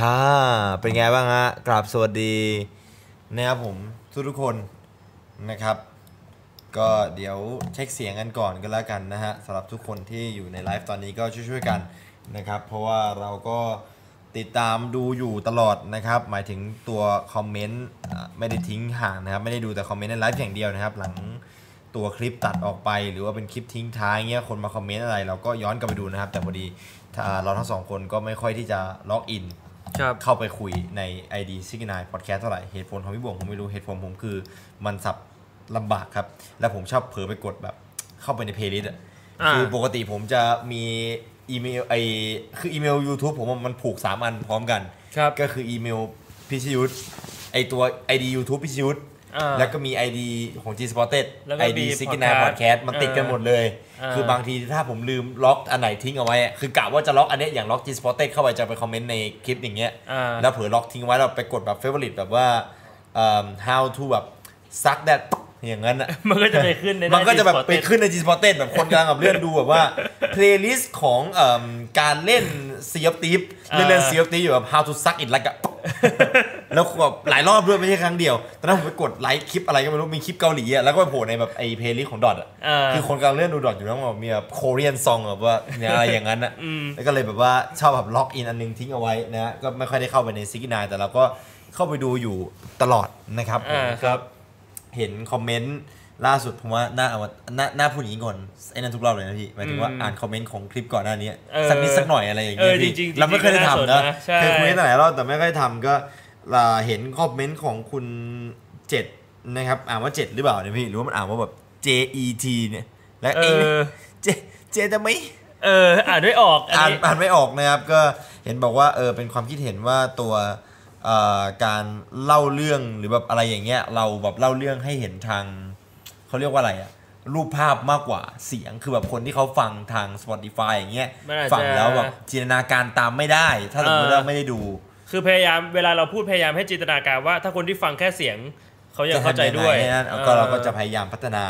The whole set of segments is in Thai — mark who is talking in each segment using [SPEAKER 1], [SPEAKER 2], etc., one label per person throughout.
[SPEAKER 1] ฮ่าเป็นไงบ้างฮะกราบสวัสดีนะครับผมทุกทุกๆคนนะครับ ก็เดี๋ยวเช็คเสียงกันก่อนก็แล้วกันนะฮะสำหรับทุกคนที่อยู่ในไลฟ์ตอนนี้ก็ช่วยๆกันนะครับ เพราะว่าเราก็ติดตามดูอยู่ตลอดนะครับ หมายถึงตัวคอมเมนต์อ่ะไม่ได้ทิ้งห่างนะครับ ไม่ได้ดูแต่คอมเมนต์ในไลฟ์อย่างเดียวนะครับ หลังตัวคลิปตัดออกไป หรือว่าเป็นคลิปทิ้งท้ายเงี้ยคนมาคอมเมนต์อะไร เราก็ย้อนกลับไปดูนะครับ แต่พอดีถ้าเราทั้งสองคนก็ไม่ค่อยที่จะล็อกอิน
[SPEAKER 2] ครับ
[SPEAKER 1] เข้าไปคุยใน ID 69 Podcast เท่าไหร่เหตุผลของพี่บ่วงผมไม่รู้เหตุผลผมคือมันสับลำบากครับ แล้วผมชอบเผลอไปกดแบบเข้าไปในเพลย์ลิสต์
[SPEAKER 2] อ่า
[SPEAKER 1] คือปกติผมจะมีอีเมลไอคืออีเมล YouTube ผมอะมันผูก 3 อันพร้อมกัน
[SPEAKER 2] ครับ
[SPEAKER 1] ก็คืออีเมลพิชยุทธไอตัว ID YouTube พิชยุทธ
[SPEAKER 2] อ่า
[SPEAKER 1] แล้วก็มี ID ของ G Sported
[SPEAKER 2] แล้วก็
[SPEAKER 1] ID
[SPEAKER 2] มี
[SPEAKER 1] 69 Podcast
[SPEAKER 2] Podcast
[SPEAKER 1] มันติดกันหมดเลย
[SPEAKER 2] อ่า
[SPEAKER 1] คือบางทีถ้าผมลืมล็อกอันไหนทิ้งเอาไว้อะคือกะว่าจะล็อกอันเนี้ยอย่างล็อก G Sported เข้าไปจะไปคอมเมนต์ในคลิปอย่างเงี้ย
[SPEAKER 2] อ่า
[SPEAKER 1] แล้วเผลอล็อกทิ้งไว้เราไปกดแบบเฟเวอร์ลิตแบบว่าเอิ่ม how to แบบ suck that อย่างนั้นอ่ะ
[SPEAKER 2] มันก็จะไปขึ้นใน
[SPEAKER 1] มันก็จะแบบ
[SPEAKER 2] หา Discord
[SPEAKER 1] ไปขึ้นใน G Sported แบบคนกำลังแบบเลื่อนดูแบบ ว่า playlist ของเอิ่มการเล่น Sea of Thieves เล่นเล่น Sea of Thieves อยู่แบบ how to suck it like อะ แล้วแบบหลายรอบด้วยไม่ใช่ครั้งเดียวตอนนั้นผมไปกดไลค์คลิปอะไรก็ไม่รู้มีคลิปเกาหลีอะแล้วก็ไปโผล่ในแบบไอ้ playlist ของดอทอะ
[SPEAKER 2] เออ
[SPEAKER 1] คือคนกำลังเลื่อนดูดอทอยู่แล้วมันแบบมีแบบโคเรียนซองแบบว่าเนี่ยอะไรอย่างนั้นอ่ะแล้วก็เลยแบบว่าชอบแบบล็อกอินอันนึงทิ้งเอาไว้นะฮะก็ไม่ค่อยได้เข้าไปในซิกนายแต่เราก็เข้าไปดูอยู่ตลอดนะครับ
[SPEAKER 2] อ่าครับ
[SPEAKER 1] เห็นคอมเมนต์ล่าสุดผมว่าหน้าเอามาหน้าหน้าพูดอย่างนี้ก่อนไอ้นั่นทุกรอบเลยนะพี่หมายถึงว่า
[SPEAKER 2] อืม
[SPEAKER 1] อ่านคอมเมนต์ของคลิปก่อนหน้านี้
[SPEAKER 2] เออ
[SPEAKER 1] สักนิดสักหน่อยอะไรอย่างเงี้ย
[SPEAKER 2] เออ
[SPEAKER 1] พี่
[SPEAKER 2] จริงๆ
[SPEAKER 1] เราไม่เคยได้ทำนะ
[SPEAKER 2] จริง
[SPEAKER 1] เคย
[SPEAKER 2] ๆน่าสนนะใช่
[SPEAKER 1] คุยกันหลายรอบแต่ไม่เคยทำก็อ่าเห็นคอมเมนต์ของคุณเจ็ดนะครับอ่านว่าเจ็ดหรือเปล่าเนี่ยพี่หรือว่ามันอ่านว่าแบบ J E T เนี่ยและ
[SPEAKER 2] เออ
[SPEAKER 1] เจเจจะไม่
[SPEAKER 2] เออ อ่านไม่ออกอั
[SPEAKER 1] อ่า
[SPEAKER 2] น
[SPEAKER 1] น
[SPEAKER 2] นี้
[SPEAKER 1] อ่านไม่ออกนะครับ ก็เห็นบอกว่าเออเป็นความคิดเห็นว่าตัวเอ่อการเล่าเรื่องหรือแบบอะไรอย่างเงี้ยเราแบบเล่าเรื่องให้เห็นทางเขาเรียกว่าอะไรอะรูปภาพมากกว่าเสียงคือแบบคนที่เขาฟังทาง Spotify อย่างเงี้ย
[SPEAKER 2] มันอาจจะ
[SPEAKER 1] ฟังแล้วแบบจินตนาการตามไม่ได้ ถ้าสมมติ
[SPEAKER 2] เออ
[SPEAKER 1] ว่าไม่ได้ดู
[SPEAKER 2] คือพยายามเวลาเราพูดพยายามให้จินตนาการว่า ถ้าคนที่ฟังแค่เสียง เขายังเข้าใจด้วย
[SPEAKER 1] จะทำงไงนะก็เราก็จะ
[SPEAKER 2] ออ
[SPEAKER 1] พยายามพัฒนา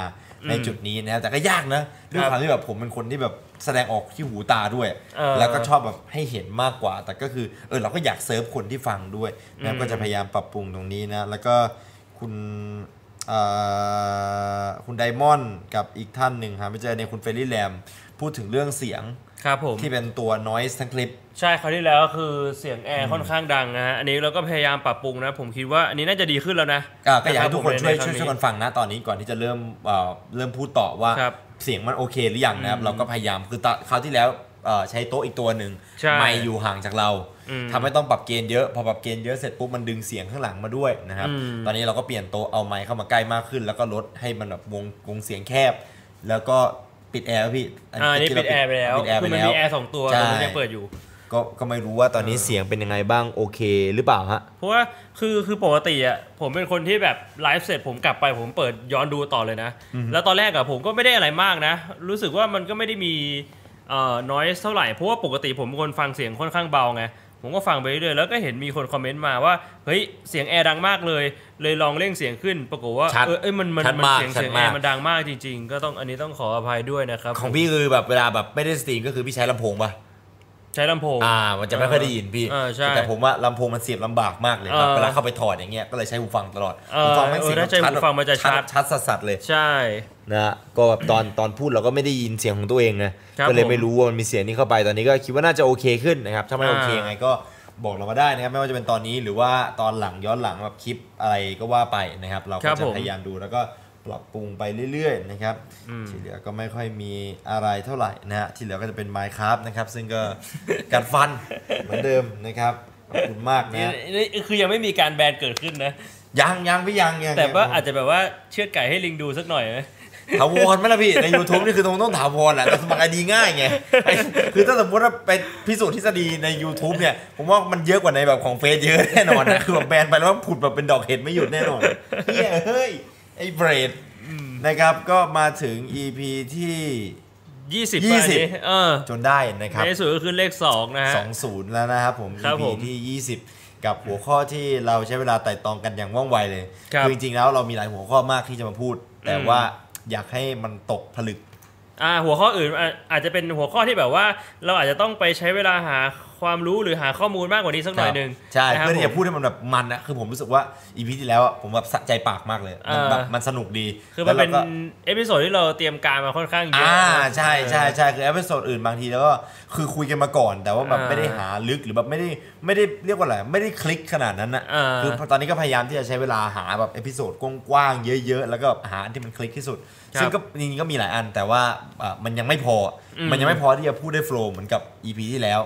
[SPEAKER 1] ใน
[SPEAKER 2] อืม
[SPEAKER 1] จุดนี้นะครับแต่ก็ยากนะด้วยความที่แบบผมเป็นคนที่แบบแสดงออกที่หูตาด้วย
[SPEAKER 2] เออ
[SPEAKER 1] แล้วก็ชอบแบบให้เห็นมากกว่า แต่ก็คือเออเราก็อยากเซิร์ฟคนที่ฟังด้วยนะครับ
[SPEAKER 2] อืม
[SPEAKER 1] ก็จะพยายามปรับปรุงตรงนี้นะแล้วก็คุณเอ่อคุณไดมอนด์กับอีกท่านหนึ่งครับไม่เจอในยคุณเฟรลี่แรมพูดถึงเรื่องเสียง
[SPEAKER 2] ครับผม
[SPEAKER 1] ที่เป็นตัว noise ทั้งคลิป
[SPEAKER 2] ใช่คราวที่แล้วคือเสียงแอร์ค่อนข้างดังนะฮะ อันนี้เราก็พยายามปรับปรุงนะ ผมคิดว่าอันนี้น่าจะดีขึ้นแล้วนะ
[SPEAKER 1] อ่ะก็อยากให้ทุกคนช่วย
[SPEAKER 2] ะรับ
[SPEAKER 1] ช่วยช่วย
[SPEAKER 2] ผม
[SPEAKER 1] กันฟังนะตอนนี้ก่อนที่จะเริ่มเอ่อเริ่มพูดต่อว่า
[SPEAKER 2] ครับ
[SPEAKER 1] เสียงมันโอเคหรือยังนะครับ เราก็พยายามคือตอนคราวที่แล้วเอ่อใช้โต๊ะอีกตัวหนึ่ง
[SPEAKER 2] ใช่
[SPEAKER 1] ไม่อยู่ห่างจากเรา
[SPEAKER 2] อืม
[SPEAKER 1] ทำให้ต้องปรับเกณฑ์เยอะ พอปรับเกณฑ์เยอะเสร็จปุ๊บมันดึงเสียงข้างหลังมาด้วยนะครับ
[SPEAKER 2] อืม
[SPEAKER 1] ตอนนี้เราก็เปลี่ยนโต๊ะเอาไมค์เข้ามาใกล้มากขึ้น แล้วก็ลดให้มันแบบวงวงเสียงแคบ แล้วก็ปิดแอร์พี่
[SPEAKER 2] อ่าอันนี้
[SPEAKER 1] ที่
[SPEAKER 2] ปิดแอร์ไปแล้ว
[SPEAKER 1] ปิดแอร์
[SPEAKER 2] คื
[SPEAKER 1] ไป
[SPEAKER 2] อมัน
[SPEAKER 1] แล้ว
[SPEAKER 2] มีแอร์สองตัว
[SPEAKER 1] ใช่
[SPEAKER 2] แต่มันยังเปิดอยู่
[SPEAKER 1] ก็ก็ไม่รู้ว่าตอนนี้เสียงเป็นยังไงบ้างโอเค หรือเปล่าฮะ
[SPEAKER 2] เพราะว่าคือคือปกติอ่ะผมเป็นคนที่แบบไลฟ์เสร็จผมกลับไปผมเปิดย้อนดูต่อเลยนะ แล้วตอนแรกอ่ะผมก็ไม่ได้อะไรมากนะ รู้สึกว่ามันก็ไม่ได้มีเอ่อน้อยเท่าไหร่ เพราะว่าปกติผมเป็นคนฟังเสียงค่อนข้างเบาไง ผมก็ฟังไปเรื่อยๆแล้วก็เห็นมีคนคอมเมนต์มาว่า เฮ้ยเสียงแอร์ดังมากเลย เลยลองเร่งเสียงขึ้น ปรากฏว่า
[SPEAKER 1] ชัด
[SPEAKER 2] เออเอ้ยมันมัน
[SPEAKER 1] ชัด
[SPEAKER 2] มัน
[SPEAKER 1] มาก
[SPEAKER 2] เสียง
[SPEAKER 1] ชัด
[SPEAKER 2] เสียงแอ
[SPEAKER 1] มาก
[SPEAKER 2] ร์มันดังมากจริง ๆ ก็ต้องอันนี้ต้องขออภัยด้วยนะครับ
[SPEAKER 1] ของพี่คือแบบเวลาแบบไม่ได้สตรีมก็คือพี่ใช้ลำโพงปะ
[SPEAKER 2] ใช้ลำโพง
[SPEAKER 1] อ่า มันจะไม่ค่อยได้ยินพี่
[SPEAKER 2] เออใช่
[SPEAKER 1] แต่ผมว่าลำโพงมันเสียบลำบากมากเลยครับ
[SPEAKER 2] เออ
[SPEAKER 1] เวลาเข้าไปถอดอย่างเงี้ย ก็เลยใช้หูฟังตลอด
[SPEAKER 2] เออ
[SPEAKER 1] หูฟังแม่งเสียง
[SPEAKER 2] เออถ้าใช้หูฟังมันจะชัด
[SPEAKER 1] ชัดสัสๆเลย
[SPEAKER 2] ใช่
[SPEAKER 1] นะฮะก็แบบตอนตอนพูดเราก็ไม่ได้ยินเสียงของตัวเองนะครับ ก็เลย
[SPEAKER 2] ผม
[SPEAKER 1] ไม่รู้ว่ามันมีเสียงนี้เข้าไป ตอนนี้ก็คิดว่าน่าจะโอเคขึ้นนะครับ ถ้าไม่
[SPEAKER 2] อ่า
[SPEAKER 1] โอเคยังไงก็บอกเรามาได้นะครับ ไม่ว่าจะเป็นตอนนี้หรือว่าตอนหลังย้อนหลังแบบคลิปอะไรก็ว่าไปนะครับ เรา
[SPEAKER 2] ค
[SPEAKER 1] ก็
[SPEAKER 2] รับ
[SPEAKER 1] จะ
[SPEAKER 2] ผม
[SPEAKER 1] พยายามดูแล้วก็ปรับปรุงไปเรื่อยๆนะครับที่เหลือก็ไม่ค่อยมีอะไรเท่าไหร่นะฮะที่เหลือก็จะเป็น Minecraft นะครับ ซึ่ง ก็ กัดฟันเหมือนเดิมนะครับขอบคุณมากนะฮะ
[SPEAKER 2] นี่นี่คือยังไม่มีการแบนเกิดขึ้นนะ
[SPEAKER 1] ยังยังพี่ยังยัง
[SPEAKER 2] แต่ว่าอาจจะแบบว่าเชือดไก่ให้ลิงดูสักหน่อยไหม
[SPEAKER 1] ถาวรไหมล่ะพี่ ใน YouTube นี่คือต้องต้องถาวรแหละแต่สมัครไอดีง่ายไงไอ้คือถ้าสมมติว่าไปพิสูจน์ทฤษฎีใน YouTube เนี่ย ผมว่ามันเยอะกว่าในแบบของเฟซเยอะแน่นอนนะ คือแบบแบนไปแล้วผุดแบบเป็นดอกเห็ดไม่หยุดแน่นอนเหี้ยเฮ้ย ไอ้เบรดนะครับก็มาถึง EP ที่
[SPEAKER 2] ยี่สิบ
[SPEAKER 1] ยี่สิบ
[SPEAKER 2] เออ
[SPEAKER 1] จนได้นะครับ
[SPEAKER 2] ในที่สุดก็คือเลขสองนะฮะ
[SPEAKER 1] 20 แล้วนะครับผม
[SPEAKER 2] ครับ
[SPEAKER 1] EP
[SPEAKER 2] ผม
[SPEAKER 1] ที่ 20 กับหัวข้อที่เราใช้เวลาไต่ตองกันอย่างว่องไวเลย
[SPEAKER 2] ครับ
[SPEAKER 1] อจริงๆแล้วเรามีหลายหัวข้อมากที่จะมาพูด แต่
[SPEAKER 2] อืม
[SPEAKER 1] ว่าอยากให้มันตกผลึก
[SPEAKER 2] อ่าหัวข้ออื่นอ่ะอาจจะเป็นหัวข้อที่แบบว่า เราอาจจะต้องไปใช้เวลาหา ความรู้หรือหาข้อมูลมากกว่านี้สักหน่อยหนึ่ง
[SPEAKER 1] ใช่
[SPEAKER 2] นะครับ
[SPEAKER 1] เพื่อที่จะ
[SPEAKER 2] ผม
[SPEAKER 1] พูดให้มันแบบมันนะคือผมรู้สึกว่าอีพีที่แล้วอะผมแบบสะใจปากมากเลยมันแบบ
[SPEAKER 2] เออ
[SPEAKER 1] มันสนุกดี
[SPEAKER 2] คือมันเป็น
[SPEAKER 1] แล้วราก็
[SPEAKER 2] เอพิโซดที่เราเตรียมการมาค่อนข้างเยอะ
[SPEAKER 1] อ่า
[SPEAKER 2] นะ
[SPEAKER 1] ใช่ใช่
[SPEAKER 2] เออ
[SPEAKER 1] ใช่คือเอพิโซดอื่นบางทีแล้วก็คือคุยกันมาก่อน แต่ว่าแบบ
[SPEAKER 2] อ่า
[SPEAKER 1] ไม่ได้หาลึกหรือแบบไม่ได้ไม่ได้เรียกว่าอะไรไม่ได้คลิกขนาดนั้นนะ
[SPEAKER 2] อ่า
[SPEAKER 1] คือตอนนี้ก็พยายามที่จะใช้เวลาหาแบบเอพิโซดกว้างๆเยอะ ๆ แล้วก็หาอันที่มันคลิกที่สุด ซึ่งก็จริงๆก็มีหลายอันแต่ว่าอ่ะมันยังไม่พออมันยังไม่พอที่จะพูดได้โฟล์เหมือนกับ EP ที่แล้ว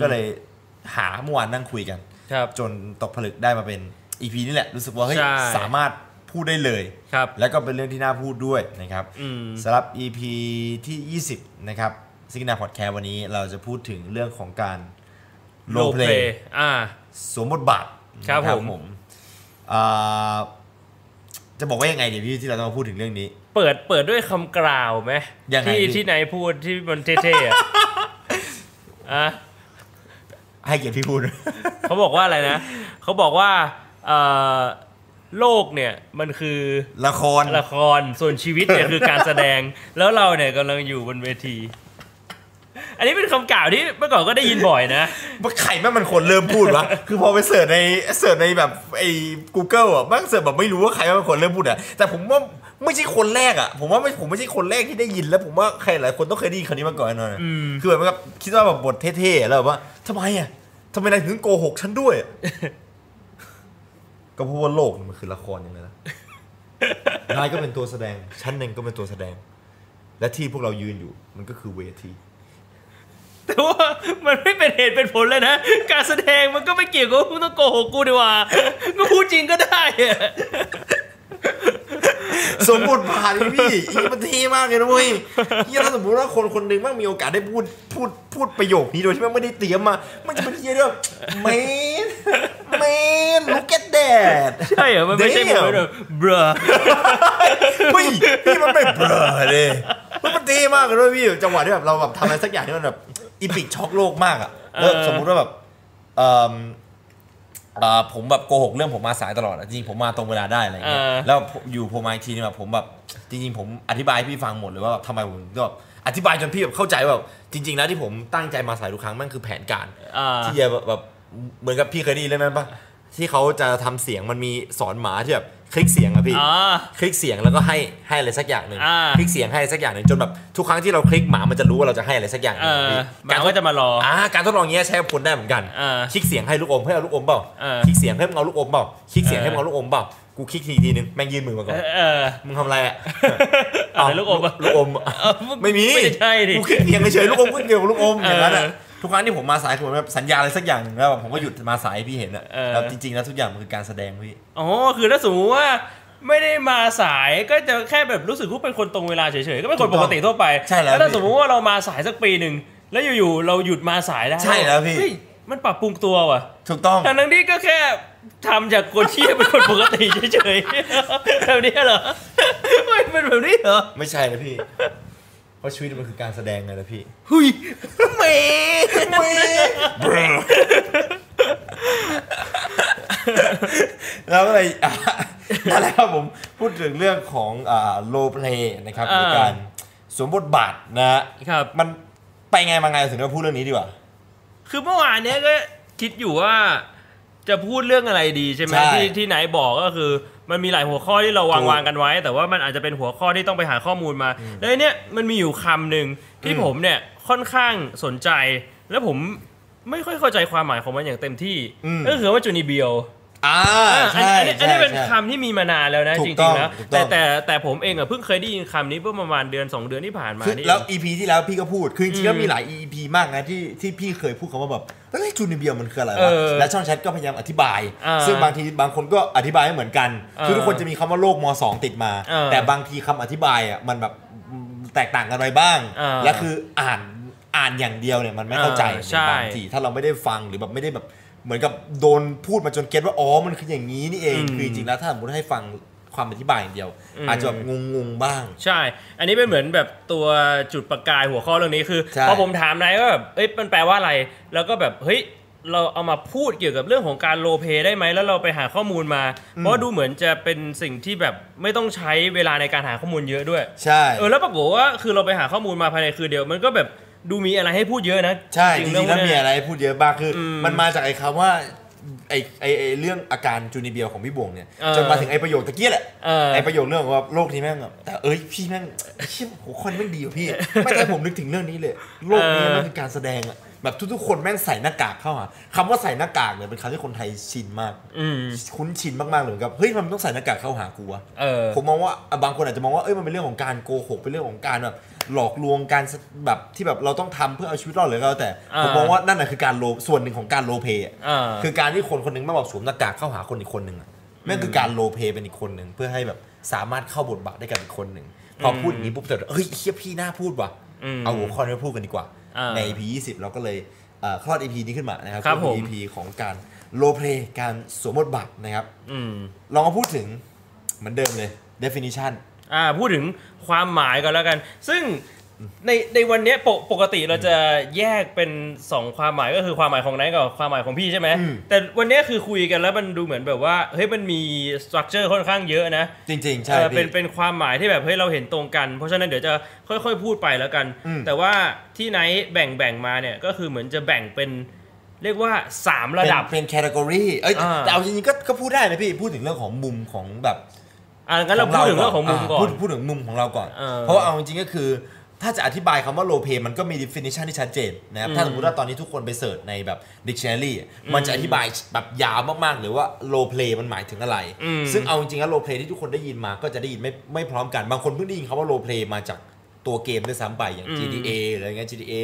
[SPEAKER 1] ก็เลยหาเมื่อวานนั่งคุยกัน
[SPEAKER 2] ครับ
[SPEAKER 1] จนตกผลึกได้มาเป็น EP นี่แหละรู้สึกว่าเฮ้ย
[SPEAKER 2] ใช่
[SPEAKER 1] สามารถพูดได้เลย
[SPEAKER 2] ครับ
[SPEAKER 1] แล้วก็เป็นเรื่องที่น่าพูดด้วยนะครับ
[SPEAKER 2] อืม
[SPEAKER 1] สำหรับ EP ที่ 20 นะครับซิกนาพอดแคร์วันนี้เราจะพูดถึงเรื่องของการ
[SPEAKER 2] role
[SPEAKER 1] role play
[SPEAKER 2] play อ่า
[SPEAKER 1] สวมบทบาท
[SPEAKER 2] ครับ
[SPEAKER 1] นะ
[SPEAKER 2] ผม
[SPEAKER 1] อ่าจะบอกว่ายังไงเดี๋ยวพี่ที่เราต้องมาพูดถึงเรื่องนี้
[SPEAKER 2] เปิดเปิดด้วยคำกล่าวไหม
[SPEAKER 1] ยังไง
[SPEAKER 2] ที่
[SPEAKER 1] พี่
[SPEAKER 2] ที่นายพูดที่มันเท่ๆอะ อ่ะ
[SPEAKER 1] ให้เกียรติพี่พูด
[SPEAKER 2] เขาบอกว่าอะไรนะเขาบอกว่าเอ่อโลกเนี่ยมันคือ
[SPEAKER 1] ละคร
[SPEAKER 2] ละครส่วนชีวิตเนี่ยคือการแสดง แล้วเราเนี่ยกำลังอยู่บนเวที อันนี้เป็นคำกล่าวที่เมื่อก่อนก็ได้ยินบ่อยนะ
[SPEAKER 1] ว่าไข่แม่งมันคนเริ่มพูดวะ คือพอไปเสิร์ชในเสิร์ชในแบบไอ้ Google อ่ะแม่งเสิร์ชแบบไม่รู้ว่าใครแม่งเป็นคนเริ่มพูดอ่ะ แต่ผมว่าไม่ใช่คนแรกอ่ะ ผมว่าไม่ผมไม่ใช่คนแรกที่ได้ยินแล้วผมว่าใครหลายคนต้องเคยได้ยินคำนี้มาก่อนแน่นอนอะคือแบบแบบคิดว่าแบบบทเท่ๆแล้วแบบว่าทำไมอ่ะทำไมนายถึงโกหกฉันด้วย อะ ก็เพราะว่าโลกมันคือละครอย่างนั้นนะ นายก็เป็นตัวแสดงฉันเองก็เป็นตัวแสดง และที่พวกเรายืนอยู่มันก็คือเวที
[SPEAKER 2] แต่ว่ามันไม่เป็นเหตุเป็นผลเลยนะ การแสดงมันก็ไม่เกี่ยวกับมึงต้องโกหกกูดีกว่าก็พูดจริงก็ได้อะ
[SPEAKER 1] สมบทบาทนี่พี่อีมันเท่มากเลยนะเว้ยเฮียถ้าสมมติว่าคนคนหนึ่งแมันมีโอกาสได้พูดพูดพูดประโยคนี้โดยที่แมันไม่ได้เตรียมมา มันจะเป็นเฮียด้วยเม นเมนลูกแกแดด
[SPEAKER 2] ใช่เหรอมันไม่ใช่โมเมนต์แบบเบรอ
[SPEAKER 1] เฮ้ยพี่มันไม่เบลอเลยมันมันเท่มากเลยด้วยพี่จังหวะที่แบบเราแบบทำอะไรสักอย่างที่มันแบบอีพิกช็อกโลกมากอะแล้ว
[SPEAKER 2] เออ
[SPEAKER 1] สมมุติว่าแบบเอิ่มเอ่อผมแบบโกหกเรื่องผมมาสายตลอดอะจริงๆผมมาตรงเวลาได้อะไรอย่างเงี้ย
[SPEAKER 2] เออ
[SPEAKER 1] แล้วอยู่ผมมาอีกทีนึงแบบผมแบบจริง ๆ ผมอธิบายให้พี่ฟังหมดเลยว่าแบบทำไมผมถึงแบบอธิบายจนพี่แบบเข้าใจว่าแบบจริง ๆ แล้วที่ผมตั้งใจมาสายทุกครั้งมันคือแผนการ
[SPEAKER 2] อ่า
[SPEAKER 1] ที่จะแบบแบบเหมือนกับพี่เคยได้ยินเรื่องนั้นปะที่เขาจะทำเสียงมันมีสอนหมาที่แบบคลิกเสียงอะพี่
[SPEAKER 2] อ๋อ
[SPEAKER 1] คลิกเสียงแล้วก็ให้ให้อะไรสักอย่างหนึ่ง
[SPEAKER 2] อ่า
[SPEAKER 1] คลิกเสียงให้อะไรสักอย่างหนึ่งจนแบบทุกครั้งที่เราคลิกหมามันจะรู้ว่าเราจะให้อะไรสักอย่างห
[SPEAKER 2] เอ
[SPEAKER 1] นึ่ง
[SPEAKER 2] อ
[SPEAKER 1] พี่
[SPEAKER 2] หมาก็จะมารอ
[SPEAKER 1] อ่าการทดลองอย่างเงี้ยใช้กับคนได้เหมือนกัน
[SPEAKER 2] เออ
[SPEAKER 1] คลิกเสียงให้ลูกอมให้เอาลูกอมเปล่า
[SPEAKER 2] เออ
[SPEAKER 1] คลิกเสียงให้มึงเอาลูกอมเปล่าคลิกเสียงให้มึงเอาลูกอมเปล่ากูคลิกทีทีนึงแม่งยื่นมือมาก่อน
[SPEAKER 2] เออ
[SPEAKER 1] มึงทำอะไรอ่ะ
[SPEAKER 2] เอาลูกอมอะ
[SPEAKER 1] ลูกอม
[SPEAKER 2] เอ้า
[SPEAKER 1] ไม่มี
[SPEAKER 2] ไม่ใช่ดิ
[SPEAKER 1] กูคลิกเพียงเฉยๆลูกอมกูเดียวกับลูกอมอย่างนั้นอ่ะ
[SPEAKER 2] เออ
[SPEAKER 1] ทุกครั้งที่ผมมาสายคือผมแบบสัญญาอะไรสักอย่างหนึ่งแล้วแบบผมก็หยุดมาสายให้พี่เห็นอ่ะ
[SPEAKER 2] เออ
[SPEAKER 1] แล้วจริงๆแล้วทุกอย่างมันคือการแสดงพี่
[SPEAKER 2] อ๋อคือถ้าสมมติว่าไม่ได้มาสายก็จะแค่แบบรู้สึกว่าเป็นคนตรงเวลาเฉยๆก็เป็นคนปกติทั่วไป
[SPEAKER 1] ใช่แล้ว
[SPEAKER 2] ถ้าสมมติว่าเรามาสายสักปีหนึ่งแล้วอยู่ๆเราหยุดมาสายแล้ว
[SPEAKER 1] ใช่แล้วพี่
[SPEAKER 2] เฮ้ยมันปรับปรุงตัวว่ะ
[SPEAKER 1] ถูกต้อง
[SPEAKER 2] ทั้งนั้นที่ก็แค่ทำจากคนที่เป็นคนปกติเฉยๆ แบบนี้เหรอไม่เป็นแบบนี้เหรอ
[SPEAKER 1] ไม่ใช่นะพี่เพราะชีวิตมันคือการแสดงไงนะพี่
[SPEAKER 2] หุย
[SPEAKER 1] เมย์เมย์แล้วก็เลยอ่ะนั่นแหละครับผมพูดถึงเรื่องของโลเพลนะครับหรือการสวมบทบาทนะฮะ
[SPEAKER 2] ครับ
[SPEAKER 1] มันไปไงมาไงถึงได้มาพูดเรื่องนี้ดีกว่า
[SPEAKER 2] คือเมื่อวานเนี้ยก็คิดอยู่ว่าจะพูดเรื่องอะไรดีใช่ไหม
[SPEAKER 1] ใช่
[SPEAKER 2] ที่ที่ไหนบอกก็คือ มันมีหลายหัวข้อที่เราวาง
[SPEAKER 1] ถูก
[SPEAKER 2] วางกันไว้ แต่ว่ามันอาจจะเป็นหัวข้อที่ต้องไปหาข้อมูลมาแล้วเนี่ยมันมีอยู่คำหนึ่งที่
[SPEAKER 1] อืม
[SPEAKER 2] ผมเนี่ยค่อนข้างสนใจ แล้วผมไม่ค่อยเข้าใจความหมายของมันอย่างเต็มที่ก็คือว่าจูนิเบียว
[SPEAKER 1] อ่า
[SPEAKER 2] อ่ะอัน
[SPEAKER 1] ใช่
[SPEAKER 2] นี้อัน
[SPEAKER 1] ใช่
[SPEAKER 2] นี้เป็น
[SPEAKER 1] ใช่
[SPEAKER 2] คำที่มีมานานแล้วนะ
[SPEAKER 1] ถู
[SPEAKER 2] จ
[SPEAKER 1] กต้
[SPEAKER 2] ริ
[SPEAKER 1] อง ง
[SPEAKER 2] ๆนะ
[SPEAKER 1] ถูกต้
[SPEAKER 2] แต่
[SPEAKER 1] อง
[SPEAKER 2] แต่แต่ผมเองอ่ะเพิ่งเคยได้ยินคำนี้เมื่อประมาณเดือน 2 เดือนที่ผ่านมา
[SPEAKER 1] คือ
[SPEAKER 2] นี่
[SPEAKER 1] แล้ว
[SPEAKER 2] เอง
[SPEAKER 1] อีพีที่แล้วพี่ก็พูด คือจริงๆก็
[SPEAKER 2] อืม
[SPEAKER 1] มีหลาย EP มากนะที่ที่พี่เคยพูดคำว่าแบบเอ้ยจูนิเบียมันคืออะไร
[SPEAKER 2] เอ
[SPEAKER 1] วะ
[SPEAKER 2] อ
[SPEAKER 1] และช่องแชทก็พยายามอธิบาย
[SPEAKER 2] อ่า
[SPEAKER 1] ซึ่งบางทีบางคนก็อธิบายไม่เหมือนกัน
[SPEAKER 2] เออ
[SPEAKER 1] คือทุกคนจะมีคำว่าโลกมสองติดมา
[SPEAKER 2] เออ
[SPEAKER 1] แต่บางทีคำอธิบายอ่ะมันแบบแตกต่างกันไปบ้าง
[SPEAKER 2] เออ
[SPEAKER 1] และคืออ่านอ่านอย่างเดียวเนี่ยมันไม่เข้าใจ
[SPEAKER 2] เออใช่
[SPEAKER 1] บางทีถ้าเราไม่ได้ฟังหรือแบบไม่ได้แบบเหมือนกับโดนพูดมาจนเก็ตว่าอ๋อมันคืออย่างนี้นี่เองคือจริงๆแล้วถ้าสมมติให้ฟังความอธิบายอย่างเดียว อาจจะแบบงงๆบ้าง
[SPEAKER 2] ใช่ อันนี้เป็นเหมือนแบบตัวจุดประกายหัวข้อเรื่องนี้คือ
[SPEAKER 1] ใช่
[SPEAKER 2] พอผมถามนายว่าแบบเอ้ยมันแปลว่าอะไร แล้วก็แบบเฮ้ยเราเอามาพูดเกี่ยวกับเรื่องของการโลเ y ได้ไหมแล้วเราไปหาข้อมูลมา เพราะดูเหมือนจะเป็นสิ่งที่แบบไม่ต้องใช้เวลาในการหาข้อมูลเยอะด้วย
[SPEAKER 1] ใช่
[SPEAKER 2] เออแล้วปรากฏว่าคือเราไปหาข้อมูลมาภายในคืนเดียวมันก็แบบ ดูมีอะไรให้พูดเยอะนะ
[SPEAKER 1] ใช่จริงๆแล้ว
[SPEAKER 2] พ
[SPEAKER 1] มี
[SPEAKER 2] เนี้ย
[SPEAKER 1] อะไรให้พูดเยอะมากคืออ
[SPEAKER 2] ม
[SPEAKER 1] มันมาจากไอ้คำว่าไอ้ไอ้ไอ้เรื่องอาการจูนิเบียของพี่บวงเนี่ย
[SPEAKER 2] เออ
[SPEAKER 1] จนมาถึงไอ้ประโยคตะเกียแหละ
[SPEAKER 2] เออ
[SPEAKER 1] ไอ้ประโยคเรื่องว่าโลกนี้แม่งแบบแต่เอ้ยพี่แม่งเชี่ยโหคนแม่งดีว่ะพี่ ไม่ได้ผมนึกถึงเรื่องนี้เลย โลกนี้มันคือการแสดงอะแบบทุกๆคนแม่งใส่หน้ากากเข้าหาคำว่าใส่หน้ากากเนี่ยเป็นคำที่คนไทยชินมาก
[SPEAKER 2] อืม
[SPEAKER 1] คุ้นชินมากๆเลยกับเฮ้ยมันต้องใส่หน้ากากเข้าหากูวะ
[SPEAKER 2] เออ
[SPEAKER 1] ผมมองว่าอ่ะบางคนอาจจะมองว่าเอ้ยมันเป็นเรื่องของการโกหกเป็นเรื่องของการแบบหลอกลวงการสแบบที่แบบเราต้องทำเพื่อเอาชีวิตรอดหรือก็แล้วแต่
[SPEAKER 2] อ่า
[SPEAKER 1] ผมมองว่านั่นแหะคือการโลส่วนหนึ่งของการโลเพย์อะ
[SPEAKER 2] เออ
[SPEAKER 1] คือการที่คนคนหนึงมาบอกสวมหน้ากากเข้าหาคนอีกคนหนึ่งอะนั่นคือการโลเพย์เป็นอีกคนหนึ่งเพื่อให้แบบสามารถเข้าบทบาทได้กับอีกคนหนึ่งพอพูดอย่างนี้ปุ๊บแต่เฮ้ยเฮียพี่น่าพูดว่ะ
[SPEAKER 2] อืม
[SPEAKER 1] เอาหัวข้อนี้มาพูดกันดีกว่า
[SPEAKER 2] อ่า
[SPEAKER 1] ใน EP 20เราก็เลยเอ่อคลอด EP นี้ขึ้นมานะครับ
[SPEAKER 2] ครับ
[SPEAKER 1] ก็
[SPEAKER 2] ผ
[SPEAKER 1] อ
[SPEAKER 2] ม
[SPEAKER 1] EP ของการโลเพย์การสวมบทบาทนะครับ
[SPEAKER 2] อืม
[SPEAKER 1] ลองมาพูดถึงเหมือนเดิมเลย definition
[SPEAKER 2] อ่าพูดถึงความหมายก่อนแล้วกัน ซึ่งในในวันเนี้ยปกปกติเราจะแยกเป็นสองความหมายก็คือความหมายของไนท์กับความหมายของพี่ใช่ไหม
[SPEAKER 1] อืม
[SPEAKER 2] แต่วันเนี้ยคือคุยกันแล้วมันดูเหมือนแบบว่าเฮ้ยมันมีสตรัคเจอร์ค่อนข้างเยอะนะ
[SPEAKER 1] จริง ๆ ใช่
[SPEAKER 2] เออเป็น
[SPEAKER 1] พี่
[SPEAKER 2] เป็นความหมายที่แบบเฮ้ยเราเห็นตรงกัน เพราะฉะนั้นเดี๋ยวจะค่อยๆพูดไปแล้วกัน
[SPEAKER 1] อืม
[SPEAKER 2] แต่ว่าที่ไนท์แบ่งแบ่งมาเนี่ยก็คือเหมือนจะแบ่งเป็นเรียกว่า 3 ระดับ
[SPEAKER 1] เป็นเป็น category เอ้ย
[SPEAKER 2] อ่า
[SPEAKER 1] แต่เอาจริงๆก็ก็พูดได้นะพี่ พูดถึงเรื่องของมุมของแบบ
[SPEAKER 2] อ่ะงั้นเราพูดถึงเรื่องของมุมก่อ
[SPEAKER 1] พู
[SPEAKER 2] น
[SPEAKER 1] ดพูดถึงมุมของเราก่อน
[SPEAKER 2] เออ
[SPEAKER 1] เพราะว่าเอาจริงๆก็คือ ถ้าจะอธิบายคำว่า low pay มันก็มี definition ที่ชัดเจนนะครับ ถ้าสมมติว่าตอนนี้ทุกคนไปเสิร์ชในแบบ dictionary มันจะอธิบายแบบยาวมากๆหรือว่า low play มันหมายถึงอะไร
[SPEAKER 2] อืม
[SPEAKER 1] ซึ่งเอาจริงๆแล้ว low play ที่ทุกคนได้ยินมาก็จะได้ยินไม่ไม่พร้อมกัน บางคนเพิ่งได้ยินคำว่า low play มาจากตัวเกมด้วยซ้ำไปอย่าง GTA อะไรเงี้ย GTA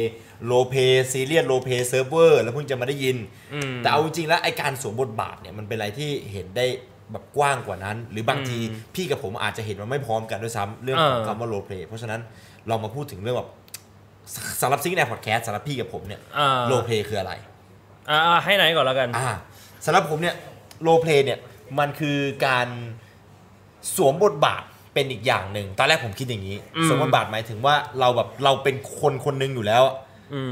[SPEAKER 1] low pay serious low pay server แล้วเพิ่งจะมาได้ยิน
[SPEAKER 2] อืม
[SPEAKER 1] แต่เอาจริงๆแล้วไอการสวมบทบาทเนี่ยมันเป็นอะไรที่เห็นได้แบบกว้างกว่านั้น หรือบางทีพี่กับผมอาจจะเห็นมันไม่พร้อมกันด้วยซ้ำเรื่องของ
[SPEAKER 2] เออ
[SPEAKER 1] คำว่าโรเพลย์เพราะฉะนั้นเรามาพูดถึงเรื่องแบบสสำหรับซิงค์ในพอดแคสต์สำหรับพี่กับผมเนี่ย
[SPEAKER 2] เออ
[SPEAKER 1] โรเพลย์คืออะไร
[SPEAKER 2] อ่าให้ไนท์ก่อนแล้วกัน
[SPEAKER 1] อ่าสำหรับผมเนี่ยโรเพลย์เนี่ยมันคือการสวมบทบาทเป็นอีกอย่างหนึ่งตอนแรกผมคิดอย่างนี้
[SPEAKER 2] อืม
[SPEAKER 1] สวมบทบาทหมายถึงว่าเราแบบเราเป็นคนคนหนึงอยู่แล้วอะ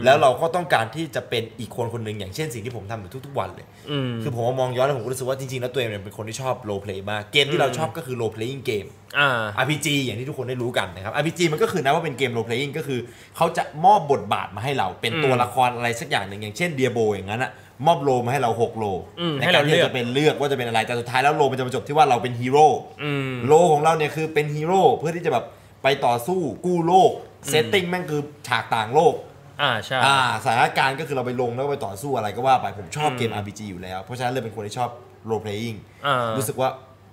[SPEAKER 1] แล้วเราก็ต้องการที่จะเป็นอีกคนคนหนึงอย่างเช่นสิ่งที่ผมทำอยู่ทุกๆวันเลย
[SPEAKER 2] อืม
[SPEAKER 1] คือผมมามองย้อนแล้วผมก็รู้สึกว่าจริงๆ แล้วตัวเองเนี่ยเป็นคนที่ชอบโรลเพลย์มาก เกมที่เราชอบก็คือโรลเพลย์ i n g เกม
[SPEAKER 2] อ่า
[SPEAKER 1] RPG อย่างที่ทุกคนได้รู้กันนะครับ RPG มันก็คือนะว่าเป็นเกมโรลเพลย์ i n g ก็คือเขาจะมอบบทบาทมาให้เราเป็นตัวละครอะไรสักอย่างหนึ่งอย่างเช่นเดียโบอย่างนั้นอะมอบโลมาให้เราหกโล
[SPEAKER 2] อืม
[SPEAKER 1] ในกา
[SPEAKER 2] ให้เรา
[SPEAKER 1] ร
[SPEAKER 2] เลื
[SPEAKER 1] ที่
[SPEAKER 2] อก
[SPEAKER 1] เราจะเป็นเลือกว่าจะเป็นอะไรแต่สุดท้ายแล้วโลมันจะมาจบที่ว่าเราเป็นฮีโร่
[SPEAKER 2] อืม
[SPEAKER 1] โลของเราเนี่ยคือเป็นฮีโร่เพื่อที่จะแบบไปต่อสู้กู้โลกเซตติ้งแม่งคือฉากต่างโลก
[SPEAKER 2] อ่าใช่
[SPEAKER 1] อ่าสถานการณ์ก็คือเราไปลงแล้วก็ไปต่อสู้อะไรก็ว่าไปผมชอบ
[SPEAKER 2] อืม
[SPEAKER 1] เกม RPG อยู่แล้ว เพราะฉะนั้นเลยเป็นคนที่ชอบ role playing
[SPEAKER 2] อ่ารู้
[SPEAKER 1] รู้สึกว่า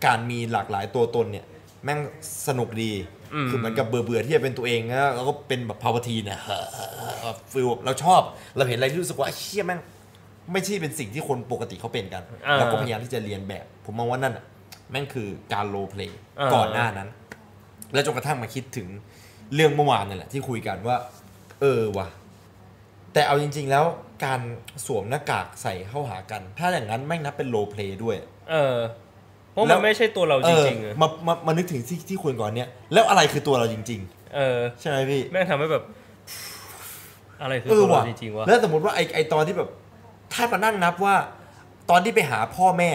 [SPEAKER 1] การมีหลากหลายตัวตนเนี่ย แม่งสนุกดี
[SPEAKER 2] อืม
[SPEAKER 1] คือเหมือนกับเบื่อเบื่อๆที่จะเป็นตัวเองแล้วเราก็เป็นแบบพาวทีเนี่ย ฟิลเราชอบเราเห็นอะไรที่รู้สึกว่าเชี่ยแม่งไม่ใช่เป็นสิ่งที่คนปกติเขาเป็นกัน
[SPEAKER 2] อ่า
[SPEAKER 1] เราก็พยายามที่จะเรียนแบบ ผมมองว่านั่นน่ะแม่งคือการ role play
[SPEAKER 2] อ่า
[SPEAKER 1] ก่อนหน้านั้น แล้วจนกระทั่งมาคิดถึงเรื่องเมื่อวานนี่แหละที่คุยกันว่า เออว่ะ แต่เอาจริง ๆ แล้วการสวมหน้ากากใส่เข้าหากัน ถ้าอย่างนั้นแม่งนับเป็นโลเพลย์ด้วย
[SPEAKER 2] เออเพราะ
[SPEAKER 1] แล้
[SPEAKER 2] มั
[SPEAKER 1] ว
[SPEAKER 2] นไม่ใช่ตัวเรา
[SPEAKER 1] เอ
[SPEAKER 2] จ
[SPEAKER 1] อ
[SPEAKER 2] ริงๆอะ
[SPEAKER 1] มามามานึกถึงที่ที่คุยก่อนเนี่ย แล้วอะไรคือตัวเราจริง
[SPEAKER 2] เออ
[SPEAKER 1] ๆ ใช่ไหมพี่
[SPEAKER 2] แม่งทำให้แบบ อะไรคือ
[SPEAKER 1] เออ
[SPEAKER 2] ตัว
[SPEAKER 1] ว่ะ
[SPEAKER 2] เราจริงๆวะ
[SPEAKER 1] แล้วสมมติว่าไอไอตอนที่แบบ ถ้ามานั่งนับว่า ตอนที่ไปหาพ่อแม่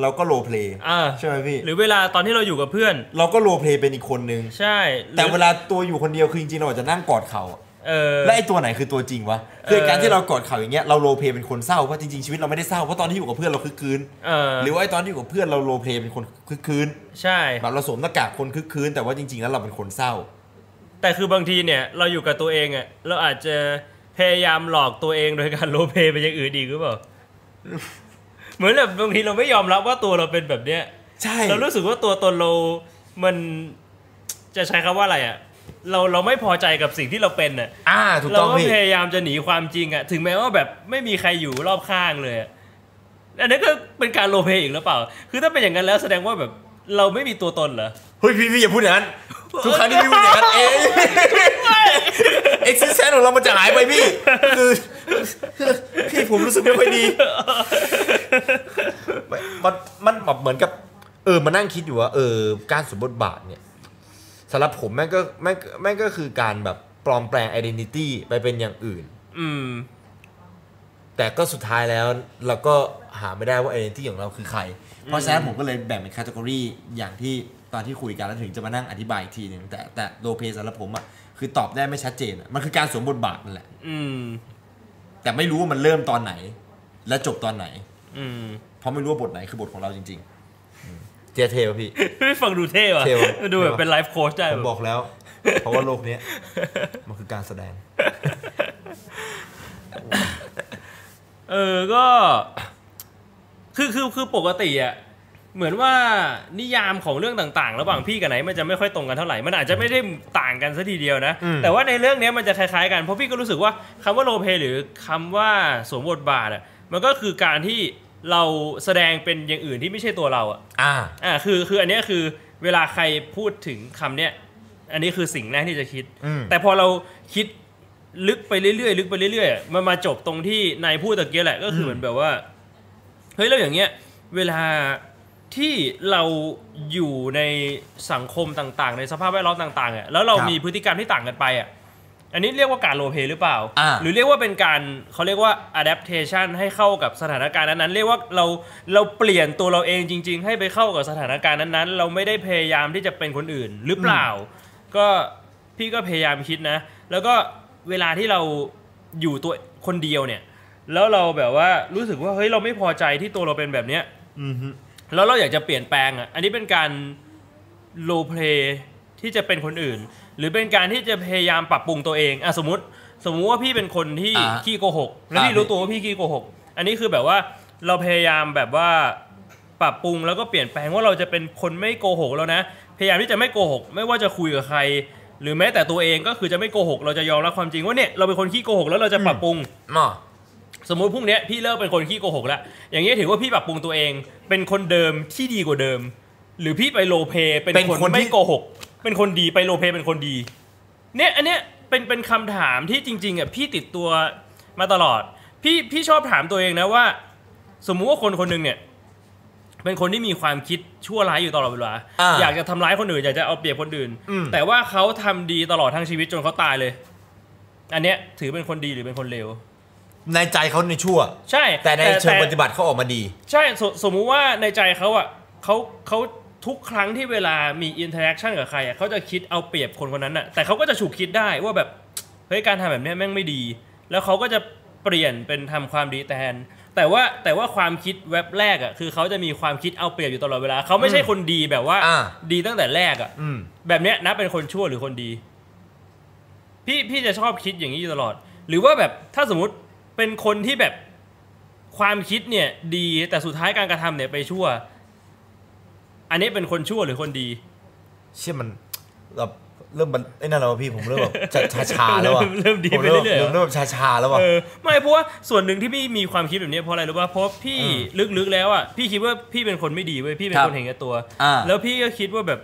[SPEAKER 1] เราก็โลเพลย์
[SPEAKER 2] อ่า
[SPEAKER 1] ใช่ไหมพี่
[SPEAKER 2] หรือเวลาตอนที่เราอยู่กับเพื่อน
[SPEAKER 1] เราก็โลเพลย์เป็นอีกคนนึง
[SPEAKER 2] ใช่หรือ
[SPEAKER 1] แต่เวลาตัวอยู่คนเดียวคือจริงๆเราอาจจะนั่งกอดเขาอะ
[SPEAKER 2] เออ
[SPEAKER 1] แล้วไอ้ตัวไหนคือตัวจริงวะคือ
[SPEAKER 2] เออ
[SPEAKER 1] การที่เรากอดเข่าอย่างเงี้ยเราโรลเพลย์เป็นคนเศร้าเพราะจริงๆชีวิตเราไม่ได้เศร้าเพราะตอนที่อยู่กับเพื่อนเราคึกคืน
[SPEAKER 2] เออ
[SPEAKER 1] หรือว่าไอ้ตอนที่อยู่กับเพื่อนเราโรลเพลย์เป็นคนคึกคืน
[SPEAKER 2] ใช่
[SPEAKER 1] แบบเราสวมหน้ากากคนคึกคืนแต่ว่าจริงๆแล้วเราเป็นคนเศร้า
[SPEAKER 2] แต่คือบางทีเนี่ยเราอยู่กับตัวเองอ่ะเราอาจจะพยายามหลอกตัวเองโดยการโลเปไปอย่างอื่นอีกหรือเปล่า เหมือนแบบบางทีเราไม่ยอมรับว่าตัวเราเป็นแบบเนี้ย
[SPEAKER 1] ใช่
[SPEAKER 2] เรารู้สึกว่าตัวตนเรา มันจะใช้คำว่าอะไรอ่ะ เราเราไม่พอใจกับสิ่งที่เราเป็นอ่ะ
[SPEAKER 1] อ่าถูก
[SPEAKER 2] เรา
[SPEAKER 1] ต้อง
[SPEAKER 2] ก็
[SPEAKER 1] พี่
[SPEAKER 2] พยายามจะหนีความจริงอ่ะถึงแม้ว่าแบบไม่มีใครอยู่รอบข้างเลยอะอันนี้นก็เป็นการโลเปอีกหรือเปล่า คือถ้าเป็นอย่างนั้นแล้วแสดงว่าแบบเราไม่มีตัวตนเหรอ
[SPEAKER 1] เฮ้ยพี่พี่อย่าพูดอย่างนั้นทุกครั้งที่พี่พูดอย่างนั้นเอ๊ะเอ็กซ์เซนของเรามันจะหายไปพี่คือพี่ผมรู้สึกไม่ค่อยดีมันมันแบบเหมือนกับ เออมานั่งคิดอยู่ว่าเออการสวมบทบาทเนี่ย สำหรับผมแม่งก็แม่งแม่งก็คือการแบบปลอมแปลง identity ไปเป็นอย่างอื่น
[SPEAKER 2] อืม
[SPEAKER 1] แต่
[SPEAKER 3] แต่ก็สุดท้ายแล้วเราก็หาไม่ได้ว่าเอเจนที่ของเราคือใคร
[SPEAKER 1] เพราะฉะนั้นผมก็เลยแบ่งเป็นแคตตากรีอย่างที่ตอนที่คุยกันแล้วถึงจะมานั่งอธิบายอีกทีหนึ่งแต่แต่โลเพสสำหรับผมอ่ะคือตอบได้ไม่ชัดเจนอะมันคือการสวมบทบาทนั่นแหละ
[SPEAKER 2] อืม
[SPEAKER 1] แต่ไม่รู้ว่ามันเริ่มตอนไหน และจบตอนไหน
[SPEAKER 2] อืม
[SPEAKER 1] เพราะไม่รู้ว่าบทไหนคือบทของเราจริง
[SPEAKER 3] เจ๊เทป่ะพี่
[SPEAKER 2] ไม่ฟังดูเท่ว่ะ
[SPEAKER 3] เท่ว่ะ
[SPEAKER 2] ดูแบบเป็นไลฟ์โค้ชได้
[SPEAKER 1] ๆ ผ
[SPEAKER 2] แบ
[SPEAKER 1] ม
[SPEAKER 2] บ
[SPEAKER 1] บอกแล้ว เพราะว่าโลกเนี้ยมันคือการแสดง
[SPEAKER 2] เออ ก็ คือคือคือปกติอ่ะ เหมือนว่านิยามของเรื่องต่างๆ ระหว่างพี่กับไหนท์มันจะไม่ค่อยตรงกันเท่าไหร่ มันอาจจะไม่ได้ต่างกันซะทีเดียวนะ
[SPEAKER 1] อืม
[SPEAKER 2] แต่ว่าในเรื่องเนี้ยมันจะคล้ายๆกัน เพราะพี่ก็รู้สึกว่าคำว่าโรลเพลย์หรือคำว่าสวมบทบาทอ่ะ มันก็คือการที่เราแสดงเป็นอย่างอื่นที่ไม่ใช่ตัวเราอ่ะ
[SPEAKER 3] อ่า
[SPEAKER 2] อ่าคือคืออันเนี้ยคือเวลาใครพูดถึงคำเนี้ยอันนี้คือสิ่งแรกที่จะคิด
[SPEAKER 1] อืม
[SPEAKER 2] แต่พอเราคิดลึกไปเรื่อยๆลึกไปเรื่อยๆมันมาจบตรงที่นายพูดตะเกียแหละก็คือเหมือนแบบว่าเฮ้ยเราอย่างเงี้ยเวลาที่เราอยู่ในสังคมต่างๆ ในสภาพแวดล้อมต่างๆอ่ะแล้วเรา
[SPEAKER 1] ครับ
[SPEAKER 2] มีพฤติกรรมที่ต่างกันไปอ่ะอันนี้เรียกว่าการโรลเพลย์หรือเปล่า
[SPEAKER 1] อ่า
[SPEAKER 2] หรือเรียกว่าเป็นการเขาเรียกว่า adaptation ให้เข้ากับสถานการณ์นั้นๆ เรียกว่าเราเราเปลี่ยนตัวเราเองจริง ๆ ให้ไปเข้ากับสถานการณ์นั้นๆ เราไม่ได้พยายามที่จะเป็นคนอื่นหรือเปล่า ก็พี่ก็พยายามคิดนะ แล้วก็เวลาที่เราอยู่ตัวคนเดียวเนี่ย แล้วเราแบบว่ารู้สึกว่าเฮ้ยเราไม่พอใจที่ตัวเราเป็นแบบเนี้ยแล้วเราอยากจะเปลี่ยนแปลงอ่ะอันนี้เป็นการ โลเพลที่จะเป็นคนอื่น หรือเป็นการที่จะพยายามปรับปรุงตัวเองอ่ะสมมติ สมมุติว่าพี่เป็นคนที่
[SPEAKER 1] อ่า
[SPEAKER 2] ขี้โกหก แล้ว
[SPEAKER 1] อ่า
[SPEAKER 2] พี่รู้ตัวว่าพี่ขี้โกหก อันนี้คือแบบว่าเราพยายามแบบว่าปรับปรุงแล้วก็เปลี่ยนแปลงว่าเราจะเป็นคนไม่โกหกแล้วนะ พยายามที่จะไม่โกหก ไม่ว่าจะคุยกับใคร หรือแม้แต่ตัวเองก็คือจะไม่โกหก เราจะยอมรับความจริงว่าเนี่ยเราเป็นคนขี้โกหกแล้วเราจะปรับปรุง
[SPEAKER 3] หมอ
[SPEAKER 2] สมมุติพรุ่งเนี้ยพี่เลิกเป็นคนขี้โกหกแล้ว อย่างนี้ยถือว่าพี่ปรับปรุงตัวเอง เป็นคนเดิมที่ดีกว่าเดิม หรือพี่ไปโลเพเป็น
[SPEAKER 3] เป็น
[SPEAKER 2] ค
[SPEAKER 3] คน น
[SPEAKER 2] ไม่
[SPEAKER 3] ที่
[SPEAKER 2] โกหก เป็นคนดีไปโลเพเป็นคนดี เนี่ยอันเนี้ยเป็นเป็นคำถามที่จริงๆอ่ะพี่ติดตัวมาตลอด พี่พี่ชอบถามตัวเองนะว่า สมมุติว่าคนคนหนึ่งเนี่ย เป็นคนที่มีความคิดชั่วร้ายอยู่ตลอดเวลา
[SPEAKER 3] อ่า
[SPEAKER 2] อยากจะทำร้ายคนอื่นอยากจะเอาเปรียบคนอื่น แต่ว่าเขาทำดีตลอดทั้งชีวิตจนเขาตายเลย อันเนี้ยถือเป็นคนดีหรือเป็นคนเลว
[SPEAKER 3] ในใจเขาในชั่ว
[SPEAKER 2] ใช่
[SPEAKER 3] แต่ในเชิงปฏิ
[SPEAKER 2] แ
[SPEAKER 3] บัติเขาออกมาดี
[SPEAKER 2] ใช่สสมมุติว่าในใจเขาอ่ะเขาเขาทุกครั้งที่เวลามีอินเทอร์แอคชั่นกับใครอ่ะเขาจะคิดเอาเปรียบคนคนนั้นอ่ะแต่เขาก็จะฉุกคิดได้ว่าแบบ เฮ้ยการทำแบบเนี้ยแม่งไม่ดี แล้วเขาก็จะเปลี่ยนเป็นทำความดีแทน แต่ว่าแต่ว่าความคิดแว็บแรกอ่ะคือเขาจะมีความคิดเอาเปรียบอยู่ตลอดเวลาเขาไม่ใช่คนดีแบบว่า
[SPEAKER 3] อ่า
[SPEAKER 2] ดีตั้งแต่แรกอ่ะ
[SPEAKER 1] อืม
[SPEAKER 2] แบบเนี้ยนับเป็นคนชั่วหรือคนดี พี่พี่จะชอบคิดอย่างนี้อยู่ตลอด หรือว่าแบบถ้าสมมติเป็นคนที่แบบความคิดเนี่ย ดีแต่สุดท้ายการกระทำเนี่ยไปชั่ว อันนี้เป็นคนชั่วหรือคนดี
[SPEAKER 3] เชื่อมันเราเริ่มมันไอ้นั่นแล้วอะพี่ผมเริ่มแบบ จะชาๆแล้วอะ
[SPEAKER 2] เริ่มเริ่มดี
[SPEAKER 3] ผม
[SPEAKER 2] ไป
[SPEAKER 3] เริ่ม
[SPEAKER 2] เรื่อยๆ
[SPEAKER 3] เริ่ม
[SPEAKER 2] เหร
[SPEAKER 3] เริ่
[SPEAKER 2] อ
[SPEAKER 3] มชาๆแล้วอะ
[SPEAKER 2] เออไม่เพราะว่าส่วนหนึ่งที่พี่มีความคิดแบบนี้เพราะอะไรรู้ป่ะเพราะพี่ลึกๆแล้วอ่ะพี่คิดว่าพี่เป็นคนไม่ดีเว้ยพี่เป็น
[SPEAKER 1] ครับ
[SPEAKER 2] คนเห็นแก่ตัว
[SPEAKER 1] อ่า
[SPEAKER 2] แล้วพี่ก็คิดว่าแบบ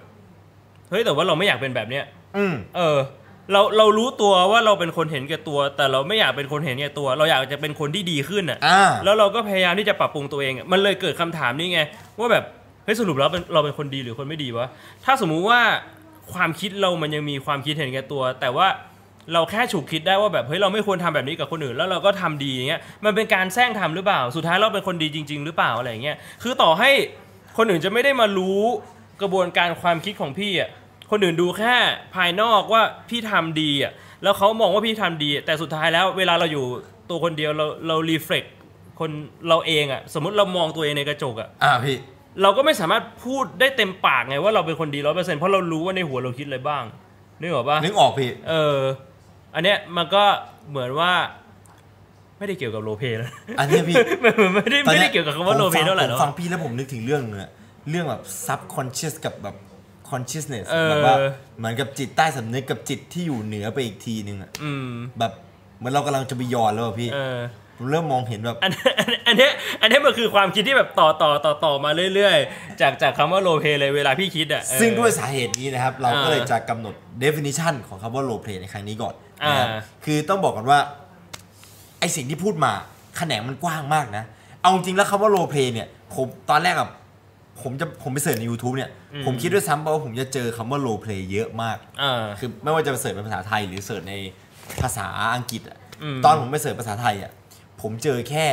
[SPEAKER 2] เฮ้ยแต่ว่าเราไม่อยากเป็นแบบเนี้ย
[SPEAKER 1] อืม
[SPEAKER 2] เออเราเรารู้ตัวว่าเราเป็นคนเห็นแก่ตัว แต่เราไม่อยากเป็นคนเห็นแก่ตัว เราอยากจะเป็นคนที่ดีขึ้นอ่ะ
[SPEAKER 1] อ่า
[SPEAKER 2] แล้วเราก็พยายามที่จะปรับปรุงตัวเองอะมันเลยเกิดคำถามนี่ไง ว่าแบบเฮ้ยสรุปแล้วเป็นเราเป็นคนดีหรือคนไม่ดีวะถ้าสมมุติว่าความคิดเรามันยังมีความคิดเห็นแก่ตัว แต่ว่าเราแค่ฉุกคิดได้ว่าแบบเฮ้ยเราไม่ควรทำแบบนี้กับคนอื่น แล้วเราก็ทำดีอย่างเงี้ยมันเป็นการแซงทำหรือเปล่า สุดท้ายเราเป็นคนดีจริง ๆ หรือเปล่าอะไรอย่างเงี้ยคือต่อให้คนอื่นจะไม่ได้มารู้กระบวนการความคิดของพี่อ่ะ คนอื่นดูแค่ภายนอกว่าพี่ทำดีอ่ะ แล้วเขามองว่าพี่ทำดีอะแต่สุดท้ายแล้วเวลาเราอยู่ตัวคนเดียวเราเรารีเฟล็กคนเราเองอ่ะ สมมติเรามองตัวเองในกระจกอ่ะ
[SPEAKER 1] อ่าพี่
[SPEAKER 2] เราก็ไม่สามารถพูดได้เต็มปากไงว่าเราเป็นคนดีร้อยเปอร์เซ็นต์เพราะเรารู้ว่าในหัวเราคิดอะไรบ้างนึกออกปะ
[SPEAKER 1] นึกออกพี่
[SPEAKER 2] เออ อันเนี้ยมันก็เหมือนว่า ไม่ได้เกี่ยวกับโลเพแล้ว
[SPEAKER 1] อันเนี้ยพี่
[SPEAKER 2] ไม่ไม่ได้ไม่ได้เกี่ยวกับคำว่า
[SPEAKER 1] ต
[SPEAKER 2] โล
[SPEAKER 1] อน
[SPEAKER 2] เพ
[SPEAKER 1] นี้ย
[SPEAKER 2] เท่าไหร่แล้ว
[SPEAKER 1] ผม
[SPEAKER 2] อะ
[SPEAKER 1] ฟังพี่แล้วผมนึกถึงเรื่องเนื้อะเรื่องแบบ subconscious กับแบบ consciousness
[SPEAKER 2] เออ
[SPEAKER 1] แบบว่าเหมือนกับจิตใต้สำนึกกับจิตที่อยู่เหนือไปอีกทีนึงอะ
[SPEAKER 2] อืม
[SPEAKER 1] แบบเหมือนเรากำลังจะไปยอนแล้วอะพี่
[SPEAKER 2] เออ
[SPEAKER 1] ผมเริ่มมองเห็นแบบ
[SPEAKER 2] อันอันอันเนี้ยอันเนี้ยมันคือความคิดที่แบบต่อต่อต่อต่อมาเรื่อยๆ จากจากคำว่าโลเพเลยเวลาพี่คิดอ่ะเออ
[SPEAKER 1] ซึ่งด้วยสาเหตุนี้นะครับ เราก็
[SPEAKER 2] อ่า
[SPEAKER 1] เลยจะกำหนด definition ของคำว่า role play ในครั้งนี้ก่อนนะครับ
[SPEAKER 2] อ่า
[SPEAKER 1] คือต้องบอกกันว่า ไอสิ่งที่พูดมาแขนงมันกว้างมากนะ เอาจริงแล้วคำว่า role play เนี่ย ผมตอนแรกอะผมจะผมไปเสิร์ชใน YouTube เนี่ย ผมคิดด้วยซ้ำว่าผมจะเจอคำว่า role play เยอะมาก
[SPEAKER 2] อ่า
[SPEAKER 1] คือไม่ว่าจะไปเสิร์ชเป็นภาษาไทยหรือเสิร์ชในภาษาอังกฤษอะ
[SPEAKER 2] อืม
[SPEAKER 1] ตอนผมไปเสิร์ชภาษาไทยอะผ ผมเจอแค่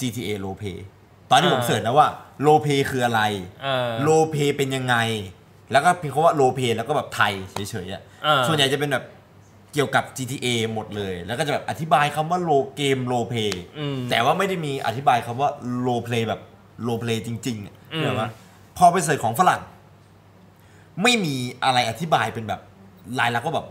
[SPEAKER 1] GTA l o p a y ตอนที่
[SPEAKER 2] อ่า
[SPEAKER 1] ผมเสิร์ชนะว่า l o p a y คืออะไร
[SPEAKER 2] เออ
[SPEAKER 1] โลเพเป็นยังไง แล้วก็พิมพ์คำว่าโลเพแล้วก็แบบไทยเฉยๆอ่ะ
[SPEAKER 2] เออ
[SPEAKER 1] ส่วนใหญ่จะเป็นแบบเกี่ยวกับ GTA หมดเลย แล้วก็จะแบบอธิบายคำว่าโลเกมโลเพ
[SPEAKER 2] อืม
[SPEAKER 1] แต่ว่าไม่ได้มีอธิบายคำว่าโลเพแบบโลเพจริงๆอะ
[SPEAKER 2] อืม
[SPEAKER 1] เห็นไหมพอไปเสิร์ชของฝรั่ง ไม่มีอะไรอธิบายเป็นแบบลายลักษณ์ว่าแบบ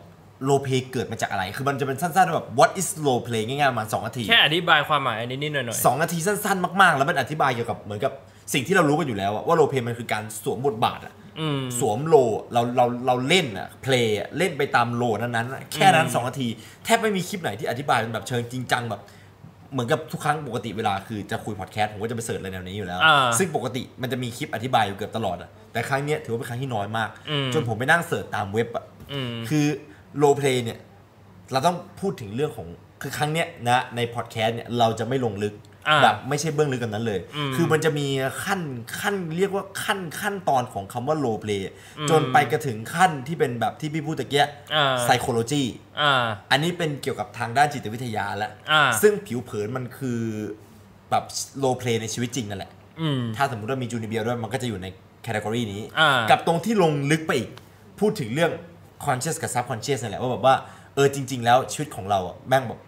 [SPEAKER 1] โลเพเกิดมาจากอะไร คือมันจะเป็นสั้นๆแบบ what is low play ง่ายๆประมาณสองนาที
[SPEAKER 2] แค่อธิบายความหมายนิดๆหน่อย
[SPEAKER 1] สองนาทีสั้นๆ มากๆ แล้วมันอธิบายเกี่ยวกับเหมือนกับสิ่งที่เรารู้กันอยู่แล้วอะว่าโรลเพลย์มันคือการสวมบทบาทอะ
[SPEAKER 2] อืม
[SPEAKER 1] สวมโลอะเราเราเราเล่นอะเพลย์เล่นไปตามโลนั้นๆอะแค่นั้นสองนาที แทบไม่มีคลิปไหนที่อธิบายเป็นแบบเชิงจริงจังแบบ เหมือนกับทุกครั้งปกติเวลาคือจะคุยพอดแคสต์ผมก็จะไปเสิร์ชอะไรแนวนี้อยู่แล้ว
[SPEAKER 2] อ่า
[SPEAKER 1] ซึ่งปกติมันจะมีคลิปอธิบายอยู่เกือบตลอดอะแต่ครั้งเนี้ยถือว่าเป็นครั้งที่น้อยมาก
[SPEAKER 2] อืม
[SPEAKER 1] จนผมไปนั่งเสิร์ชตามเว็บอะ
[SPEAKER 2] ๆอืม
[SPEAKER 1] คือโรลเพลย์เนี่ยเราต้องพูดถึงเรื่องของคือครั้งเนี้ยนะในพอดแคสต์เนี่ยเราจะไม่ลงลึก
[SPEAKER 2] อ่า
[SPEAKER 1] แบบไม่ใช่เบื้องลึกกันนั้นเลย คือมันจะมีขั้นขั้นเรียกว่าขั้นขั้นตอนของคำว่าโลเ a y จนไปกระถึงขั้นที่เป็นแบบที่พี่พูดตะเกีย
[SPEAKER 2] อ่า
[SPEAKER 1] ไซโคโลจี
[SPEAKER 2] อ่า
[SPEAKER 1] อันนี้เป็นเกี่ยวกับทางด้านจิตวิทยาแล้ว
[SPEAKER 2] อ่า
[SPEAKER 1] ซึ่งผิวเผินมันคือแบบโลเ a y ในชีวิตจริงนั่นแหละ
[SPEAKER 2] อืม
[SPEAKER 1] ถ้าสมมติว่ามีจูนิเบียด้วยมันก็จะอยู่ในแคตตากรีนี้
[SPEAKER 2] อ่ากั
[SPEAKER 1] กับตรงที่ลงลึกไปอีก พูดถึงเรื่อง conscious กับ subconscious นั่นแหละว่าแบบว่าเออจริง ๆ แล้วชีวิตของเราอะแม่งแบบ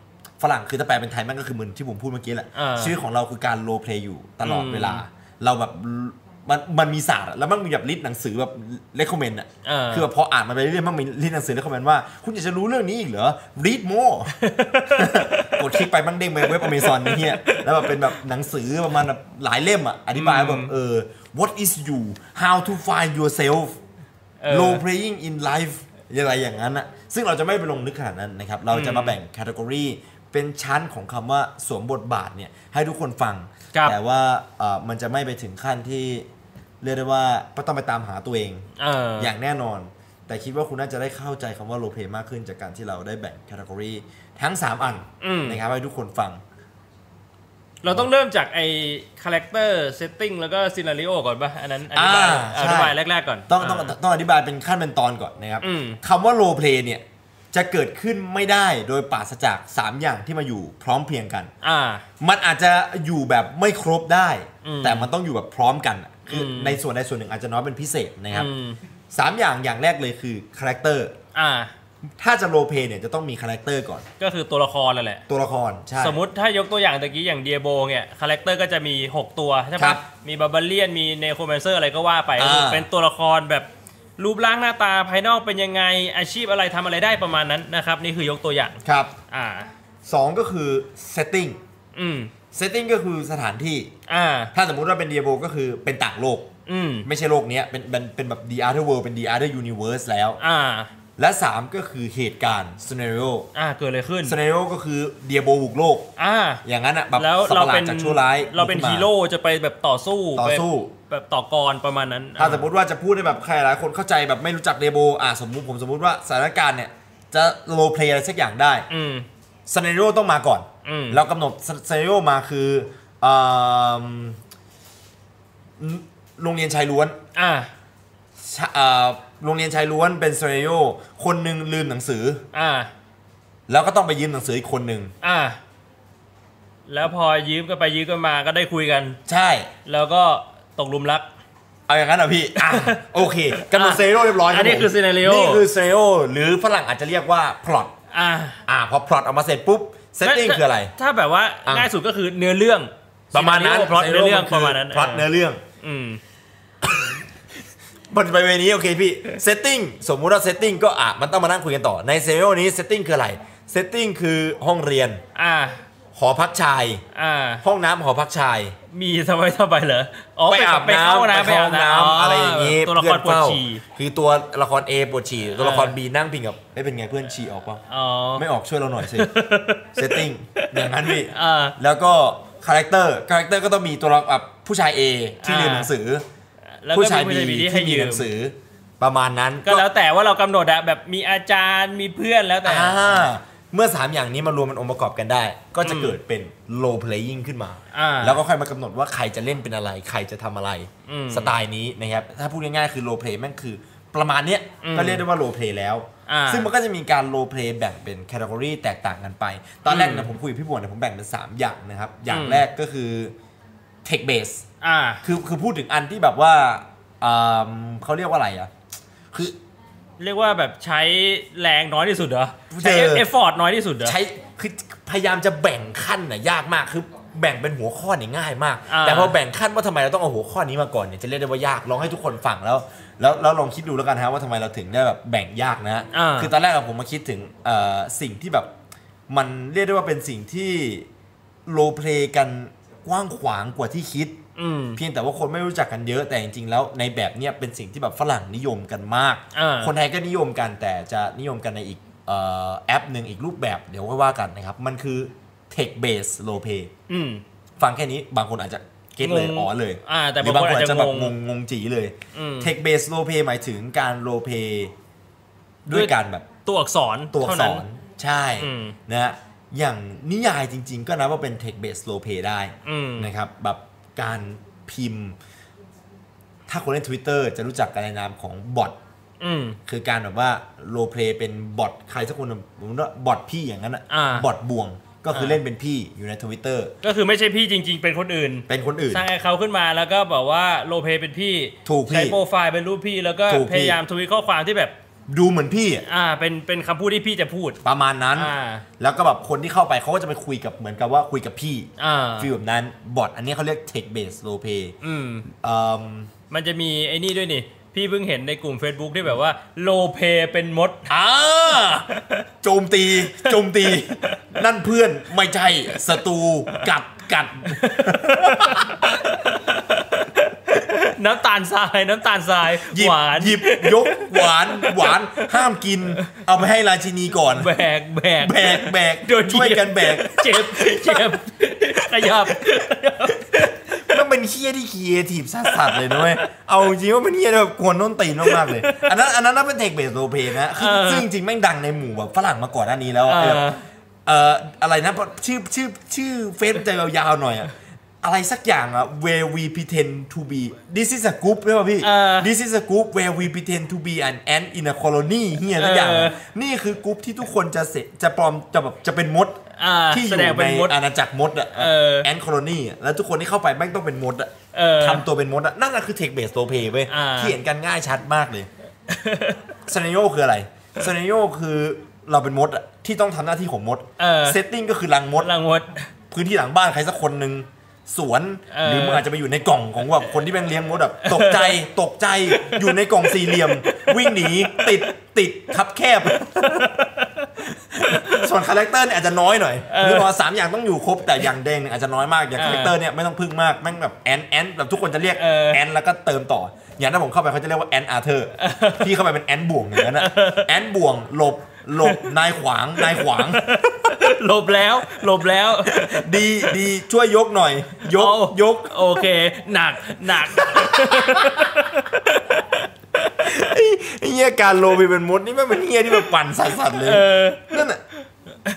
[SPEAKER 1] ฝรั่งคือถ้าแปลเป็นไทยแม่งก็คือเหมือนที่ผมพูดเมื่อกี้แหละ
[SPEAKER 2] อ่า
[SPEAKER 1] ชีวิตของเราคือการโลเพลย์อยู่ตลอด
[SPEAKER 2] อืม
[SPEAKER 1] เวลา เราแบบมันมันมีศาสตร์อะแล้วมันมีแบบลิสต์หนังสือแบบ recommend อะ
[SPEAKER 2] เออ
[SPEAKER 1] คือแบบพออ่านมาไปเรื่อยๆมันมีลิสต์หนังสือ recommend ว่าคุณอยากจะรู้เรื่องนี้อีกเหรอ read more กดคลิกไปมันเด้งไปเว็บอเมซอนเฮียแล้วแบบเป็นแบบหนังสือประมาณแบบหลายเล่มอ่ะ อธิบายแบบเออ what is you how to find yourself
[SPEAKER 2] เออ
[SPEAKER 1] low playing in life อะไรอย่างนั้นอ่ะ ซึ่งเราจะไม่ไปลงลึกขนาดนั้นนะครับ เราจะมาแบ่งแคตตากรีเป็นชั้นของคำว่าสวมบทบาทเนี่ย ให้ทุกคนฟัง
[SPEAKER 2] ครับ
[SPEAKER 1] แต่ว่าเอ่อมันจะไม่ไปถึงขั้นที่เรียกได้ว่าก็ต้องไปตามหาตัวเอง
[SPEAKER 2] เออ
[SPEAKER 1] อย่างแน่นอน แต่คิดว่าคุณน่าจะได้เข้าใจคำว่าโลเพมากขึ้นจากการที่เราได้แบ่งแคตตากรีทั้ง 3 อัน
[SPEAKER 2] อืม
[SPEAKER 1] นะครับให้ทุกคนฟัง
[SPEAKER 2] เราต้องเริ่มจากไอ้คาแรคเตอร์เซตติ้งแล้วก็ซีนารีโอก่อนป่ะ อันนั้นอธิบาย
[SPEAKER 1] อ่า
[SPEAKER 2] อธิบาย
[SPEAKER 1] ใช่
[SPEAKER 2] แรกๆก่อน
[SPEAKER 1] ต้องต้อง
[SPEAKER 2] า
[SPEAKER 1] ต้องอธิบายเป็นขั้นเป็นตอนก่อนนะครับ
[SPEAKER 2] อืม
[SPEAKER 1] คำว่าโลเพเนี่ย จะเกิดขึ้นไม่ได้โดยปราศจาก 3 อย่างที่มาอยู่พร้อมเพรียงกัน
[SPEAKER 2] อ่า
[SPEAKER 1] มันอาจจะอยู่แบบไม่ครบได้
[SPEAKER 2] อืม
[SPEAKER 1] แต่มันต้องอยู่แบบพร้อมกันอะคืออ
[SPEAKER 2] ม
[SPEAKER 1] ในส่วนใดส่วนหนึ่งอาจจะน้อยเป็นพิเศษนะครับ
[SPEAKER 2] อืม
[SPEAKER 1] สามอย่างอย่างแรกเลยคือคาแรคเตอร์
[SPEAKER 2] อ่า
[SPEAKER 1] ถ้าจะโลเพเนี่ยจะต้องมีคาแรคเตอร์ก่อน
[SPEAKER 2] ก็คือตัวละครนั่นแหละ
[SPEAKER 1] ตัวละครใช่
[SPEAKER 2] สมมติถ้ายกตัวอย่างตะกี้อย่างเดียโบเนี่ยคาแรคเตอร์ก็จะมี 6 ตัวใช่
[SPEAKER 1] ครั
[SPEAKER 2] ปะ
[SPEAKER 1] บ
[SPEAKER 2] มีบาบาเลียนมีเนโครแมนเซอร์อะไรก็ว่าไป
[SPEAKER 1] อ่า
[SPEAKER 2] ก็คือเป็นตัวละครแบบรูปร่างหน้าตาภายนอกเป็นยังไงอาชีพอะไรทำอะไรได้ประมาณนั้นนะครับ นี่คือยกตัวอย่าง
[SPEAKER 1] ครับ
[SPEAKER 2] อ่า
[SPEAKER 1] สองก็คือ setting
[SPEAKER 2] อืม
[SPEAKER 1] เซตติ้งก็คือสถานที่
[SPEAKER 2] อ่า
[SPEAKER 1] ถ้าสมมุติว่าเป็นเดียโบก็คือเป็นต่างโลก
[SPEAKER 2] อืม
[SPEAKER 1] ไม่ใช่โลกเนี้ยเป็นเป็นเป็นแบบ the other world เป็น the other universe แล้ว
[SPEAKER 2] อ่า
[SPEAKER 1] และ 3 ก็คือเหตุการณ์ scenario
[SPEAKER 2] อ่าเกิดอะไรขึ้น
[SPEAKER 1] scenario ก็คือเดียโบบุกโลก
[SPEAKER 2] อ่า
[SPEAKER 1] อย่างนั้นอ่ะแบบ
[SPEAKER 2] แล้ว
[SPEAKER 1] สัตว์ป
[SPEAKER 2] เรา
[SPEAKER 1] ระหลา
[SPEAKER 2] เป็
[SPEAKER 1] ด
[SPEAKER 2] น
[SPEAKER 1] จากชั่วร้าย
[SPEAKER 2] เราเป็น
[SPEAKER 1] บุกม
[SPEAKER 2] ฮีโร่จะไปแบบต่อสู้
[SPEAKER 1] ต่อสู้
[SPEAKER 2] ไปแบบต่อกรประมาณนั้น
[SPEAKER 1] ถ้าสมมติว่าจะพูดให้แบบใครหลายคนเข้าใจแบบไม่รู้จักเดียโบอ่ะสมมุติผมสมมุติว่าสถานการณ์เนี่ย จะโลเพลย์อะไรสักอย่างได้
[SPEAKER 2] อืม
[SPEAKER 1] สเนริโอต้องมาก่อน
[SPEAKER 2] อืม
[SPEAKER 1] เรากำหนดสเนริโอมาคือเอิ่มโรงเรียนชายล้วน
[SPEAKER 2] อ่า
[SPEAKER 1] ชะเอ่อโรงเรียนชายล้วนเป็นสเนริโอคนหนึ่งลืมหนังสือ
[SPEAKER 2] อ่า
[SPEAKER 1] แล้วก็ต้องไปยืมหนังสืออีกคนหนึ่ง
[SPEAKER 2] อ่า แล้วพอยืมกันไปยืมกันมาก็ได้คุยกัน
[SPEAKER 1] ใช่
[SPEAKER 2] แล้วก็ตกหลุมรัก
[SPEAKER 1] เอาอย่างนั้นเหรอพี่ อ่ะโอเคกำหนด
[SPEAKER 2] อ่ะ
[SPEAKER 1] สเนริโอเรียบร้อย
[SPEAKER 2] อันนี้
[SPEAKER 1] รับผม
[SPEAKER 2] คือ scenario
[SPEAKER 1] นี่คือสเนริโอหรือฝรั่งอาจจะเรียกว่าพล็อต
[SPEAKER 2] อ่า
[SPEAKER 1] อ่ะพอพล็อตออกมาเสร็จปุ๊บเซตติ้ง
[SPEAKER 2] ถ้า
[SPEAKER 1] คืออะไร
[SPEAKER 2] ถ้าแบบว่า
[SPEAKER 1] อ่ะ
[SPEAKER 2] ง่ายสุดก็คือเนื้อเรื่อง
[SPEAKER 1] ประมาณนั้น
[SPEAKER 2] พล็อตเนื้อเรื่องประมาณนั้น
[SPEAKER 1] พล็อตเนื้อเรื่อง
[SPEAKER 2] อืม
[SPEAKER 1] บนไปเวนี้โอเคพี่เซตติ้งสมมุติว่าเซตติ้งก็อ่ะมันต้องมานั่งคุยกันต่อในเซโรนี้เซตติ้งคืออะไรเซตติ้งคือห้องเรียน
[SPEAKER 2] อ่า
[SPEAKER 1] หอพักชาย
[SPEAKER 2] อ่า
[SPEAKER 1] ห้องน้ำหอพักชาย
[SPEAKER 2] มีสบายสบายเหรออ๋อ
[SPEAKER 1] ไปอาบ
[SPEAKER 2] ไป
[SPEAKER 1] น้
[SPEAKER 2] เข้า
[SPEAKER 1] ำ
[SPEAKER 2] น้ำ
[SPEAKER 1] ไปเข้าห้องน้ำอะไรอย่าง
[SPEAKER 2] นี้
[SPEAKER 1] นี้
[SPEAKER 2] ตัวละครปวดฉี่
[SPEAKER 1] คือตัวละคร A ปวดฉี่ตัวละคร
[SPEAKER 2] เออ
[SPEAKER 1] B นั่งพิงกับไม่เป็นไงเพื่อนฉี่ออกเปล่า
[SPEAKER 2] อ๋อ
[SPEAKER 1] ไม่ออกช่วยเราหน่อยสิเซตติ้งอย่างนั้นพี่
[SPEAKER 2] เออ
[SPEAKER 1] แล้วก็คาแรคเตอร์คาแรคเตอร์ก็ต้องมีตัวละครแบบผู้ชาย A ที่เรียน
[SPEAKER 2] อ่า
[SPEAKER 1] หนังสือ
[SPEAKER 2] แล้วก็
[SPEAKER 1] ผู้ชาย B
[SPEAKER 2] มีผู้
[SPEAKER 1] ที่
[SPEAKER 2] ให้
[SPEAKER 1] มี
[SPEAKER 2] ยื
[SPEAKER 1] ห
[SPEAKER 2] ม
[SPEAKER 1] นังสือประมาณนั้น
[SPEAKER 2] ก็แล้วแต่ว่าเรากำหนดอะแบบมีอาจารย์มีเพื่อนแล้วแต่
[SPEAKER 1] อ่าเมื่อ 3 อย่างนี้มารวมเป็นองค์ประกอบกันได้ ก็จะ
[SPEAKER 2] อืม
[SPEAKER 1] เกิดเป็น low playing ขึ้นมา
[SPEAKER 2] อ่า
[SPEAKER 1] แล้วก็ค่อยมากำหนดว่าใครจะเล่นเป็นอะไร ใครจะทำอะไร
[SPEAKER 2] อืม
[SPEAKER 1] สไตล์นี้นะครับ ถ้าพูดง่ายๆคือ low play แม่งคือ ประมาณเนี้ย
[SPEAKER 2] อืม
[SPEAKER 1] ก็เรียกได้ว่าโรเพลแล้ว
[SPEAKER 2] อ่า
[SPEAKER 1] ซึ่งมันก็จะมีการโรเพลแบ่งเป็นแคตตา o r y แตกต่างกันไป ตอนแรกเนี่ย
[SPEAKER 2] อืม
[SPEAKER 1] ผมคุยกับพี่บวนเนี่ยผมแบ่งเป็น 3 อย่างนะครับ อย่าง
[SPEAKER 2] อืม
[SPEAKER 1] แรกก็คือเทคเบส
[SPEAKER 2] อ่า
[SPEAKER 1] คือคือพูดถึงอันที่แบบว่าอ่าเขาเรียกว่าอะไรอ่ะ คือ
[SPEAKER 2] เรียกว่าแบบใช้แรงน้อยที่สุดเหรอ ใช้
[SPEAKER 1] เออ
[SPEAKER 2] เอฟฟอร์ตน้อยที่สุดเหรอ
[SPEAKER 1] ใช้คือพยายามจะแบ่งขั้นน่ะยากมากคือแบ่งเป็นหัวข้อเนี่ยง่ายมาก
[SPEAKER 2] อ่า
[SPEAKER 1] แต่พอแบ่งขั้นว่าทำไมเราต้องเอาหัวข้อนี้มาก่อนเนี่ยจะเรียกได้ว่ายากลองให้ทุกคนฟังแล้ว แล้วแล้วลองคิดดูแล้วกันฮะว่าทำไมเราถึงได้แบบแบ่งยากนะฮะ
[SPEAKER 2] อ่า
[SPEAKER 1] คือตอนแรกอะผมมาคิดถึงเอ่อสิ่งที่แบบมันเรียกได้ว่าเป็นสิ่งที่โลเพลกันกว้างขวางกว่าที่คิด
[SPEAKER 2] อืม
[SPEAKER 1] เพียงแต่ว่าคนไม่รู้จักกันเยอะแต่จริงๆแล้วในแบบเนี้ยเป็นสิ่งที่แบบฝรั่งนิยมกันมาก
[SPEAKER 2] อ่า
[SPEAKER 1] คนไทยก็นิยมกันแต่จะนิยมกันในอีกเอ่อแอปหนึ่งอีกรูปแบบเดี๋ยวก็ว่ากันนะครับ มันคือ Tech Base l o w Pay
[SPEAKER 2] อืม
[SPEAKER 1] ฟังแค่นี้บางคนอาจจะเก็ตเลย
[SPEAKER 2] งง
[SPEAKER 1] อ๋อเลย
[SPEAKER 2] อ่าแต่
[SPEAKER 1] หรือบางคนอาจจะแบบ
[SPEAKER 2] บางคนอาจจะ
[SPEAKER 1] ง
[SPEAKER 2] ง
[SPEAKER 1] ง
[SPEAKER 2] ง
[SPEAKER 1] งงจีเลย
[SPEAKER 2] อืม
[SPEAKER 1] Tech Base l o w Pay หมายถึงการ l o w Pay ด้วยการแบบ
[SPEAKER 2] ตัวอักษร
[SPEAKER 1] ตัวอัก
[SPEAKER 2] เท่า
[SPEAKER 1] ษ
[SPEAKER 2] นั้น
[SPEAKER 1] รใช่
[SPEAKER 2] อืม
[SPEAKER 1] นะฮะอย่างนิยายจริงๆ ก็นับว่าเป็น Tech Based Role Play ได้
[SPEAKER 2] อืม
[SPEAKER 1] นะครับแบบการพิมพ์ ถ้าคนเล่น Twitter จะรู้จักกันในนามของบอท
[SPEAKER 2] อืม
[SPEAKER 1] คือการแบบว่าโรเพลเป็นบอทใครสักคนสมมติว่าบอทพี่อย่างนั้นอะ
[SPEAKER 2] อ่า
[SPEAKER 1] บอทบ่วงก็คืออา เล่นเป็นพี่อยู่ใน Twitter
[SPEAKER 2] ก็คือไม่ใช่พี่จริง ๆ เป็นคนอื่น
[SPEAKER 1] เป็นคนอื่น
[SPEAKER 2] สร้างเขาขึ้นมาแล้วก็บอกว่าโลเพเป็นพี่
[SPEAKER 1] ถูกพี่
[SPEAKER 2] ใช้โปรไฟล์เป็นรูปพี่แล้วก็
[SPEAKER 1] ถูกพี่
[SPEAKER 2] พยายามทวีตข้อความที่แบบ
[SPEAKER 1] ดูเหมือนพี่อะ
[SPEAKER 2] อ่า เป็น เป็นคำพูดที่พี่จะพูด
[SPEAKER 1] ประมาณนั้น
[SPEAKER 2] อ่า
[SPEAKER 1] แล้วก็แบบคนที่เข้าไปเขาก็จะไปคุยกับเหมือนกับว่าคุยกับพี่
[SPEAKER 2] อ่า
[SPEAKER 1] ฟีลแบบนั้นบอทอันนี้เขาเรียก Tech Based Role Play
[SPEAKER 2] อืม
[SPEAKER 1] เอิ่ม
[SPEAKER 2] มันจะมีไอ้นี่ด้วยนี่ พี่เพิ่งเห็นในกลุ่ม Facebook ที่แบบว่าโลเพเป็นมด
[SPEAKER 1] อ่าโจมตี โจมตี นั่นเพื่อนไม่ใช่ศัตรูกัดกัด
[SPEAKER 2] น้ำตาลทราย น้ำตาลทราย
[SPEAKER 1] หยิบ
[SPEAKER 2] หวาน
[SPEAKER 1] หยิบยกหวานหวานห้ามกิน เอาไปให้ราชินีก่อน
[SPEAKER 2] แบกแบก
[SPEAKER 1] แบกแบก
[SPEAKER 2] โดนเหยียบ
[SPEAKER 1] ช่วยกันแบก
[SPEAKER 2] เจ็บเจ็บขยับ
[SPEAKER 1] มันเป็นเฮี้ยที่คีเอทีฟสัสสัสเลยนะเว้ยเอาจริงว่ามันเฮี้ยแบบกวนต้นตีนมากๆเลย อันนั้นอันนั้นน่าเป็นเทคเบสโรเพนะคือ
[SPEAKER 2] เออ
[SPEAKER 1] ซึ่งจริงแม่งดังในหมู่แบบฝรั่งมาก่อนหน้านี้แล้ว
[SPEAKER 2] เอ
[SPEAKER 1] เออ
[SPEAKER 2] อ
[SPEAKER 1] เอ่ออะไรนะชื่อชื่อชื่อเฟซจะยาวๆหน่อยอะอะไรสักอย่างอะ where we pretend to be this is a group ใช่ป่ะพี่
[SPEAKER 2] เออ
[SPEAKER 1] this is a group where we pretend to be an ant in a colony เฮียสักอย่างอะนี่คือกรุ๊ปที่ทุกคนจะเสจะปลอมจะแบบจะเป็นมด
[SPEAKER 2] อ่า
[SPEAKER 1] ที่อ
[SPEAKER 2] แส
[SPEAKER 1] ยู่
[SPEAKER 2] ดงเป็
[SPEAKER 1] ใน
[SPEAKER 2] นมด
[SPEAKER 1] อาณาจักรมดอะ
[SPEAKER 2] เออ
[SPEAKER 1] แอนคอลนีแล้วทุกคนที่เข้าไปแม่งต้องเป็นมดอะ
[SPEAKER 2] เออ
[SPEAKER 1] ทำตัวเป็นมดอะนั่นแหะคือเทคเบสโตเพย์เว้ย
[SPEAKER 2] อ่า
[SPEAKER 1] เขียนกันง่ายชัดมากเลย สเนโยคืออะไรสเนโยคือเราเป็นมดอะที่ต้องทำหน้าที่ของมด
[SPEAKER 2] เออ
[SPEAKER 1] เซตติ้งก็คือรังมด
[SPEAKER 2] ลังมด
[SPEAKER 1] พื้นที่หลังบ้านใครสักคนหนึ่งสวน
[SPEAKER 2] เออ
[SPEAKER 1] หรือมึงอาจจะไปอยู่ในกล่องของแบบคนที่แม่งเลี้ยงมดแบบตกใจตกใจอยู่ในกล่องสี่เหลี่ยม วิ่งหนีติดติดคับแคบ ส่วนคาแรคเตอร์เนี่ยอาจจะน้อยหน่อยหรือว่าสามอย่างต้องอยู่ครบแต่อย่างเด้งเนี่ยอาจจะน้อยมากอย่างคาแรคเตอร์เนี่ยไม่ต้องพึ่งมากแม่งแบบแอนแอนแบบทุกคนจะเรียก
[SPEAKER 2] เออ
[SPEAKER 1] แอนแล้วก็เติมต่อ อย่างถ้าผมเข้าไปเขาจะเรียกว่าแอนอาเธอร์พี่เข้าไปเป็นแอนบ่วงอย่างนั้นอะแอนบ่วงหลบหลบนายขวางนายขวาง
[SPEAKER 2] หลบแล้ว หลบแล้ว
[SPEAKER 1] ดีดีช่วยยกหน่อย ยก
[SPEAKER 2] เอาย
[SPEAKER 1] ยก
[SPEAKER 2] โอเค หนัก หนัก
[SPEAKER 1] ไอ้เฮียการโลไปเป็นมดนี่แม่งเป็นเฮียที่แบบปั่นสัสๆเลยนั่นน่ะ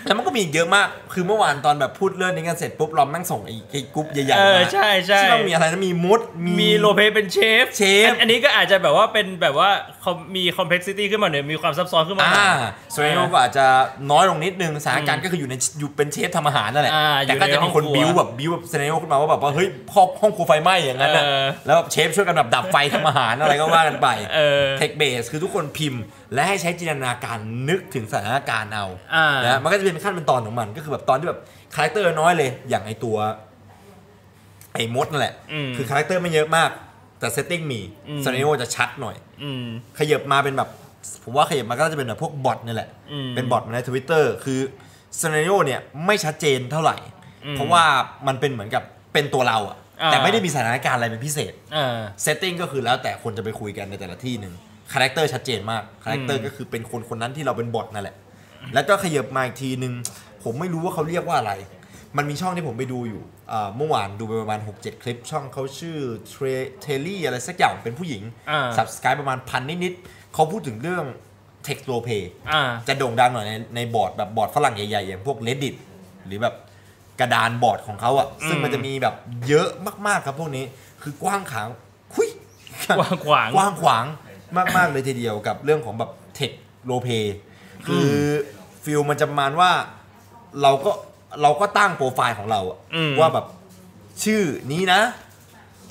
[SPEAKER 1] แล้วมันก็มีอีกเยอะมาก คือเมื่อวานตอนแบบพูดเรื่องนี้กันเสร็จปุ๊บเราแม่งส่งไอ้ไอ้กรุ๊ปใหญ่ๆมา
[SPEAKER 2] เออใช่ใช่
[SPEAKER 1] ที่มันมีอะไรนะมีมด
[SPEAKER 2] มีโลเพเป็นเชฟ
[SPEAKER 1] เชฟ
[SPEAKER 2] อันอันนี้ก็อาจจะแบบว่าเป็นแบบว่าเขามีคอมเพล็กซิตี้ขึ้นมาหน่อยมีความซับซ้อนขึ้นมาหน่
[SPEAKER 1] อ่า
[SPEAKER 2] อย
[SPEAKER 1] สเวนโนก็อาจจะน้อยลงนิดนึงสถานการณ์ก็คืออยู่ในอยู่เป็นเชฟทำอาหารนั่นแหละ
[SPEAKER 2] อ่า
[SPEAKER 1] แต่ก็จะมีคน
[SPEAKER 2] อยู่ในห้องครัว
[SPEAKER 1] บิ้วแบบบิ้วแบบสเนโอขึ้นมาว่าแบบว่าเฮ้ยห้องห้องครัวไฟไหม้อย่างนั้นน่ะ
[SPEAKER 2] เออ
[SPEAKER 1] แล้วแบบเชฟช่วยกันแบบดับไฟทำอาหารอะไรก็ว่ากันไป
[SPEAKER 2] เออ
[SPEAKER 1] เทคเบสคือทุกคนพิมพ์ และให้ใช้จินตนาการนึกถึงสถานการณ์เอา
[SPEAKER 2] อ่าน
[SPEAKER 1] นะมันก็จะเป็นขั้นเป็นตอนของมัน ก็คือแบบตอนที่แบบคาแรคเตอร์น้อยเลย อย่างไอตัว ไอมดนั่นแหละ คือคาแรคเตอร์ไม่เยอะมาก แต่เซตติ้งมีสเนโอจะชัดหน่อย
[SPEAKER 2] อืม
[SPEAKER 1] ขยับมาเป็นแบบผมว่าขยับมาก็น่าจะเป็นแบบพวกบอทนี่แหละ
[SPEAKER 2] อืม
[SPEAKER 1] เป็นบอทในทวิตเตอร์คือสเนโอเนี่ยไม่ชัดเจนเท่าไหร่ เพราะว่ามันเป็นเหมือนกับเป็นตัวเราอะ
[SPEAKER 2] อ่า
[SPEAKER 1] แต่ไม่ได้มีสถานการณ์อะไรเป็นพิเศษ
[SPEAKER 2] อ่า
[SPEAKER 1] เซตติ้งก็คือแล้วแต่คนจะไปคุยกันในแต่ละที่หนึ่งคาแรคเตอร์ชัดเจนมากคาแรคเตอร์ก็คือเป็นคนคนนั้นที่เราเป็นบอทนั่นแหละ แล้วก็ขยับมาอีกทีหนึ่งผมไม่รู้ว่าเขาเรียกว่าอะไร มันมีช่องที่ผมไปดูอยู่อ่าเมื่อวานดูไปประมาณ 6-7 คลิป ช่องเขาชื่อเทรเทลลี่อะไรสักอย่างเป็นผู้หญิง
[SPEAKER 2] อ่า
[SPEAKER 1] สับสกายประมาณพันนิดๆเขาพูดถึงเรื่อง Text r o p a y
[SPEAKER 2] อ่า
[SPEAKER 1] จะโด่งดังหน่อยในในบอร์ดแบบบอร์ดฝรั่งใหญ่ๆ อย่างพวก reddit หรือแบบกระดานบอร์ดของเขาอะซึ่งมันจะมีแบบเยอะมากๆครับพวกนี้คือกว้างขวางคุย
[SPEAKER 2] กว้างขวาง
[SPEAKER 1] กว้างขวาง มาก ๆ เลยทีเดียวกับเรื่องของแบบเทคโลเปคือฟิลมันจะประมาณว่าเราก็เราก็ตั้งโปรไฟล์ของเราอะ
[SPEAKER 2] อืม
[SPEAKER 1] ว่าแบบชื่อนี้นะ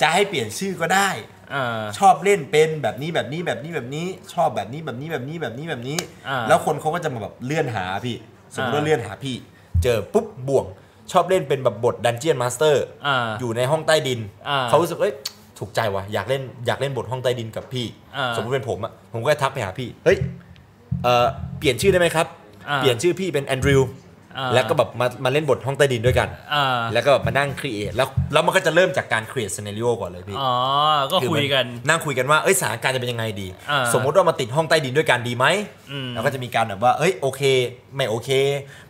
[SPEAKER 1] จะให้เปลี่ยนชื่อก็ได้
[SPEAKER 2] อ่า
[SPEAKER 1] ชอบเล่นเป็นแบบนี้แบบนี้แบบนี้แบบนี้ ชอบแบบนี้แบบนี้แบบนี้แบบนี้แบบนี้
[SPEAKER 2] อ่า
[SPEAKER 1] แล้วคนเขาก็จะมาแบบเลื่อนหาพี่ สมมติว่า
[SPEAKER 2] อ่า
[SPEAKER 1] เลื่อนหาพี่ เจอปุ๊บบ่วง ชอบเล่นเป็นแบบบทดันเจียนมาสเตอร์
[SPEAKER 2] อ่า
[SPEAKER 1] อยู่ในห้องใต้ดิน
[SPEAKER 2] อ่า
[SPEAKER 1] เขารู้สึกเอ้ยถูกใจว่ะอยากเล่นอยากเล่นบทห้องใต้ดินกับพี่
[SPEAKER 2] อ่า
[SPEAKER 1] สมมติเป็นผมอะผมก็ทักไปหาพี่เฮ้ยเอ่อเปลี่ยนชื่อได้ไหมครับ
[SPEAKER 2] อ่า
[SPEAKER 1] เปลี่ยนชื่อพี่เป็นแอนดริว
[SPEAKER 2] อ่า
[SPEAKER 1] แล้วก็แบบมามาเล่นบทห้องใต้ดินด้วยกัน
[SPEAKER 2] อ่า
[SPEAKER 1] แล้วก็แบบมานั่งครีเอทแล้วแล้วมันก็จะเริ่มจากการครีเอทซีเนริโอก่อนเลยพี่
[SPEAKER 2] อ๋อ ก็คุยกัน
[SPEAKER 1] นั่งคุยกันว่าเอ้ยสถานการณ์จะเป็นยังไงดี
[SPEAKER 2] อ่า
[SPEAKER 1] สมมุติว่ามาติดห้องใต้ดินด้วยกันดีไหม
[SPEAKER 2] อืม
[SPEAKER 1] แล้วก็จะมีการแบบว่าเอ้ยโอเค ไม่โอเค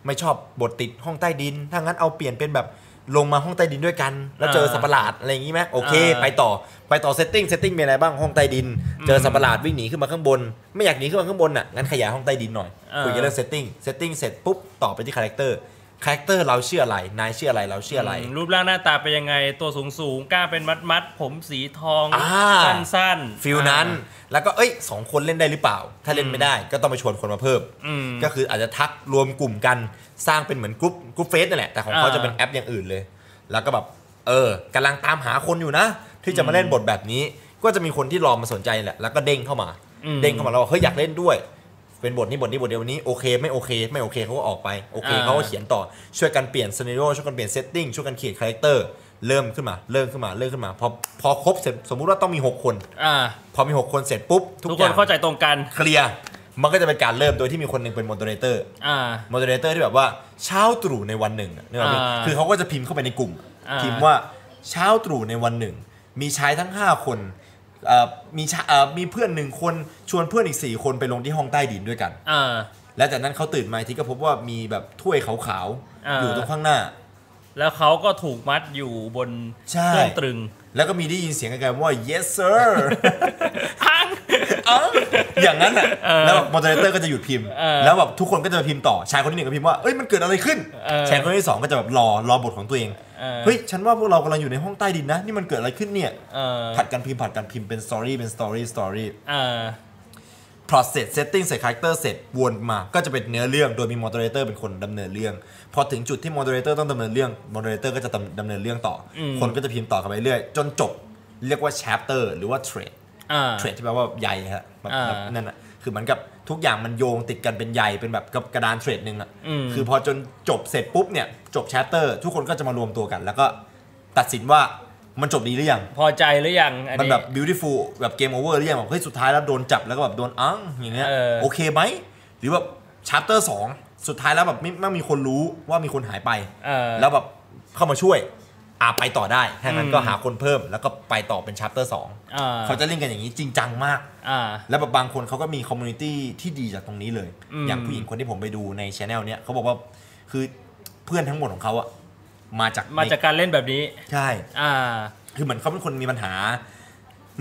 [SPEAKER 1] ไม่ชอบบทติดห้องใต้ดิน ถ้างั้นเอาเปลี่ยนเป็นแบบลงมาห้องใต้ดินด้วยกัน แล้วเจอ
[SPEAKER 2] อ่า
[SPEAKER 1] สัตว์ประหลาดอะไรอย่างนี้ไหมโอเค
[SPEAKER 2] อ่า
[SPEAKER 1] ไปต่อไปต่อเซตติ้งเซตติ้งมีอะไรบ้างห้องใต้ดิน เจอสัตว์ประหลาดวิ่งหนีขึ้นมาข้างบน ไม่อยากหนีขึ้นมาข้างบนอ่ะงั้นขยายห้องใต้ดินหน่อย
[SPEAKER 2] อ่า
[SPEAKER 1] คุยกันเรื่องเซตติ้งเซตติ้งเสร็จปุ๊บต่อไปที่คาแรคเตอร์คาแรคเตอร์เราชื่ออะไรนายชื่ออะไรเราชื่ออะไร
[SPEAKER 2] รูปร่างหน้าตาเป็นยังไง ตัวสูงสูงๆกล้ามเป็นมัดมัดๆผมสีทอง
[SPEAKER 1] อ่า
[SPEAKER 2] สั้นๆ
[SPEAKER 1] ฟิลนั้น
[SPEAKER 2] อ่า
[SPEAKER 1] แล้วก็เอ้ยสองคนเล่นได้หรือเปล่า ถ้าเล่นไม่ได้ก็ต้องไปชวนคนมาเพิ่ม
[SPEAKER 2] อืม
[SPEAKER 1] ก็คืออาจจะทักรวมกลุ่มกันสร้างเป็นเหมือนกรุ๊ปกรุ๊ปเฟซนั่นแหละ แต่ของเขา
[SPEAKER 2] อ่า
[SPEAKER 1] จะเป็นแอปอย่างอื่นเลย แล้วก็แบบเออกำลังตามหาคนอยู่นะ ที่จะมาเล่นบทแบบนี้ ก็จะมีคนที่รอมาสนใจแหละ แล้วก็เด้งเข้ามา
[SPEAKER 2] อืม
[SPEAKER 1] เด้งเข้ามาแล้วบอกเฮ้ยอยากเล่นด้วย เป็นบทนี้บทนี้บทเดียววันนี้โอเคไม่โอเค ไม่โอเคเขาก็ออกไปโอเค
[SPEAKER 2] อ่า
[SPEAKER 1] เขาก็เขียนต่อช่วยกันเปลี่ยนซีน a r โอช่วยกันเปลี่ยนเซตติ้งช่วยกันเขียนคาแรคเตอร์เริ่มขึ้นมาเริ่มขึ้นมาเริ่มขึ้นมาพอพอครบเสร็จสมมุติว่าต้องมีหกคน
[SPEAKER 2] อ่า
[SPEAKER 1] พอมี 6 คนเสร็จปุ๊บ ทุก
[SPEAKER 2] ทุก
[SPEAKER 1] อ
[SPEAKER 2] ค
[SPEAKER 1] ย่าน ง
[SPEAKER 2] เข้าใจตรงกัน
[SPEAKER 1] เคลียร์มันก็จะเป็นการเริ่มโดยที่มีคนหนึ่งเป็น m o เ e r a t o r
[SPEAKER 2] อ่า
[SPEAKER 1] m o เ e r a t o r ที่แบบว่าเช้าตรู่ในวันหนึ่งอะนึกออกไหม
[SPEAKER 2] อ่า
[SPEAKER 1] คือเขาก็จะพิมพ์เข้าไปในกลุ่ม
[SPEAKER 2] อ่า
[SPEAKER 1] พิมพ์ว่าเช้าตรู่ในวันหนึ่ง มีชายทั้ง 5 คนเอ่อมีชาเอ่อมีเพื่อนหนึ่งคนชวนเพื่อนอีก 4 คนไปลงที่ห้องใต้ดินด้วยกัน
[SPEAKER 2] อ่า
[SPEAKER 1] และจากนั้นเขาตื่นมาอีกทีก็พบว่ามีแบบถ้วยขาว
[SPEAKER 2] อ่า
[SPEAKER 1] ๆอยู่ตรงข้างหน้า
[SPEAKER 2] แล้วเขาก็ถูกมัดอยู่บน
[SPEAKER 1] ใช่
[SPEAKER 2] เครื่องตรึง
[SPEAKER 1] แล้วก็มีได้ยินเสียงไกันว่า yes sir
[SPEAKER 2] ทั้ง
[SPEAKER 1] อย่างนั้นอ่ะ
[SPEAKER 2] เออ
[SPEAKER 1] แล้วแบบมอดเตอร์เตอร์ก็จะหยุดพิมพ์
[SPEAKER 2] เออ
[SPEAKER 1] แล้วแบบทุกคนก็จะมาพิมพ์ต่อ ชายคนที่หนึ่งก็พิมพ์ว่า เอ้ยมันเกิดอะไรขึ้น
[SPEAKER 2] เออ
[SPEAKER 1] ชายคนที่สองก็จะแบบรอรอบทของตัวเอง
[SPEAKER 2] เออ
[SPEAKER 1] เฮ้ยฉันว่าพวกเรากำลังอยู่ในห้องใต้ดินนะ นี่มันเกิดอะไรขึ้นเนี่ย
[SPEAKER 2] เออ
[SPEAKER 1] ผัดกันพิมพ์ผัดกันพิมพ์เป็นสตอรี่เป็นสตอรี่สตอรี่
[SPEAKER 2] เออ
[SPEAKER 1] พอเสร็จเซตติ้งเสร็จคาแรคเตอร์เสร็จวนมา ก็จะเป็นเนื้อเรื่อง โดยมีมอดเตอร์เป็นคนดำเนินเรื่อง พอถึงจุดที่มอดเตอร์ต้องดำเนินเรื่องมอดเตอร์ก็จะดำเนินเรื่องต่ออ
[SPEAKER 2] ม
[SPEAKER 1] คนก็จะพิมพ์ต่อกันไปเรื่อยจนจบ เรียกว่า chapter หรือว่า thread
[SPEAKER 2] อ่า
[SPEAKER 1] เทรดที่แปลว่าใยฮะแบบ
[SPEAKER 2] อ่า
[SPEAKER 1] แบบนั่นอ่ะคือเหมือนกับทุกอย่างมันโยงติดกันเป็นใยเป็นแบบกับกระดานเทรดหนึ่งอ่ะ
[SPEAKER 2] อืม
[SPEAKER 1] คือพอจนจบเสร็จปุ๊บเนี่ยจบแชปเตอร์ ทุกคนก็จะมารวมตัวกัน แล้วก็ตัดสินว่ามันจบดีหรือยัง
[SPEAKER 2] พอใจหรือยังอัน
[SPEAKER 1] มัน
[SPEAKER 2] นี้
[SPEAKER 1] แบบ beautiful แบบเกมโอเวอร์หรือยังแบบเฮ้ยสุดท้ายแล้วโดนจับแล้วก็แบบโดนอังอย่างเงี้ย
[SPEAKER 2] เออ
[SPEAKER 1] โอเคไหม หรือแบบช h ปเตอร์สองสุดท้ายแล้วแบบไม่ไม่มีคนรู้ว่ามีคนหายไป
[SPEAKER 2] เออ
[SPEAKER 1] แล้วแบบเข้ามาช่วยอ่าไปต่อได้ถ้างั้นก็
[SPEAKER 2] อืม
[SPEAKER 1] หาคนเพิ่มแล้วก็ไปต่อเป็นช h ปเตอร์สอง
[SPEAKER 2] อ่า
[SPEAKER 1] เขาจะเล่นกันอย่างนี้จริงจังมาก
[SPEAKER 2] อ่า
[SPEAKER 1] แล้วแบบบางคนเขาก็มีคอมมูนิตี้ที่ดีจากตรงนี้เลย
[SPEAKER 2] อืม
[SPEAKER 1] อย่างผู้หญิงคนที่ผมไปดูในช anel เนี้ยเขาบอกว่าคือเพื่อนทั้งหมดของเขาอะมาจาก
[SPEAKER 2] มาจากการเล่นแบบนี้
[SPEAKER 1] ใช่
[SPEAKER 2] อ่า
[SPEAKER 1] คือเหมือนเขาเป็นคนมีปัญหา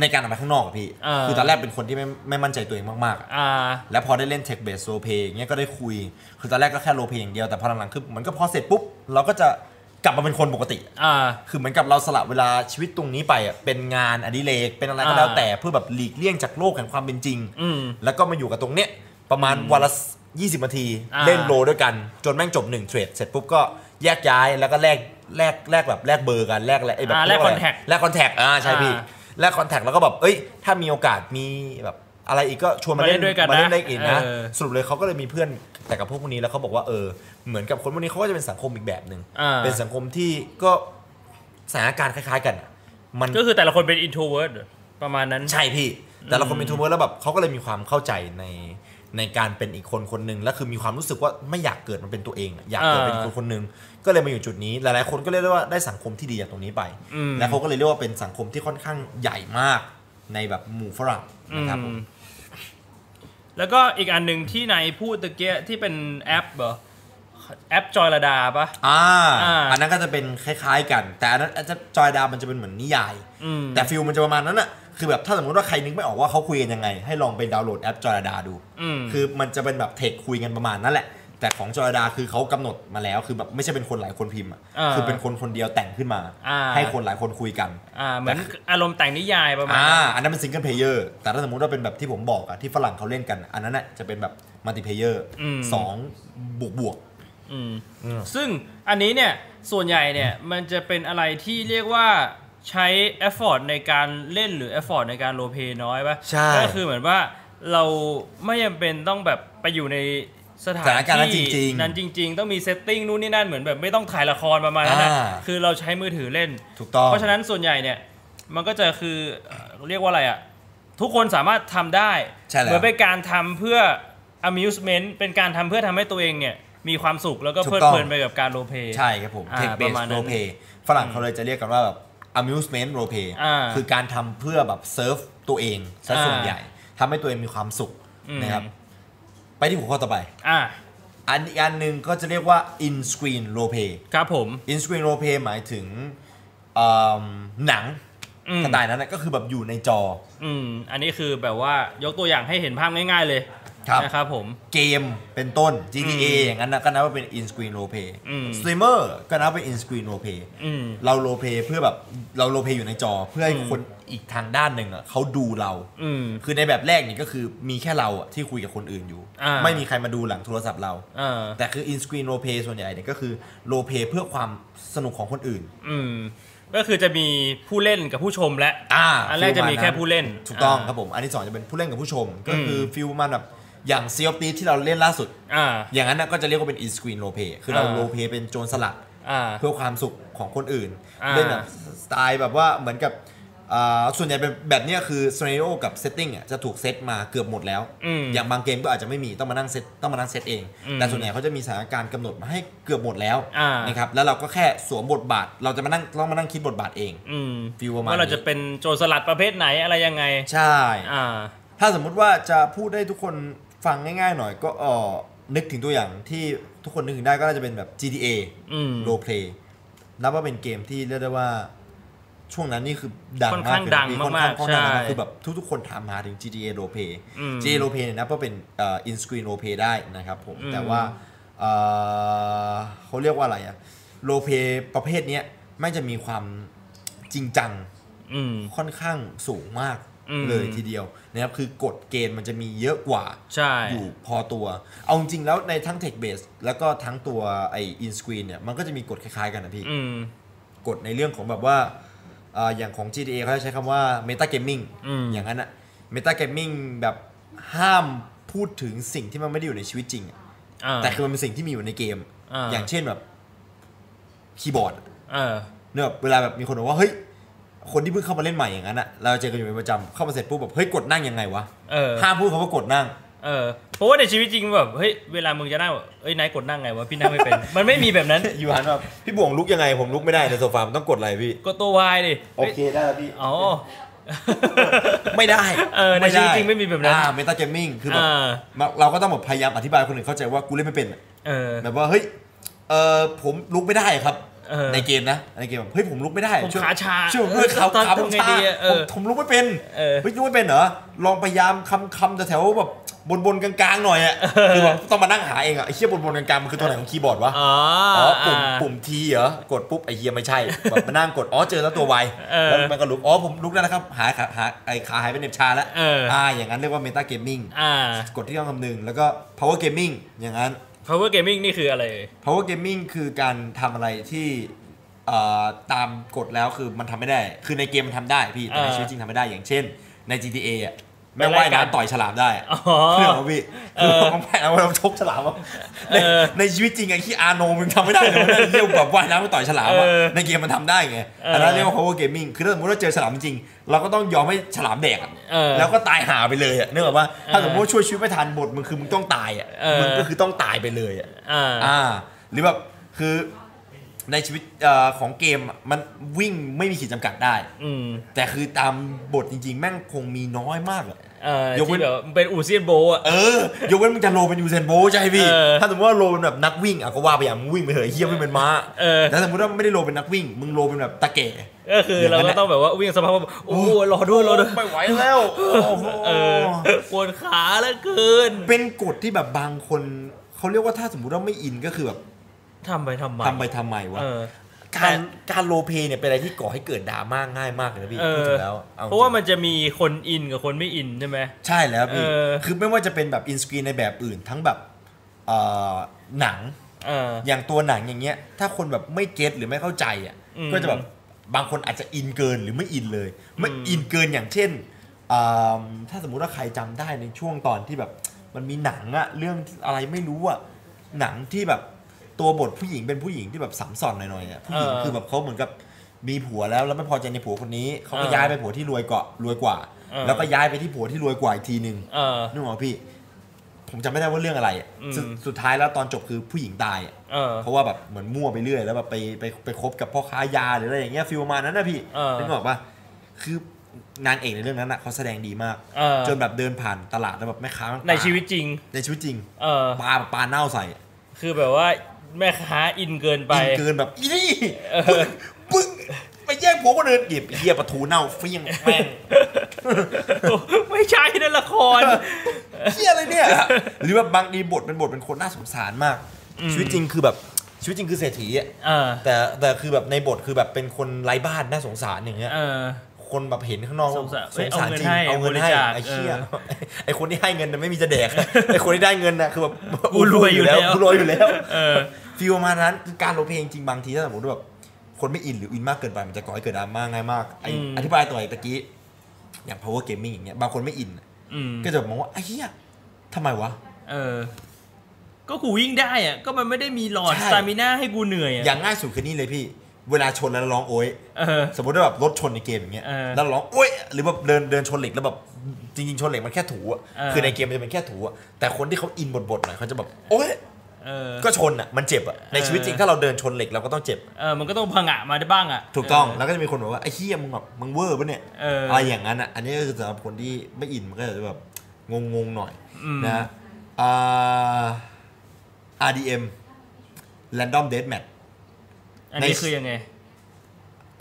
[SPEAKER 1] ในการออกไปข้างนอกอะพี่
[SPEAKER 2] เออ
[SPEAKER 1] คือตอนแรกเป็นคนที่ไม่ไม่มั่นใจตัวเองมากๆอะ
[SPEAKER 2] อ่า
[SPEAKER 1] แล้วพอได้เล่น Tech Base r o l e Play อย่างเงี้ยก็ได้คุย คือตอนแรกก็แค่ r o l e Play อย่างเดียว แต่พอหลังๆคือมันก็พอเสร็จปุ๊บ เราก็จะกลับมาเป็นคนปกติ
[SPEAKER 2] อ่า
[SPEAKER 1] คือเหมือนกับเราสละเวลาชีวิตตรงนี้ไปอะเป็นงานอดิเรกเป็นอะไรก็แล้ว
[SPEAKER 2] อ่า
[SPEAKER 1] แต่เพื่อแบบหลีกเลี่ยงจากโลกแห่งความเป็นจริง
[SPEAKER 2] อืม
[SPEAKER 1] แล้วก็มาอยู่กับตรงเนี้ยประมาณวันละ20นาที
[SPEAKER 2] อ่า
[SPEAKER 1] เล่นโลด้วยกัน จนแม่งจบหนึ่งเทรดเสร็จปุ๊บก็แยกย้ายแล้วก็แลกแลกแลกแบบแลกเบอร์กันแลกอะไรไอ้แบบ
[SPEAKER 2] อ่าแลก
[SPEAKER 1] เยว่าะ
[SPEAKER 2] คอน
[SPEAKER 1] ไร
[SPEAKER 2] แทค
[SPEAKER 1] แลกคอนแทคอ่าใช่พี่
[SPEAKER 2] อ่า
[SPEAKER 1] แลกคอนแทคแล้วก็แบบเอ้ยถ้ามีโอกาสมีแบบอะไรอีกก็ชวนมา
[SPEAKER 2] มาเล่
[SPEAKER 1] เล่
[SPEAKER 2] น
[SPEAKER 1] น
[SPEAKER 2] ด้วยกันนะ
[SPEAKER 1] มาเล่นได้อีกนะ
[SPEAKER 2] เออ
[SPEAKER 1] สรุปเลยเขาก็เลยมีเพื่อนแต่กับพวกพวกนี้แล้วเขาบอกว่าเออเหมือนกับคนพวกนี้เขาก็จะเป็นสังคมอีกแบบหนึ่ง
[SPEAKER 2] อ่า
[SPEAKER 1] เป็นสังคมที่ก็สถานการณ์คล้ายๆกันอะมัน
[SPEAKER 2] ก็คือแต่ละคนเป็น introvert ประมาณนั้น
[SPEAKER 1] ใช่พี่ แต่ละคนเป็นทูเบอร์แล้วแบบเขาก็เลยมีความเข้าใจในในการเป็นอีกคนคนหนึ่งแล้วคือมีความรู้สึกว่าไม่อยากเกิดมันเป็นตัวเองอะอยากเกิด
[SPEAKER 2] อ่า
[SPEAKER 1] เป็นอีกคนคนหนึ่งก็เลยมาอยู่จุดนี้หลายๆคนก็เรียกได้ว่าได้สังคมที่ดีจากตรงนี้ไป
[SPEAKER 2] อืม
[SPEAKER 1] และเขาก็เลยเรียกว่าเป็นสังคมที่ค่อนข้างใหญ่มากในแบบหมู่ฝรั่งนะครับผม
[SPEAKER 2] อืมแล้วก็อีกอันหนึ่งที่นายพูดตะเกียที่เป็นแอปเหรอแอปจอยระดาปะ
[SPEAKER 1] อ่า
[SPEAKER 2] อ่า
[SPEAKER 1] อันนั้นก็จะเป็นคล้ายๆกัน แต่อันนั้นอาจจะจอยดาวมันจะเป็นเหมือนนิยาย
[SPEAKER 2] อืม
[SPEAKER 1] แต่ฟิลมันจะประมาณนั้นอะคือแบบถ้าสมมติว่าใครนึกไม่ออกว่าเขาคุยกันยังไง ให้ลองไปดาวน์โหลดแอปจอร์ดาดู
[SPEAKER 2] อืม
[SPEAKER 1] คือมันจะเป็นแบบเทคคุยกันประมาณนั้นแหละ แต่ของจอร์ดาคือเขากำหนดมาแล้ว คือแบบไม่ใช่เป็นคนหลายคนพิมพ์อะ
[SPEAKER 2] อ่า
[SPEAKER 1] คือเป็นคนคนเดียวแต่งขึ้นมา
[SPEAKER 2] อ่า
[SPEAKER 1] ให้คนหลายคนคุยกัน
[SPEAKER 2] อ่าเหมือนอารมณ์แต่งนิยายประมาณ
[SPEAKER 1] อ่า
[SPEAKER 2] นั้น
[SPEAKER 1] อันนั้นเป็นซิงเกิลเพลเยอร์ แต่ถ้าสมมติว่าเป็นแบบที่ผมบอกอะที่ฝรั่งเขาเล่นกันอะอันนั้นน่ะจะเป็นแบบมัลติเพลเยอร์สองบวกบวก
[SPEAKER 2] อืมซึ่งอันนี้เนี่ยส่วนใหญ่เนี่ยมันจะเป็นอะไรที่เรียกว่าใช้เอฟฟอร์ในการเล่นหรือเอฟฟอร์ในการโรลเพลย์น้อยปะ
[SPEAKER 3] ใช่
[SPEAKER 2] ก็คือเหมือนว่าเราไม่จำเป็นต้องแบบไปอยู่ในสถานที่นั้นจริง ๆ ต้องมีเซตติ้งนู่นนี่นั่นเหมือนแบบไม่ต้องถ่ายละครประมาณนั้นนะคือเราใช้มือถือเล่น
[SPEAKER 1] ๆถูกต้อง
[SPEAKER 2] เพราะฉะนั้นส่วนใหญ่เนี่ยมันก็จะคือเอ่อเรียกว่าอะไรอะ่ะ ทุกคนสามารถทำได้
[SPEAKER 1] ใช่แล้ว
[SPEAKER 2] เหมือนเป็นการทำเพื่อ amusement เป็นการทำเพื่อทำให้ตัวเองเนี่ย มีความสุขแล้วก็
[SPEAKER 1] ถู
[SPEAKER 2] เพลิ
[SPEAKER 1] ก
[SPEAKER 2] ด
[SPEAKER 1] ต้อง
[SPEAKER 2] เพลินไปกับการโรลเพลย์
[SPEAKER 1] ใช่ครับผม
[SPEAKER 2] อ่า
[SPEAKER 1] Tech
[SPEAKER 2] ป
[SPEAKER 1] Based
[SPEAKER 2] ระมาณนั้น
[SPEAKER 1] Role Play ฝรั่งเขาเลยจะเรียกกันว่าแบบ amusement role play
[SPEAKER 2] อ่า
[SPEAKER 1] คือการทำเพื่อแบบเซิร์ฟตัวเองซะส่วน
[SPEAKER 2] อ่า
[SPEAKER 1] ใหญ่ทำให้ตัวเองมีความสุขนะครับ ไปที่หัวข้อต่อไป
[SPEAKER 2] อ่ะ
[SPEAKER 1] อันอีกอันหนึ่งก็จะเรียกว่า in screen role play
[SPEAKER 2] ครับผม
[SPEAKER 1] in screen role play หมายถึงเอิ่มหนัง
[SPEAKER 2] อืม
[SPEAKER 1] สไตล์นั้นนะก็คือแบบอยู่ในจอ
[SPEAKER 2] อืมอันนี้คือแบบว่ายกตัวอย่างให้เห็นภาพง่าย ๆ เลย
[SPEAKER 1] ครับ
[SPEAKER 2] นะครับผม
[SPEAKER 1] เกมเป็นต้น GTA อย่างนั้นนะก็นับว่าเป็น in screen role play
[SPEAKER 2] อืม
[SPEAKER 1] สตรีมเมอร์ก็นับเป็น in screen role play
[SPEAKER 2] อืม
[SPEAKER 1] เราโรลเพลย์เพื่อแบบเราโรลเพลย์อยู่ในจอเพื่อให้
[SPEAKER 2] อืม
[SPEAKER 1] คนอีกทางด้านหนึ่งอ่ะเขาดูเรา
[SPEAKER 2] อืม
[SPEAKER 1] คือในแบบแรกนี่ก็คือมีแค่เราอ่ะที่คุยกับคนอื่นอยู่
[SPEAKER 2] อ่า
[SPEAKER 1] ไม่มีใครมาดูหลังโทรศัพท์เรา
[SPEAKER 2] เออ
[SPEAKER 1] แต่คือ in screen role play ส่วนใหญ่เนี่ยก็คือโรลเพลย์เพื่อความสนุกของคนอื่น
[SPEAKER 2] อืมก็คือจะมีผู้เล่นกับผู้ชมและ
[SPEAKER 1] อ่า
[SPEAKER 2] อันแรกจะมีแค่ผู้เล่น
[SPEAKER 1] ถูกต้อง
[SPEAKER 2] อ่า
[SPEAKER 1] ครับผม อันที่สองจะเป็นผู้เล่นกับผู้ชม ก็คือฟิลประมันแบบอย่างซีออฟตีที่เราเล่นล่าสุด
[SPEAKER 2] อ่า
[SPEAKER 1] อย่างนั้นนะก็จะเรียกว่าเป็น in screen role play คือเรา
[SPEAKER 2] อ่า
[SPEAKER 1] โรลเพลย์เป็นโจรสลัด
[SPEAKER 2] อ่า
[SPEAKER 1] เพื่อความสุขของคนอื่น
[SPEAKER 2] อ่า
[SPEAKER 1] เล่นแบบสไตล์แบบว่าเหมือนกับอ่าส่วนใหญ่เป็นแบบเนี้ยคือส c น n โอกับเซตติ้งอ่ะจะถูกเซตมาเกือบหมดแล้ว
[SPEAKER 2] อืม
[SPEAKER 1] ย่างบางเกมก็อาจจะไม่มีต้องมานั่งเซตต้องมานั่งเซตเอง
[SPEAKER 2] อืม
[SPEAKER 1] แต่ส่วนใหญ่เขาจะมีสถานการณ์กำหนดมาให้เกือบหมดแล้ว
[SPEAKER 2] อ่าน
[SPEAKER 1] นะครับแล้วเราก็แค่สวมบทบาท เราจะมานั่งต้องมานั่งคิดบทบาทเอง
[SPEAKER 2] อืม
[SPEAKER 1] ฟีลประมาณ
[SPEAKER 2] ว่าเรา
[SPEAKER 1] นี้
[SPEAKER 2] จะเป็นโจรสลัดประเภทไหนอะไรยังไง
[SPEAKER 1] ใช่
[SPEAKER 2] อ่า
[SPEAKER 1] ถ้าสมมุติว่าจะพูดได้ทุกคนฟังง่ายๆหน่อยก็เออนึกถึงตัวอย่างที่ทุกคนนึกถึงได้ก็น่าจะเป็นแบบ GTA
[SPEAKER 2] อืม
[SPEAKER 1] โรลเพลย์นับว่าเป็นเกมที่เรียกได้ว่าช่วงนั้นนี่คือดัง
[SPEAKER 2] ค่อน
[SPEAKER 1] มา
[SPEAKER 2] ข้าก ง
[SPEAKER 1] เลย
[SPEAKER 2] ดัง
[SPEAKER 1] ค่อนข้าง
[SPEAKER 2] มากๆ
[SPEAKER 1] ค่อนข้างดังมาก
[SPEAKER 2] ใช่
[SPEAKER 1] คือแบบทุกๆคนถามหาถึง GTA r o l e p l a y
[SPEAKER 2] อืม
[SPEAKER 1] GTA r o l e p l a y เนี่ยนับว่าเป็นเอ่อ in screen role play ได้นะครับผม
[SPEAKER 2] อืม
[SPEAKER 1] แต่ว่าเอ่อเขาเรียกว่าอะไรอะ role play ประเภทเนี้ยไม่งจะมีความจริงจัง
[SPEAKER 2] อืม
[SPEAKER 1] ค่อนข้างสูงมาก
[SPEAKER 2] อืม
[SPEAKER 1] เลยทีเดียวนะครับคือกฎเกณฑ์มันจะมีเยอะกว่า
[SPEAKER 2] ใช่
[SPEAKER 1] อยู่พอตัว เอาจริงๆแล้วในทั้ง Tech Base แล้วก็ทั้งตัวไอ้ In Screen เนี่ย มันก็จะมีกฎคล้ายๆกันนะพี่
[SPEAKER 2] อืม
[SPEAKER 1] กฎในเรื่องของแบบว่าอ่าอย่างของ GTA เขาจะใช้คำว่า Meta Gaming
[SPEAKER 2] อืม
[SPEAKER 1] อย่างนั้นอะ Meta Gaming แบบห้ามพูดถึงสิ่งที่มันไม่ได้อยู่ในชีวิตจริงอะ
[SPEAKER 2] อ่า
[SPEAKER 1] แต่คือมันเป็นสิ่งที่มีอยู่ในเกม
[SPEAKER 2] อ่า
[SPEAKER 1] อย่างเช่นแบบคีย์บอร์ดอะ
[SPEAKER 2] เออ
[SPEAKER 1] เนี่ยแบบเวลาแบบมีคนบอกว่า เฮ้ย คนที่เพิ่งเข้ามาเล่นใหม่อย่างนั้นอะเราเจอกันอยู่เป็นประจำเข้ามาเสร็จปุ๊บแบบเฮ้ยกดนั่งยังไงวะ
[SPEAKER 2] เออ
[SPEAKER 1] ห้ามพูดคำว่ากดนั่ง
[SPEAKER 2] เออ เพราะว่าในชีวิตจริงแบบเฮ้ยเวลามึงจะนั่งแบบเอ้ยนายกดนั่งไงวะพี่นั่งไม่เป็น มันไม่มีแบบนั้น
[SPEAKER 1] อยู่หันแบบพี่บ่วงลุกยังไงผมลุกไม่ได้ในโซฟามันต้องกดอะไรพี่
[SPEAKER 2] กดตัววายดิ
[SPEAKER 1] โอเคได้แล้วพี่
[SPEAKER 2] อ๋อ
[SPEAKER 1] ไม่ได้
[SPEAKER 2] เออในชีวิตจริงไม่มีแบบนั้น
[SPEAKER 1] อ่าเมตาเกมมิ่งคือแบบ
[SPEAKER 2] อ่า
[SPEAKER 1] มาเราก็ต้องแบบพยายามอธิบายคนอื่นเข้าใจว่ากูเล่นไม่เป็นอะ
[SPEAKER 2] เออ
[SPEAKER 1] แบบว่าเฮ้ยเออผมลุกไม่ได้ครับ
[SPEAKER 2] เออ
[SPEAKER 1] ในเกมนะในเกมแบบเฮ้ยผมลุกไม่ได้
[SPEAKER 2] ผม
[SPEAKER 1] ช่วย
[SPEAKER 2] ขาชา
[SPEAKER 1] ช่วยผมด้วยครับ
[SPEAKER 2] ตอน
[SPEAKER 1] ขาผม
[SPEAKER 2] ทำไง
[SPEAKER 1] ชา
[SPEAKER 2] ดีอะเอ
[SPEAKER 1] ผ
[SPEAKER 2] อ
[SPEAKER 1] มผมลุกไม่เป็น
[SPEAKER 2] เออ
[SPEAKER 1] เฮ้ยลุกไม่เป็นเหรอลองพยายามคำคำแถวๆแบบบนบนๆกลางๆหน่อยอ่ะคือแบบต้องมานั่งหาเองอ่ะไอ้เหี้ยบนบนๆกลางๆมันคือตัวไหนของคีย์บอร์ดวะ
[SPEAKER 2] อ๋อ
[SPEAKER 1] อ๋
[SPEAKER 2] อ๋
[SPEAKER 1] อ
[SPEAKER 2] อ
[SPEAKER 1] ปุ่มปุ่มทีเหรอกดปุ๊บไอเฮียไม่ใช่ แบบมานั่งกดอ๋อเจอแล้วตัวไว
[SPEAKER 2] เออ
[SPEAKER 1] แล้วมันก็ลุกอ๋อผมลุกแล้วนะครับหายขาหายไอขาหายไปเหน็บชาแล้ว
[SPEAKER 2] เอออ่
[SPEAKER 1] อย่างนั้นเรียกว่าเมตาเกมมิ่ง
[SPEAKER 2] อ่า
[SPEAKER 1] กดที่ต้องคำนึงแล้วก็ power gaming อย่างนั้น
[SPEAKER 2] power gaming นี่คืออะไร
[SPEAKER 1] power gaming คือการทำอะไรที่เอ่อตามกฎแล้วคือมันทำไม่ได้ คือในเกมมันทำได้พี่แต่ใน
[SPEAKER 2] เออ
[SPEAKER 1] ชีวิตจริงทำไม่ได้อย่างเช่น ใน GTA อ่ะ
[SPEAKER 2] ไป
[SPEAKER 1] แม่ง
[SPEAKER 2] ไล่
[SPEAKER 1] ว่าย
[SPEAKER 2] กัน
[SPEAKER 1] น้ำต่อยฉลามได้
[SPEAKER 2] อ๋อ
[SPEAKER 1] เรื่องของพี่
[SPEAKER 2] เออ
[SPEAKER 1] คือแม่งเอาเราชกฉลามอะใน
[SPEAKER 2] เออ
[SPEAKER 1] ในชีวิตจริงไอ้ขี้อาโนมึงทำไม่ได้เลยมันได้เยี่ยแบบว่ายน้ำไปต่อยฉลามอะ
[SPEAKER 2] เออ
[SPEAKER 1] ในเกมมันทำได้ไง
[SPEAKER 2] เอออั
[SPEAKER 1] อันนั้นเรียกว่า power gaming คือถ้าสมมติว่าเจอฉลามจริงเราก็ต้องยอมให้ฉลามแดกอะ
[SPEAKER 2] เออ
[SPEAKER 1] แล้วก็ตายหาไปเลยอะนึกออกปะถ้า
[SPEAKER 2] เออ
[SPEAKER 1] สมมติว่าช่วยชีวิตไม่ทันบทมึงคือมึงต้องตายอะ
[SPEAKER 2] เออ
[SPEAKER 1] มึงก็คือต้องตายไปเลยอะ
[SPEAKER 2] อ่า
[SPEAKER 1] อ่าหรือแบบคือในชีวิตเอ่อของเกมอะมันวิ่งไม่มีขีดจำกัดได้
[SPEAKER 2] อืม
[SPEAKER 1] แต่คือตามบทจริงๆ แม่งคงมีน้อยมากอะ
[SPEAKER 2] เออที่แบบเป็นอูเซียนโบว์อ่ะ
[SPEAKER 1] เออยกเว้นมึงจะโลเป็นยูเซนโบใช่ไหมพี่
[SPEAKER 2] เออ
[SPEAKER 1] ถ้าสมมติว่าโลเป็นแบบนักวิ่งอะก็ว่าไปอย่างมึงวิ่งไปเถอะไอ้เฮียวิ่งเป็นม้า
[SPEAKER 2] เออ
[SPEAKER 1] แต่สมมติว่าไม่ได้โลเป็นนักวิ่ง มึงโลเป็นแบบตะเก๋
[SPEAKER 2] ก็คือเราก็ต้องแบบว่าวิ่งสภาพแบบโอ้โหรอด้วยรอด้วย
[SPEAKER 1] ไม่ไหวแล้วโอ้โห
[SPEAKER 2] เออปวดขาแล้วเกิน
[SPEAKER 1] เป็นกฎที่แบบบางคน เขาเรียกว่าถ้าสมมติว่าไม่อินก็คือแบบ
[SPEAKER 2] ทำไปทำไม
[SPEAKER 1] ทำไปทำไมวะ
[SPEAKER 2] เออ
[SPEAKER 3] การการโรลเพลย์เนี่ยเป็นอะไรที่ก่อให้เกิดดราม่าง่ายมากเลยนะพี่
[SPEAKER 2] เอ
[SPEAKER 3] พูด
[SPEAKER 2] อ
[SPEAKER 3] ถึงแล้วอ
[SPEAKER 2] เพราะว่ามันจะมีคนอินกับคนไม่อินใช่ไหม
[SPEAKER 1] ใช่แล้วพี่
[SPEAKER 2] เออ
[SPEAKER 1] คือไม่ว่าจะเป็นแบบอินสกรีนในแบบอื่น ทั้งแบบเอ่อหนัง
[SPEAKER 2] เออ
[SPEAKER 1] อย่างตัวหนังอย่างเงี้ย ถ้าคนแบบไม่เก็ตหรือไม่เข้าใจอ่ะ
[SPEAKER 2] อืม
[SPEAKER 1] ก็จะแบบบางคนอาจจะอินเกินหรือไม่อินเลยไม่
[SPEAKER 2] อืม
[SPEAKER 1] อินเกินอย่างเช่นอ่าถ้าสมมุติว่าใครจำได้ในช่วงตอนที่แบบมันมีหนังอะเรื่องอะไรไม่รู้อะหนังที่แบบตัวบทผู้หญิงเป็นผู้หญิงที่แบบสัมสอนหน่อยๆอะผู้หญิง
[SPEAKER 2] เออ
[SPEAKER 1] คือแบบเขาเหมือนกับมีผัวแล้วแล้วไม่พอใจในผัวคนนี้เขาก็
[SPEAKER 2] เออ
[SPEAKER 1] ย้ายไปผัวที่รวยกว่ารวยกว่า
[SPEAKER 2] เออ
[SPEAKER 1] แล้วก็ย้ายไปที่ผัวที่รวยกว่าอีกทีหนึ่ง
[SPEAKER 2] เออ
[SPEAKER 1] นึกออกปะพี่ ผมจำไม่ได้ว่าเรื่องอะไรอะ
[SPEAKER 2] อืม
[SPEAKER 1] สุดสุดท้ายแล้วตอนจบคือผู้หญิงตายอะ
[SPEAKER 2] เออ
[SPEAKER 1] เพราะว่าแบบเหมือนมั่วไปเรื่อย แล้วแบบไปไปไปคบกับพ่อค้ายาหรืออะไรอย่างเงี้ยฟิลประมาณนั้นนะพี่
[SPEAKER 2] เออ
[SPEAKER 1] นึกออกปะคือนางเอกในเรื่องนั้นอะเขาแสดงดีมาก
[SPEAKER 2] เออ
[SPEAKER 1] จนแบบเดินผ่านตลาดแล้วแบบแม่ค้า
[SPEAKER 2] ในชีวิตจริง
[SPEAKER 1] ในชีวิตจริง
[SPEAKER 2] เออ
[SPEAKER 1] ปลาปลาเน่าใส่อะ
[SPEAKER 2] คือแบบว่าแม่ค้าอินเกินไป
[SPEAKER 1] กินเกินแบบอีนี่
[SPEAKER 2] เออ
[SPEAKER 1] มึงมึงไปแย่งผัวคนอื่นหยิบเหี้ยปลาทูเน่าเฟี้ยงแม่ง
[SPEAKER 2] ไม่ใช่นั่นละคร
[SPEAKER 1] เฮียอะไรเนี่ย หรือแบบบางทีบทเป็นบทเป็นคนน่าสงสารมาก
[SPEAKER 2] อืม
[SPEAKER 1] ชีวิตจริงคือแบบชีวิตจริงคือเศรษฐีอะ
[SPEAKER 2] เออ
[SPEAKER 1] แต่แต่คือแบบในบทคือแบบเป็นคนไร้บ้านน่าสงสารอย่างเงี้ย
[SPEAKER 2] เออ
[SPEAKER 1] คนแบบเห็นข้างนอก
[SPEAKER 2] สงสารเอ้ย
[SPEAKER 1] จ
[SPEAKER 2] เอาเงิ
[SPEAKER 1] ริ
[SPEAKER 2] นให้
[SPEAKER 1] เอาเงินให้
[SPEAKER 2] บริจาค
[SPEAKER 1] ไอ้เชี่ย
[SPEAKER 2] เออ
[SPEAKER 1] ไอ้คนที่ให้เงินน่ะไม่มีจะแดก ไอ้คนที่ได้เงินน่ะคือแบบ
[SPEAKER 2] กูรวยอยู่แล้ว
[SPEAKER 1] กูรวยอยู่แล้ว
[SPEAKER 2] เออ
[SPEAKER 1] ฟีลประมาณนั้นคือการโรลเพลงจริงบางทีถ้าสมมติว่าแบบคนไม่อินหรืออินมากเกินไปมันจะก่อให้เกิดดราม่าง่ายมากไอ้
[SPEAKER 2] อืม
[SPEAKER 1] อธิบายต่ออีกตะกี้อย่าง power gaming อย่างเงี้ยบางคนไม่อินน่ะ
[SPEAKER 2] อืม
[SPEAKER 1] ก็จะมองว่าไอ้เหี้ยทำไมวะ
[SPEAKER 2] เออ ก็กูวิ่งได้อ่ะ ก็มันไม่ได้มีหลอด
[SPEAKER 1] ใช่
[SPEAKER 2] สตามิน่าให้กูเหนื่อย
[SPEAKER 1] อ
[SPEAKER 2] อ่ะ
[SPEAKER 1] ย่างง่ายสุดคือนี่เลยพี่ เวลาชนแล้วร้องโอ๊ย
[SPEAKER 2] เออ
[SPEAKER 1] สมมติว่าแบบรถชนในเกมอย่างเงี้ย
[SPEAKER 2] เออ
[SPEAKER 1] แล้วร้องโอ๊ย หรือแบบเดินเดินชนเหล็กแล้วแบบจริงๆ ชนเหล็กมันแค่ถูอะ
[SPEAKER 2] เออ
[SPEAKER 1] คือในเกมมันจะเป็นแค่ถูอะแต่คนที่เขาอินบทๆหน่อยเขาจะแบบโอ๊ย
[SPEAKER 2] เออ
[SPEAKER 1] ก็ชนอะมันเจ็บอะในชีวิตจริงถ้าเราเดินชนเหล็กเราก็ต้องเจ็บ
[SPEAKER 2] เออ มันก็ต้องพังอะมาได้บ้างอ่ะ
[SPEAKER 1] ถูกต้อง
[SPEAKER 2] เ
[SPEAKER 1] แล้วก็จะมีคนบอกว่าไอ้เหี้ยมึงแบบมึงเวอร์ปะเนี่ย
[SPEAKER 2] เอออ
[SPEAKER 1] อะไรอย่างนั้นอ่ะ อันนี้ก็คือสำหรับคนที่ไม่อินมันก็จะแบบงงๆหน่อย
[SPEAKER 2] อืม
[SPEAKER 1] นะฮะอ่า RDM Random Death Match
[SPEAKER 2] อันนี้คือยังไง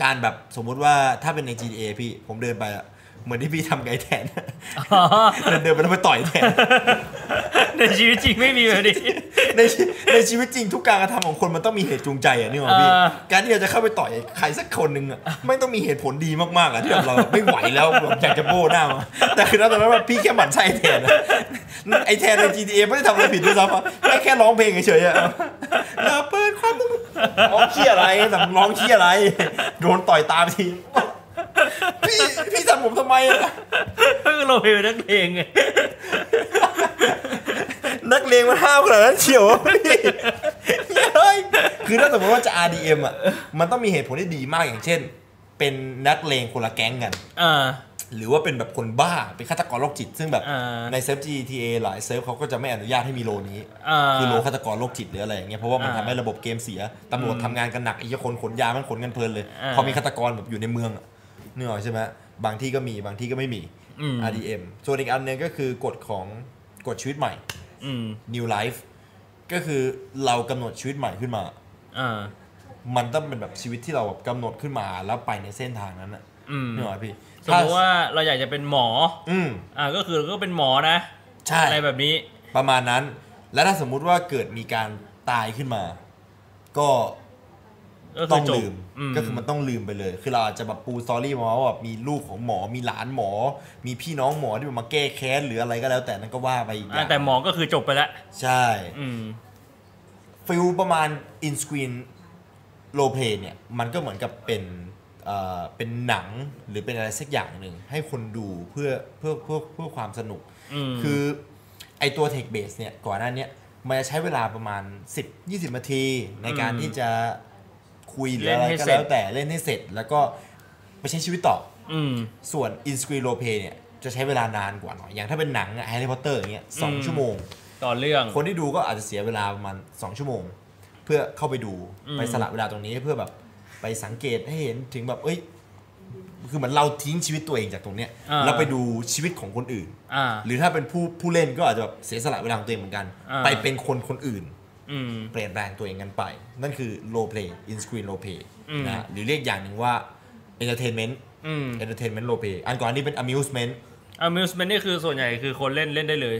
[SPEAKER 1] การแบบสมมุติว่าถ้าเป็นใน GTA พี่ผมเดินไปอะเหมือนที่พี่ทำไงแทน
[SPEAKER 2] อ๋อ
[SPEAKER 1] เดินไปแล้วไปต่อยแทน
[SPEAKER 2] ในชีวิตจริงไม่มีแบบนี้
[SPEAKER 1] ในชีในชีวิตจริงทุกการกระทำของคนมันต้องมีเหตุจูงใจอะนี่หว่าพี่
[SPEAKER 2] เออ
[SPEAKER 1] การที่เราจะเข้าไปต่อยใครสักคนหนึ่งอะไม่ต้องมีเหตุผลดีมากๆอะที่แบบเราไม่ไหวแล้วแบบอยากจะโบ้หน้ามาแต่คือณตอนนั้นว่าพี่แค่หมั่นไส้แทนอะไอแทนใน GTA ไม่ได้ทำอะไรผิดด้วยซ้ำอะแค่แค่ร้องเพลงเฉยๆอะเราเปิดความต้องร้องเชี่ยอะไรแต่ร้องเชี่ยอะไร โดนต่อยตามทีพี่พี่ทำผมทำไมอะ
[SPEAKER 2] ก็คือเราเป็นนักเลงไง
[SPEAKER 1] นักเลงมันห้าวขนาดนั้นเฉียววะพี่เฮ้ยคือถ้าสมมติว่าจะ RDM อ่ะ มันต้องมีเหตุผลที่ดีมากอย่างเช่น เป็นนักเลงคนละแก๊งกัน
[SPEAKER 2] เออ
[SPEAKER 1] หรือว่าเป็นแบบคนบ้า เป็นฆาตกรโรคจิต ซึ่งแบบ
[SPEAKER 2] อ่า
[SPEAKER 1] ในเซิร์ฟ GTA หลายเซิร์ฟเขาก็จะไม่อนุญาตให้มีโลนี้
[SPEAKER 2] เออ
[SPEAKER 1] คือโลฆาตกรโรคจิตหรืออะไรอย่างเงี้ยเพราะว่ามัน
[SPEAKER 2] อ่า
[SPEAKER 1] ทำให้ระบบเกมเสียตำรวจทำงานกันหนักไอ้เหี้ยคนขนยามันขนกันเพลินเลย
[SPEAKER 2] อ่า
[SPEAKER 1] พอมีฆาตกรแบบอยู่ในเมืองอะนึกออกใช่ไหมบางที่ก็มีบางที่ก็ไม่มี
[SPEAKER 2] อืม
[SPEAKER 1] RDM ส่วนอีกอันหนึงก็คือกฎของกฎชีวิตใหม่
[SPEAKER 2] อืม
[SPEAKER 1] new life ก็คือเรากำหนดชีวิตใหม่ขึ้นมา
[SPEAKER 2] เออ
[SPEAKER 1] มันต้องเป็นแบบชีวิตที่เราแบบกำหนดขึ้นมาแล้วไปในเส้นทางนั้นน่ะ
[SPEAKER 2] อืม
[SPEAKER 1] นี่หรอพี่
[SPEAKER 2] สมมติว่าเราอยากจะเป็นหมอ
[SPEAKER 1] อืม
[SPEAKER 2] อ่า ก็คือเราก็เป็นหมอนะ
[SPEAKER 1] ใช่
[SPEAKER 2] อะไรแบบนี้
[SPEAKER 1] ประมาณนั้น แล้วถ้าสมมุติว่าเกิดมีการตายขึ้นมา ก็
[SPEAKER 2] ก็คื
[SPEAKER 1] ต้
[SPEAKER 2] อ
[SPEAKER 1] อง
[SPEAKER 2] จบ
[SPEAKER 1] ลืมก็คือมันต้องลืมไปเลย คือเราอาจจะแบบปูสตอรี่มาว่าแบบมีลูกของหมอมีหลานหมอ มีพี่น้องหมอที่มาแก้แค้นหรืออะไรก็แล้วแต่นั่นก็ว่าไปอีกอ
[SPEAKER 2] อ่า
[SPEAKER 1] ย่าง
[SPEAKER 2] แต่หมอก็คือจบไปแล้ว
[SPEAKER 1] ใช่
[SPEAKER 2] อืม
[SPEAKER 1] ฟิลประมาณอินสกรีนโลเพเนี่ย มันก็เหมือนกับเป็นเอ่อเป็นหนังหรือเป็นอะไรสักอย่างหนึ่งให้คนดูเพื่อเพื่อเพื่อเพื่อความสนุก
[SPEAKER 2] อืม
[SPEAKER 1] คือไอตัว Tech Base เนี่ย ก่อนหน้าเนี้ยมันจะใช้เวลาประมาณ 10 20 นาที ในการ
[SPEAKER 2] อืม
[SPEAKER 1] ที่จะคุยหรือ
[SPEAKER 2] เล่น
[SPEAKER 1] อะไร
[SPEAKER 2] ให้
[SPEAKER 1] ก็
[SPEAKER 2] เสร็จ
[SPEAKER 1] แล้วแต่เล่นให้เสร็จ แล้วก็ไปใช้ชีวิตต่อ
[SPEAKER 2] อืม
[SPEAKER 1] ส่วน i n s c r e e n r o l e Play เนี่ย จะใช้เวลานานกว่าหน่อย อย่างถ้าเป็นหนังอะ Harry Potter อย่างเงี้ยสอง
[SPEAKER 2] อืม
[SPEAKER 1] ชั่วโมง
[SPEAKER 2] ต่อเรื่อง
[SPEAKER 1] คนที่ดูก็อาจจะเสียเวลาประมาณ 2 ชั่วโมง เพื่อเข้าไปดู
[SPEAKER 2] อืม
[SPEAKER 1] ไปสละเวลาตรงนี้เพื่อแบบไปสังเกตให้เห็นถึงแบบเอ้ยคือเหมือนเราทิ้งชีวิตตัวเองจากตรงเนี้ยแล้วไปดูชีวิตของคนอื่น
[SPEAKER 2] อ่า
[SPEAKER 1] หรือถ้าเป็นผู้ผู้เล่นก็อาจจะแบบเสียสละเวลาของตัวเองเหมือนกัน
[SPEAKER 2] อ่า
[SPEAKER 1] ไปเป็นคนคนอื่น
[SPEAKER 2] อืม
[SPEAKER 1] เปลี่ยนแปลงตัวเองกันไป นั่นคือ role play in screen role play
[SPEAKER 2] อืม
[SPEAKER 1] นะฮะหรือเรียกอย่างหนึ่งว่า entertainment
[SPEAKER 2] อืม
[SPEAKER 1] entertainment role play อันก่อนนี้เป็น amusement
[SPEAKER 2] amusement นี่คือส่วนใหญ่คือคนเล่นเล่นได้เลย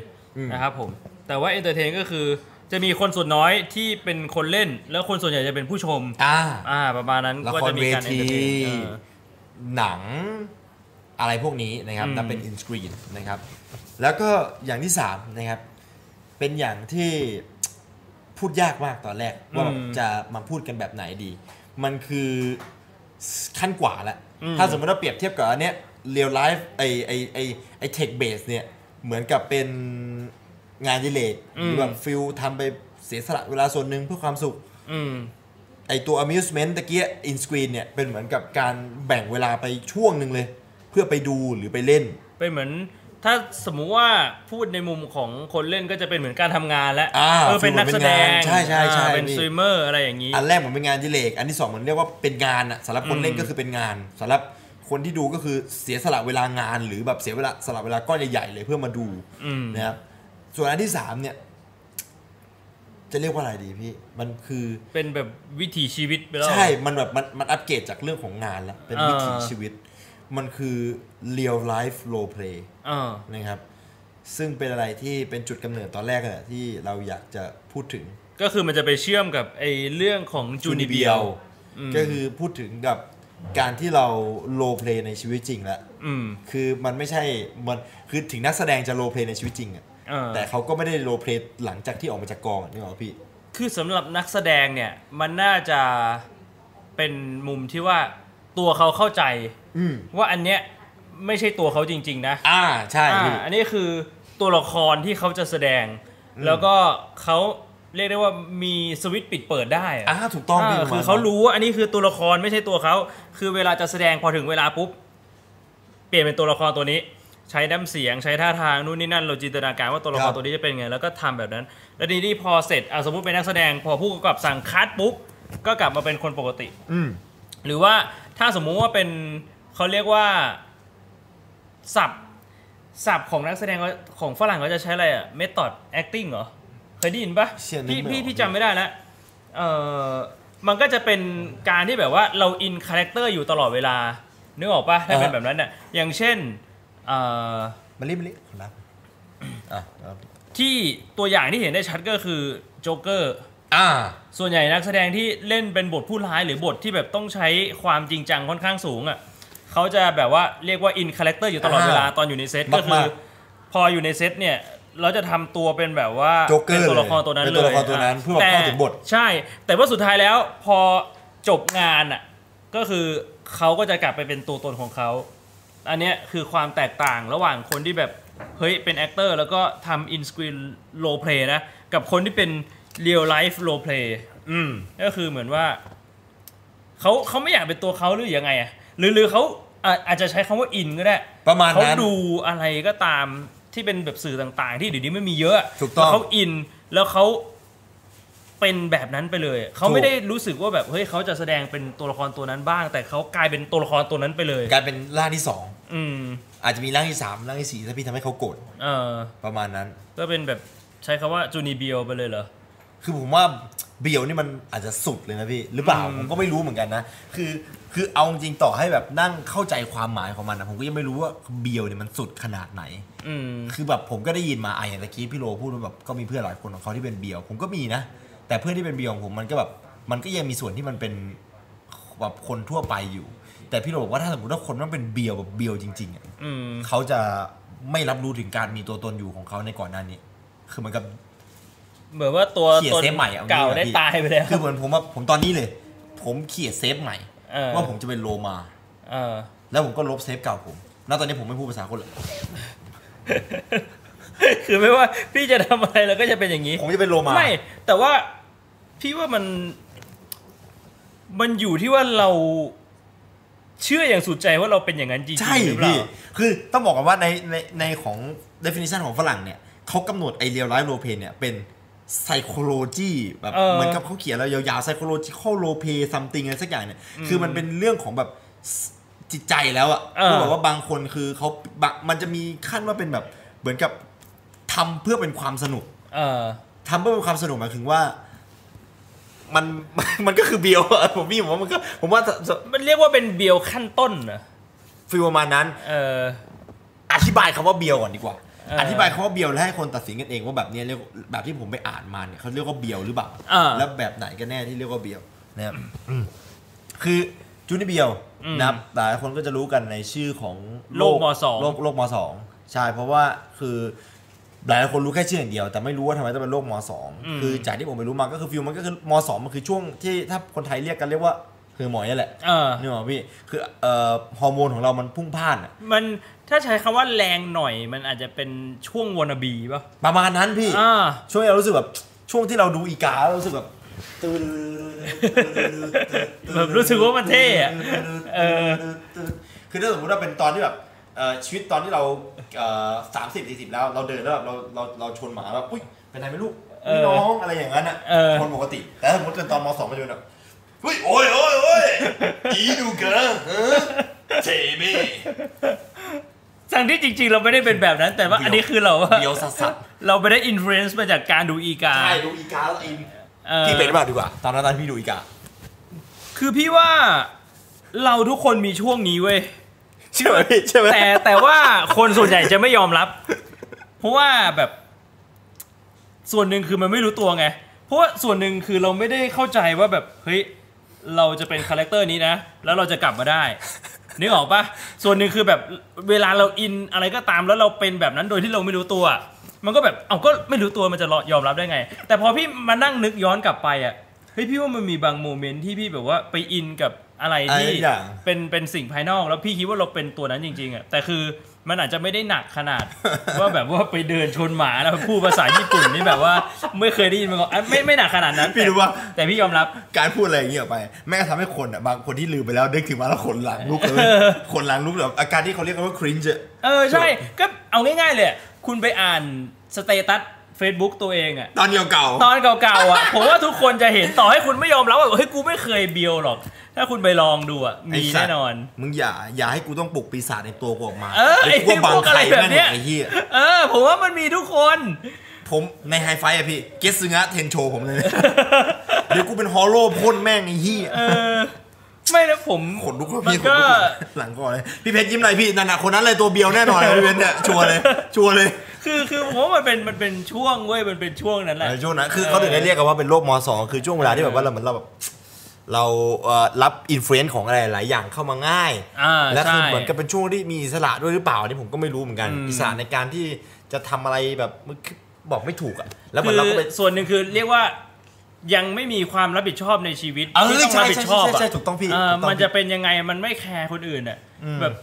[SPEAKER 2] นะครับผม แต่ว่า entertain ก็คือ จะมีคนส่วนน้อยที่เป็นคนเล่น แล้วคนส่วนใหญ่จะเป็นผู้ชม
[SPEAKER 1] อ่า
[SPEAKER 2] อ่าประมาณนั้น
[SPEAKER 1] ละ
[SPEAKER 2] ก็
[SPEAKER 1] คร
[SPEAKER 2] จะมี
[SPEAKER 1] เว
[SPEAKER 2] การ
[SPEAKER 1] ที
[SPEAKER 2] entertain เออ
[SPEAKER 1] หนังอะไรพวกนี้นะครับ
[SPEAKER 2] อืม
[SPEAKER 1] นับเป็นอินสกรีนนะครับ แล้วก็อย่างที่สามนะครับ เป็นอย่างที่พูดยากมากตอนแรก ว่าแบบจะมาพูดกันแบบไหนดี มันคือขั้นกว่าแล้วถ้าสมมติเราเปรียบเทียบกับอันเนี้ยเรียลไลฟ์ไอไอไอไอเทคเบสเนี่ย เหมือนกับเป็นงานอดิเลกหรือแบบฟิลทำไปเสียสละเวลาส่วนหนึ่งเพื่อความสุข
[SPEAKER 2] อืม
[SPEAKER 1] ไอตัว amusement ตะเกีย in screen เนี่ย เป็นเหมือนกับการแบ่งเวลาไปช่วงหนึ่งเลย เพื่อไปดูหรือไปเล่น
[SPEAKER 2] เป็นเหมือนถ้าสมมุติว่าพูดในมุมของคนเล่นก็จะเป็นเหมือนการทำงานแล้ว
[SPEAKER 1] อ่า
[SPEAKER 2] เออเป็นนักแสดง
[SPEAKER 1] ใช่ใช่ใช่
[SPEAKER 2] อ่าเป็น
[SPEAKER 1] นี่
[SPEAKER 2] สตรีมเมอร์อะไรอย่างนี้
[SPEAKER 1] อันแรกเหมือนเป็นงานอดิเลกอันที่สองเหมือนเรียกว่าเป็นงานอะสำหรับคนเล่นก็คือเป็นงานสำหรับคนที่ดูก็คือเสียสละเวลางาน หรือแบบเสียเวลาสละเวลาก้อนใหญ่ๆเลยเพื่อมาดู
[SPEAKER 2] อืม
[SPEAKER 1] นะครับส่วนอันที่สามเนี่ย จะเรียกว่าอะไรดีพี่ มันคือ
[SPEAKER 2] เป็นแบบวิถีชีวิตไปแล้ว
[SPEAKER 1] ใช่ มันแบบมันมันอัปเกรดจากเรื่องของงานแล้วเป็นวิถี
[SPEAKER 2] อ่า
[SPEAKER 1] ชีวิต มันคือ real life role play
[SPEAKER 2] เออ
[SPEAKER 1] นะครับ ซึ่งเป็นอะไรที่เป็นจุดกำเนิดตอนแรกอะที่เราอยากจะพูดถึง
[SPEAKER 2] ก็คือมันจะไปเชื่อมกับไอ้เรื่องของจูนิเบียว
[SPEAKER 1] ก็คือพูดถึงกับการที่เราโลเพลในชีวิตจริงแล้ว
[SPEAKER 2] อืม
[SPEAKER 1] คือมันไม่ใช่มันคือถึงนักแสดงจะโลเพลในชีวิตจริงอะ
[SPEAKER 2] เออ
[SPEAKER 1] แต่เขาก็ไม่ได้โลเพลหลังจากที่ออกมาจากกองอะนี่หรอกพี่
[SPEAKER 2] คือสำหรับนักแสดงเนี่ย มันน่าจะเป็นมุมที่ว่าตัวเขาเข้าใจ
[SPEAKER 1] อืม
[SPEAKER 2] ว่าอันเนี้ยไม่ใช่ตัวเขาจริง ๆ นะ
[SPEAKER 1] อ่าใช่พี่
[SPEAKER 2] อ่าอันนี้คือตัวละครที่เขาจะแสดง แล้วก็เขาเรียกได้ว่ามีสวิตช์ปิดเปิดได้ะ
[SPEAKER 1] อ่าถูกต้องพี่
[SPEAKER 2] า
[SPEAKER 1] ประมาณ
[SPEAKER 2] คือเขา
[SPEAKER 1] นั้น
[SPEAKER 2] รู้ว่าอันนี้คือตัวละครไม่ใช่ตัวเขาคือเวลาจะแสดงพอถึงเวลาปุ๊บ เปลี่ยนเป็นตัวละครตัวนี้ ใช้น้ำเสียงใช้ท่าทางนู่นนี่นั่นเราจินตนาการว่าตัวละครตัวนี้จะเป็นไงแล้วก็ทำแบบนั้น แล้วทีนี้พอเสร็จอ่ะสมมติเป็นนักแสดง พอผู้กำกับสั่งคัดปุ๊บก็กลับมาเป็นคนปกติ
[SPEAKER 1] อืม
[SPEAKER 2] หรือว่าถ้าสมมุติว่าเป็นเขาเรียกว่าศัพท์ศัพท์ของนักแสดงเขาของฝรั่งเขาจะใช้อะไรอะ method acting เหรอ เคยได้ยินปะ
[SPEAKER 1] เชี่ยนึก
[SPEAKER 2] พี่
[SPEAKER 1] ไม่ออก
[SPEAKER 2] พี่พี่จำไม่ได้แล้วเออมันก็จะเป็นการที่แบบว่าเราอินคาแรคเตอร์อยู่ตลอดเวลา นึกออกปะถ้าเป็นแบบนั้นน่ะอย่างเช่นเอ่อ
[SPEAKER 1] มารีบมารีบขอรับอ่ะครับ
[SPEAKER 2] ที่ตัวอย่างที่เห็นได้ชัดก็คือโจ๊กเกอร์
[SPEAKER 1] อ่า
[SPEAKER 2] ส่วนใหญ่นักแสดงที่เล่นเป็นบทผู้ร้ายหรือบทที่แบบต้องใช้ความจริงจังค่อนข้างสูงอ่ะเขาจะแบบว่าเรียกว่าอินคาแรคเตอร์อยู่ตลอดเวลา
[SPEAKER 1] อ่า
[SPEAKER 2] ตอนอยู่ในเซต
[SPEAKER 1] มา
[SPEAKER 2] ก็
[SPEAKER 1] กๆ
[SPEAKER 2] คือ พออยู่ในเซตเนี่ยเราจะทำตัวเป็นแบบว่า
[SPEAKER 1] โจ๊กเกอร์
[SPEAKER 2] นตัวละครตัวนั้น
[SPEAKER 1] เป็น
[SPEAKER 2] เลย
[SPEAKER 1] ตัวละครตัวนั้นะ เพื่อแบบเข้าถึงบท
[SPEAKER 2] ใช่ แต่ว่าสุดท้ายแล้วพอจบงานอ่ะก็คือเขาก็จะกลับไปเป็นตัวตนของเขาอันเนี้ยคือความแตกต่างระหว่างคนที่แบบเฮ้ยเป็นแอคเตอร์แล้วก็ทำอินสกรีนโลเพลนะกับคนที่เป็นเรียลไลฟ์โลเพล
[SPEAKER 1] อืม
[SPEAKER 2] ก็คือเหมือนว่าเขาเขาไม่อยากเป็นตัวเขาหรือยังไงอะหรือหรือเขาอ่ะอาจจะใช้คำว่าอินก็ได้
[SPEAKER 1] ประมาณนั้น
[SPEAKER 2] เขาดูอะไรก็ตามที่เป็นแบบสื่อต่างๆ ที่เดี๋ยวนี้ไม่มีเยอะ
[SPEAKER 1] ถูกต้อง
[SPEAKER 2] แล้วเขาอินแล้วเขาเป็นแบบนั้นไปเลยเขา
[SPEAKER 1] ถูก
[SPEAKER 2] ไม่ได้รู้สึกว่าแบบเฮ้ยเขาจะแสดงเป็นตัวละครตัวนั้นบ้าง แต่เขากลายเป็นตัวละครตัวนั้นไปเลย
[SPEAKER 1] กลายเป็นร่างที่สอง
[SPEAKER 2] อืม
[SPEAKER 1] อาจจะมีร่างที่สามร่างที่สี่ถ้าพี่ทำให้เขาโกรธ
[SPEAKER 2] เออ
[SPEAKER 1] ประมาณนั้น
[SPEAKER 2] ก็เป็นแบบใช้คำว่าจูนิเบียวไปเลยเหรอ
[SPEAKER 1] คือผมว่าเบียวนี่มันอาจจะสุดเลยนะพี่ หรือเปล่าผมก็ไม่รู้เหมือนกันนะ คือคือเอาจริงต่อให้แบบนั่งเข้าใจความหมายของมันนะผมก็ยังไม่รู้ว่าเบียวเนี่ยมันสุดขนาดไหน
[SPEAKER 2] อืม
[SPEAKER 1] คือแบบผมก็ได้ยินมาไอะอย่างตะกี้พี่โลพูดว่าแบบก็มีเพื่อนหลายคนของเขาที่เป็นเบียวผมก็มีนะ แต่เพื่อนที่เป็นเบียวของผมมันก็แบบมันก็ยังมีส่วนที่มันเป็นแบบคนทั่วไปอยู่ แต่พี่โลบอกว่าถ้าสมมติว่าคนมันเป็นเบียวแบบเบียวจริงๆอะ
[SPEAKER 2] อืม
[SPEAKER 1] เขาจะไม่รับรู้ถึงการมีตัวตนอยู่ของเขาในก่อนหน้านี้ คือเหมือนกับ
[SPEAKER 2] เหมือนว่าตัว
[SPEAKER 1] เขียน
[SPEAKER 2] ตน
[SPEAKER 1] เซฟใหม่เอางี้
[SPEAKER 2] เก่า
[SPEAKER 1] ดีกว่า
[SPEAKER 2] ได้
[SPEAKER 1] พี่
[SPEAKER 2] ตายไปแล้ว
[SPEAKER 1] คือเหมือนผมว่าผมตอนนี้เลย ผมเขียนเซฟใหม่
[SPEAKER 2] เออ
[SPEAKER 1] ว่าผมจะเป็นโลมา
[SPEAKER 2] เออ
[SPEAKER 1] แล้วผมก็ลบเซฟเก่าผม ณ ตอนนี้ผมไม่พูดภาษาคนเลย
[SPEAKER 2] คือไม่ว่าพี่จะทำอะไรแล้วก็จะเป็นอย่างนี้
[SPEAKER 1] ผมจะเป็นโลมา
[SPEAKER 2] ไม่ แต่ว่าพี่ว่ามัน มันอยู่ที่ว่าเราเชื่ออย่างสุดใจว่าเราเป็นอย่างนั้นจริง
[SPEAKER 1] ใช่
[SPEAKER 2] ๆหรือเปล่า
[SPEAKER 1] พี่ คือต้องบอกกันว่าในในในของ definition ของฝรั่งเนี่ย เขากำหนดไอเรียลไลฟ์โรเพเนี่ยเป็น psychology แบบ
[SPEAKER 2] เออ
[SPEAKER 1] เหมือนกับเขาเขียนแล้วยาวๆ psychological role play something อะไรสักอย่างเนี่ย คือมันเป็นเรื่องของแบบสจิตใจแล้วอะ
[SPEAKER 2] เออ
[SPEAKER 1] ก็บอกว่าบางคนคือเขาบะมันจะมีขั้นว่าเป็นแบบเหมือนกับทำเพื่อเป็นความสนุก
[SPEAKER 2] เออ
[SPEAKER 1] ทำเพื่อเป็นความสนุกหมายถึงว่า มัน มันก็คือเบียวอะผมพี่ผมว่ามันก็ผมว่า
[SPEAKER 2] มันเรียกว่าเป็นเบียวขั้นต้นนะ
[SPEAKER 1] ฟีลประมาณนั้น
[SPEAKER 2] เออ
[SPEAKER 1] อธิบายคำว่าเบียวก่อนดีกว่า
[SPEAKER 2] อ เออ
[SPEAKER 1] อ
[SPEAKER 2] อ
[SPEAKER 1] ธิบายเขาว่าเบียวแล้วให้คนตัดสินกันเองว่าแบบเนี้ยเรียกแบบที่ผมไปอ่านมาเนี่ยเขาเรียกว่าเบียวหรือเปล่า
[SPEAKER 2] เออ
[SPEAKER 1] แล้วแบบไหนกันแน่ที่เรียกว่าเบียวนะครับคือจูนิเบียว
[SPEAKER 2] อืม
[SPEAKER 1] นะครับหลายคนก็จะรู้กันในชื่อของ
[SPEAKER 2] โรคมสอง
[SPEAKER 1] โรคโรคมสองใช่เพราะว่าคือ หลายคนรู้แค่ชื่ออย่างเดียว แต่ไม่รู้ว่าทำไมต้องเป็นโรคมสอง
[SPEAKER 2] อืม
[SPEAKER 1] คือจากที่ผมไปรู้มาก็คือฟิลมันก็คือมสองมันคือช่วงที่ถ้าคนไทยเรียกกันเรียกว่าคือหมอยนั่นแหละ
[SPEAKER 2] เออ
[SPEAKER 1] นี่หรอพี่คือเอ่อฮอร์โมนของเรามันพุ่งพล่านอะ
[SPEAKER 2] มันถ้าใช้คำว่าแรงหน่อยมันอาจจะเป็นช่วงวนาบีป่ะ
[SPEAKER 1] ประมาณนั้นพี่
[SPEAKER 2] อ่า
[SPEAKER 1] ช่วงที่เรารู้สึกแบบช่วงที่เราดูอีกาแล้วรู้สึกแบบตื่น
[SPEAKER 2] แบบรู้สึกว่ามันเท่อะเออ
[SPEAKER 1] คือถ้าสมมติว่าเป็นตอนที่แบบเอ่อชีวิตตอนที่เราสามสิบสี่สิบแล้วเราเดินแล้วแบบเราเราเราชนหมาแบบอุ้ยเป็นไรไหม่รู้
[SPEAKER 2] เออ
[SPEAKER 1] น้องอะไรอย่างนั้นอ่ะ
[SPEAKER 2] เออ
[SPEAKER 1] คนปกติแต่ถ้าสมมติเกินตอนมสองมันจะเป็นแบบเฮ้ยโอ้ยโอ้ยโอ้ยอีดูเกอเออเทเม่
[SPEAKER 2] ทั้งที่จริงๆ เราไม่ได้เป็นแบบนั้น แต่ว่าอันนี้คือเราว่า
[SPEAKER 1] เดียวสัสสัส
[SPEAKER 2] เราไปได้อินฟลูเอนซ์มาจากการดูอีกา
[SPEAKER 1] ใช่ดูอีกาแล้วอิน
[SPEAKER 2] เออ
[SPEAKER 1] พี่เป็นหรือเปล่าดีกว่า ตอนนั้นตอนที่พี่ดูอีกา
[SPEAKER 2] คือพี่ว่าเราทุกคนมีช่วงนี้เว้ย
[SPEAKER 1] ใช่ไหมพี่ใช่ไหม
[SPEAKER 2] แต่แต่ว่าคนส่วนใหญ่จะไม่ยอมรับ เพราะว่าแบบส่วนหนึ่งคือมันไม่รู้ตัวไง เพราะว่าส่วนหนึ่งคือเราไม่ได้เข้าใจว่าแบบเฮ้ยเราจะเป็นคาแรคเตอร์นี้นะ แล้วเราจะกลับมาได้นึกออกปะส่วนหนึ่งคือแบบเวลาเราอินอะไรก็ตามแล้วเราเป็นแบบนั้นโดยที่เราไม่รู้ตัว มันก็แบบเอาก็ไม่รู้ตัวมันจะยอมรับได้ไง แต่พอพี่มานั่งนึกย้อนกลับไปอ่ะเฮ้ยพี่ว่ามันมีบางโมเมนต์ที่พี่แบบว่าไปอินกับอะไรที่
[SPEAKER 1] อะไรอย่าง
[SPEAKER 2] เป็นเป็นสิ่งภายนอกแล้วพี่คิดว่าเราเป็นตัวนั้นจริงๆอ่ะแต่คือมันอาจจะไม่ได้หนักข นาด ว่าแบบว่าไปเดินชนหมาแล้วพูดภาษาญี่ปุ่นนี่แบบว่าไม่เคยได้ยินมาก่อนอ่ะไม่ไม่หนักขนาดนั้น
[SPEAKER 1] พี่
[SPEAKER 2] แต่
[SPEAKER 1] รู้ว่า
[SPEAKER 2] แต่พี่ยอมรับ
[SPEAKER 1] การพูดอะไรอย่างเงี้ยออกไป แม่งก็ทำให้คนอ่ะบางคนที่ลืมไปแล้วนึกถึงมาแล้วขนหลังลุกเลย ขนหลังลุกเลยอาการที่เขาเรียกกันว่าครินจ์อะ
[SPEAKER 2] เออใช่ก็เอาง่ายๆเลยอะคุณไปอ่านสเตตัส Facebook ตัวเองอ่ะ
[SPEAKER 1] ตอนเดียวเก่า
[SPEAKER 2] ตอนเก่าๆอ่ะ ผมว่าทุกคนจะเห็นต่อให้คุณไม่ยอมรับว่าเฮ้ยกูไม่เคยเบียวหรอก ถ้าคุณไปลองดูอ่ะมี
[SPEAKER 1] ไสัต
[SPEAKER 2] แน่
[SPEAKER 1] ว์
[SPEAKER 2] นอน
[SPEAKER 1] มึงอย่า อย่าให้กูต้องปลุกปีศาจในตัวกูออกมา
[SPEAKER 2] เออ
[SPEAKER 1] ดี๋ยวกู
[SPEAKER 2] ไอ้พวกอะไร
[SPEAKER 1] ข่
[SPEAKER 2] แบบเนี้ย
[SPEAKER 1] ม่งหมดไอ้เหี้ย
[SPEAKER 2] เออ ผมว่ามันมีทุกคน
[SPEAKER 1] ผมในไฮไฟอะพี่ เกสซึงะเทนโชผม เลยนะ เดี๋ยวกูเป็นฮอลโลพ่นแม่งไอ้เหี้ย
[SPEAKER 2] เออ ไม่นะผม
[SPEAKER 1] ขนลุกแล้ว
[SPEAKER 2] มั
[SPEAKER 1] พี่
[SPEAKER 2] น
[SPEAKER 1] ขน
[SPEAKER 2] ก็
[SPEAKER 1] ลุกหลังก่อนเลย พี่เพชรยิ้มหน่อยพี่นั่นน่ะคนนั้นเลยตัวเบียวแน่นอนเลยพี่เพชรเนี่ยชัวร์เลยชัวร์เลย
[SPEAKER 2] คือคือผมว่ามันเป็นมันเป็นช่วงเว้ยมันเป็นช่วงนั้นแหละ
[SPEAKER 1] เออช่วงนั้นคือเขาถึงได้เรียกกันว่าเป็นโรคมสองคือช่วงเวลาที่แบบว่าเราเหมือนเราแบบ เราเอ่อรับอินฟลูเอนซ์ของอะไรหลายอย่างเข้ามาง่าย
[SPEAKER 2] อ่า
[SPEAKER 1] และคือ
[SPEAKER 2] ใช่
[SPEAKER 1] เหมือนกับเป็นช่วงที่มีอิสระด้วยหรือเปล่าอันนี้ผมก็ไม่รู้เหมือนกัน
[SPEAKER 2] อืม
[SPEAKER 1] อิสระในการที่จะทำอะไรแบบมันคือบอกไม่ถูกอะแล้วเหมือนเรา
[SPEAKER 2] คื
[SPEAKER 1] ก็
[SPEAKER 2] อ
[SPEAKER 1] ไป
[SPEAKER 2] ส่วนหนึ่งคือเรียกว่ายังไม่มีความรับผิดชอบในชีวิต
[SPEAKER 1] เอ
[SPEAKER 2] ที่
[SPEAKER 1] อ
[SPEAKER 2] ต้อง
[SPEAKER 1] ใช่
[SPEAKER 2] รับผิ
[SPEAKER 1] ใช่
[SPEAKER 2] ดช
[SPEAKER 1] ใช่ใช่
[SPEAKER 2] อบอ่ะ
[SPEAKER 1] ใช่ถูกต้องพี่
[SPEAKER 2] เออ
[SPEAKER 1] ถูกต้อง
[SPEAKER 2] มันจะ
[SPEAKER 1] พี่
[SPEAKER 2] เป็นยังไงมันไม่แคร์คนอื่นอ่ะ
[SPEAKER 1] อืม
[SPEAKER 2] แบบ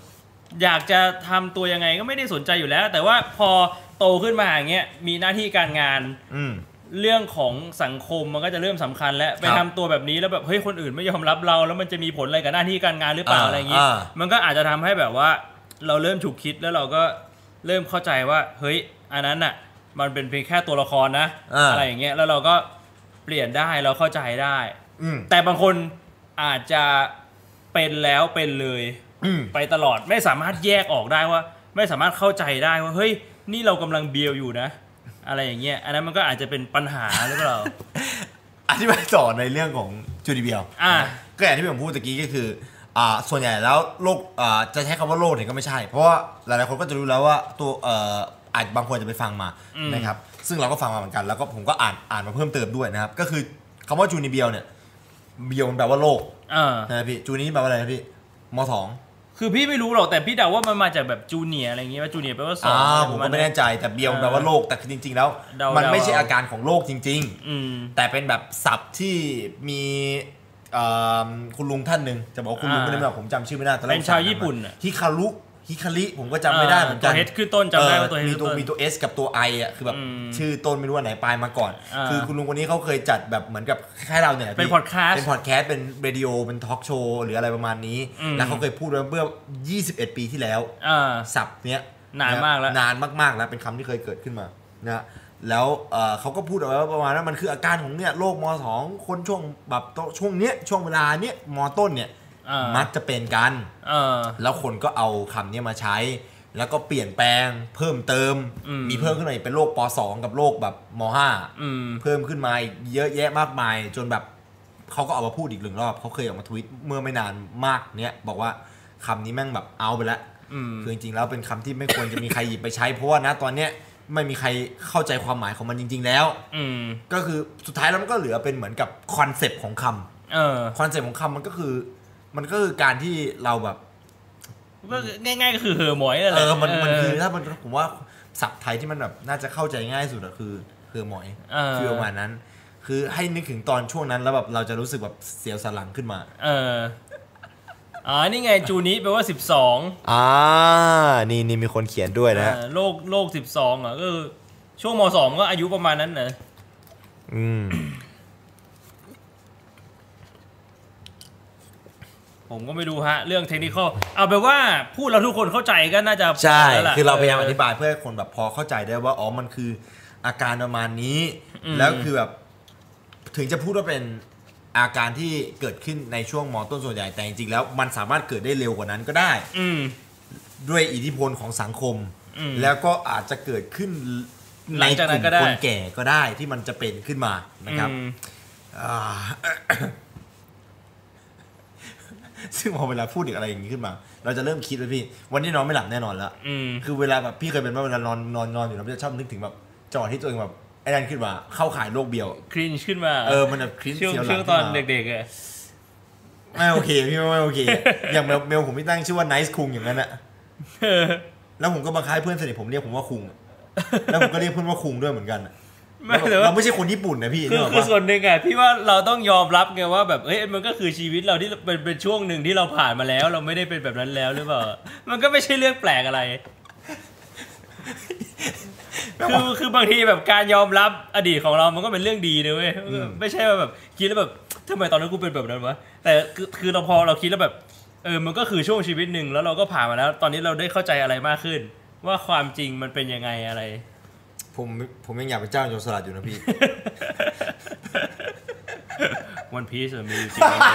[SPEAKER 2] อยากจะทำตัวยังไงก็ไม่ได้สนใจอยู่แล้ว แต่ว่าพอโตขึ้นมาอย่างเงี้ยมีหน้าที่การงาน
[SPEAKER 1] อืม
[SPEAKER 2] เรื่องของสังคมมันก็จะเริ่มสำคัญแล้วไป
[SPEAKER 1] ครับ
[SPEAKER 2] ทำตัวแบบนี้แล้วแบบเฮ้ยคนอื่นไม่ยอมรับเรา แล้วมันจะมีผลอะไรกับหน้าที่การงานหรือเปล่า
[SPEAKER 1] อ่า
[SPEAKER 2] อะไรอย่างงี้
[SPEAKER 1] อ่า
[SPEAKER 2] มันก็อาจจะทำให้แบบว่าเราเริ่มฉุกคิดแล้วเราก็เริ่มเข้าใจว่าเฮ้ยอันนั้นอ่ะมันเป็นเพียงแค่ตัวละครนะ
[SPEAKER 1] อ่า
[SPEAKER 2] อะไรอย่างเงี้ยแล้วเราก็เปลี่ยนได้เราเข้าใจได้
[SPEAKER 1] อืม
[SPEAKER 2] แต่บางคนอาจจะเป็นแล้วเป็นเลย
[SPEAKER 1] อืม
[SPEAKER 2] ไปตลอดไม่สามารถแยกออกได้ว่า ไม่สามารถเข้าใจได้ว่าเฮ้ยนี่เรากำลังเบียวอยู่นะ อะไรอย่างเงี้ยอันนั้นมันก็อาจจะเป็นปัญหาหรือเปล่า
[SPEAKER 1] อธิบายต่อในเรื่องของจูดิเบียว
[SPEAKER 2] อ่า
[SPEAKER 1] ก็อย่างที่ผมพูดตะกี้ก็คืออ่าส่วนใหญ่แล้วโรคอ่าจะใช้คำว่าโรคเนี่ยก็ไม่ใช่ เพราะว่าหลายๆคนก็จะรู้แล้วว่าตัวเอ่ออาจบางคนจะไปฟังมา
[SPEAKER 2] อืม
[SPEAKER 1] นะครับซึ่งเราก็ฟังมาเหมือนกันแล้วก็ผมก็อ่านอ่านมาเพิ่มเติมด้วยนะครับ ก็คือคำว่าจูนิเบียวเนี่ยเบียวมันแปลว่าโรค
[SPEAKER 2] เออ
[SPEAKER 1] นะครับพี่จูนี่แปลว่าอะไรนะพี่มสอง
[SPEAKER 2] คือพี่ไม่รู้หรอกแต่พี่เดาว่ามันมาจากแบบจูเนียร์อะไรอย่างเงี้ยว่าจูเนียร์แปลว่าสอง
[SPEAKER 1] อ่า
[SPEAKER 2] อะไร
[SPEAKER 1] ผ
[SPEAKER 2] ป
[SPEAKER 1] ม
[SPEAKER 2] ระ
[SPEAKER 1] ก็
[SPEAKER 2] ณ
[SPEAKER 1] ไม่
[SPEAKER 2] เนี้
[SPEAKER 1] แน่
[SPEAKER 2] ย
[SPEAKER 1] ใจแต่เบียวมันแปลว่าโรคแต่คือจริง ๆ แล้ว
[SPEAKER 2] เดาๆ
[SPEAKER 1] มันไม่ใช่
[SPEAKER 2] เอา
[SPEAKER 1] อาการของโรคจริง ๆ
[SPEAKER 2] อืม
[SPEAKER 1] แต่เป็นแบบศัพท์ที่มีเอ่อคุณลุงท่านหนึ่งจะบอกว่าคุณลุง
[SPEAKER 2] อ่า
[SPEAKER 1] ไม่ได้บอกผมจำชื่อไม่ได้แต่รก
[SPEAKER 2] เป็นชาวญี่ปุ่นน่ะ
[SPEAKER 1] ฮิคารุฮิคาริผมก็จำไม่ได้เหมือนกั
[SPEAKER 2] ตั
[SPEAKER 1] น
[SPEAKER 2] วเฮดขึ้นต้นจำได้ว่าตัวเฮด
[SPEAKER 1] มี
[SPEAKER 2] ขึ้น
[SPEAKER 1] ตัว
[SPEAKER 2] ต้น
[SPEAKER 1] มีตัว S กับตัว I อ่ะคือแบบ
[SPEAKER 2] อืม
[SPEAKER 1] ชื่อต้นไม่รู้ว่าไหนปลายมาก่อน
[SPEAKER 2] อ่า
[SPEAKER 1] คือคุณลุงคนนี้เขาเคยจัดแบบเหมือนกับคล้ายๆเราเนี่ยแหละ
[SPEAKER 2] เป็น
[SPEAKER 1] พี่
[SPEAKER 2] podcast
[SPEAKER 1] เป็นพอดแคสต์เป็นเรดิโอเป็นทอล์กโชว์หรืออะไรประมาณนี้
[SPEAKER 2] อืม
[SPEAKER 1] แล้วเขาเคยพูดไว้เมื่อ 21 ปีที่แล้ว
[SPEAKER 2] อ่า
[SPEAKER 1] ศัพท์เนี้ย
[SPEAKER 2] นานมากแล้ว
[SPEAKER 1] นานมากๆแล้วเป็นคำที่เคยเกิดขึ้นมานะแล้วเอ่อเขาก็พูดเอาไว้ว่าประมาณว่ามันคืออาการของเนี่ยโรคมสองคนช่วงแบบโตช่วงเนี้ยช่วงเวลาเนี้ยมต้นเนี่ย
[SPEAKER 2] อ่า
[SPEAKER 1] มักจะเป็นกัน
[SPEAKER 2] เออ
[SPEAKER 1] แล้วคนก็เอาคำเนี้ยมาใช้ แล้วก็เปลี่ยนแปลงเพิ่มเติม
[SPEAKER 2] อืม
[SPEAKER 1] เพิ่มขึ้นมาอีกเป็นโรคป .2 กับโรคแบบม
[SPEAKER 2] อืม
[SPEAKER 1] .5 เพิ่มขึ้นมาอีกเยอะแยะมากมาย จนแบบเขาก็ออกมาพูดอีกหนึ่งรอบเขาเคยออกมาทวิตเมื่อไม่นานมากเนี้ยบอกว่าคำนี้แม่งแบบเอาไปแล้ว
[SPEAKER 2] อ อืม
[SPEAKER 1] คือจริงๆแล้วเป็นคำที่ไม่ควรจะมีใครหยิบไปใช้เพราะว่านะตอนเนี้ยไม่มีใครเข้าใจความหมายของมันจริง ๆ แล้ว
[SPEAKER 2] อืม
[SPEAKER 1] ก็คือสุดท้ายแล้วมันก็เหลือเป็นเหมือนกับคอนเซปต์ของคำ
[SPEAKER 2] เออ
[SPEAKER 1] คอนเซปต์ของคำมันก็คือ มันก็คือการที่เราแบบ
[SPEAKER 2] ก็ง่ายๆก็คือเฮอร์มอยอะไร
[SPEAKER 1] เออมันมันคือถ้ามันผมว่าศัพท์ไทยที่มันแบบน่าจะเข้าใจง่ายสุดอะคือคือหมอย
[SPEAKER 2] เออ
[SPEAKER 1] คือประมาณนั้น คือให้นึกถึงตอนช่วงนั้นแล้วแบบเราจะรู้สึกแบบเสียวสนหลังขึ้นมา
[SPEAKER 2] เอออ๋อนี่ไงจูนี้แปลว่าสิบสอง
[SPEAKER 1] อ่า นี่นี่มีคนเขียนด้วยนะ
[SPEAKER 2] เอ่อโลกโลกสิบสองอ่ะก็คือช่วงมสองก็อายุประมาณนั้นนะ
[SPEAKER 1] อืม
[SPEAKER 2] ผมก็ไม่รู้ฮะ เรื่องเทคนิคอลเอาไปนว่าพูดเราทุกคนเข้าใจก็น่าจะ
[SPEAKER 1] ใช่
[SPEAKER 2] แล้วล่ะ
[SPEAKER 1] คือเราพยายามอธิบายเพื่อให้คนแบบพอเข้าใจได้ว่าอ๋อ มันคืออาการประมาณนี้
[SPEAKER 2] อืม
[SPEAKER 1] แล้วคือแบบถึงจะพูดว่าเป็นอาการที่เกิดขึ้นในช่วงมต้นส่วนใหญ่แต่จริงๆแล้วมันสามารถเกิดได้เร็วกว่านั้นก็ได้
[SPEAKER 2] อืม
[SPEAKER 1] ด้วยอิทธิพลของสังคม
[SPEAKER 2] อืม
[SPEAKER 1] แล้วก็อาจจะเกิดขึ้น
[SPEAKER 2] ห
[SPEAKER 1] ใน
[SPEAKER 2] ลังจาก
[SPEAKER 1] ก
[SPEAKER 2] นั้
[SPEAKER 1] ลุ่ม
[SPEAKER 2] นก็ได้
[SPEAKER 1] คนแก่ก็ได้ที่มันจะเป็นขึ้นมานะครับ
[SPEAKER 2] อืม
[SPEAKER 1] อ่า ซึ่งพอเวลาพูดถึงอะไรอย่างนี้ขึ้นมา เราจะเริ่มคิดเลยพี่ วันนี้นอนไม่หลับแน่นอนละ
[SPEAKER 2] อืม
[SPEAKER 1] คือเวลาแบบพี่เคยเป็นว่าเวลานอนนอนนอนอยู่แล้วมันจะชอบนึกถึงแบบจังหวะที่ตัวเองแบบไอ้นั่นขึ้นมาเข้าข่ายโรคเบียว
[SPEAKER 2] คลินขึ้นมา
[SPEAKER 1] เออมันแบบคลิ้น
[SPEAKER 2] ช่วง
[SPEAKER 1] เสียวหลัง
[SPEAKER 2] ช่วงตอน
[SPEAKER 1] ขึ้มา
[SPEAKER 2] เด็กๆอ่ะ
[SPEAKER 1] ไม่โอเคพี่ไม่โอเค อย่างเมลเมลผมไม่ตั้งชื่อว่าไนซ์คุงอย่างนั้นอะ
[SPEAKER 2] เออ
[SPEAKER 1] แล้วผมก็บังคับให้เพื่อนสนิทผมเรียกผมว่าคุงอะแล้วผมก็เรียกเพื่อนว่าคุงด้วยเหมือนกันอะ
[SPEAKER 2] ไม่แต่ว่า
[SPEAKER 1] เราไม่ใช่คนญี่ปุ่นนะพี่
[SPEAKER 2] คื
[SPEAKER 1] เนี่
[SPEAKER 2] อย คือส่วนหนึ่งอ่ะพี่ว่าเราต้องยอมรับไงว่าแบบเฮ้ยมันก็คือชีวิตเราที่เป็นเป็นช่วงหนึ่งที่เราผ่านมาแล้ว เราไม่ได้เป็นแบบนั้นแล้วหรือเปล่า มันก็ไม่ใช่เรื่องแปลกอะไร คือคือบางทีแบบการยอมรับอดีตของเรามันก็เป็นเรื่องดีนะเว้ยไม่ใช่ว่าแบบคิดแล้วแบบทำไมตอนนั้นกูเป็นแบบนั้นวะแต่คือคือเราพอเราคิดแล้วแบบเออมันก็คือช่วงชีวิตหนึ่งแล้วเราก็ผ่านมาแล้ว ตอนนี้เราได้เข้าใจอะไรมากขึ้น ว่าความจริงมันเป็นยังไงอะไร
[SPEAKER 1] ผมผมยังอยากเป็นเจ้าโยสลัดอยู่นะพี่
[SPEAKER 2] One Piece มันมีอยู่จริงไหม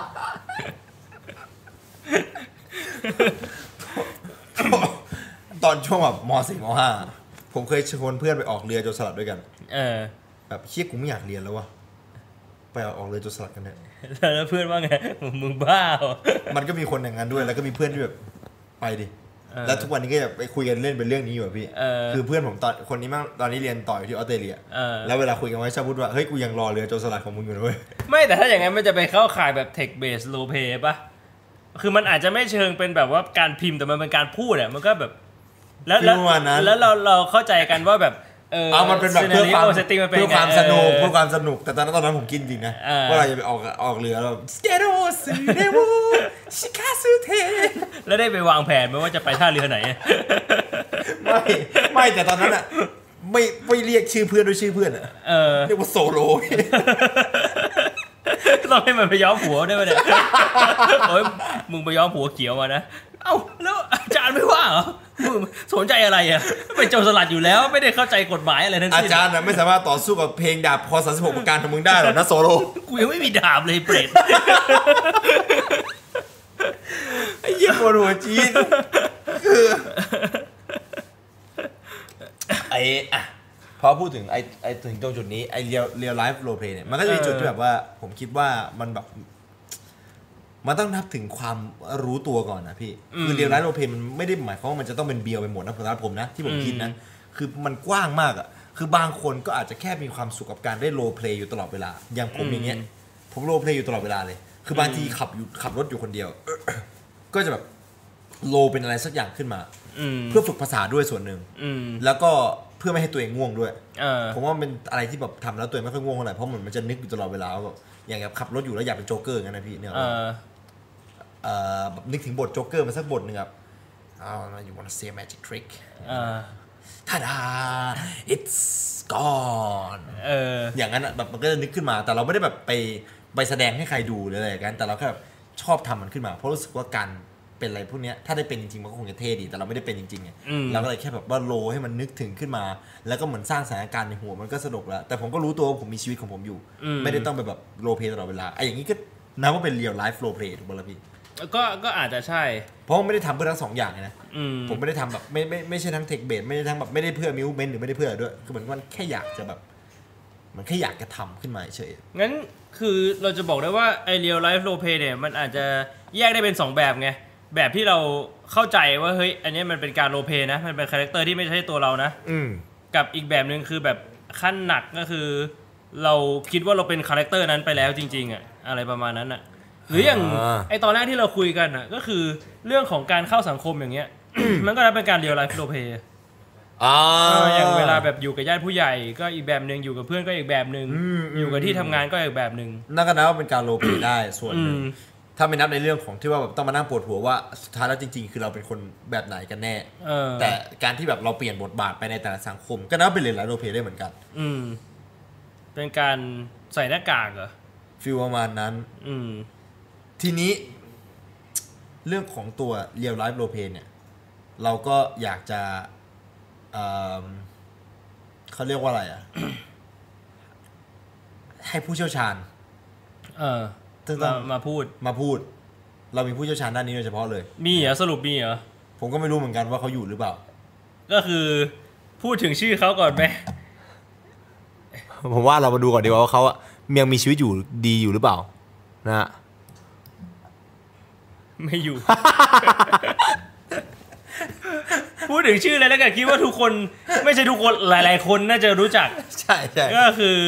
[SPEAKER 1] ตอนช่วงแบบมสี่มห้าผมเคยชวนเพื่อนไปออกเรือโยสลัดด้วยกัน
[SPEAKER 2] เออ
[SPEAKER 1] แบบเชี่ยกูไม่อยากเรียนแล้ววะไปออกเรือโยสลัดกันเถอะ
[SPEAKER 2] แล้วเพื่อนว่าไงมึงบ้าเหรอ
[SPEAKER 1] มันก็มีคนอย่างนั้น ด้วยแล้วก็มีเพื่อนที่แบบไปดิ
[SPEAKER 2] เออ
[SPEAKER 1] แล้วทุกวันนี้ก็แบบไปคุยกันเล่นเป็นเรื่องนี้อยู่อะพี่
[SPEAKER 2] เออ
[SPEAKER 1] คือเพื่อนผมตอนคนนี้มั่งตอนนี้เรียนต่ออยู่ที่ออสเตรเลีย
[SPEAKER 2] เออ
[SPEAKER 1] แล้วเวลาคุยกันไว้ชอบพูดว่า เฮ้ยกูยังรอเรือโจรสลัดของมึงอยู่นะเว้ย
[SPEAKER 2] ไม่แต่ถ้าอย่างนั้นมันจะไปเข้าข่ายแบบ tech based low pay ป่ะ คือมันอาจจะไม่เชิงเป็นแบบว่าการพิมพ์แต่มันเป็นการพูดอะมันก็แบบ แล้วแล้ว
[SPEAKER 1] พิมพ์ประมาณนั้น
[SPEAKER 2] แล้วเราเราเข้าใจกันว่าแบบเออ
[SPEAKER 1] เอามันเป็นแบบเพื่อความ
[SPEAKER 2] scenario setting นป็น
[SPEAKER 1] เพื่อ
[SPEAKER 2] ยังไง
[SPEAKER 1] ความสนุก
[SPEAKER 2] เออ
[SPEAKER 1] เพื่อความสนุกแต่ตอนนั้นตอนนั้นผมกินจริงนะ
[SPEAKER 2] เออ
[SPEAKER 1] ว่าเราจะไปออกออกเรือเราสเกโรสึเนวูชิคาซึเท
[SPEAKER 2] แล้วได้ไปวางแผนไหมว่าจะไปท่าเรือไหน
[SPEAKER 1] ไม่ไม่แต่ตอนนั้นอะไม่ไม่เรียกชื่อเพื่อนด้วยชื่อเพื่อนอะ
[SPEAKER 2] เออ
[SPEAKER 1] เรียกว่าโซโล
[SPEAKER 2] ต้องให้มันไปย้อมหัวด้วยไหม เนี่ยโอ้ยมึงไปย้อมหัวเขียวมานะ เอ้าแล้วอาจารย์ไม่ว่าเหรอมึงสนใจอะไรอ่ะเป็นโจรสลัดอยู่แล้วไม่ได้เข้าใจกฎหมายอะไรทั้ง
[SPEAKER 1] อา
[SPEAKER 2] สิ้น
[SPEAKER 1] จารย์นะไม่สามารถต่อสู้กับเพลงดาบพอสันสิบหกประการของมึงได้หรอกนะโซโล
[SPEAKER 2] กูยังไม่มีดาบเลยเปรต
[SPEAKER 1] ไอ้เหี้ยปวดหัวจี๊ดคือไอ้อะพอพูดถึงไอ้ไอ้ถึงตรงจุดนี้ไอ้เรียลเรียลไลฟ์โรเพเนี่ยมันก็จะมี
[SPEAKER 2] เออ
[SPEAKER 1] จุดที่แบบว่า ผมคิดว่ามันแบบ มันต้องนับถึงความรู้ตัวก่อนนะพี่ คือเรียลไลฟ์โรเพมันไม่ได้หมายความว่ามันจะต้องเป็นเบียร์ไปหมดนะผมรับผมนะ ที่ผมคิดนะ คือมันกว้างมากอะคือบางคนก็อาจจะแค่มีความสุขกับการได้โรเพลย์อยู่ตลอดเวลา อย่างผมอย่างเงี้ย ผมโรเพลย์อยู่ตลอดเวลาเลย คือบางทีขับอยู่ขับรถอยู่คนเดียว ก็จะแบบโลเป็นอะไรสักอย่างขึ้นมา
[SPEAKER 2] อืม
[SPEAKER 1] เพื่อฝึกภาษาด้วยส่วนหนึ่ง
[SPEAKER 2] อืม
[SPEAKER 1] แล้วก็เพื่อไม่ให้ตัวเองง่วงด้วย
[SPEAKER 2] เออ
[SPEAKER 1] ผมว่ามันเป็นอะไรที่แบบทำแล้วตัวเองไม่ค่อยง่วงเท่าไหร่เพราะเหมือนมันจะนึกอยู่ตลอดเวลาว่าแบบอย่างแบบขับรถอยู่แล้วอยากเป็นโจ๊กเกอร์อย่างนั้นนะพี่เนี่ย
[SPEAKER 2] เออ
[SPEAKER 1] เอ่อแบบนึกถึงบทโจ๊กเกอร์มาสักบทหนึ่งครับเอาอยู่ wanna see a magic trick
[SPEAKER 2] เออ
[SPEAKER 1] ท่าดา it's gone
[SPEAKER 2] เออ
[SPEAKER 1] อย่างนั้นอะแบบมันก็จะนึกขึ้นมา แต่เราไม่ได้แบบไปไปแสดงให้ใครดูหรืออะไรกันแต่เราแค่แบบชอบทำมันขึ้นมาเพราะรู้สึกว่าการเป็นอะไรพวกเนี้ยถ้าได้เป็นจริงๆมันก็คงจะเท่ดีแต่เราไม่ได้เป็นจริงๆไง
[SPEAKER 2] อืม
[SPEAKER 1] เราก็เลยแค่แบบว่าโลให้มันนึกถึงขึ้นมา แล้วก็เหมือนสร้างสถานการณ์ในหัวมันก็สนุกแล้วแต่ผมก็รู้ตัวว่าผมมีชีวิตของผมอยู่ ไม่ได้ต้องไปแบบโรลเพลย์ตลอดเวลาไอ้อย่างนี้ก็นับว่าเป็นเรียลไลฟ์โรลเพลย์ถูกป่ะล่ะพี่
[SPEAKER 2] ก็ก็อาจจะใช่
[SPEAKER 1] เพราะว่าไม่ได้ทำเพื่อทั้งสองอย่างไงนะ
[SPEAKER 2] อืม
[SPEAKER 1] ผมไม่ได้ทำแบบไม่ไม่ไม่ใช่ทั้งเทคเบสไม่ได้ทั้งแบบไม่ได้เพื่อมิวเมนหรือไม่ได้เพื่ออะไรด้วยคือเหมือนมันแค่อยากจะแบบ มันแค่อยากจะทำขึ้นมาเฉย
[SPEAKER 2] งั้นคือเราจะบอกได้ว่าไอเรียลไลฟ์โรเพเนี่ย มันอาจจะแยกได้เป็น 2 แบบไง แบบที่เราเข้าใจว่าเฮ้ยอันเนี้ยมันเป็นการโรลเพลย์นะ มันเป็นคาแรคเตอร์ที่ไม่ใช่ตัวเรานะ
[SPEAKER 3] อืม
[SPEAKER 2] กับอีกแบบหนึ่งคือแบบขั้นหนักก็คือ เราคิดว่าเราเป็นคาแรคเตอร์นั้นไปแล้วจริง ๆอะอะไรประมาณนั้นอะหรืออย่าง
[SPEAKER 1] อ่า
[SPEAKER 2] ไอตอนแรกที่เราคุยกันอะก็คือเรื่องของการเข้าสังคมอย่างเงี้ย มันก็นับเป็นการเรียลไลฟ์โรเพย์
[SPEAKER 1] อ่า
[SPEAKER 2] อย่างเวลาแบบอยู่กับญาติผู้ใหญ่ก็อีกแบบหนึ่งอยู่กับเพื่อนก็อีกแบบหนึ่งอยู่กับที่ทำงานก็อีกแบบหนึ่ง
[SPEAKER 3] นั่นก็นับว่าเป็นการโรลเพลย์ได้ส่วน
[SPEAKER 2] อื
[SPEAKER 3] หนึ่ง
[SPEAKER 2] ม
[SPEAKER 3] ถ้าไม่นับในเรื่องของที่ว่าแบบต้องมานั่งปวดหัวว่าสุดท้ายแล้วจริง ๆ คือเราเป็นคนแบบไหนกันแน่
[SPEAKER 2] เออ
[SPEAKER 3] แต่การที่แบบเราเปลี่ยนบทบาทไปในแต่ละสังคม ก็นับว่าเป็นเรียนรู้โรลเพลย์ได้เหมือนกัน
[SPEAKER 2] อืม เป็นการใส่หน้ากากเหรอ
[SPEAKER 3] ฟิลประมาณนั้น
[SPEAKER 2] อืม
[SPEAKER 3] ทีนี้ เรื่องของตัวเรียลไลฟ์โรเพนเนี่ย เราก็อยากจะเอิ่มเขาเรียกว่าอะไรอ่ะ ให้ผู้เชี่ยวชาญ
[SPEAKER 2] เออ
[SPEAKER 3] ซึ่งต้
[SPEAKER 2] มา
[SPEAKER 3] อง
[SPEAKER 2] มาพูด
[SPEAKER 3] มาพูด เรามีผู้เชี่ยวชาญด้านนี้โดยเฉพาะเลย
[SPEAKER 2] มีเหรอสรุปมีเหรอ
[SPEAKER 3] ผมก็ไม่รู้เหมือนกันว่าเขาอยู่หรือเปล่า
[SPEAKER 2] ก็คือพูดถึงชื่อเขาก่อนไหม
[SPEAKER 1] ผมว่าเรามาดูก่อนดีกว่าว่าเขาอะยังมีชีวิตอยู่ดีอยู่หรือเปล่านะฮะ
[SPEAKER 2] ไม่อยู่ พูดถึงชื่อเลยแล้วกันคิดว่าทุกคน ไม่ใช่ทุกคนหลาย ๆ คนน่าจะรู้จัก
[SPEAKER 3] ใช่ใช่
[SPEAKER 2] ก็คือ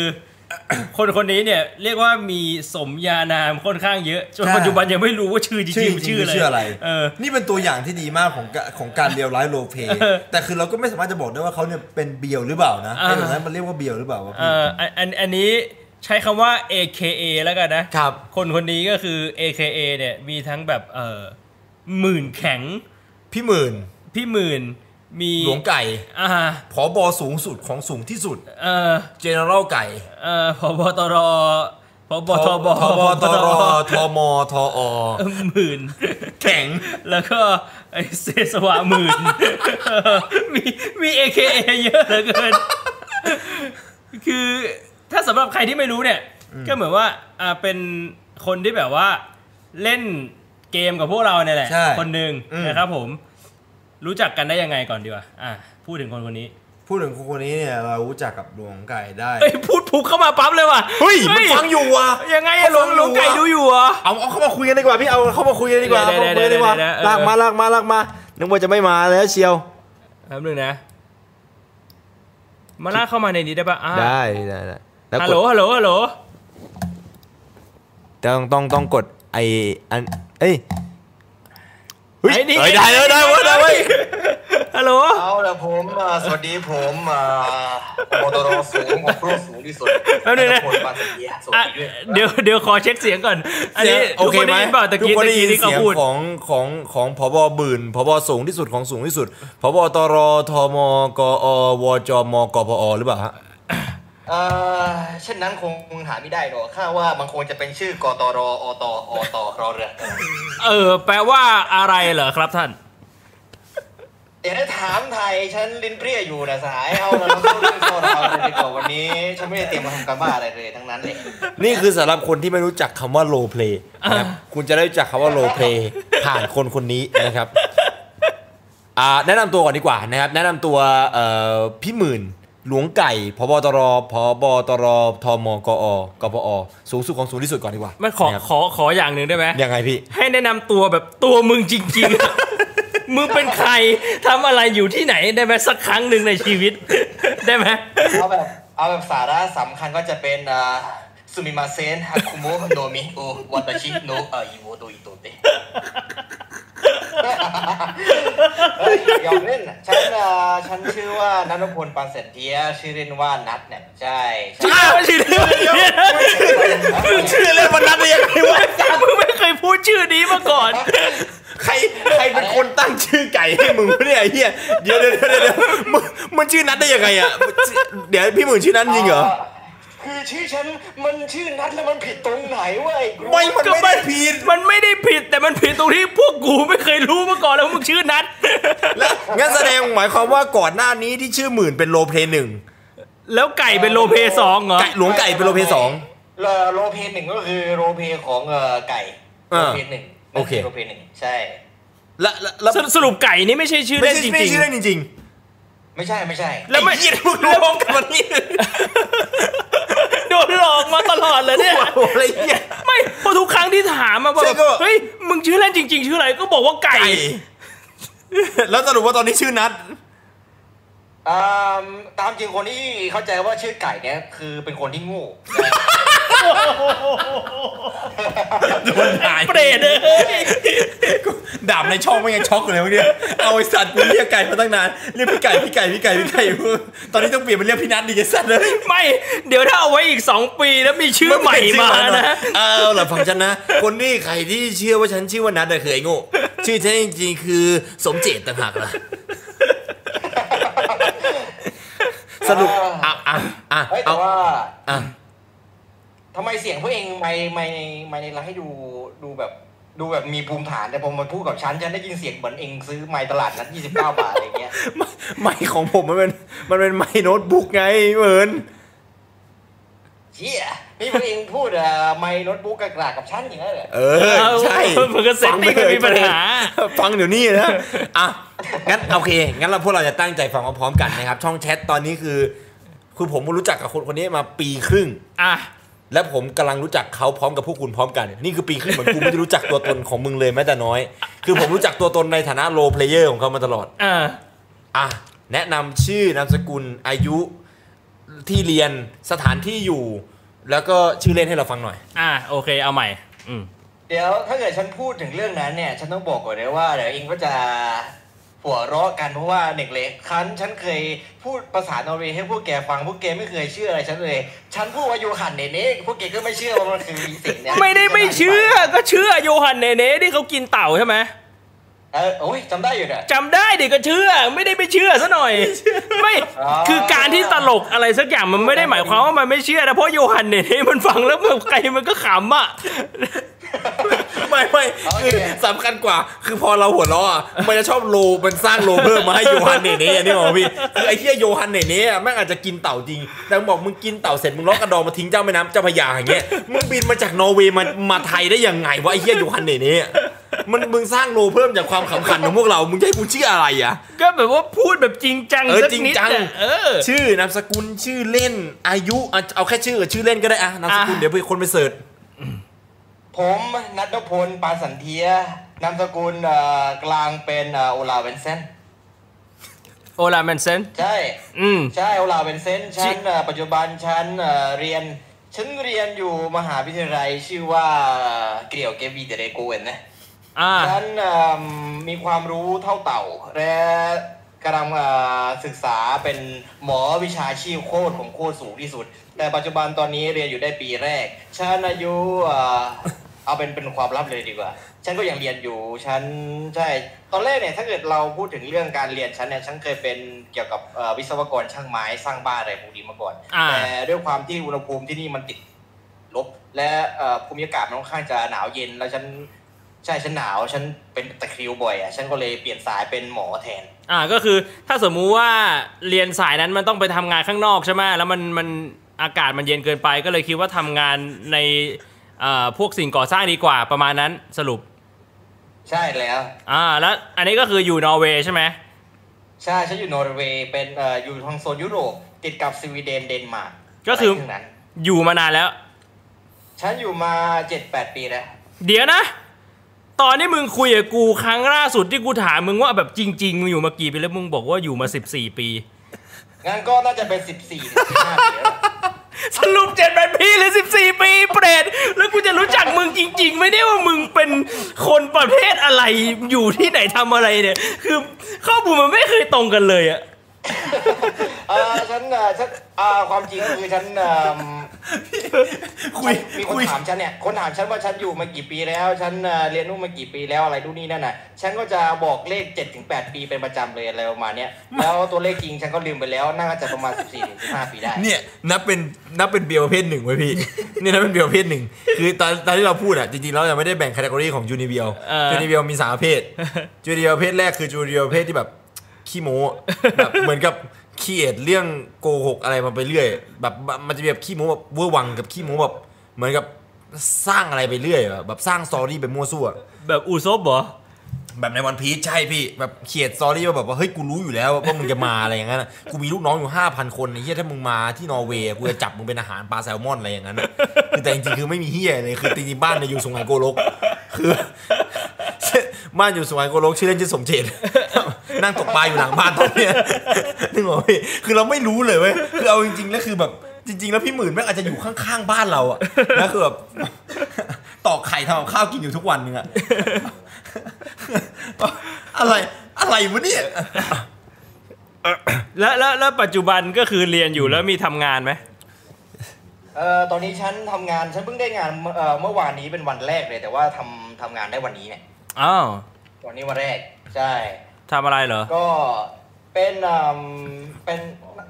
[SPEAKER 2] คนคนนี้เนี่ย เรียกว่ามีสมญานามค่อนข้างเยอะจนปัจจุบันยังไม่รู้ว่าชื่อจริ
[SPEAKER 3] ชื่อง จ
[SPEAKER 2] ๆ
[SPEAKER 3] ริ
[SPEAKER 2] ชื่
[SPEAKER 3] ง
[SPEAKER 2] อ
[SPEAKER 3] ๆ
[SPEAKER 2] อะไร
[SPEAKER 3] ชื่ออะไร
[SPEAKER 2] เออ
[SPEAKER 3] นี่เป็นตัวอย่างที่ดีมากของกะของการเรียลไลฟ์โรเพ
[SPEAKER 2] เออ
[SPEAKER 3] แต่คือเราก็ไม่สามารถจะบอกได้ว่าเขาเนี่ยเป็นเบียวหรือเปล่านะ
[SPEAKER 2] อ่า
[SPEAKER 3] ไอ้แบบนั้นมันเรียกว่าเบียวหรือเปล่าวะ
[SPEAKER 2] เอออันอันอันนี้ใช้คำว่า AKA แล้วกันนะ
[SPEAKER 3] ครับ
[SPEAKER 2] คนคนนี้ก็คือ AKA เนี่ยมีทั้งแบบเออหมื่นแข็ง
[SPEAKER 3] พี่หมื่น
[SPEAKER 2] พี่หมื่นมี
[SPEAKER 3] หลวงไก่
[SPEAKER 2] อ่า
[SPEAKER 3] ผอบอสูงสุดของสูงที่สุด
[SPEAKER 2] เออ
[SPEAKER 3] เจเนอเรลไก่
[SPEAKER 2] เอ่อพบตรพบทบ
[SPEAKER 3] ทบตรทมทอ
[SPEAKER 2] หมื่น
[SPEAKER 3] แข็ง
[SPEAKER 2] แล้วก็ไอเสสวะหมื่น เออมีมี AKA เยอะเหลือเกิน คือถ้าสำหรับใครที่ไม่รู้เนี่ย ก็เหมือนว่าอ่าเป็นคนที่แบบว่า เล่นเกมกับพวกเราเนี่ยแหละ
[SPEAKER 3] ใช่
[SPEAKER 2] คนหนึ่ง
[SPEAKER 3] อืม
[SPEAKER 2] นะครับผม รู้จักกันได้ยังไงก่อนดีวะอ่ะพูดถึงคนคนนี้
[SPEAKER 3] พูดถึงคนคนนี้เนี่ย เรารู้จักกับหลวงไก่ได้
[SPEAKER 2] เอ้ยพูดผูกเข้ามาปั๊บเลยว่ะ
[SPEAKER 3] เฮ้ย มันฟังอยู่ว่ะ
[SPEAKER 2] ยังไงอะหลวงหลวงไก่ดูอยู่เหรอ
[SPEAKER 3] เอาเอาเข้ามาคุยกันดีกว่าพี่ เอาเข้ามาคุยกันดีกว่า
[SPEAKER 2] เดี๋ยว
[SPEAKER 3] เข้ามาคุยกันดีกว่า
[SPEAKER 2] เดี๋ยวเดี๋ยว
[SPEAKER 1] ลากมาลากมาลากมา นึกว่าจะไม่มาแล้วเชียว
[SPEAKER 2] แป๊บหนึงนะ มาลากเข้ามาในนี้ได้ปะอ่า
[SPEAKER 1] ได้ได้ได้แล้ว
[SPEAKER 2] ฮัล
[SPEAKER 1] ก
[SPEAKER 2] โหล
[SPEAKER 1] ด
[SPEAKER 2] ฮัลโหล ฮัลโหล
[SPEAKER 1] ต้องต้องต้องกดไออันเอ้ยเฮ้ย
[SPEAKER 2] ไอ้นี่
[SPEAKER 1] เฮ้ยได้แล้วได้เว้ยได้เว้ย
[SPEAKER 2] ฮัลโหล
[SPEAKER 4] เอาละผมอ่าสวัสดีผมอ่าโมโตโรสูงของครูสูงที่สุด
[SPEAKER 2] แป๊บนึงนะ
[SPEAKER 4] คมาสเดียสวั
[SPEAKER 2] อ่ะ
[SPEAKER 4] สดีด้วย
[SPEAKER 2] เดี๋ยวเดี๋ยวขอเช็คเสียงก่อน อันนี้
[SPEAKER 1] เสียง
[SPEAKER 2] ทุกคนได้ยินเปล่าตะ
[SPEAKER 1] ทุก
[SPEAKER 2] กี้
[SPEAKER 1] คน
[SPEAKER 2] ตะ
[SPEAKER 1] ได้ยิ
[SPEAKER 2] กี้
[SPEAKER 1] น
[SPEAKER 2] ที่เขา
[SPEAKER 1] เสียง
[SPEAKER 2] พูด
[SPEAKER 1] ของของของพบบืนพบสูงที่สุดของสูงที่สุดพบตรทมกอวจมกพอหรือเปล่าฮะ
[SPEAKER 4] เอ่อเช่นนั้นคงหาไม่ได้หรอกข้าว่ามันคงจะเป็นชื่อกตรอตอตรอเรือ
[SPEAKER 2] เออ แปลว่าอะไรเหรอครับท่าน
[SPEAKER 4] เดี๋ยวถ้าถามไทยฉันลิ้นเปรี้ยอยู่นะสหายเอาละเราพูดเรื่องโซนเราเลยดีกว่าวันนี้ ฉันไม่ได้เตรียมมาทำการบ้านอะไรเลยทั้งนั้นเลย
[SPEAKER 1] นี่คือสำหรับคนที่ไม่รู้จักคำว่าโลเพลนะครับคุณจะได้รู้จักคำว่าโลเพลผ่านคนคนนี้นะครับอ่าแนะนำตัวก่อนดีกว่านะครับ แนะนำตัวเอ่อพี่หมื่นหลวงไก่พบตรพบตรทมกอกพอสูงสุดของสูงที่สุดก่อนดีกว่า
[SPEAKER 2] ไม่ขอ
[SPEAKER 1] นะครับ
[SPEAKER 2] ขอ ขออย่างหนึ่งได้ไหม
[SPEAKER 1] ยังไงพี่
[SPEAKER 2] ให้แนะนำตัวแบบตัวมึงจริงๆ มึงเป็นใคร ทำอะไรอยู่ที่ไหนได้ไหมสักครั้งหนึ่งในชีวิต ได้ไหม
[SPEAKER 4] เอาแบบเอาแบบสาระสำคัญก็จะเป็นอ่าซูมิมาเซนฮาคุโมโนมิโอวัตชิโนเอ่ออิโวโตอิโตเต เฮ้ยยอมเล่นน่ะฉันเอ่อฉันชื่อว่านัทพลปานเสนเทียชื่อเล่นว่านัทเนี่ยใช่ใช่
[SPEAKER 2] อ้าวชื่อเล่นชื่อเล่นวันนั้นได้ยังไงวะมึงไม่เคยพูดชื่อนี้มาก่อน
[SPEAKER 1] ใครใครเป็นคนตั้งชื่อไก่ให้มึงวะเนี่ยไอ้เฮียเดี๋ยวเดี๋ยวเดี๋ยวเดี๋ยวมึงมันชื่อนัดได้ยังไงอ่ะเดี๋ยวพี่หมื่นชื่อนั้นจริงเหรอ
[SPEAKER 4] คือชื่อฉันมันชื่อนัทแล้วมันผิดตรงไหนวะไอ้กรู
[SPEAKER 1] ไม่มันไม่ได้ผิด
[SPEAKER 2] มันไม่ได้ผิดแต่มันผิดตรงที่พวกกูไม่เคยรู้มาก่อนแล้วามึงชื่อนัท
[SPEAKER 1] แล้วงั้นแสดงหมายความว่าก่อนหน้านี้ที่ชื่อหมื่นเป็นโลเพลย์หนึ่ง
[SPEAKER 2] แล้วไก่เป็นโลเพสองเหรอ
[SPEAKER 1] ไก่หลวงไก่เป็นโลเพลย์สอง
[SPEAKER 4] เอ่อโรลเพลย์หนึ่งก็คือโรลเพลย์ของเอ่อไก่
[SPEAKER 1] เอ
[SPEAKER 4] โร
[SPEAKER 1] อ
[SPEAKER 4] ลเพลย์หนึ่ง
[SPEAKER 1] โอเค
[SPEAKER 4] โรลเพลย์หนึ่งใช่
[SPEAKER 1] และและและ
[SPEAKER 2] สรุปสรุปไก่นี่ไม่ใช่ชื่อ
[SPEAKER 1] ไม่
[SPEAKER 2] เล่น
[SPEAKER 1] ใช่
[SPEAKER 2] จ
[SPEAKER 1] ไม่
[SPEAKER 2] ริ
[SPEAKER 1] ใช่
[SPEAKER 2] ง
[SPEAKER 1] ชื่อเล่นจริง
[SPEAKER 4] ไม่ใช่ไม่ใช่
[SPEAKER 2] ๆ แล้วไม่
[SPEAKER 1] ไอ้เหี้ยมึงรวมกันวันนี้
[SPEAKER 2] เ โดนหลอกมาตลอดเลยเนี่ย
[SPEAKER 1] โอ้โหอะไรเงี้ย
[SPEAKER 2] ไม่ เพอทุกครั้งที่ถามมาบอ
[SPEAKER 1] ใช่
[SPEAKER 2] ก
[SPEAKER 1] ก็
[SPEAKER 2] เฮ้ย มึงชื่อเล่นจริง ๆ ชื่ออะไรก็บอกว่าไก่
[SPEAKER 1] ไก่ แล้วสรุปว่าตอนนี้ชื่อนัด
[SPEAKER 4] อ่าตามจริงคนที่เข้าใจว่าชื่อไก่เนี่ยคือเป็นคนที่โงู
[SPEAKER 2] เปรตเลย
[SPEAKER 1] ดาบในช่องไม่ยังช็อกอยู่เลยพวกเนี้ยเอาไอสัตว์กูเรียกไก่มาตั้งนาน เรียกพี่ไก่พี่ไก่พี่ไก่พี่ไก่ตอนนี้ต้องเปลี่ยนเป็นเรียกพี่นัทดีไอ้สัตว์เลย
[SPEAKER 2] ไม่ เดี๋ยวถ้าเอาไว้อีก 2 ปีแล้วมีชื่อใหม่มานะ
[SPEAKER 1] เอาเหรอฟังฉันนะ คนนี่ใครที่เชื่อว่าฉันชื่อว่านัทน่ะคือไอ้โง่ชื่อฉันจริงๆคือสมเจตต่างหากล่ะสรุปอ่ะอ่ะอ่ะ
[SPEAKER 4] เฮ้ยแต่
[SPEAKER 1] เอา
[SPEAKER 4] ว่า
[SPEAKER 1] อ่ะ
[SPEAKER 4] ทำไมเสียงพวกเองไม่ไม่ไม่ในไลฟ์ดูดูแบบดูแบบมีภูมิฐานแต่พอมันพูดกับฉันฉันได้ยินเสียงเหมือนเองซื้อไม้ตลาดนัด29 บาทอะไรเงี้ย
[SPEAKER 1] ไม่ไม่ของผมมันเป็นมันเป็นไม่โน้ตบุ๊กไงเหมือน
[SPEAKER 4] เชี่ยนี่พวกเองพูดอะไม้โน้ตบุ๊กกลากๆกับฉันอย่างนั้นเหรอ
[SPEAKER 1] เออ ใช่
[SPEAKER 2] เออมันก็เซตติ้ง
[SPEAKER 1] ฟั
[SPEAKER 2] มันมีปัญหา
[SPEAKER 1] ฟังเดี๋ยวนี้นะ อ่ะ งั้นโอเค งั้นเราพวกเราจะตั้งใจฟังพร้อมๆกันนะครับ ช่องแชทตอนนี้คือ คือผมรู้จักกับคนคนนี้มาปีครึ่ง
[SPEAKER 2] อ่ะ
[SPEAKER 1] และผมกำลังรู้จักเขาพร้อมกับพวกคุณพร้อมกัน นี่คือปีครึ่งเหมือนกูไม่ได้รู้จักตัวตนของมึงเลยแม้แต่น้อย คือผมรู้จักตัวตนในฐานะโรเพลเยอร์ของเขามาตลอด
[SPEAKER 2] อ่า
[SPEAKER 1] อ่ะ แนะนำชื่อนามสกุลอายุที่เรียนสถานที่อยู่ แล้วก็ชื่อเล่นให้เราฟังหน่อย
[SPEAKER 2] อ่า โอเค เอาใหม่ อืม
[SPEAKER 4] เดี๋ยวถ้าเกิดฉันพูดถึงเรื่องนั้นเนี่ย ฉันต้องบอกก่อนเลยว่าเดี๋ยวเองก็จะหัวเราะกันเพราะว่าเด็กเล็กครั้นฉันเคยพูดภาษานอร์เวย์ให้พวกแกฟังพวกแกไม่เคยเชื่ออะไรฉันเลย ฉันพูดว่าโยหันเนเน่พวกแกก็ไม่เชื่อว่ามันคือสิ่งเนี่ย
[SPEAKER 2] ไม่ได้ไม่เชื่อ ก็เชื่อโยฮันเนเน่ที่เขากินเต่าใช่ไหม
[SPEAKER 4] เออโอ้ยจำได้อยู่เนี่ย
[SPEAKER 2] จำได้ดิก็เชื่อ ไม่ได้ไม่เชื่อซะหน่อย ไม่ คือการที่ตลกอะไรสักอย่างมันไม่ได้หมายความว่ามันไม่เชื่อนะเพราะโยฮันเนเน่มันฟังแล้วมันไกลมันก็ขำอ่ะ
[SPEAKER 1] ไม่ไม่คือสำคัญกว่า คือพอเราหัวเราะอ่ะมันจะชอบโลมันสร้างโลเพิ่มมาให้โยฮันเนเน่นี่หรอกพี่คือไอ้เหี้ยโยฮันเนเน่อะแม่งอาจจะกินเต่าจริง แต่มึงบอกมึงกินเต่าเสร็จมึงล็อกกระดองมาทิ้งเจ้าแม่น้ำเจ้าพระยาอย่างเงี้ยมึงบินมาจากนอร์เวย์มามาไทยได้ยังไงวะไอ้เหี้ยโยฮันเนเน่อะมันมึงสร้างโลเพิ่มจากความขำขันของพวกเรา มึงจะให้กูเชื่ออะไรอ่ะ
[SPEAKER 2] ก็แบบว่าพูดแบบจริงจัง
[SPEAKER 1] เออ
[SPEAKER 2] สัก
[SPEAKER 1] จริง
[SPEAKER 2] นิด
[SPEAKER 1] จัง
[SPEAKER 2] อะเออ
[SPEAKER 1] ชื่อนามสกุลชื่อเล่นอายุอ่ะเอาแค่ชื่อกับชื่อเล่นก็ได้อะนามสกุล
[SPEAKER 2] อ่ะ
[SPEAKER 1] เดี๋ยวไปคนไปเสิร์ช
[SPEAKER 4] ผมนัทพลปานสันเทียนามสกุลเอ่อกลางเป็นเอ่อโอลาเวนเซน
[SPEAKER 2] โอลาแมนเซน
[SPEAKER 4] ใช่
[SPEAKER 2] อืม
[SPEAKER 4] ใช่โอลาเวนเซนฉันเอ่อปัจจุบันฉันเอ่อเรียน ฉันเรียนอยู่มหาวิทยาลัยชื่อว่าเกลียวเกวีเดเรโกเวนนะ
[SPEAKER 2] อ่า
[SPEAKER 4] ฉันเอ่อมีความรู้เท่าเต่า และกำลังเอ่อศึกษาเป็นหมอวิชาชีพโคตรของโคตรสูงที่สุด แต่ปัจจุบันตอนนี้เรียนอยู่ได้ปีแรกฉันอายุเอ่อ เอาเป็นเป็นความลับเลยดีกว่า ฉันก็ยังเรียนอยู่ ฉันใช่ ตอนแรกเนี่ย ถ้าเกิดเราพูดถึงเรื่องการเรียนฉันเนี่ย ฉันเคยเป็นเกี่ยวกับเอ่อวิศวกรช่างไม้สร้างบ้านอะไรพวกนี้มาก่อน
[SPEAKER 2] อ่า
[SPEAKER 4] แต่ด้วยความที่อุณหภูมิที่นี่มันติดลบ และเอ่อภูมิอากาศมันค่อนข้างจะหนาวเย็น แล้วฉันใช่ฉันหนาว ฉันเป็นตะคริวบ่อยอ่ะ ฉันก็เลยเปลี่ยนสายเป็นหมอแทน
[SPEAKER 2] อ่าก็คือถ้าสมมุติว่าเรียนสายนั้นมันต้องไปทำงานข้างนอกใช่ไหมแล้วมันมันอากาศมันเย็นเกินไปก็เลยคิดว่าทำงานในเอ่อพวกสิ่งก่อสร้างดีกว่าประมาณนั้นสรุป
[SPEAKER 4] ใช่แล้ว
[SPEAKER 2] อ่าแล้วอันนี้ก็คืออยู่นอร์เวย์ใช่ไหม
[SPEAKER 4] ใช่ ฉันอยู่นอร์เวย์ เป็นเอ่ออยู่ทางโซนยุโรป ติดกับสวีเดน เดนมาร์ก
[SPEAKER 2] ก็คือะไร
[SPEAKER 4] ทั้งนั้น
[SPEAKER 2] อยู่มานานแล้ว
[SPEAKER 4] ฉันอยู่มาเจ็ดแปดปีแล้ว
[SPEAKER 2] เดี๋ยวนะ ตอนนี้มึงคุยกับกูครั้งล่าสุดที่กูถามมึงว่าแบบจริงๆมึงอยู่มากี่ปีแล้วมึงบอกว่าอยู่มา 14 ปี
[SPEAKER 4] งั้นก็น่าจะเป็นสิบสี่ถึงสิบห้าปีแล้ว
[SPEAKER 2] สรุปเจ็ดแปดปีหรือสิบสี่ปีเปรตแล้วกูจะรู้จักมึงจริง ๆ ไม่ได้ว่ามึงเป็นคนประเภทอะไรอยู่ที่ไหนทำอะไรเนี่ย คือข้อมูลมันไม่เคยตรงกันเลยอะ
[SPEAKER 4] เออฉันเอ่อฉันเอ่อความจริงก็คือฉันเอิ่ม
[SPEAKER 1] คุย
[SPEAKER 4] มีคน
[SPEAKER 1] คุย
[SPEAKER 4] ถามฉันเนี่ยคนถามฉันว่าฉันอยู่มากี่ปีแล้ว ฉันเอ่อเรียนรู้มากี่ปีแล้วอะไรนู่นนี่นั่นน่ะ ฉันก็จะบอกเลขเจ็ดถึงแปดปีเป็นประจำเลยอะไรประมาณเนี้ย แล้วตัวเลขจริงฉันก็ลืมไปแล้วน่าจะประมาณสิบสี่ถึงสิบห้าปีได้
[SPEAKER 1] เนี่ยนับเป็นนับเป็นเบียร์ประเภทหนึ่งไว้ยพี่ เนี่ยนับเป็นเบียร์ประเภทหนึ่งคือตอนตอนที่เราพูดอ่ะจริงๆเรายังไม่ได้แบ่งแคตตากรีของจูนิเบียจูนิเบียมีสามประเภทจูนิเบียประเภทแรกคือจูนิเบียประเภทที่แบบขี้โม้แบบเหมือนกับขี้เอ็ดเรื่องโกหกอะไรมาไปเรื่อยแบบมันจะมีแบบขี้โม้แบบเวอร์วังกับขี้โม้แบบเหมือนกับสร้างอะไรไปเรื่อยอะแบบสร้างสตอรี่ไปมั่วซั่ว
[SPEAKER 2] แบบอูซบเหรอ
[SPEAKER 1] แบบในวันพีชใช่พี่แบบเขียดซอรี่มาแบบว่าเฮ้ยกูรู้อยู่แล้วว่ามึงจะมาอะไรอย่างนั้นอะกูมีลูกน้องอยู่ 5,000 คนไอ้เหี้ยถ้ามึงมาที่นอร์เวย์อะกูจะจับมึงเป็นอาหารปลาแซลมอนอะไรอย่างนั้นอะคือแต่จริงๆคือไม่มีเหี้ยเลยคือจริงๆบ้านเนี่ยอยู่สุไหงโกลก คือ บ้านอยู่สุไหงโกลกชื่อเล่นชื่อสมเจต นั่งตกปลาอยู่หลังบ้านตอนเนี้ยนึกออกไหมคือเราไม่รู้เลยเว้ยคือเอาจริงๆแล้วคือแบบจริง ๆ แล้วพี่หมื่นแม่งอาจจะอยู่ข้างๆบ้านเราอะแล้วคือแบบ ตอกไข่ทำกับข้าวกินอยู่ทุกวันนึงอะ อะไรอะไรวะเนี่ย
[SPEAKER 2] แล้วแล้วแล้วปัจจุบันก็คือเรียนอยู่แล้วมีทำงานไหม
[SPEAKER 4] เอ่อตอนนี้ฉันทำงานฉันเพิ่งได้งานเอ่อเมื่อวานนี้เป็นวันแรกเลย แต่ว่าทำทำงานได้วันนี้เนี่ย
[SPEAKER 2] อ้าว
[SPEAKER 4] วันนี้วันแรกใช่
[SPEAKER 2] ทำอะไรเหรอ
[SPEAKER 4] ก็เป็นอืมเป็น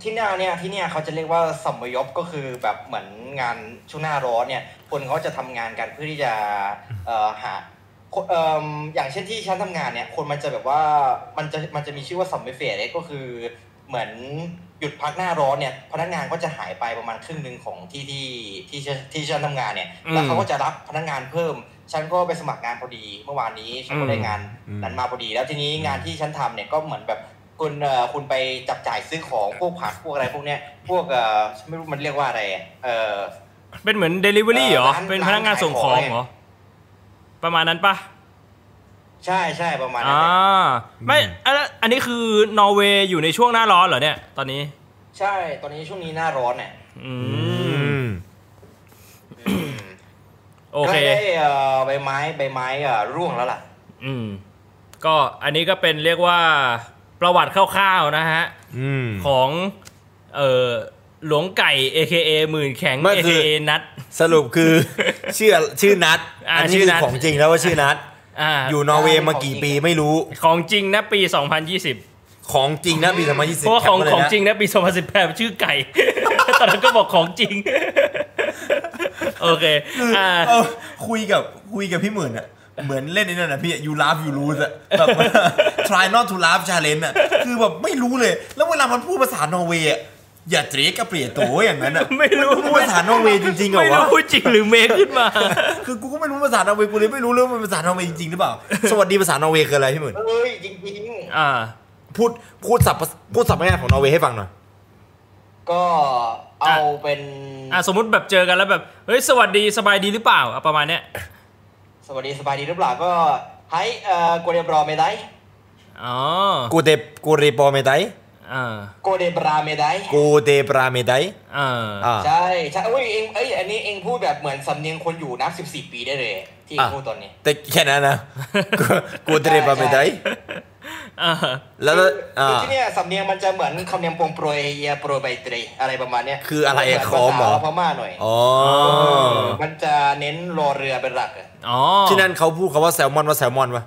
[SPEAKER 4] ที่หน้าเนี่ยที่เนี่ยเขาจะเรียกว่าสัมมยบก็คือแบบเหมือนงานช่วงหน้าร้อนเนี่ยคนเขาจะทำงานกันเพื่อที่จะเอ่อหาคนเอิ่มอย่างเช่นที่ฉันทำงานเนี่ยคนมันจะแบบว่ามันจะมันจะมีชื่อว่าสัมมเฟสก็คือเหมือนหยุดพักหน้าร้อนเนี่ยพนักงานก็จะหายไปประมาณครึ่งหนึ่งของที่ที่ที่ฉันที่ฉันทำงานเนี่ยแล้วเขาก็จะรับพนักงานเพิ่ม ฉันก็ไปสมัครงานพอดีเมื่อวานนี้ฉันก็ได้งาน นั้นมาพอดีแล้วทีนี้งานที่ฉันทำเนี่ยก็เหมือนแบบคุณเอ่อคุณไปจับจ่ายซื้อของพวกผักพวกอะไรพวกเนี้ยพวกเอ่อฉันไม่รู้มันเรียกว่าอะไรอะเอ่อ
[SPEAKER 2] เป็นเหมือน Delivery เหรอ
[SPEAKER 4] ร้าน
[SPEAKER 2] เป็นพนักงานส่งของเหรอ ประมาณนั้นปะ
[SPEAKER 4] ใช่ใช่ประมาณนั้
[SPEAKER 2] อ่าน
[SPEAKER 4] แหละ
[SPEAKER 2] ไม่อันนั้นอันนี้คือนอร์เวย์อยู่ในช่วงหน้าร้อนเหรอเนี่ย ตอนนี้
[SPEAKER 4] ใช่ ตอนนี้ช่วงนี้หน้าร้อนเนี่ย
[SPEAKER 2] อืม โอ
[SPEAKER 4] ก็
[SPEAKER 2] เค
[SPEAKER 4] ได้เอ่อใบไม้ใบไม้เอ่อร่วงแล้วล่ะ
[SPEAKER 2] อืม ก็อันนี้ก็เป็นเรียกว่าประวัติคร่าวๆนะฮะ ของเอ่อหลวงไก่ AKA หมื่นแข็ง
[SPEAKER 1] ไม่คือ
[SPEAKER 2] AKA นัด
[SPEAKER 1] สรุปคือ ชื่อชื่อนัด
[SPEAKER 2] อ่า
[SPEAKER 1] อันนี้
[SPEAKER 2] ชื่
[SPEAKER 1] คือ
[SPEAKER 2] นัท
[SPEAKER 1] ของจริงแล้วว่าชื่อนัด
[SPEAKER 2] อ่า
[SPEAKER 1] อยู่นอร์เวย์มากี่ปีไม่รู้
[SPEAKER 2] ของจริงนะปี 2020
[SPEAKER 1] ของจริงนะปีสองพันยี่สิบ
[SPEAKER 2] เพราะว่าของของจริงนะปี 2018 ชื่อไก่ ตอนนั้นก็บอกของจริง โอเคอ่า
[SPEAKER 1] คุยกับคุยกับพี่หมื่นอะเหมือนเล่นนี่นั่นนะพี่ยูราฟยูรูสอะแบบ try not to laugh challenge อะคือแบบไม่รู้เลย แล้วเวลามันพูดภาษานอร์เวย์อะอย่าเตรียกระเปรียโตอย่างนั้นอะ
[SPEAKER 2] ไม่รู้
[SPEAKER 1] พูดภาษานอร์เวย์จริงๆเหรอ
[SPEAKER 2] ไม่
[SPEAKER 1] วะ
[SPEAKER 2] รู้จริงหรือเมคขึ้นมา
[SPEAKER 1] คือกูก็ไม่รู้ภาษานอร์เวย์กูเลยไม่รู้เรื่องมันภาษานอร์เวย์จริงๆหรือเปล่า สวัสดีภาษานอร์เวย์คืออะไรพี่หมื่น
[SPEAKER 4] เอ้ยจริงๆ
[SPEAKER 2] อ่า
[SPEAKER 1] พูดพูดสับพูดสับง่ายๆของนอร์เวย์ให้ฟังหน่อย
[SPEAKER 4] ก็เอาเป็น
[SPEAKER 2] อ่าสมมติแบบเจอกันแล้วแบบ เฮ้ย สวัสดีสบายดีหรือเปล่าอ่ะประมาณเนี้ย
[SPEAKER 4] สวัสดีสบายดีหรือเปล่าก็ให้เอ่อโกเดบรอเมได
[SPEAKER 2] อ๋อ
[SPEAKER 1] กูเตกูเรปอเมได
[SPEAKER 2] อ่า
[SPEAKER 4] โกเดบราเมได
[SPEAKER 1] กูเตปราเมได
[SPEAKER 2] อ่า
[SPEAKER 1] อ่า
[SPEAKER 4] ใช่ใช่เอ้ยเองเอ้ยอันนี้เองพูดแบบเหมือนสำเนียงคนอยู่นับสิบสี่ปีได้เลย ที่เอง
[SPEAKER 1] อ่ะ
[SPEAKER 4] พูดตอนนี้
[SPEAKER 1] แต่แค่ นั้นนะ กูกูเตปราเมได
[SPEAKER 2] อ่า
[SPEAKER 1] แล้วก็อ่า
[SPEAKER 4] คือที่เนี่ยสำเนียงมันจะเหมือนคำเนียงโปรงโปรยเอียโปรยใบตรีอะไรประมาณเนี้ย
[SPEAKER 1] คืออะไรอะ
[SPEAKER 4] มัน
[SPEAKER 1] ขอ
[SPEAKER 4] เห
[SPEAKER 1] หม
[SPEAKER 4] มื
[SPEAKER 1] อ
[SPEAKER 4] นภาษาพม่าหน่อย
[SPEAKER 1] อ๋อ
[SPEAKER 4] มันจะเน้นรอเรือเป็นหลักอะ
[SPEAKER 2] อ๋อ
[SPEAKER 1] ที่นั่นเขาพูดคำว่าแซลมอนว่าแซลมอนปะ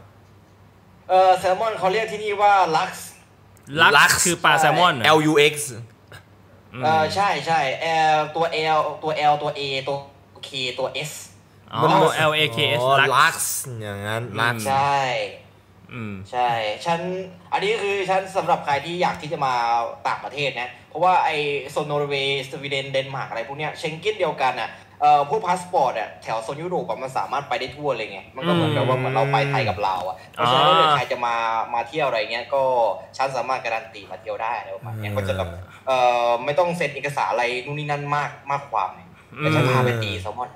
[SPEAKER 4] เออแซลมอนเขาเรียกที่นี่ว่าลักซ์
[SPEAKER 2] ลัก
[SPEAKER 1] ลัก
[SPEAKER 2] ซ์คือปลาแซลมอนเหรอ
[SPEAKER 1] L U X
[SPEAKER 4] เออใช่ใช่เอลตัว L ตัว L ตัว A ตัว K ตัว S
[SPEAKER 2] อ๋อ L A K S
[SPEAKER 1] อ๋อ
[SPEAKER 2] ลั
[SPEAKER 1] ลั
[SPEAKER 2] ก
[SPEAKER 1] ก
[SPEAKER 2] ซ์
[SPEAKER 1] ซ์อย่างนั้นลักซ์
[SPEAKER 4] ใช่
[SPEAKER 2] อืม
[SPEAKER 4] ใช่ฉันอันนี้คือฉันสำหรับใครที่อยากที่จะมาต่างประเทศนะ เพราะว่าไอโซนนอร์เวย์สวีเดนเดนมาร์กอะไรพวกเนี้ยเชงเก้นเดียวกันอ่ะเอ่อพวกพาสปอร์ตอ่ะแถวโซนยุโรปอะมันสามารถไปได้ทั่วเลยไงมันก็เหมือนแบบว่าเหมือนเราไปไทยกับลาวอ่ะเพราะฉะนั้นถ้าเกิดใครจะมามาเที่ยวอะไรเงี้ยก็ฉันสามารถการันตีมาเที่ยวได้อะไรประมาณเนี้ยก็จะแบบเอ่อไม่ต้องเซ็นเอกสารอะไรนู่นนี่นั่นมากมากความเนี่ยแต่ฉันพาไปตีแซลมอน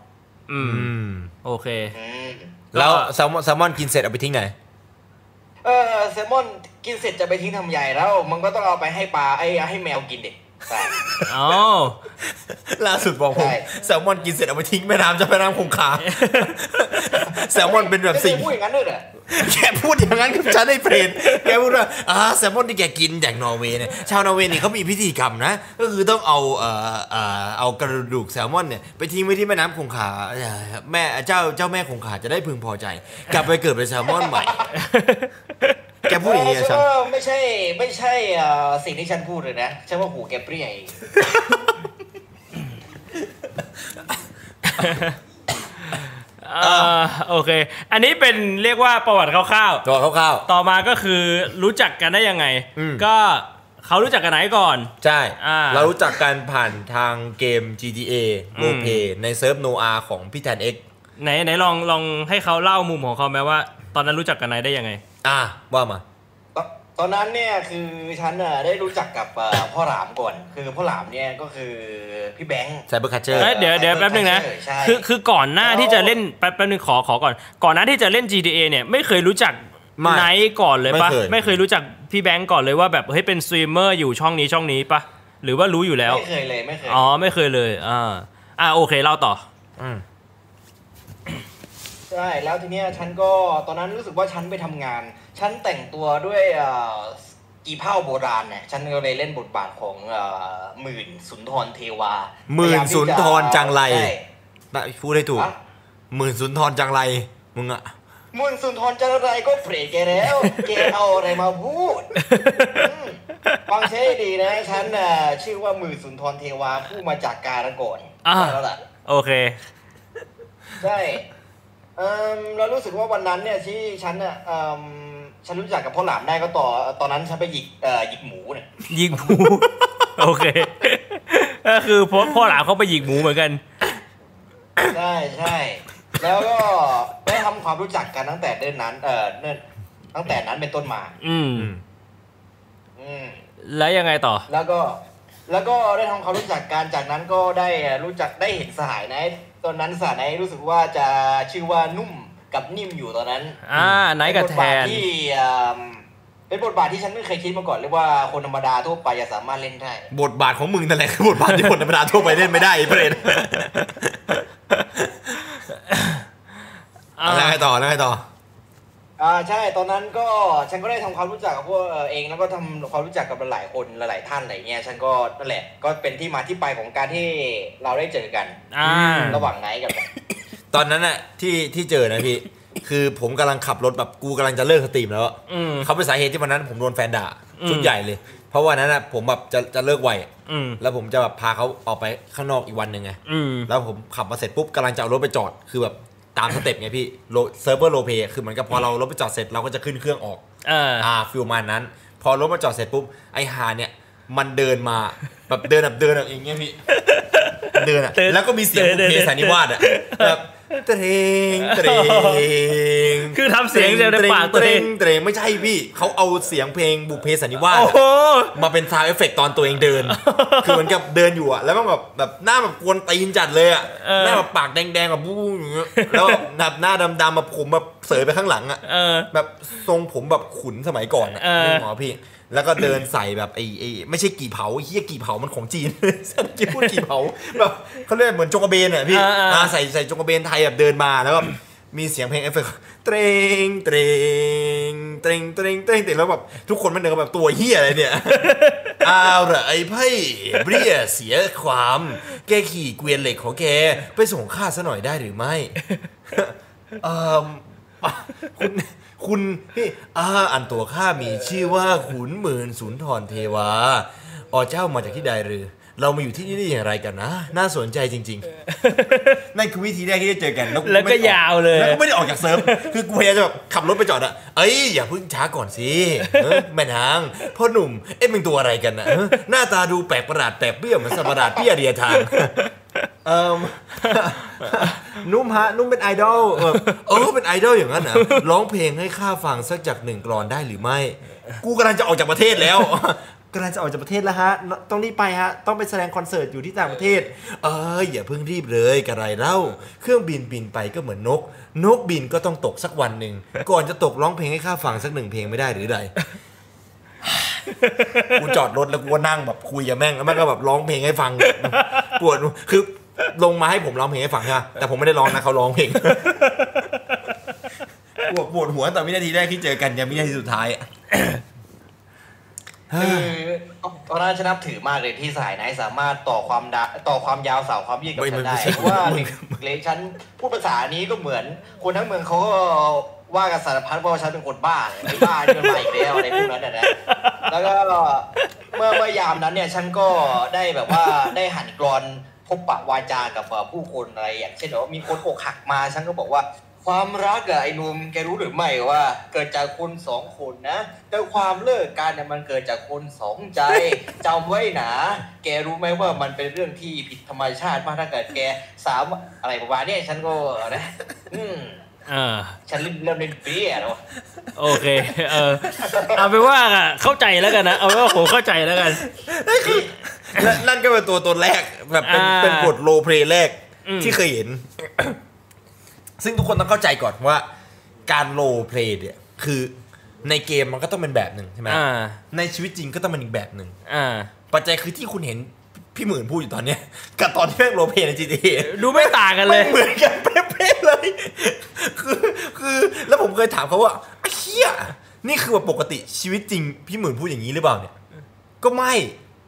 [SPEAKER 2] อืม
[SPEAKER 1] อืม
[SPEAKER 2] โอเค
[SPEAKER 4] อืม
[SPEAKER 1] แล้วแซลมอนแซลมอนกินเสร็จเอาไปทิ้งไหน
[SPEAKER 4] เออแซลมอนกินเสร็จจะไปทิ้งทำใหญ่แล้ว มันก็ต้องเอาไปให้ปลาไอ้ให้แมวกินเด็กใช่
[SPEAKER 2] อ๋อ
[SPEAKER 1] ล่าสุดบอกผม
[SPEAKER 4] ใช่
[SPEAKER 1] แซลมอนกินเสร็จเอาไปทิ้งแม่น้ำเจะแม่น้ำคงคา แซลมอนเป็นแบบสิ่ง
[SPEAKER 4] ไม่เคยพูดอย่างนั้นด้วยเหรอ
[SPEAKER 1] แกพูดอย่างนั้นกับฉันในเพลนแกพูดว่าอ่าแซลมอนที่แกกินจากนอร์เวย์เนี่ยชาวนอร์เวย์เนี่ยเขามีพิธีกรรมนะ ก็คือต้องเอาเอ่อเอ่อเอากระดูกแซลมอนเนี่ยไปทิ้งไว้ที่แม่น้ำคงคาเอ่อแม่เจ้าเจ้าแม่คงคาจะได้พึงพอใจ กลับไปเกิดเป็นแซลมอนใหม่ แกพูดอย่างนี้กับ
[SPEAKER 4] ฉั
[SPEAKER 1] ฉั
[SPEAKER 4] น
[SPEAKER 1] น
[SPEAKER 4] ว่าไม่ใช่ไม่ใช่เอ่อสิ่งที่ฉันพูดเลยนะฉันว่าหูแกเปรี้ยเอง
[SPEAKER 2] เอ่อโอเค อันนี้เป็นเรียกว่าประวัติคร่าว
[SPEAKER 1] ตัวคร่าว
[SPEAKER 2] ๆ ต่อมาก็คือรู้จักกันได้ยังไง
[SPEAKER 1] อืม
[SPEAKER 2] ก็เขารู้จักกันไหนก่อน
[SPEAKER 1] ๆ ใช่
[SPEAKER 2] อ่า
[SPEAKER 1] เรารู้จักกันผ่านทางเกม GTA โลเพในเซิร์ฟโนอาของพี่แทน X
[SPEAKER 2] ไหนไหนลองลองให้เขาเล่ามุมของเขาไหมว่า ตอนนั้นรู้จักกันไหนได้ยังไง
[SPEAKER 1] อ่ะว่ามา
[SPEAKER 4] ตอนตอนนั้นเนี่ยคือฉันน่ะได้รู้จักกับเอ่อพ่อหลามก่อน คือพ่อหลามเนี่ยก็คือพี่แบงค์
[SPEAKER 1] c y เบอร์คั u เจอ
[SPEAKER 2] เอ้ย
[SPEAKER 1] ร์
[SPEAKER 2] เดี๋ยวเดี๋ยวแป๊บนึงนะ
[SPEAKER 4] ใช่
[SPEAKER 2] คือคือก่อนหน้าที่จะเล่นแป๊บแป๊บนึงขอขอก่อน ก่อนหน้าที่จะเล่น GTA เนี่ยไม่เคยรู้จัก
[SPEAKER 1] ไม่
[SPEAKER 2] ไนท์ก่อนเลยปะ
[SPEAKER 1] ไม่เคย
[SPEAKER 2] ไม่เคยรู้จักพี่แบงก์ก่อนเลยว่าแบบเฮ้ยเป็นสตรีมเมอร์อยู่ช่องนี้ช่องนี้ปะหรือว่ารู้อยู่แล้ว
[SPEAKER 4] ไม่เคยเลยไม่เคย
[SPEAKER 2] อ๋อไม่เคยเลยอ่าอ่าโอเคเล่าต่อ
[SPEAKER 1] อืม
[SPEAKER 4] ใช่ แล้วทีเนี้ยฉันก็ตอนนั้นรู้สึกว่าฉันไปทำงาน ฉันแต่งตัวด้วยเอ่อกีเผ่าโบราณเนี่ยฉันก็เลยเล่นบทบาทของเอ่อหมื่นสุนทรเทวา
[SPEAKER 1] หมื่นสุนทรจังไร
[SPEAKER 4] ใช่
[SPEAKER 1] ได้พูดได้ถูก
[SPEAKER 4] ฮะ
[SPEAKER 1] หมื่นสุนทรจังไร มึงอะ
[SPEAKER 4] หมื่นสุนทรจังไรก็เผลแก แล้วแกเอาอะไรมาพูดอืมฟังเชยดีนะ ฉันน่ะชื่อว่าหมื่นสุนทรเทวาผู้มาจากการะก่อน
[SPEAKER 2] อ่า
[SPEAKER 4] แล้วล่ะ
[SPEAKER 2] โอเค
[SPEAKER 4] ใช่เอิ่มเรารู้สึกว่าวันนั้นเนี่ยที่ฉันอ่ะเอิ่มฉันรู้จักกับพ่อหลามได้ก็ต่อตอนนั้นฉันไปหยิกเอ่อหยิกหมูเนี่ย
[SPEAKER 2] ยิงหมู โอเค ก็คือพ่อพ่อหลานเขาไปยิงหมูเหมือนกัน
[SPEAKER 4] ใช่ใช่ แล้วก็ได้ทำความรู้จักกันตั้งแต่เดินนั้นเอ่อเนิ่นตั้งแต่นั้นเป็นต้นมา
[SPEAKER 2] อืม
[SPEAKER 1] อืม
[SPEAKER 4] อืม
[SPEAKER 2] แล้วยังไงต่อ
[SPEAKER 4] แล้วก็แล้วก็ได้ทำความรู้จักกันจากนั้นก็ได้รู้จักได้เห็นสหายไนท์ตอนนั้นสหายไนท์รู้สึกว่าจะชื่อว่านุ่มกับนิ่มอยู่ตอนนั้น
[SPEAKER 2] อ่าไนท์กับ
[SPEAKER 4] เป็บทบาท
[SPEAKER 2] แทน
[SPEAKER 4] ที่เอิ่มเป็นบทบาทที่ฉันไม่เคยคิดมาก่อนเลยว่าคนธรรมดาทั่วไปจะสามารถเล่นได้
[SPEAKER 1] บทบาทของมึงนั่นแหละคื อบทบาทที่คนธรรมดาทั่วไปเล่นไม่ได้ไอ้เปรต
[SPEAKER 2] อ่า
[SPEAKER 1] แล้วไงต่อแล้วไงต่อ
[SPEAKER 4] อ่าใช่ตอนนั้นก็ฉันก็ได้ทำความรู้จักกับพวกเอ่อเองแล้วก็ทำความรู้จักกับหลายๆคนหลายๆท่านอะไรเงี้ยฉันก็นั่นแหละก็เป็นที่มาที่ไปของการที่เราได้เจอกัน
[SPEAKER 2] อ่า
[SPEAKER 4] ระหว่างไนท์กับ
[SPEAKER 1] ตอนนั้นอะที่ที่เจอนะพี่ คือผมกำลังขับรถแบบกูกำลังจะเลิกสตรีมแล้วอะ
[SPEAKER 2] อืม
[SPEAKER 1] เขาเป็นสาเหตุที่วันนั้นผมโดนแฟนด่า
[SPEAKER 2] อืม
[SPEAKER 1] ชุดใหญ่เลย เพราะวันนั้นอะผมแบบจะจะเลิกไวอะ
[SPEAKER 2] อืม
[SPEAKER 1] แล้วผมจะแบบพาเขาออกไปข้างนอกอีกวันหนึ่งไง
[SPEAKER 2] อืม
[SPEAKER 1] แล้วผมขับมาเสร็จปุ๊บกำลังจะเอารถไปจอด คือแบบตามสเต็ปไงพี่โลเซิร์ฟเวอร์โลเพคือเหมือนกับพอเรารถไปจอดเสร็จเราก็จะขึ้นเครื่องออก
[SPEAKER 2] เออ
[SPEAKER 1] อ่าฟิลประมาณนั้น พอรถมาจอดเสร็จปุ๊บไอหาเนี่ย มันเดินมาแบบเดินแบบเดินแบบอย่างเงี้ยพี่ เดินอ่ะ
[SPEAKER 2] เดิน
[SPEAKER 1] แล้วก็มีเสียงบุพ
[SPEAKER 2] เดิน
[SPEAKER 1] เพ
[SPEAKER 2] เดิน
[SPEAKER 1] สานิวาสอ่ะแบบเตรงเตรง
[SPEAKER 2] คือทำเสียงเดียวในปากตัวเอง
[SPEAKER 1] เตรงไม่ใช่พี่เขาเอาเสียงเพลงบุพเพสานิวาส
[SPEAKER 2] โอ้
[SPEAKER 1] อะ
[SPEAKER 2] โห
[SPEAKER 1] มาเป็นซาวเอฟเฟกตอนตัวเองเดิน คือเหมือนกับเดินอยู่อะแล้วมันแบบแบบหน้าแบบกวนตีนจัดเลยอะ
[SPEAKER 2] เออ
[SPEAKER 1] หน้าแบบปากแดงๆแบบบู้อย่างเงี้ยแล้วแบบหน้าดำๆมาผมแบบเสยไปข้างหลังอะ
[SPEAKER 2] เออ
[SPEAKER 1] แบบทรงผมแบบขุนสมัยก่อนอะ
[SPEAKER 2] เออ
[SPEAKER 1] นึกหมอพี่ แล้วก็เดินใส่แบบไอ้ไอ้ไม่ใช่กี่เผาไอ้เฮียกี่เผามันของจีน สักกี่พูดกี่เผาแบบเขาเรียกเหมือนจงกระเบนอะพี่อ่าใส่ใส่จงกระเบนไทยแบบเดินมาแล้วก็มีเสียงเพลงเอฟเฟกต์เตรงเตรงเตรงเตรงเตรงเตรงแล้วแบบทุกคนมันเดินกันแบบตัวเฮียอะไร เนี่ย เอาละไอ้ไพ่เบรียเสียความ แกขี่เกวียนเหล็กของแก ไปส่งข้าซะหน่อยได้หรือไม่ เอ่อคุณคุณพี่อาอันตัวข้ามีชื่อว่าขุนหมื่นสุนทรเทวาอ๋อเจ้ามาจากที่ใดหรือ เรามาอยู่ที่นี่ได้อย่างไรกันนะ น่าสนใจจริง ๆ นั่นคือวิธีแรกที่จะเจอกันไม่
[SPEAKER 2] แล้วก็ยาวเลย
[SPEAKER 1] แล้วก็ไม่ได้ออกจากเซิร์ฟ คือกูพยายามจะแบบขับรถไปจอดอะเอ้ยอย่าเพิ่งช้าก่อนสิเออแม่นางพ่อหนุ่มเอ๊ะเป็นตัวอะไรกันนะเออหน้าตาดูแปลกประหลาดแปลกเปรี้ยวเหมือนสัตว์ประหลาดเปี้ยเรียทาง เอ่ม นุ่มฮะ นุ่มเป็นไอดอลเออเออเป็นไอดอลอย่างนั้นเหรอร้องเพลงให้ข้าฟังสักจากหนึ่งกรอนได้หรือไม่ กูกำลังจะออกจากประเทศแล้ว กำลังจะออกจากประเทศแล้วฮะ ต้องรีบไปฮะ ต้องไปแสดงคอนเสิร์ตอยู่ที่ต่างประเทศ เอออย่าเพิ่งรีบเลยกระไรเล่า เครื่องบินบินไปก็เหมือนนก นกบินก็ต้องตกสักวันหนึ่ง ก่อนจะตกร้องเพลงให้ข้าฟังสักหนึ่งเพลงไม่ได้หรือไร กูจอดรถแล้วกูก็นั่งแบบคุยกับแม่งแล้วแม่งก็แบบร้องเพลงให้ฟัง ปวดคือลงมาให้ผมร้องเพลงให้ฟังใช่ปะแต่ผมไม่ได้ร้องนะเขาร้องเพลง ปวดปวดหัวตั้งแต่วินาทีแรกที่เจอกันยันวินาทีสุดท้ายอะ
[SPEAKER 4] คือตอนนั้นฉันนับถือมากเลยที่สายไหนสามารถต่อความดาต่อความยาวสาวความยืดกับ
[SPEAKER 1] เฮ้ย
[SPEAKER 4] ฉั
[SPEAKER 1] มัน
[SPEAKER 4] น
[SPEAKER 1] ไม่
[SPEAKER 4] ได้
[SPEAKER 1] ใช่
[SPEAKER 4] เพราะว่า
[SPEAKER 1] มึง
[SPEAKER 4] เล็กฉันพูดภาษานี้ก็เหมือน คนทั้งเมืองเขาก็ว่ากันสารพัดว่าฉันเป็นคนบ้าเลยไอ้บ้าที่มันมาอีกแล้วอะไรพวกนั้นนะนะแล้วก็เมื่อเมื่อยามนั้นเนี่ยฉันก็ได้แบบว่า ได้หันกรอนพบปะวาจากับเอ่อผู้คนอะไรอย่างเช่นแบบว่ามีคนอกหักมาฉันก็บอกว่า ความรักอะไอ้หนุ่มแกรู้หรือไม่ว่า เกิดจากคนสองคนนะแต่ความเลิกกันเนี่ยมันเกิดจากคนสองใจ จำไว้หนา แกรู้ไหมว่ามันเป็นเรื่องที่ ผิดธรรมชาติมากถ้าเกิดแกสามอะไรประมาณเนี้ยฉันก็นะอืม
[SPEAKER 2] อ่า
[SPEAKER 4] ฉันเริ่มเล่นเบี้ยแล้วอะ
[SPEAKER 2] โอเค เออ เอาไปนว่าอ่ะเข้าใจแล้วกันนะ เอาไปนว่าผมเข้าใจแล้วกัน
[SPEAKER 1] นั่นนั่นก็เป็นตัวตนแรกแบบเป็น
[SPEAKER 2] อ่า
[SPEAKER 1] เป็นบทโรลเพลย์แรก
[SPEAKER 2] อืม
[SPEAKER 1] ที่เคยเห็น ซึ่งทุกคนต้องเข้าใจก่อนว่า การโรลเพลย์เนี่ย คือในเกมมันก็ต้องเป็นแบบหนึ่งใช่ไหม
[SPEAKER 2] อ่า
[SPEAKER 1] ในชีวิตจริงก็ต้องเป็นอีกแบบหนึ่ง
[SPEAKER 2] อ่า
[SPEAKER 1] ปัจจัยคือที่คุณเห็นพี่หมื่นพูดอยู่ตอนเนี้ย กับตอนที่แม่งโรลเพลย์ใน GTA
[SPEAKER 2] ดูไม่ต่างกันเลย
[SPEAKER 1] ไม่เหมือนกันเป๊ะๆเลย คือคือแล้วผมเคยถามเขาว่าไอ้เฮียนี่คือแบบปกติชีวิตจริง พี่หมื่นพูดอย่างนี้หรือเปล่าเนี่ย ก็ไม่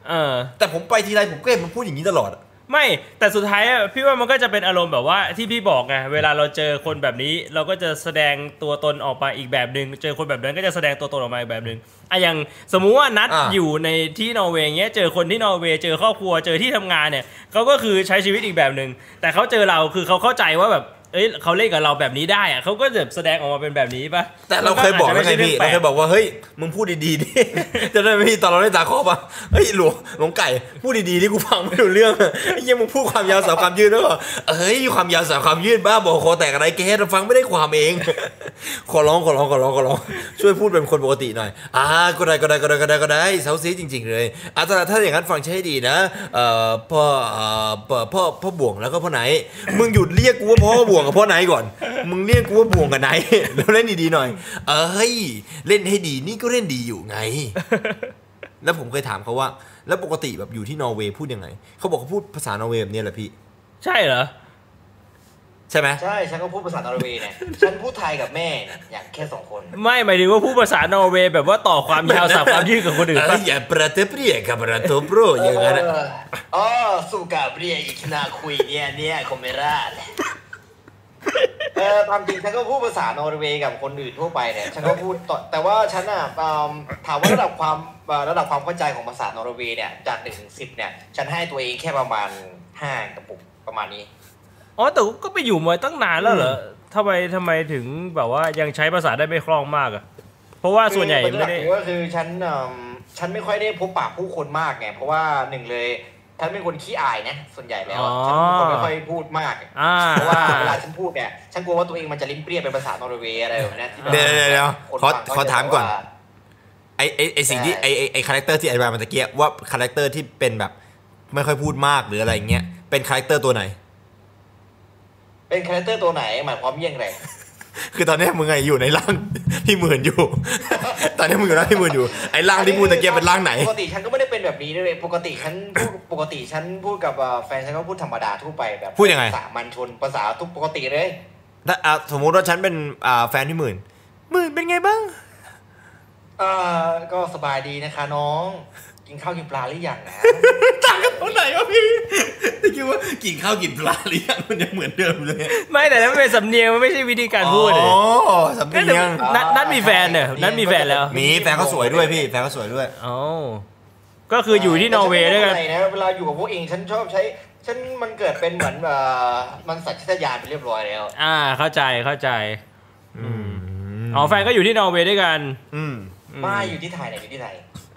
[SPEAKER 2] เออ
[SPEAKER 1] แต่ผมไปทีไรผมก็เห็นมันพูดอย่างนี้ตลอดอะ
[SPEAKER 2] ไม่แต่สุดท้ายอ่ะพี่ว่ามันก็จะเป็นอารมณ์แบบว่าที่พี่บอกไงเวลาเราเจอคนแบบนี้ เราก็จะแสดงตัวตนออกมาอีกแบบหนึ่งเจอคนแบบนั้นก็จะแสดงตัวตนออกมาอีกแบบหนึ่งอะอย่างสมมุติว่านัด
[SPEAKER 1] อ่า
[SPEAKER 2] อยู่ในที่นอร์เวย์เงี้ยเจอคนที่นอร์เวย์เจอครอบครัวเจอที่ทำงานเนี่ยเขาก็คือใช้ชีวิตอีกแบบหนึ่งแต่เขาเจอเราคือเขาเข้าใจว่าแบบเอ้ยเขาเล่นกับเราแบบนี้ได้อะเขาก็จะแสดงออกมาเป็นแบบนี้ปะ
[SPEAKER 1] แต่เราเคยบอกแล้วไงพี่เราเคยบอกว่าเฮ้ยมึงพูดดีๆดิ จะได้ไหมพี่ตอนเราได้ตาครอบอ่ะเฮ้ยหลวงหลวงไก่พูดดีๆที่กูฟังไม่รู้เรื่องอะไอ้เหี้ยังมึงพูดความยาวสาวความยืดด้วยเหรอเฮ้ยความยาวสาวความยืดบ้าบอคอแตกอะไรแกเราฟังไม่ได้ความเอง ขอร้องขอร้องขอร้องขอร้องช่วยพูดเป็นคนปกติหน่อยอ่าก็ได้ก็ได้ก็ได้ก็ได้ก็ได้เซาซีจริง ๆ เลยอ่ะแต่ถ้าอย่างนั้นฟังใช้ให้ดีนะเอ่อพ่อเอ่อพ่อพ่อพ่อบ่วงแล้วก็พ่อไหน มึงหยุดเรียกกูว่าพ่อบ่วงกับพ่อไหนก่อน มึงเรียกกูว่าบ่วงกับไหน แล้วเล่นดีๆหน่อย เอ้ยเล่นให้ดีนี่ก็เล่นดีอยู่ไง แล้วผมเคยถามเขาว่า แล้วปกติแบบอยู่ที่นอร์เวย์พูดยังไงเขาบอกเขาพูดภาษานอร์เวย์แบบเนี้ยแหละพี่
[SPEAKER 2] ใช่เหรอ
[SPEAKER 1] ใช่ไหม
[SPEAKER 4] ใช่ ฉันก็พูดภาษานอร์เวย์เนี่ย ฉันพูดไทยกับแม่เนี่ยอย่างแค่สองคน
[SPEAKER 2] ไม่หมายถึงว่าผู้ภาษานอร์เวย์แบบว่าต่อความยาวสาวความยืดกับคนอื่น
[SPEAKER 1] เอ้
[SPEAKER 2] ปะ
[SPEAKER 1] ยอย่าประเทศเปรียกับประตูโปรอย่างนั้นอะ
[SPEAKER 4] เอออ๋อสุกาเบรียอีกนาคุยเนี่ยเนี่ยคอมเมราแหละเออตามจริงฉันก็พูดภาษานอร์เวย์กับคนอื่นทั่วไปเนี่ยฉันก็พูดต่อแต่ว่าฉันอ่ะเอิ่มถามว่าระดับความเอ่อระดับความเข้าใจของภาษานอร์เวย์เนี่ยจากหนึ่งถึงสิบเนี่ย ฉันให้ตัวเองแค่ประมาณห้ากระปุกประมาณนี้
[SPEAKER 2] อ๋อแต่ก็ไปอยู่มาตั้งนานแล้วเหรอทำไมทำไมถึงแบบว่ายังใช้ภาษาได้ไม่คล่องมากอะเพราะว่าส่วนใหญ่
[SPEAKER 4] คือ
[SPEAKER 2] ไม่ได้
[SPEAKER 4] ประเด็นหลักก็คือฉันเอิ่มฉันไม่ค่อยได้พบปะผู้คนมากไงเพราะว่าหนึ่งเลยฉันเป็นคนขี้อายนะส่วนใหญ่แล้วอะ
[SPEAKER 2] อ๋อ
[SPEAKER 4] ฉันเป็นคนไม่ค่อยพูดมาก
[SPEAKER 2] อ่า
[SPEAKER 4] เพราะว่าเวลาฉันพูดเนี่ย ฉันกลัวว่าตัวเองมันจะลิ้นเปรี้ยเป็นภาษานอร์เวย์อะไรแบบนี้ที่แบบ
[SPEAKER 1] เดี๋ยวเดี๋ยวเดี๋ยว
[SPEAKER 4] คน
[SPEAKER 1] ขอ
[SPEAKER 4] ฟังเข
[SPEAKER 1] ขอถามก่อน
[SPEAKER 4] จะแบบว่
[SPEAKER 1] ไอไอไอสิ่งที่
[SPEAKER 4] ใช่
[SPEAKER 1] ไอไอไอคาแรคเตอร์ที่อธิบายมาตะเกียว่าคาแรคเตอร์ที่เป็นแบบไม่ค่อยพูดมากหรืออะไรเงี้ยเป็นคาแรคเตอร์ตัวไหน
[SPEAKER 4] เป็นคาแรคเตอร์ตัวไหนหมายความเยี่ยงไร
[SPEAKER 1] คือตอนเนี้ยมึงไงอยู่ในร่าง พี่หมื่นอยู่ ตอนเนี้ยมึงอยู่ในร่างพี่หมื่นอยู่ไอร่างที่พูดตะเกียเป็นร่างไหน
[SPEAKER 4] ปกติฉันก็ไม่ได้เป็นแบบนี้ด้วยปกติฉันพูดปกติฉันพูดกับเอ่อแฟนฉันก็พูดธรรมดาทั่วไปแบบ
[SPEAKER 1] พูดยังไง
[SPEAKER 4] สามัญชนภาษาทุกปกติเลย
[SPEAKER 1] ถ้าอ่ะสมมุติว่าฉันเป็นอ่าแฟนพี่หมื่นหมื่นเป็นไงบ้าง
[SPEAKER 4] เออก็สบายดีนะคะน้อง กินข้าวกินปลาหรือยังนะ
[SPEAKER 1] ต่างกันตรงไหนวะพี่ตะเกียว่ากินข้าวกินปลาหรือยังมันยังเหมือนเดิมเลย
[SPEAKER 2] ไม่แต่นั้นเป็นสำเนียงมันไม่ใช่วิธีการพูดเล
[SPEAKER 1] อ๋
[SPEAKER 2] ย
[SPEAKER 1] อสำเนียง
[SPEAKER 2] นัดนัดมีแฟนเนี่ยนัดมีแฟนแล้ว
[SPEAKER 1] มีแฟนเขาสวยด้วยพี่แฟนเขาสวยด้วย
[SPEAKER 2] อ๋อก็คืออยู่ที่นอร์เวย์ด้วยกัน
[SPEAKER 4] แต่ฉันไม่รู้อะไรนะเวลาอยู่กับพวกเองฉันชอบใช้ฉันมันเกิดเป็นเหมือนเอ่อมันสัญชาตญาณไปเรียบร้อยแล้ว
[SPEAKER 2] อ่าเข้าใจเข้าใจอ๋อแฟนก็อยู่ที่นอร์เวย์ด้วยกัน
[SPEAKER 1] อืม
[SPEAKER 2] อื
[SPEAKER 4] ไม่อยู่ที่ไทยไหนอยู่ที่ไทย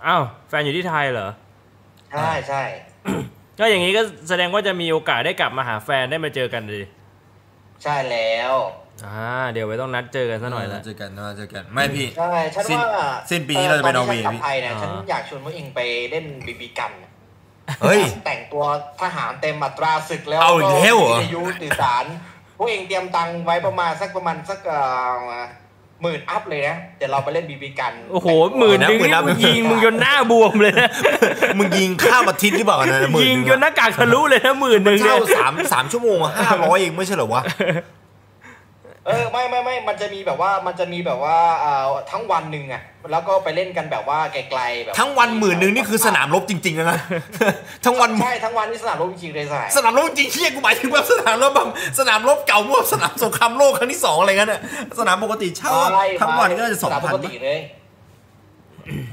[SPEAKER 2] อ้าวแฟนอยู่ที่ไทยเหรอ
[SPEAKER 4] ใช่ใช่
[SPEAKER 2] ก็อย่างนี้ก็แสดงว่าจะมีโอกาสได้กลับมาหาแฟนได้มาเจอกันดี
[SPEAKER 4] ใช่แล้ว
[SPEAKER 2] อ่าเดี๋ยวไว้ต้องนัดเจอกันซะหน่อยละ
[SPEAKER 1] เจอกันเจอกัน ไม่พี่
[SPEAKER 4] ใช่ฉัน
[SPEAKER 1] สิ้น
[SPEAKER 4] ว่า
[SPEAKER 1] สิ้นปีนี้เราจะไปนอร์เวย์
[SPEAKER 4] ตที่ฉักลับไทยเนี่ย
[SPEAKER 2] พี่
[SPEAKER 4] ฉันอยากชวนพวกเองไปเล่นบีบีกัน
[SPEAKER 1] เฮ้ย
[SPEAKER 4] แต่งตัวทหารเต็มอัตราศึกแล้ว
[SPEAKER 1] เอาอีกแล้วเหรอ
[SPEAKER 4] ก็วิทยุสื่อสารพวกเองเตรียมตังค์ไว้ประมาณสักประมาณสักเอ่อหมื่นอัพเลยนะเดี๋ยวเราไปเล่นบีบีกัน
[SPEAKER 2] โอ้โหหมื่นหนึ่งนี่มึงยิงมึงจนหน้าบวมเลยนะ
[SPEAKER 1] มึงยิงข้ามอาทิตย์หรือเปล่านะหมื่
[SPEAKER 2] ยิง
[SPEAKER 1] ห
[SPEAKER 2] จนหน้ากากทะลุเลยนะหมื่นหนึ่งเนี่
[SPEAKER 1] เช่าย สามสามชั่วโมงห้าร้อยเองไม่ใช่เหรอวะ
[SPEAKER 4] เออไม่ไม่ไม่มันจะมีแบบว่ามันจะมีแบบว่าเอ่อทั้งวันหนึ่งอะแล้วก็ไปเล่นกันแบบว่าไกลๆแบบ
[SPEAKER 1] ทั้งวันหมื่นหนึ่งนี่คือสนามรบจริงๆนะนะ ทั้งวัน
[SPEAKER 4] ใช่ทั้งวันนี่สนามรบจริงๆเลยสาย
[SPEAKER 1] สนามรบจริงเฮียกูหมายถึงแบบสนามรบแบบสนามรบเก่ามั่วสนามสงครามโลกครั้งที่สองอะไรเงี้ยน่ะสนามปกติเช่า
[SPEAKER 4] มาไล่
[SPEAKER 1] ทั้งวันก็น่าจะสอง
[SPEAKER 4] าม
[SPEAKER 1] พัน
[SPEAKER 4] ปกติเลย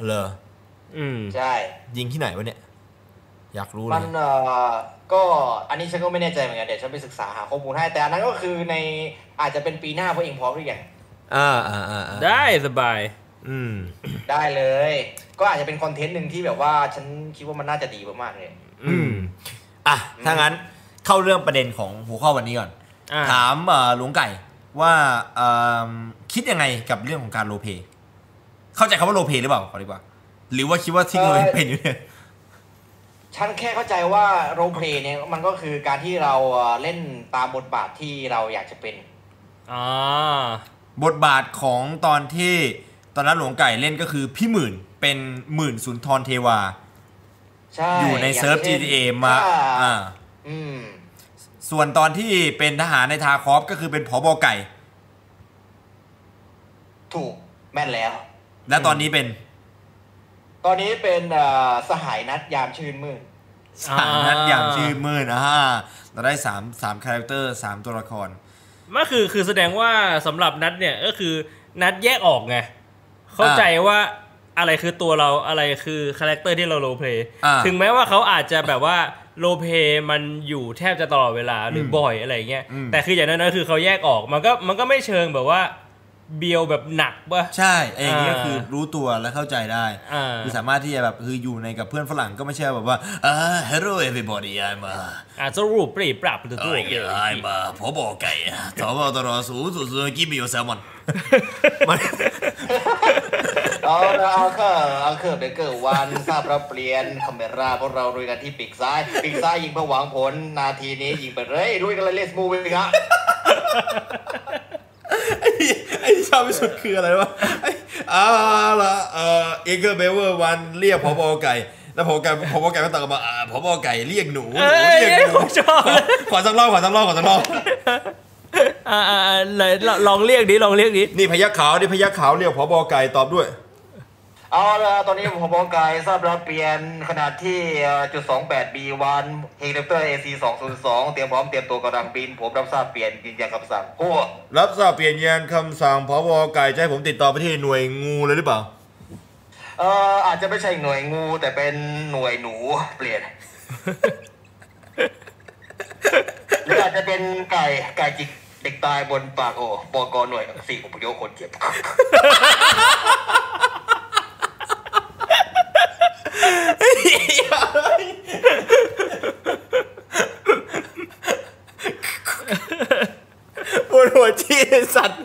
[SPEAKER 1] เหรอ
[SPEAKER 2] อืม
[SPEAKER 4] ใช่
[SPEAKER 1] ยิงที่ไหนวะเนี่ย อยากรู้เล
[SPEAKER 4] มัน
[SPEAKER 1] ย
[SPEAKER 4] เอ่อก็อันนี้ฉันก็ไม่แน่ใจเหมือนกันเดี๋ยวฉันไปศึกษาหาข้อมูลให้แต่อันนั้นก็คือในอาจจะเป็นปีหน้าพวกเองพร้อมหรือยัง
[SPEAKER 1] อ่าอ่าอ่าอ่า
[SPEAKER 2] ได้สบาย
[SPEAKER 1] อืม
[SPEAKER 4] ได้เลย ก็อาจจะเป็นคอนเทนต์หนึ่งที่แบบว่าฉันคิดว่ามันน่าจะดีมากๆเลย
[SPEAKER 1] อืม อ่ะ ถ้างั้นเข้าเรื่องประเด็นของหัวข้อวันนี้ก่อน
[SPEAKER 2] อ่า
[SPEAKER 1] ถามเอ่อหลวงไก่ ว่าเอิ่มคิดยังไงกับเรื่องของการโรลเพลย์เข้าใจคำว่าโรลเพลย์หรือเปล่าขอดีกว่า หรือว่าคิดว่าที่เราเป็นอยู่ เนี่ย
[SPEAKER 4] ฉันแค่เข้าใจว่าโรลเพลย์เนี่ยมันก็คือการที่เราเอ่อเล่นตามบทบาทที่เราอยากจะเป็น
[SPEAKER 2] อ่า
[SPEAKER 1] บทบาทของตอนที่ตอนนั้นหลวงไก่เล่นก็คือพี่หมื่นเป็นหมื่นสุนทรเทวา
[SPEAKER 4] ใช่
[SPEAKER 1] อยู่ในเซิร์ฟ
[SPEAKER 4] ย่งช่น
[SPEAKER 1] GTA มา
[SPEAKER 4] ถ้
[SPEAKER 1] อ่า
[SPEAKER 4] อืม
[SPEAKER 1] ส่วนตอนที่เป็นทหารในทาคอฟก็คือเป็นผอบอไก่
[SPEAKER 4] ถูกแม่นแล้ว
[SPEAKER 1] และตอนนี้เป็น
[SPEAKER 4] ตอนนี้เป็นเอ่อสหายนัดยามชื่นมืด
[SPEAKER 1] สารนัดอย่างชื่อหมื่นอ่าเราได้สามสามคาแรคเตอร์สามตัวละคร
[SPEAKER 2] มันคือคือแสดงว่าสำหรับนัดเนี่ยก็คือนัดแยกออกไงเข้าใจว่าอะไรคือตัวเราอะไรคือคาแรคเตอร์ที่เราโรเพลย์
[SPEAKER 1] อ่า
[SPEAKER 2] ถึงแม้ว่าเขาอาจจะแบบว่าโรเพลย์มันอยู่แทบจะตลอดเวลาหรืออบ่อยอะไรเงี้ยแต่คืออย่างน้อยๆคือเขาแยกออกมันก็มันก็ไม่เชิงแบบว่าเบียวแบบหนักป่ะ
[SPEAKER 1] ใช่ไอ้อย่างนี้
[SPEAKER 2] อ่า
[SPEAKER 1] ก็คือรู้ตัวและเข้าใจได้
[SPEAKER 2] อ่า
[SPEAKER 1] คือสามารถที่จะแบบคืออยู่ในกับเพื่อนฝรั่งก็ไม่ใช่แบบว่าอ่า hello everybody I'm a
[SPEAKER 2] อาจจะรูปปรีปรับหรือตัว
[SPEAKER 1] I
[SPEAKER 2] เอง
[SPEAKER 1] I'm a ผอบอไก่ สบตรสูงสุดสุดกิมิโอแซลมอน
[SPEAKER 4] เอาละเอาเคอร์เอาเคอร์เบเกอร์วันทราบรับเปลี่ยนคาเมราพวกเราลุยกันที่ปีกซ้ายปีกซ้ายยิงเพื่อหวังผลนาทีนี้ยิงไปเลยลุยกันเลยเลสมูวิกะ
[SPEAKER 1] ไอ้ที่ ไอ้ที่ชอบที่สุดคืออะไร วะไอ้อาละเอ่อเอเกอร์เบเวอร์วันเรียกพบอไก่ แล้วพบไก่พบไก่ก็ตอบมาอ่าพบไก่เรียกหนูหนู
[SPEAKER 2] เออ
[SPEAKER 1] เรียกหนู
[SPEAKER 2] ผมชอบเลย
[SPEAKER 1] ขอสักรอบขอสักรอบขอสักรอบ
[SPEAKER 2] อ่าอ่าอ่าเลยลลองเรียกดิลองเรียกดิ
[SPEAKER 1] นี่พยักขาวนี่พยักขาวเรียกพบไก่ตอบด้วย
[SPEAKER 4] เอาละตอนนี้ผมบอกไกายทราบรับเปลี่ยนขนาดที่เอ่อจุดสองแปดบีวันเฮลิคอปเตอร์เอซีสองศูนย์สองเตรียมพร้อมเตรียมตัวกำลังบิน ผมรับทราบเปลี่ยนยืนยันคำสั่งพวก
[SPEAKER 1] รับทราบเปลี่ยนยานคำสั่งพบไก่จะให้ผมติดต่อไปที่หน่วยงูเลยหรือเปล่า
[SPEAKER 4] เอออาจจะไม่ใช่หน่วยงูแต่เป็นหน่วยหนูเปลี่ยน หรืออาจจะเป็นไก่ไก่จิกเด็กตายบนปากโอปกหน่วยสี่อพยพคนเจ็บ
[SPEAKER 1] ปวดหัวจีไอ้สัตว์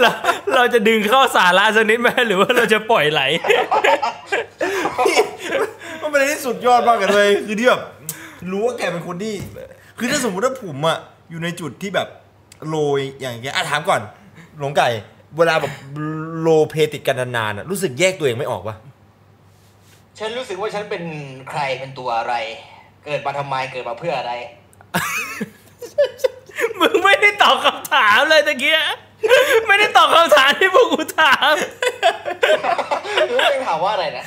[SPEAKER 2] เราเราจะดึงเข้าสาระสักนิดไหมหรือว่าเราจะปล่อยไหล
[SPEAKER 1] มันเป็นอะไรที่สุดยอดมากกันเลย คือที่แบบรู้ว่าแกเป็นคนที่ คือถ้าสมมติว่าผมอะอยู่ในจุดที่แบบโรยอย่างเงี้ยอ่ะถามก่อน หลงไก่ เวลาแบบโรลเพลย์ติดกันนานๆอะรู้สึกแยกตัวเองไม่ออกปะ
[SPEAKER 4] ฉันรู้สึกว่าฉันเป็นใครเป็นตัวอะไร เกิดมาทำไมเกิดมาเพื่ออะไร
[SPEAKER 2] มึงไม่ได้ตอบคำถามเลยตะเกียไม่ได้ตอบคำถามที่พวกกูถาม
[SPEAKER 4] หรือว่าถามว่าอะไรนะ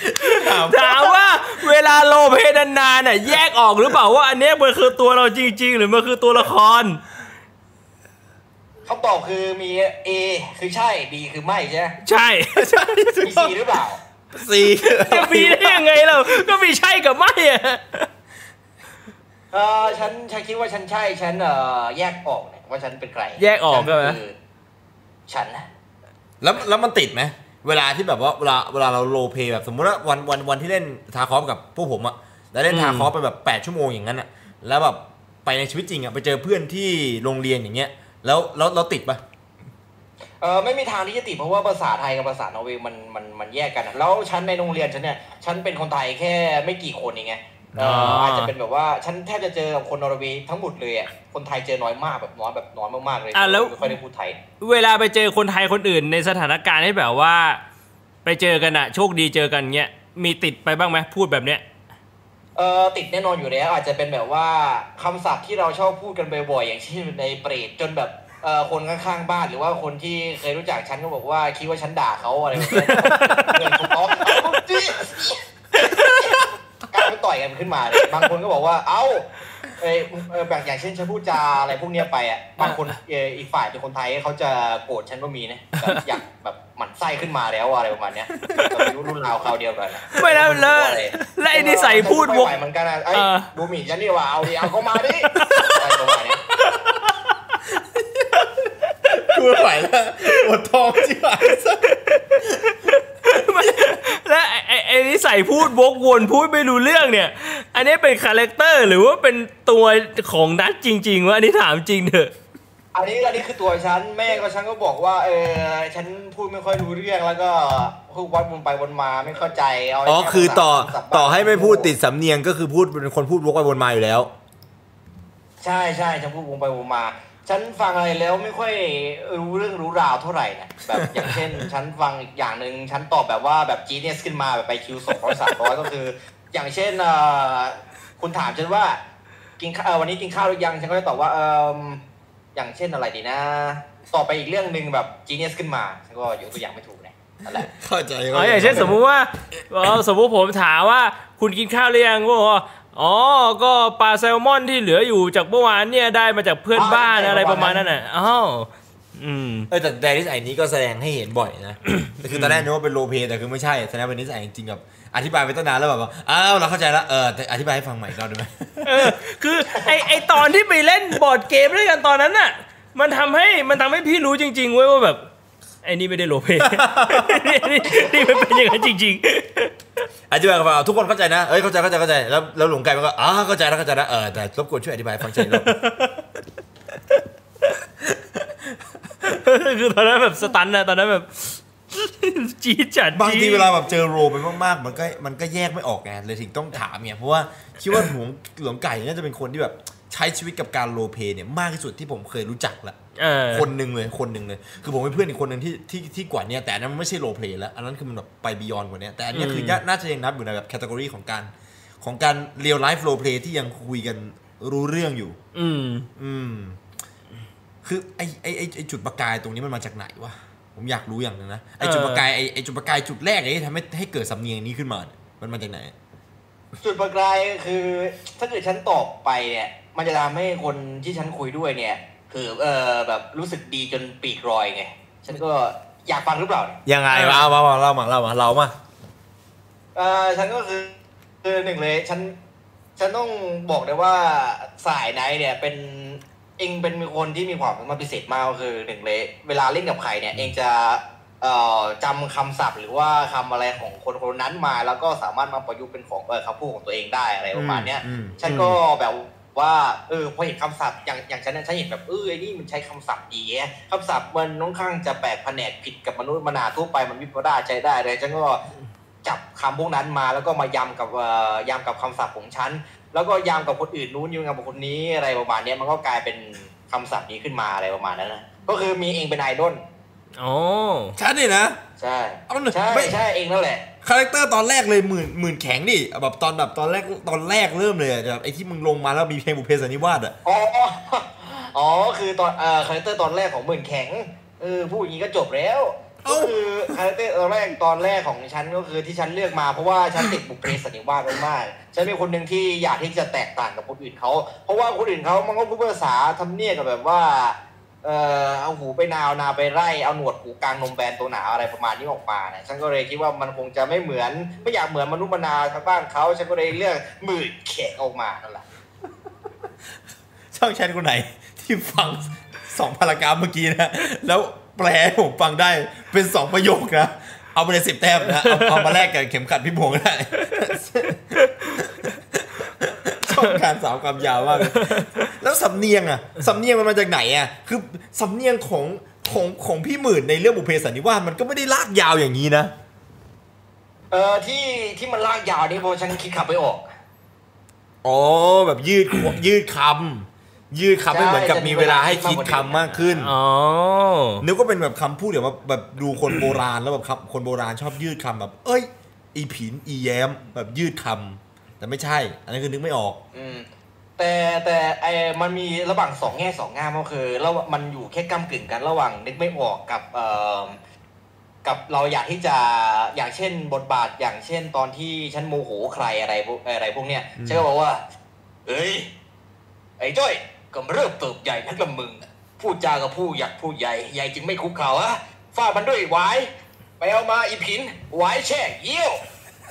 [SPEAKER 2] ถามว่าเวลาโลเพนานๆน่ะแยกออกหรือเปล่าว่าอันเนี้ยมันคือตัวเราจริง ๆ หรือมันคือตัวละคร
[SPEAKER 4] คำตอบคือมี A คือใช่ B คือไม่ใช่ไหม
[SPEAKER 2] ใช่
[SPEAKER 4] มี C หรือเปล่า
[SPEAKER 1] สี่
[SPEAKER 2] จะมีได้ยังไงเราก็มีใช่กับไม่อะ
[SPEAKER 4] เออฉันฉันคิดว่าฉันใช่ ฉันเอ่อแยกออกเนี่ยว่าฉันเป็นใคร
[SPEAKER 2] แยกออกใช่ไหม
[SPEAKER 4] ฉันคือฉันนะ
[SPEAKER 1] แล้วแล้วมันติดไหมเวลาที่แบบว่าเวลาเวลาเราโรลเพลย์แบบสมมติว่าวันวันวันที่เล่นทาคอฟกับพวกผมอะแล้วเล่น
[SPEAKER 2] อืม
[SPEAKER 1] ทาคอฟไปแบบ 8 ชั่วโมงอย่างนั้นอะแล้วแบบไปในชีวิตจริงอะไปเจอเพื่อนที่โรงเรียนอย่างเงี้ยแล้วแล้วเราติดปะ
[SPEAKER 4] เออไม่มีทางที่จะติดเพราะว่าภาษาไทยกับภาษานอร์เวย์มันมันมันแยกกันอะแล้วชั้นในโรงเรียนฉันเนี่ยฉันเป็นคนไทยแค่ไม่กี่คนเองไงเออ
[SPEAKER 2] ออ
[SPEAKER 4] อาจจะเป็นแบบว่าฉันแทบจะเจอกับคนนอร์เวย์ทั้งหมดเลยอ่ะคนไทยเจอน้อยมากแบบน้อยแบบน้อยมากๆเลย
[SPEAKER 2] อ่ะแล้ว
[SPEAKER 4] ไม่ค่อยได้พูดไทย
[SPEAKER 2] เวลาไปเจอคนไทยคนอื่นในสถานการณ์ที่แบบว่า ไปเจอกันอะโชคดีเจอกันเงี้ยมีติดไปบ้างไหมพูดแบบเนี้ย
[SPEAKER 4] เออติดแน่นอนอยู่แล้วอาจจะเป็นแบบว่าคำศัพท์ที่เราชอบพูดกันบ่อยๆอย่างเช่นในเปรตจนแบบเออคนข้างๆบ้านหรือว่าคนที่เคยรู้จักฉันก็บอกว่าคิดว่าฉันด่าเขาอะไรแบบเนี้ ยเงินคุณต๊อกเอาจี้กลายเป็นต่อยกันขึ้นมาเลยบางคนก็บอกว่าเอ้าเอยเอ่อแบบอย่างเช่นฉันพูดจาอะไรพวกเนี้ยไปอ่ะบางคนเอ่ออีกฝ่ายเป็นคนไทยเขาจะโกรธฉันก็มีนะแบบอยากแบบหมั่นไส้ขึ้นมาแล้วอะไรประมาณเนี้ยแต่ไม่รู้รุ่นราวเขาวเดียวกันอะ
[SPEAKER 2] ไม่แล้วแล้วและไอ้นิสัยพูดว
[SPEAKER 4] ไม่
[SPEAKER 2] ก
[SPEAKER 4] ไหวเหมือนกันนะไอ้
[SPEAKER 2] เออ
[SPEAKER 4] ดูหมิ่นฉันดีกว่าเอาดิเอาเข้ามาดิอะไรประมาณเนี้ย
[SPEAKER 1] กูไม่ไหวแล้ว ปวดท้องจิ๋ว
[SPEAKER 2] และไอ้ไอ้นิสัยพูดวกวนพูดไม่รู้เรื่องเนี่ย อันนี้เป็นคาแรคเตอร์หรือว่าเป็นตัวของนัทจริง ๆวะอันนี้ถามจริงเถอะ
[SPEAKER 4] อันนี้อันนี้คือตัวฉันแม่ก็ฉันก็บอกว่าเออฉันพูดไม่ค่อยรู้เรื่องแล้วก็พูดวัดวนไปวนมาไม่เข้าใจเอา
[SPEAKER 1] อ๋อ
[SPEAKER 4] แ
[SPEAKER 1] คือต่อ
[SPEAKER 4] สับปะรด
[SPEAKER 1] ต่อให้ไม่พูดติดสำเนียงก็คือพูดเป็นคนพูดวกไปวนมาอยู่แล้ว
[SPEAKER 4] ใช่ใช่ฉันพูดวนไปวนมา ฉันฟังอะไรแล้วไม่ค่อยรู้เรื่องรู้ราวเท่าไหร่นะแบบอย่างเช่น ฉันฟังอีกอย่างหนึ่งฉันตอบแบบว่าแบบจีเนสขึ้นมาแบบไปคิวสองร้อยสามร้อยก็คือ อย่างเช่นเอ่อคุณถามฉันว่ากินข้าวเอ่อวันนี้กินข้าวหรือยังฉันก็จะตอบว่าเอออย่างเช่นอะไรดีนะต่อไปอีกเรื่องหนึ่งแบบจีเนสขึ้นมาฉันก็ยกตัวอย่างไม่ถูกนะนั่นแหละ
[SPEAKER 1] เข้าใจ
[SPEAKER 2] อ๋ออย่างเช่นสมมุติว่าเอ่อสมมุติผมถามว่าคุณกินข้าวหรือยังก็บอกว่าอ๋อ ก็ปลาแซลมอนที่เหลืออยู่จากเมื่อวานเนี่ยได้มาจากเพื่อนบ้าน
[SPEAKER 4] อ๋ออ
[SPEAKER 2] อะไรประมาณนั้นน่ะอ้าวอืม
[SPEAKER 1] เออแต่แต่นิสัยนี้ก็แสดงให้เห็นบ่อย นะ คือตอนแรกนึกว่าเป็นโรลเพลย์แต่คือไม่ใช่แสดงเป็นนิสัยจริงๆกับอธิบายไปตั้งนานแล้วแบบว่าอ้าวเราเข้าใจแล้วเออแต่อธิบายให้ฟังใหม่อีกรอบได้ไหม
[SPEAKER 2] เออ คือไอไอตอนที่ไปเล่นบอร์ดเกมด้วยกันตอนนั้นน่ะ มันทำให้มันทำให้พี่รู้จริง ๆ เว้ยว่าแบบ ไอ้นี่ไม่ได้โลเปนี่นี่ นี่มันเป็นอย่างนั้นจริง
[SPEAKER 1] อธิบายกับฟังเอาทุกคนเข้าใจนะเอ้ยเข้าใจเข้าใจเข้าใจแล้วแล้วหลวงไก่มันก็อ๋อเข้าใจแล้วเข้าใจแล้วเออแต่รบกวนช่วยอธิบายให้ฟังใจเรา
[SPEAKER 2] ๆ คือตอนนั้นแบบสตันนะตอนนั้นแบบ จี๊ดจัด
[SPEAKER 1] บางที
[SPEAKER 2] จี๊ด
[SPEAKER 1] เวลาแบบเจอโรลไปมากๆ มันก็มันก็แยกไม่ออกไงเลยถึงต้องถามไงเพราะว่าคิดว่าหลวงหลวงไก่น่าจะเป็นคนที่แบบใช้ชีวิตกับการโรลเพลย์เนี่ยมากที่สุดที่ผมเคยรู้จักละ
[SPEAKER 2] เออ
[SPEAKER 1] คนหนึ่งเลยคนหนึ่งเลย คือผมเป็นเพื่อนอีกคนหนึ่งที่ที่ที่กว่าเนี้ยแต่อันนั้นมันไม่ใช่โรเพลย์แล้ว อันนั้นคือมันแบบไปบียอนกว่าเนี้ยแต่อันเนี้ยคือ
[SPEAKER 2] ม
[SPEAKER 1] น่าจะยังนับอยู่ในแบบแคตตากรีของการของการเรียลไลฟ์โรเพลย์ที่ยังคุยกันรู้เรื่องอยู่
[SPEAKER 2] อืม
[SPEAKER 1] อืม คือไอไอไอไอจุดประกายตรงนี้มันมาจากไหนวะผมอยากรู้อย่างหนึงนะไอจุดประกายไอไอจุดประกายจุดแรกเลยที่ทำให้ให้เกิดสำเนียงนี้ขึ้นมาเนี่ยมันมาจากไหน
[SPEAKER 4] จุดประกายคือถ้าเกิดฉันตอบไปเนี่ย มันจะทำให้คนที่ฉันคุยด้วยเนี่ยคือเออแบบรู้สึกดีจนปีกรอยไง ฉันก็อยากฟังหรือเปล่าเนี่ย
[SPEAKER 1] ยังไงมาเอามาเอาเล่ามาเล่ามาเล่ามา
[SPEAKER 4] เออฉันก็คือคือหนึ่งเลยฉันฉันต้องบอกเลยว่าสายไหนเนี่ยเป็นเองเป็นคนที่มีความสามารถพิเศษมากก็คือหนึ่งเลย เวลาเล่นกับใครเนี่ยเองจะเอ่อจำคำศัพท์หรือว่าคำอะไรของคนคนนั้นมา แล้วก็สามารถมาประยุกต์เป็นของเออคำพูดของตัวเองได้อะไรประมาณเนี้ย
[SPEAKER 1] อืม
[SPEAKER 4] ฉันก็แบบว่าเออพอเห็นคำศัพท์อย่างอย่างฉันนะฉันเห็นแบบเออไอ้นี่มันใช้คำศัพท์ดีแฮะคำศัพท์มันน้องข้างจะแปลกแผนกผิดกับมนุษย์มนาทั่วไปมันวิปราชใช้ได้เลยฉันก็จับคำพวกนั้นมาแล้วก็มายำกับเอ่อยำกับคำศัพท์ของฉันแล้วก็ยำกับคนอื่นนู้นยำกับคนนี้อะไรประมาณเนี้ยมันก็กลายเป็นคำศัพท์นี้ขึ้นมาอะไรประมาณนั้นนะก็คือมีเองเป็นไอดอล
[SPEAKER 2] อ๋อ
[SPEAKER 1] ชัดนี่นะ
[SPEAKER 4] ใช่
[SPEAKER 1] เอาหน่อย
[SPEAKER 4] ใช่
[SPEAKER 1] ไม่
[SPEAKER 4] ใช่เองนั่นแหละ
[SPEAKER 1] คาแรคเตอร์ตอนแรกเลยหมื่นหมื่นแข็งดิแบบตอนแบบตอนแรกตอนแรกเริ่มเลยอะแบบไอ้ที่มึงลงมาแล้วมีเพลงบุพเพสันนิวาสอ่ะ
[SPEAKER 4] อ๋อ อ๋อ คือตอนเอ่อคาแรคเตอร์ตอนแรกของหมื่นแข็ง เออ พูดอย่างนี้ก็จบแล้ว ก็คือคาแรคเตอร์ตอนแรกตอนแรกของฉันก็คือที่ฉันเลือกมาเพราะว่าฉันติดบุคลิกสันนิวาสมากๆฉันเป็นคนหนึ่งที่อยากที่จะแตกต่างกับคนอื่นเขา เพราะว่าคนอื่นเขามันก็พูดภาษาทำเนียบกับแบบว่า เออเอาหูไปนาวนาไปไร่เอาหนวดหูกลางนมแบนตัวหนาอะไรประมาณนี้ออกมาเนี่ยฉันก็เลยคิดว่ามันคงจะไม่เหมือนไม่อยากเหมือนมนุษย์มนาชาวบ้านเขาฉันก็เลยเลือกหมื่นแข็งออกมานั่นแหละ
[SPEAKER 1] ช่างแชทคนไหน ที่ฟังสองพารากราฟเมื่อกี้นะ แล้วแปลให้ผมฟังได้เป็นสองประโยคนะ เอาไปเลยสิบแต้มนะ เอาเอามาแลกกับเข็มขัดพี่พงษ์ได้ ชอบการสาวความยาวมากเลยแล้วสำเนียงอะสำเนียงมันมาจากไหนอะคือสำเนียงของของของพี่หมื่นในเรื่องบุพเพสันนิวาสมันก็ไม่ได้ลากยาวอย่างนี้นะ
[SPEAKER 4] เออที่ที่มันลากยาวนี่เพราะฉันคิดขับไปออก
[SPEAKER 1] อ๋อแบบยืด ขว ยืดคำยืดคำ
[SPEAKER 4] ใช่
[SPEAKER 1] ให้เหมือนกับ
[SPEAKER 4] จะมี
[SPEAKER 1] มีเวลา
[SPEAKER 4] เวลา
[SPEAKER 1] ให้
[SPEAKER 4] ที่
[SPEAKER 1] คิด
[SPEAKER 4] มากกว่านี้
[SPEAKER 1] คำมากขึ้น
[SPEAKER 2] อ๋อ
[SPEAKER 1] นึกว่าเป็นแบบคำพูดเดี๋ยวแบบแบบดูคนโบราณแล้วแบบครับคนโบราณชอบยืดคำแบบ เอ้ย อีผินอีแย้มแบบยืดคำแต่ไม่ใช่ อันนั้นคือนึกไม่ออก
[SPEAKER 4] อืมแต่แต่ไอ้มันมีระหว่างสองแง่สองงามก็คือแล้วมันอยู่แค่ก้ากึ่งกันระหว่างนึกไม่ออกกับเอ่อกับเราอยากที่จะอย่างเช่นบทบาทอย่างเช่นตอนที่ฉันโมโหใครอะไรพวกอะไรพวกเนี้ยฉันก็บอกว่า เอ้ยไอ้จ้อยก็เริ่มเติบใหญ่นักละมึงพูดจากับผู้อยากผู้ใหญ่ใหญ่จึงไม่คุกเขาอะฟาดมันด้วยไวายไปเอามาอีผินไวายแช่งเยี่ยว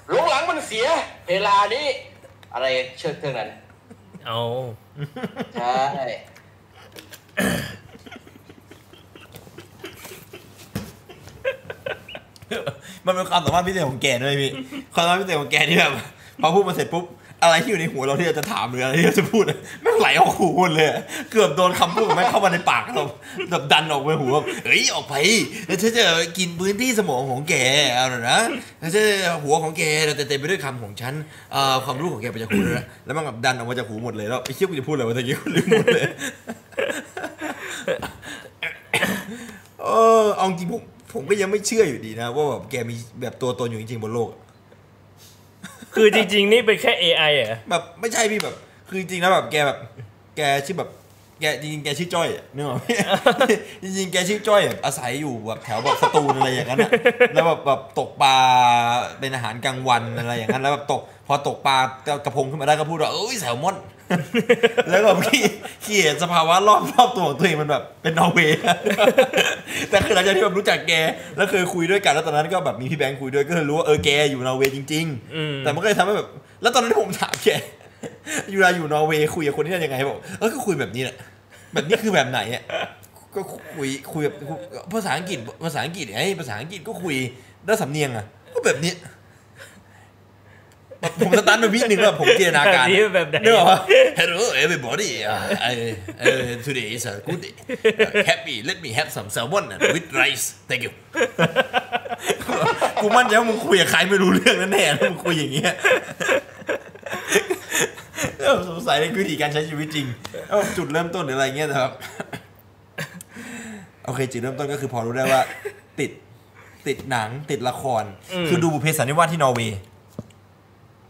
[SPEAKER 4] หลงหลังมันเสีย เวลานี้ อะไรเชิดเครื่องนั้น
[SPEAKER 2] เอา
[SPEAKER 4] ใช่
[SPEAKER 1] มันเป็นความสามารถพิเศษของแกด้วยพี่ ความสามารถพิเศษของแกที่แบบพอพูดมาเสร็จปุ๊บ อะไรที่อยู่ในหัวเราที่เราจะถามหรืออะไร ที่เราจะพูดอะแม่งไหลออกหูหมดเลยอะเกือบโดนคำพูดของแม่งเข้ามาในปากเรา แบบดันออกไปหูแบบเฮ้ยออกไปแล้วฉันจะกินพื้นที่สมองของแกเอาหน่อยนะแล้วฉันจะหัวของแกเราจะเต็มไปด้วยคำของฉันเอ่อความรู้ของแกไปจากหูเลยนะแล้วมันแบบดันออกมาจากหูหมดเลยแล้วไอ้เชี่ยกูจะพูดอะไรวะตะกี้กูลืมหมดเลย เออเอาจริงผมผมก็ยังไม่เชื่ออยู่ดีนะ ว่าแบบแกมีแบบตัวตนอยู่จริงๆบนโลก
[SPEAKER 2] คือจริง ๆ นี่เป็นแค่ AI เหรอ
[SPEAKER 1] แบบไม่ใช่พี่แบบ คือจริงๆแล้วแบบแกแบบ แกชื่อแบบแกจริงๆแกชื่อจ้อยอะนึกออกไหม จริงๆแกชื่อจ้อยอะอาศัยอยู่แบบแถวแบบสตูลอะไรอย่างนั้นอะแล้วแบบแบบตกปลาเป็นอาหารกลางวันอะไรอย่างนั้นแล้วแบบตกพอตกปลากระพงขึ้นมาได้ก็พูดว่าเอ้ยแซลมอน แล้วก็พี่ขี้เกียจสภาวะรอบรอบตัวของตัวเองมันแบบเป็นนอร์เวย์ แต่คือหลังจากที่แบบรู้จักแกแล้วเคยคุยด้วยกันแล้วตอนนั้นก็แบบมีพี่แบงค์คุยด้วยก็เลยรู้ว่าเออแกอยู่นอร์เวย์จริง
[SPEAKER 2] อืม
[SPEAKER 1] ๆ แต่มันก็เลยทำให้แบบ แล้วตอนนั้นผมถามแก อยู่เราอยู่นอร์เวย์คุยกับคนที่นั่นยังไงบอกเออก็คุยแบบนี้แหละแบบนี้คือแบบไหนอ่ะก็คุยคุยแบบภาษาอังกฤษภาษาอังกฤษไงภาษาอังกฤษก็คุยแล้วสำเนียงอ่ะก็แบบนี้ ผมสตันไปวิหนึ่งแล้วผมจินตนาการ
[SPEAKER 2] แบบนี้แบบไหน
[SPEAKER 1] เนกออกปะ Hello everybody uh, I, uh, today is a good day Uh, happy let me have some salmon and with rice thank you กูมั่นใจว่ามึงคุยกับใครไม่รู้เรื่องนั่นแน่แล้วมึงคุยอย่างเงี้ยเออสงสัยในวิธีการใช้ชีวิตจริงเออจุดเริ่มต้นหรืออะไรเงี้ยนะครับ โอเคจุดเริ่มต้นก็คือพอรู้ได้ว่า ติดติดหนังติดละคร คือดูบุพเพสันนิวาสที่นอร์เวย์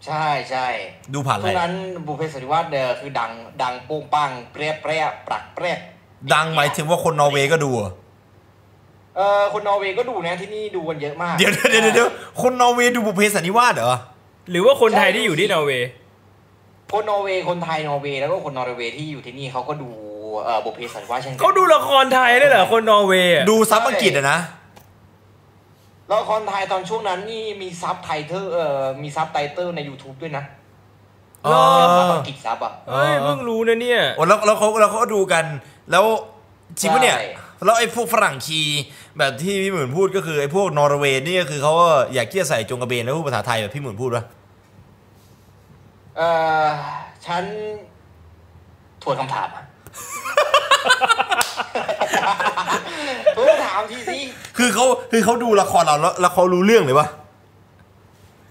[SPEAKER 4] ใช่ใช่
[SPEAKER 1] ดูผ่านอะ
[SPEAKER 4] ช่
[SPEAKER 1] ไร
[SPEAKER 4] วงนั้นบุพเพสันนิวาสเนี่ยคือดังดังโป้งปังเปรี้ยเปรี้ยปรักเปรี้ย
[SPEAKER 1] ดังหมายถึงว่าคนนอร์เวย์ก็ดูเหรอ
[SPEAKER 4] เออคนนอร์เวย์ก็ดูนะที่นี่ดูกันเยอะมาก
[SPEAKER 1] เดี๋ยวเดี๋ยวเดี๋ยวเดี๋ยวคนนอร์เวย์ดูบุพเพสันนิวาสเหรอ
[SPEAKER 2] หรือว่าคนไทยที่อยู่ที่นอร์เวย์
[SPEAKER 4] คนนอร์เวย์คนไทยนอร์เวย์แล้วก็คนนอร์เวย์ที่อยู่ที่นี่เขาก็ดูเออบุพเพสันนิวาสเช่นกั
[SPEAKER 2] เขาดูละครไทยได้วยเหรอคนนอร์เวย์อะ
[SPEAKER 1] ดูซับอังกฤษอะนะ
[SPEAKER 4] แล้วคนไทยตอนช่วงนั้นนี่มีซับไทเทอร์เออมีซับไตเติลใน YouTube ด้วยนะ
[SPEAKER 1] อ๋อ
[SPEAKER 4] ซับอังกฤษซับอ่ะ
[SPEAKER 2] เฮ้ยเพิ่งรู้นะเนี่ย
[SPEAKER 1] โอ้แล้วแล้วเขาแล้วเขาก็ดูกัน แล้วจริงปะเนี่ย
[SPEAKER 4] ใช่
[SPEAKER 1] แล้วไอ้พวกฝรั่งคีแบบที่พี่หมื่นพูดก็คือไอ้พวกนอร์เวย์นี่ก็คือเขาก็อยากที่จะใส่จงกระเบนแล้วพูดภาษาไทยแบบพี่หมื่นพูดวะ
[SPEAKER 4] เออฉันทวนคำ ถามอะ ทวนคำถามทีสิ
[SPEAKER 1] คือเขาคือเขาดูละครเราแล้วแล้วเขารู้เรื่องเลยวะ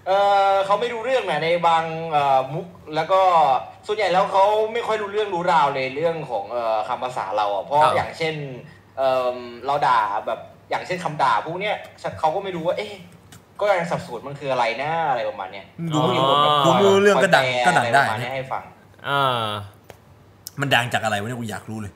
[SPEAKER 4] เออเขาไม่รู้เรื่องนะในบางเอ่อมุกแล้วก็ส่วนใหญ่แล้วเขาไม่ค่อยรู้เรื่องรู้ราวเลยเรื่องของเอ่อคำภาษาเราอ่ะเพราะอย่างเช่นเอ่อเราด่าแบบอย่างเช่นคำด่าพวกเนี้ยเขาก็ไม่รู้ว่าเอ๊ะก็ยังสับสนมันคืออะไรนะอะไรประมาณเนี้ย
[SPEAKER 1] ดูไม่
[SPEAKER 4] มี
[SPEAKER 1] รู้
[SPEAKER 4] คนแบบ
[SPEAKER 1] ดู
[SPEAKER 4] คย
[SPEAKER 1] ไม่รู้เรื่องก็ดัง
[SPEAKER 4] คอย
[SPEAKER 1] ก็ดัง
[SPEAKER 4] แปล
[SPEAKER 1] ได้
[SPEAKER 4] อะไรประมาณเนี้
[SPEAKER 1] นะ
[SPEAKER 4] ยให้ฟัง
[SPEAKER 2] อ่า
[SPEAKER 1] มันดังจากอะไรวะเนี่ยกูอยากรู้เลย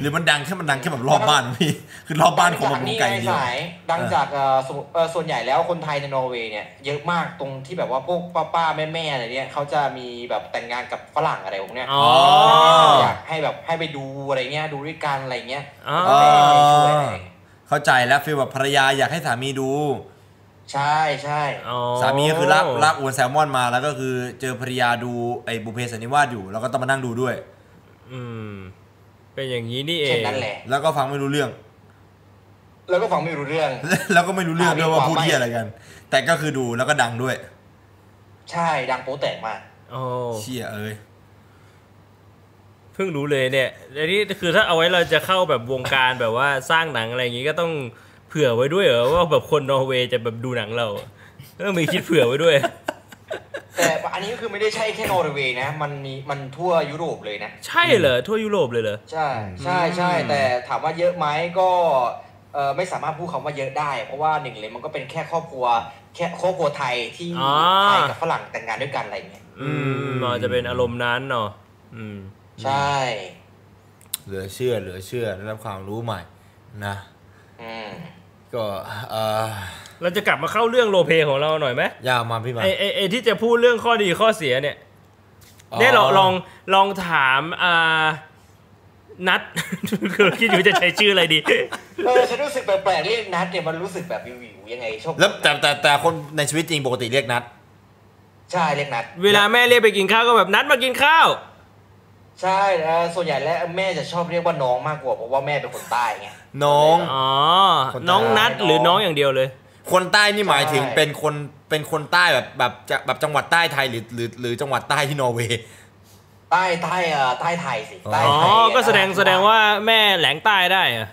[SPEAKER 1] หรือมันดังแค่มันดังแค่แบบรอบบ้าน วะพี่ คือรอบบ้านของมัน
[SPEAKER 4] นี่
[SPEAKER 1] ไกล
[SPEAKER 4] ไง
[SPEAKER 1] เดียว
[SPEAKER 4] สายดังจากเอ่อสมมุติเอ่อส่วนใหญ่แล้วคนไทยในนอร์เวย์เนี่ยเยอะมากตรงที่แบบว่าพวกป้าป้าแม่แม่ๆอะไรเนี่ยเขาจะมีแบบแต่งงานกับฝรั่งอะไรพวกเนี้ย
[SPEAKER 2] อ๋อ
[SPEAKER 4] อยากให้แบบให้ไปดูอะไรเงี้ยดูด้วยกันอะไรเงี้ย
[SPEAKER 2] อ่า
[SPEAKER 4] แม่ไม่ช่วยอะไร
[SPEAKER 1] เข้าใจแล้วฟีลแบบภรรยาอยากให้สามีดู
[SPEAKER 4] ใช่ใช่
[SPEAKER 2] อ๋อ
[SPEAKER 1] สามีก็คือลากลากอวนแซลมอนมาแล้วก็คือเจอภรรยาดูไอ้บุพเพสันนิวาสอยู่ แล้วก็ต้องมานั่งดูด้วย
[SPEAKER 2] อืม เป็นอย่างนี้นี่เอง
[SPEAKER 4] เช่นนั้นแหละ
[SPEAKER 1] แล้วก็ฟังไม่รู้เรื่อง
[SPEAKER 4] แล้วก็ฟังไม่รู้เรื่อง
[SPEAKER 1] แล้วก็ไม่รู้เรื่องด้วยว่า
[SPEAKER 4] อ่ามีความ
[SPEAKER 1] พูดเที่ยอะไรกัน แต่ก็คือดูแล้วก็ดังด้วย
[SPEAKER 4] ใช่ดังโป๊แตกมาก
[SPEAKER 2] โอ้
[SPEAKER 1] เชี่ยเอ้ย
[SPEAKER 2] เพิ่งรู้เลยเนี่ยอันนี้คือถ้าเอาไว้เราจะเข้าแบบวงการแบบว่าสร้างหนังอะไรอย่างนี้ก็ต้องเผื่อไว้ด้วยเหรอว่าแบบคนนอร์เวย์จะแบบดูหนังเราต้องมีคิดเผื่อไว้ด้วย
[SPEAKER 4] แต่อันนี้ก็คือไม่ได้ใช่แค่นอร์เวย์นะมันมีมันทั่วยุโรปเลยนะ
[SPEAKER 2] ใช่เหรอทั่วยุโรปเลยเหรอ
[SPEAKER 4] ใช่ใช่ใช่แต่ถามว่าเยอะไหมก็เออไม่สามารถพูดคำว่าเยอะได้ เพราะว่าหนึ่งเลยมันก็เป็นแค่ครอบครัว แค่ครอบครัวไทยที่
[SPEAKER 2] อ๋อ
[SPEAKER 4] ไทยกับฝรั่งแต่งงานด้วยกันอะไรเงี้ย
[SPEAKER 2] อืมมันจะเป็นอารมณ์นั้นเนาะอืม
[SPEAKER 4] ใช่
[SPEAKER 1] เหลือเชื่อเหลือเชื่อได้รับความรู้ใหม่นะ
[SPEAKER 4] อืม
[SPEAKER 1] ก็เออ
[SPEAKER 2] เราจะกลับมาเข้าเรื่องโรลเพลย์ของเราหน่อยไหม
[SPEAKER 1] ยาวมาพี่มา
[SPEAKER 2] ไอไอไอที่จะพูดเรื่องข้อดีข้อเสียเนี่ย เนี่ยลองลองลองถามอ่านัด คือคิดอยู่จะใช้ชื่ออะไรดี
[SPEAKER 4] เออฉันรู้สึกแปลกๆเรียกนัดเนี่ยมันรู้สึกแบบวิวๆยังไงชอบ
[SPEAKER 1] แล้วแต่แต่แต่คนในชีวิตจริงปกติเรียกนัด
[SPEAKER 4] ใช่เรียกนัด
[SPEAKER 2] เวลาแม่เรียกไปกินข้าวก็แบบนัดมากินข้าว
[SPEAKER 4] ใช่เออส่วนใหญ่แล้วแม่จะชอบเรียกว่าน้องมากกว่าเพราะว่าแม่เป็นคนใต้ไง
[SPEAKER 1] น้อง
[SPEAKER 2] อ๋อ
[SPEAKER 1] คนตาย
[SPEAKER 2] น้องนัดหรือน้องอย่างเดียวเลย
[SPEAKER 1] คนใต้นี่หมายถึง
[SPEAKER 4] ใช่
[SPEAKER 1] เป็นคนเป็นคนใต้แบบแบบจะแบบจังหวัดใต้ไทยหรือหรือหรือจังหวัดใต้ที่นอร์เวย์
[SPEAKER 4] ใต้ใต้เอ่อใต้ไทยสิใต้
[SPEAKER 2] อ๋อ
[SPEAKER 4] ไทย
[SPEAKER 2] ก็แสดงแสดงว่าแม่แหลงใต้ได้อะ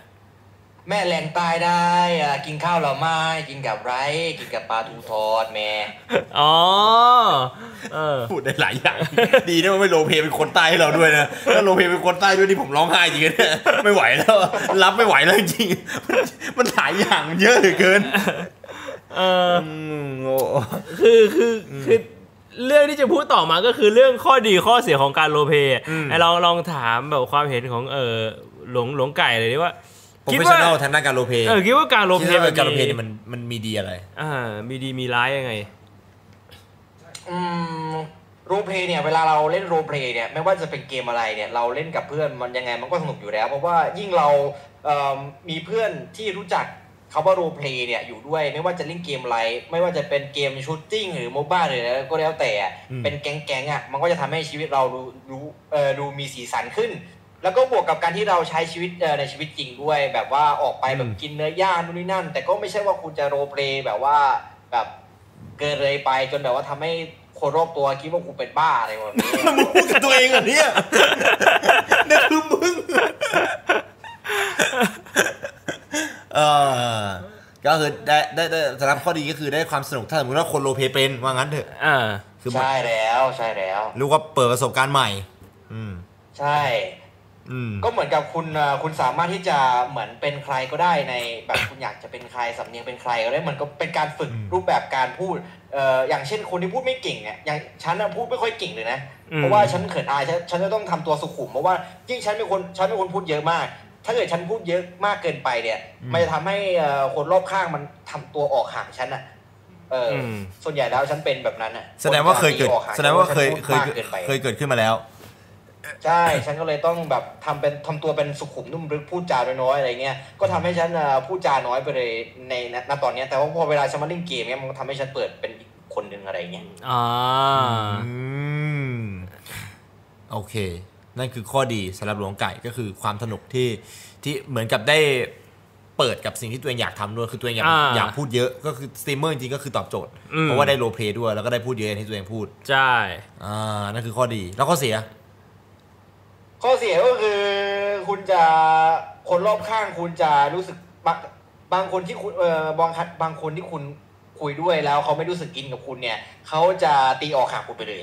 [SPEAKER 4] แม่แรงใต้ได้อ่ะกินข้าวเราไม่กินกับไรกินกับปลาทูทอดแม่
[SPEAKER 2] อ๋อ เออ
[SPEAKER 1] พูดได้หลายอย่าง ดีนะมันไม่โลเพเป็นคนใต้ให้เราด้วยนะถ้าโลเพเป็นคนใต้ด้วยนี่ผมร้องไห้จริงๆนะ ไม่ไหวแล้ว รับไม่ไหวแล้วจริง ๆมันหลายอย่างเยอะเหลือเกิน
[SPEAKER 2] เออ
[SPEAKER 1] อืมโอ้
[SPEAKER 2] คือคือคือเรื่องที่จะพูดต่อมาก็คือเรื่องข้อดีข้อเสียของการโรลเพลย์ไอ้ลองลองถามแบบความเห็นของเออหลงหลงไก่เลยดีว่า
[SPEAKER 1] ผม
[SPEAKER 2] คิด
[SPEAKER 1] เป็น
[SPEAKER 2] ว่า
[SPEAKER 1] ชาทางด้านการโลเพ
[SPEAKER 2] เออคิดว่าการโรลเพล
[SPEAKER 1] คิด
[SPEAKER 2] ย์
[SPEAKER 1] ว่าการโลเพ
[SPEAKER 2] มี
[SPEAKER 1] นี่มันมันมีดีอะไร
[SPEAKER 2] อ่ามีดีมีร้ายยังไง
[SPEAKER 4] อืมโรลเพลย์เนี่ยเวลาเราเล่นโรลเพลย์เนี่ยไม่ว่าจะเป็นเกมอะไรเนี่ยเราเล่นกับเพื่อนมันยังไงมันก็สนุกอยู่แล้ว เพราะว่ายิ่งเราเอ่อมีเพื่อนที่รู้จักเขาว่าโรลเพลย์เนี่ยอยู่ด้วยไม่ว่าจะเล่นเกมอะไร ไม่ว่าจะเป็นเกมชูตติ้งหรือโมบ้าหรืออะไรก็แล้วแต่อะ
[SPEAKER 1] อืม
[SPEAKER 4] เป็นแก๊งๆอ่ะมันก็จะทำให้ชีวิตเราดูรู้เอ่อดูมีสีสันขึ้น แล้วก็บวกกับการที่เราใช้ชีวิตเอ่อในชีวิตจริงด้วย แบบว่าออกไปแบบกินเนื้อย่างนู่นนี่นั่น แต่ก็ไม่ใช่ว่าคุณจะโรลเพลย์แบบว่าแบบ เกินเลยไปจนแบบว่าทำให้คนรอบตัวคิดว่ากูเป็นบ้าอะไรแบบนี้
[SPEAKER 1] มึงพูดกับตัวเองเหรอเนี่ยนั่นคือมึงเออก็คือได้ได้ได้สำหรับข้อดีก็คือได้ความสนุกถ้าสมมติว่าคนโลเพเป็นว่างั้นเถอะ
[SPEAKER 2] อ่า
[SPEAKER 1] คือมัน
[SPEAKER 4] ใช่แล้วใช่แล้ว
[SPEAKER 1] รู้ว่าเปิดประสบการณ์ใหม่ อืม
[SPEAKER 4] ใช่
[SPEAKER 1] อืม
[SPEAKER 4] ก็เหมือนกับคุณเอ่อคุณสามารถที่จะเหมือนเป็นใครก็ได้ในแบบคุณอยากจะเป็นใครสำเนียงเป็นใครก็ได้เหมือนก็เป็นการฝึก
[SPEAKER 1] อืม
[SPEAKER 4] รูปแบบการพูดเอ่ออย่างเช่นคนที่พูดไม่เก่งเนี่ยอย่างฉันน่ะพูดไม่ค่อยเก่งเลยนะ
[SPEAKER 2] อืม
[SPEAKER 4] เพราะว่าฉันเขินอายฉันฉันจะต้องทำตัวสุขุมเพราะว่ายิ่งฉันเป็นคนฉันเป็นคนพูดเยอะมาก ถ้าเกิดฉันพูดเยอะมากเกินไปเนี่ยมันจะทำให้เอ่อคนรอบข้างมันทำตัวออกห่างฉันอ่ะเอออ
[SPEAKER 2] ม
[SPEAKER 4] ส่วนใหญ่แล้วฉันเป็นแบบนั้นอ่ะ
[SPEAKER 1] แสดงว่าเคยเกิด
[SPEAKER 4] คนจะตีออห่ง
[SPEAKER 1] แสดงว่าเคย
[SPEAKER 4] ฉัน
[SPEAKER 1] เคย
[SPEAKER 4] พูดมากกินไป
[SPEAKER 1] เคยเกิดขึ้นมาแล้ว
[SPEAKER 4] ใช่ ฉันก็เลยต้องแบบทำเป็นทำตัวเป็นสุขุมนุ่มลึกพูดจาน้อยๆอะไรเงี้ย ก็ทำให้ฉันเอ่อพูดจาน้อยไปเลยในณณตอนเนี้ยแต่ว่าพอเวลาฉันมาเล่นเกมเนี้ยมันก็ทำให้ฉันเปิดเป็นอีกคนหนึ่งอะไรเงี้ย
[SPEAKER 2] อ่า
[SPEAKER 1] อืม โอเค นั่นคือข้อดีสำหรับหลวงไก่ก็คือความสนุกที่ที่เหมือนกับได้เปิดกับสิ่งที่ตัวเองอยากทำด้วยคือตัวเองอยาก
[SPEAKER 2] อ่า
[SPEAKER 1] อยากพูดเยอะก็คือสตรีมเมอร์จริงๆก็คือตอบโจทย์
[SPEAKER 2] อืม
[SPEAKER 1] เพราะว่าได้โรลเพลย์ด้วยแล้วก็ได้พูดเยอะอย่างที่ตัวเองพูด
[SPEAKER 2] ใช่
[SPEAKER 1] อ่า นั่นคือข้อดีแล้วข้อเสีย
[SPEAKER 4] ข้อเสียก็คือคุณจะคนรอบข้างคุณจะรู้สึกบางบางคนที่คุณเออบางคัดบางคนที่คุณคุยด้วยแล้วเขาไม่รู้สึกอินกับคุณเนี่ยเขาจะตีออกห่างคุณไปเลย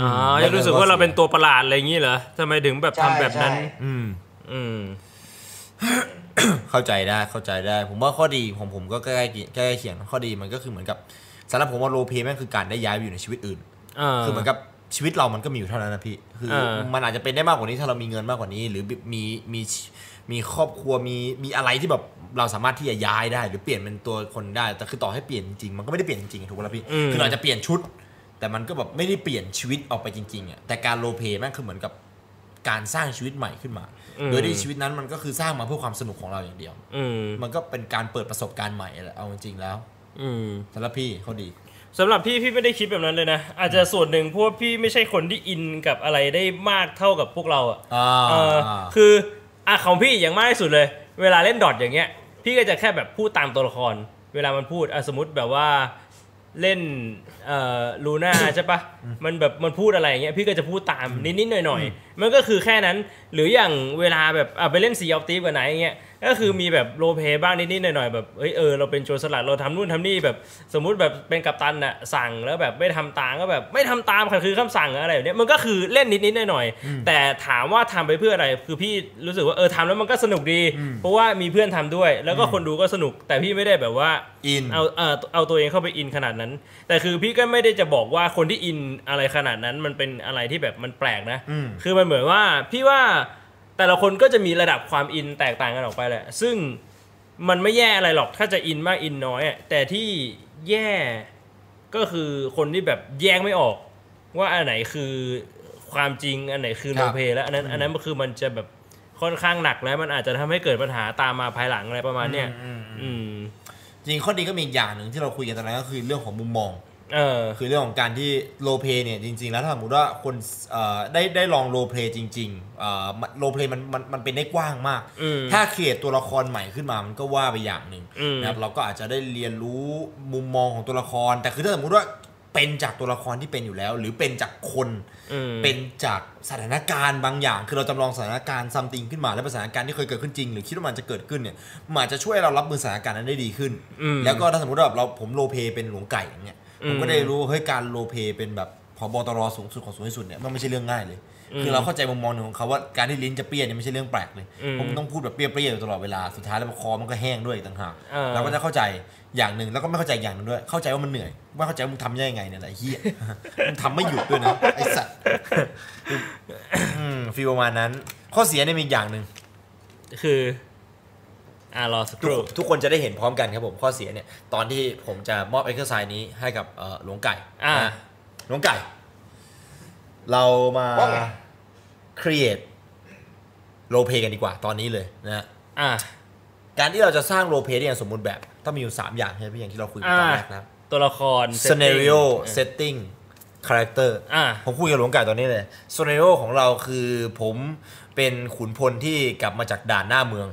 [SPEAKER 2] อ๋อจะรู้สึกว่าเราเป็นตัวประหลาดอะไรอย่างนี้เหรอทำไมถึงแบบ
[SPEAKER 4] ใช่
[SPEAKER 2] ทำแบบนั้น
[SPEAKER 4] ใช่
[SPEAKER 1] อืม
[SPEAKER 2] อืม
[SPEAKER 1] เข้าใจได้เข้าใจได้ ผมว่าข้อดีของผมก็ใกล้ๆใกล้ๆเคียงข้อดีมันก็คือเหมือนกับสำหรับผมว่าโรลเพลย์แม่งคือการได้ย้ายไปอยู่ในชีวิตอื่น
[SPEAKER 2] อ่า
[SPEAKER 1] คือเหมือนกับชีวิตเรามันก็มีอยู่เท่านั้นนะพี่ คือ
[SPEAKER 2] เออ
[SPEAKER 1] มันอาจจะเป็นได้มากกว่านี้ถ้าเรามีเงินมากกว่านี้ หรือมีมีมีครอบครัวมีมีอะไรที่แบบเราสามารถที่จะย้ายได้ หรือเปลี่ยนเป็นตัวคนได้ แต่คือต่อให้เปลี่ยนจริงๆมันก็ไม่ได้เปลี่ยนจริงๆถูกไหมล่ะพี่ คือเราอาจจะเปลี่ยนชุด แต่มันก็แบบไม่ได้เปลี่ยนชีวิตออกไปจริงๆอ่ะ แต่การโรลเพลย์แม่งคือเหมือนกับการสร้างชีวิตใหม่ขึ้นมา
[SPEAKER 2] อืม
[SPEAKER 1] โดยที่ชีวิตนั้นมันก็คือสร้างมาเพื่อความสนุกของเราอย่างเดียว
[SPEAKER 2] อืม
[SPEAKER 1] มันก็เป็นการเปิดประสบการณ์ใหม่แหละเอาจริงๆแล้ว
[SPEAKER 2] อืม
[SPEAKER 1] สำหรับพี่เขาดี
[SPEAKER 2] สำหรับพี่พี่ไม่ได้คิดแบบนั้นเลยนะ อาจจะส่วนหนึ่งเพราะว่าพี่ไม่ใช่คนที่อินกับอะไรได้มากเท่ากับพวกเราอ่ะ
[SPEAKER 1] อ่า
[SPEAKER 2] เอออคืออ่ะของพี่อย่างมากที่สุดเลย เวลาเล่นดอทอย่างเงี้ย พี่ก็จะแค่แบบพูดตามตัวละคร เวลามันพูดอ่ะสมมติแบบว่าเล่นเอ่อลูน่า ใช่ปะมันแบบมันพูดอะไรอย่างเงี้ยพี่ก็จะพูดตามนิดๆหน่อยๆ มันก็คือแค่นั้นหรืออย่างเวลาแบบอ่ะไปเล่นสีออฟตีฟกับไหนอย่างเงี้ยก็คือมีแบบโรลเพลย์บ้างนิดๆหน่อยๆแบบเอ้ยเออเราเป็นโจรสลัดเราทำนู่นทำนี่แบบสมมุติแบบเป็นกัปตันน่ะสั่งแล้วแบบไม่ทำตามก็แบบไม่ทำตามค่ะคือคำสั่งอะไรแบบเนี้ยมันก็คือเล่นนิดๆหน่อยๆแต่ถามว่าทำไปเพื่ออะไรคือพี่รู้สึกว่าเออทำแล้วมันก็สนุกดี เพราะว่ามีเพื่อนทำด้วย แล้วก็คนดูก็สนุก แต่พี่ไม่ได้แบบว่า
[SPEAKER 1] อิน
[SPEAKER 2] เอาเอาเอาตัวเองเข้าไปอินขนาดนั้น แต่คือพี่ก็ไม่ได้จะบอกว่าคนที่อินอะไรขนาดนั้น มันเป็นอะไรที่แบบมันแปลกนะ
[SPEAKER 1] อืม
[SPEAKER 2] คือมันเหมือนว่าพี่ว่าแต่ละคนก็จะมีระดับความอินแตกต่างกันออกไปแหละ ซึ่งมันไม่แย่อะไรหรอกถ้าจะอินมากอินน้อยอะแต่ที่แย่ก็คือคนที่แบบแยกไม่ออก ว่าอันไหนคือความจริงอันไหนคือ
[SPEAKER 1] ค
[SPEAKER 2] โล
[SPEAKER 1] รับ
[SPEAKER 2] เพแล้วอันนั้นอันนั้นมันคือมันจะแบบค่อนข้างหนักแล้วมันอาจจะทำให้เกิดปัญหาตามมาภายหลังอะไรประมาณเนี้ยอืม
[SPEAKER 1] จริงข้อดีก็มีอีกอย่างหนึ่งที่เราคุยกันตอนนั้นก็คือเรื่องของมุมมอง
[SPEAKER 2] เออ
[SPEAKER 1] คือเรื่องของการที่โรลเพลย์เนี่ยจริงๆ แล้วถ้าสมมติว่าคนเอ่อได้ได้ลองโรลเพลย์จริงๆเอ่อมันโรลเพลย์มันมันมันเป็นได้กว้างมาก
[SPEAKER 2] อืม
[SPEAKER 1] ถ้าเขียนตัวละครใหม่ขึ้นมามันก็ว่าไปอย่างหนึ่ง
[SPEAKER 2] อืม
[SPEAKER 1] นะครับเราก็อาจจะได้เรียนรู้มุมมองของตัวละคร แต่คือถ้าสมมติว่าเป็นจากตัวละครที่เป็นอยู่แล้ว หรือเป็นจากคน
[SPEAKER 2] อืม
[SPEAKER 1] เป็นจากสถานการณ์บางอย่าง คือเราจำลองสถานการณ์ซัมติงขึ้นมาแล้วเป็นสถานการณ์ที่เคยเกิดขึ้นจริง หรือคิดว่ามันจะเกิดขึ้นเนี่ยมันอาจจะช่วยเรารับมือสถานการณ์นั้นได้ดีขึ้น
[SPEAKER 2] อืม
[SPEAKER 1] แล้วก็ถ้าสมมติว่าแบบเราผมโรลเพลย์เป็นหลวงไก่อย่างเนี่ย
[SPEAKER 2] อื
[SPEAKER 1] ผม
[SPEAKER 2] ม
[SPEAKER 1] ก็ได้รู้ว่าเฮ้ยการโรลเพลย์เป็นแบบพบตรสูงสุดของสูงที่สุดเนี่ยมันไม่ใช่เรื่องง่ายเลย คือเราเข้าใจมุมมองหนึ่งของเขาว่าการที่ลิ้นจะเปรี้ยเนี่ยไม่ใช่เรื่องแปลกเลย
[SPEAKER 2] อืม
[SPEAKER 1] ผมต้องพูดแบบเปรี้ยวๆอยู่ตลอดเวลาสุดท้ายแล้วคอมันก็แห้งด้วยอีกต่างหาก
[SPEAKER 2] เออ
[SPEAKER 1] เราก็จะเข้าใจอย่างหนึ่งแล้วก็ไม่เข้าใจอย่างหนึ่งด้วย เข้าใจว่ามันเหนื่อยว่าเข้าใจว่ามึงทำได้ยังไงเนี่ยแหละไอ้เหี้ย มึงทำไม่หยุดด้วยนะไอ้สัตว์ อืมฟีลประมาณนั้น ข้อเสียเนี่ยมีอีกอย่างหนึ่ง
[SPEAKER 2] คือ อ่ารอสักค
[SPEAKER 1] ทุก
[SPEAKER 2] รู่
[SPEAKER 1] ทุกคนจะได้เห็นพร้อมกันครับผมข้อเสียเนี่ย ตอนที่ผมจะมอบเอ็กซ์ไซส์นี้ให้กับเอ่อหลวงไก่
[SPEAKER 2] อ่า
[SPEAKER 1] นะหลวงไก่ เรามา
[SPEAKER 4] ว่าไง
[SPEAKER 1] ครีเอทโรเพกันดีกว่าตอนนี้เลยนะฮะ
[SPEAKER 2] อ่า
[SPEAKER 1] การที่เราจะสร้างโรเพได้อย่างสมบูรณ์แบบ ต้องมีอยู่ 3 อย่างใช่ไหมพี่อย่างที่เราคุยกันตอน
[SPEAKER 2] อ่า
[SPEAKER 1] แรกนะครับ
[SPEAKER 2] ตัวละคร
[SPEAKER 1] s c e n a r i o
[SPEAKER 2] setting
[SPEAKER 1] setting character
[SPEAKER 2] อ่า
[SPEAKER 1] ผมคุยกับหลวงไก่ตอนนี้เลย s c e n a r i o ของเราคือผมเป็นขุนพลที่กลับมาจากด่านหน้าเมือง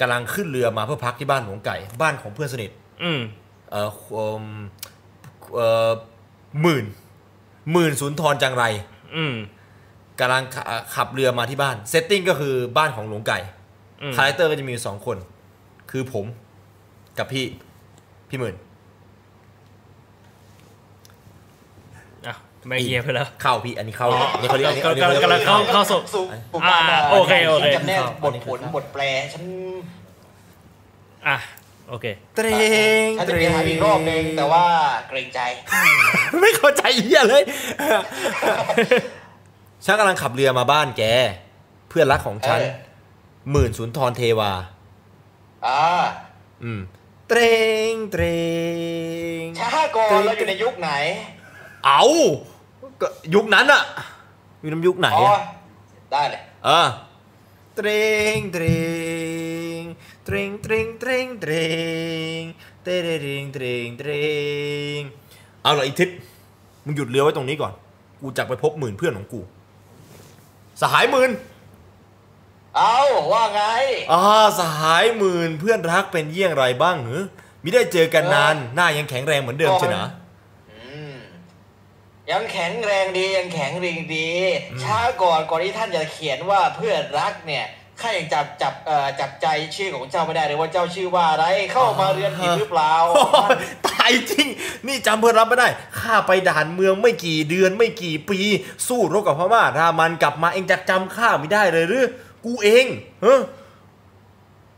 [SPEAKER 1] กำลังขึ้นเรือมาเพื่อพักที่บ้านหลวงไก่ บ้านของเพื่อนสนิท
[SPEAKER 2] อืม
[SPEAKER 1] เอ่อเอิ่มเอ่อหมื่นหมื่นสุนทรจังไร
[SPEAKER 2] อืม
[SPEAKER 1] กำลังขะขับเรือมาที่บ้าน setting ก็คือบ้านของหลวงไก่
[SPEAKER 2] อืม
[SPEAKER 1] คาแรคเตอร์ก็จะมีอยู่สองคน คือผมกับพี่พี่หมื่น
[SPEAKER 2] อ่ะไม่เงียบไปแล้ว
[SPEAKER 1] เข้าพี่อันนี้เข้าเลยอันนี้เขาเรียกอันนี้อันนี้
[SPEAKER 2] กำลัง
[SPEAKER 1] เขาเรีย
[SPEAKER 2] กำลัง
[SPEAKER 1] ก
[SPEAKER 2] เข้าเข้าสู่
[SPEAKER 4] สู่
[SPEAKER 2] อ่าโอเคโอเค
[SPEAKER 4] จำแนกบทผลบทแปลฉัน
[SPEAKER 2] อ่ะ โอเค
[SPEAKER 1] เตรง
[SPEAKER 4] ฉันจะเปลี่ยนหาอีกรอบนึงแต่ว่าเกรงใจ
[SPEAKER 1] ไม่เข้าใจเหี้ยเลยฉันกำลังขับเรือมาบ้านแก เพื่อนรักของฉัน
[SPEAKER 4] เออ
[SPEAKER 1] หมื่นสุนทรเทวา
[SPEAKER 4] อ่า
[SPEAKER 1] อืมเตรงเตรง
[SPEAKER 4] ช้าก่อนเราอยู่ในยุคไหน
[SPEAKER 1] เอาก็ยุคนั้นอะอยู่ในยุคไหน
[SPEAKER 4] อ๋อ
[SPEAKER 1] อะ
[SPEAKER 4] ได้เลย
[SPEAKER 1] เออเตรงเตรงเตรงเตรงเตรงเตรงเตรงเตรงเตรงเอาล่ะอีทิศมึงหยุดเรือไว้ตรงนี้ก่อน กูจะไปพบหมื่นเพื่อนของกู สหายหมื่น
[SPEAKER 4] เอาว่าไง
[SPEAKER 1] อ่าสหายหมื่นเพื่อนรักเป็นเยี่ยงไรบ้างหรือมิได้เจอกันนาน หน้ายังแข็งแรงเหมือนเดิม
[SPEAKER 4] ก่อน
[SPEAKER 1] ใช่นะ
[SPEAKER 4] อืมยังแข็งแรงดียังแข็งแรงดี ช้าก่อนก่อนที่ท่านจะเขียนว่าเพื่อนรักเนี่ยข้ายังจับจับเอ่อจับใจชื่อของเจ้าไม่ได้เลยว่าเจ้าชื่อว่าอะไรเข้ามาเรียนผิดหรือเปล่า
[SPEAKER 1] โอ้ยตายจริง นี่จำเพื่อนรับไม่ได้ ข้าไปด่านเมืองไม่กี่เดือนไม่กี่ปี สู้รบกับพม่ารามันกลับมาเองจะจำข้าไม่ได้เลยหรือกูเองเฮ้อ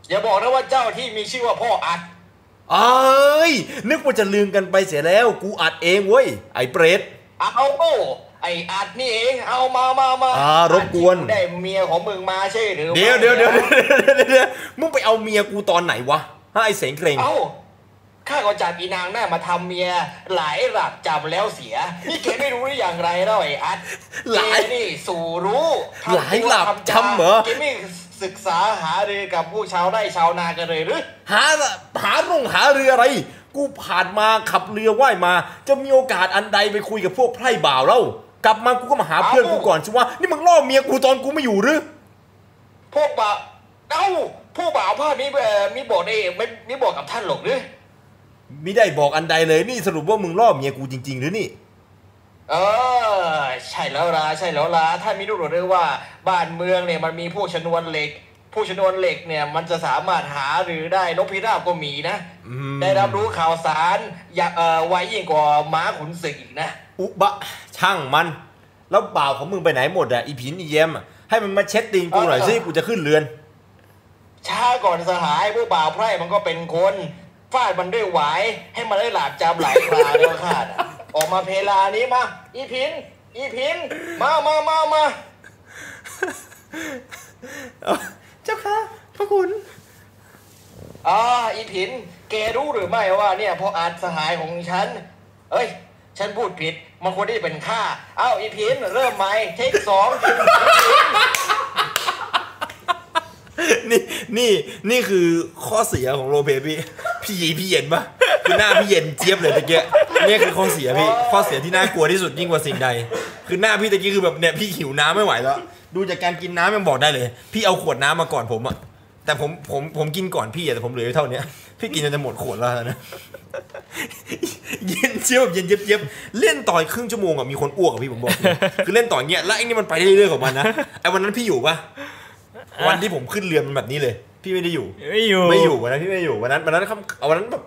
[SPEAKER 4] อย่าบอกนะว่าเจ้าที่มีชื่อว่าพ่ออัด
[SPEAKER 1] เอ้ยนึกว่าจะลืมกันไปเสียแล้ว กูอัดเองเว้ยไอ้เปรต
[SPEAKER 4] เอาโอ้ไออัดนี่เองเอามามามา
[SPEAKER 1] อ่ารบกวน
[SPEAKER 4] ได้เมียของมึงมาใช่หรือไม่
[SPEAKER 1] เดี๋ยวเดี๋ยวเดี๋ยวเดี๋ยวเดี๋ยวเดี๋ยวมึงไปเอาเมียกูตอนไหนวะฮะไอ้เสงเกรง
[SPEAKER 4] เอาข้าก็จับอีนางหน้ามาทำเมีย หลายหลับจับแล้วเสีย นี่แกไม่รู้หรืออย่างไรแล้วไออัด
[SPEAKER 1] หลาย
[SPEAKER 4] แกนี่สู่รู้ทำตัว
[SPEAKER 1] หลายหลับ
[SPEAKER 4] ทา
[SPEAKER 1] จำเหรอ
[SPEAKER 4] แกไม่ศึกษาหารือกับผู้ชาวไร่ชาวนากันเลยหรือ
[SPEAKER 1] หาหารงหาเรืออะไร กูผ่านมาขับเรือว่ายมา จะมีโอกาสอันใดไปคุยกับพวกไพร่บ่าวเล่ากลับมากูก็มาหา
[SPEAKER 4] เอ้า
[SPEAKER 1] เพื่อนกูก่อนสิว่า นี่มึงล่อเมียกูตอนกูไม่อยู่หรือ
[SPEAKER 4] พวกบ่าวเอ้าพวกบ่าวผ้ามีเอ่อมีบอกได้ไม่มีบอกกับท่านหรอกหรือ
[SPEAKER 1] มิได้บอกอันใดเลยนี่สรุปว่ามึงล่อเมียกูจริง ๆ หรือนี่
[SPEAKER 4] เออใช่แล้วล่ะใช่แล้วล่ะถ้ามีรู้หรือว่าบ้านเมืองเนี่ยมันมีพวกชนวนเหล็ก ผู้ชนวนเหล็กเนี่ยมันจะสามารถหาหรือได้นกพิราบก็มีนะ
[SPEAKER 1] ม
[SPEAKER 4] ได้รับรู้ข่าวสารอย่าเออไวยิ่งกว่าม้าขุนศึกอีกนะ
[SPEAKER 1] อุบะช่างมัน แล้วบ่าวของมึงไปไหนหมดอะอีผินอีเยมอะให้มันมาเช็ดตีนกูหน่อยสิกูจะขึ้นเรือน
[SPEAKER 4] ช้าก่อนสหายผู้บ่าวไพร่มันก็เป็นคนฟาดมันด้วยหวายให้มันได้หลาบจามหลายคราแล้วคาดอะออกมาเพลานี้มาอีพิน อีพิน มามามามา
[SPEAKER 1] เจ้าค่ะพระคุณ
[SPEAKER 4] อ่าอีพิน แกรู้หรือไม่ว่าเนี่ยพออาจสหายของฉัน เอ้ย ฉันพูดผิด มันควรที่จะเป็นข้า เอ้าอีพิน เริ่มใหม่เทคสอง
[SPEAKER 1] นี่นี่นี่คือข้อเสียของโรเบพี่พี่หยีพี่เย็นปะคือหน้าพี่เย็นเจี๊ยบเลยตะเกีย เนี่ยคือข้อเสียพี่ ข้อเสียที่น่ากลัวที่สุดยิ่งกว่าสิ่งใด คือหน้าพี่ตะกี้คือแบบเนี่ยพี่หิวน้ำไม่ไหวแล้ว ดูจากการกินน้ำยังบอกได้เลย พี่เอาขวดน้ำมาก่อนผมอะแต่ผมผมผมกินก่อนพี่อะแต่ผมเหลืออยู่เท่าเนี้ยพี่กินจนจะหมดขวดแล้วนะ เย็นเชียวแบบเย็นเย็บเย็บเล่นต่อยครึ่งชั่วโมงอะมีคนอ้วกอะพี่ผมบอกเลยคือเล่นต่อยเงี้ยแล้วไอ้นี่มันไปได้เรื่อยๆของมันนะไอ้วันนั้นพี่อยู่ปะวันที่ผมขึ้นเรือมันแบบนี้เลย พี่ไม่ได้อยู่
[SPEAKER 2] ไม่อยู่
[SPEAKER 1] ไม่อยู่วันนั้นพี่ไม่อยู่วันนั้นวันนั้นคำวันนั้นแบบ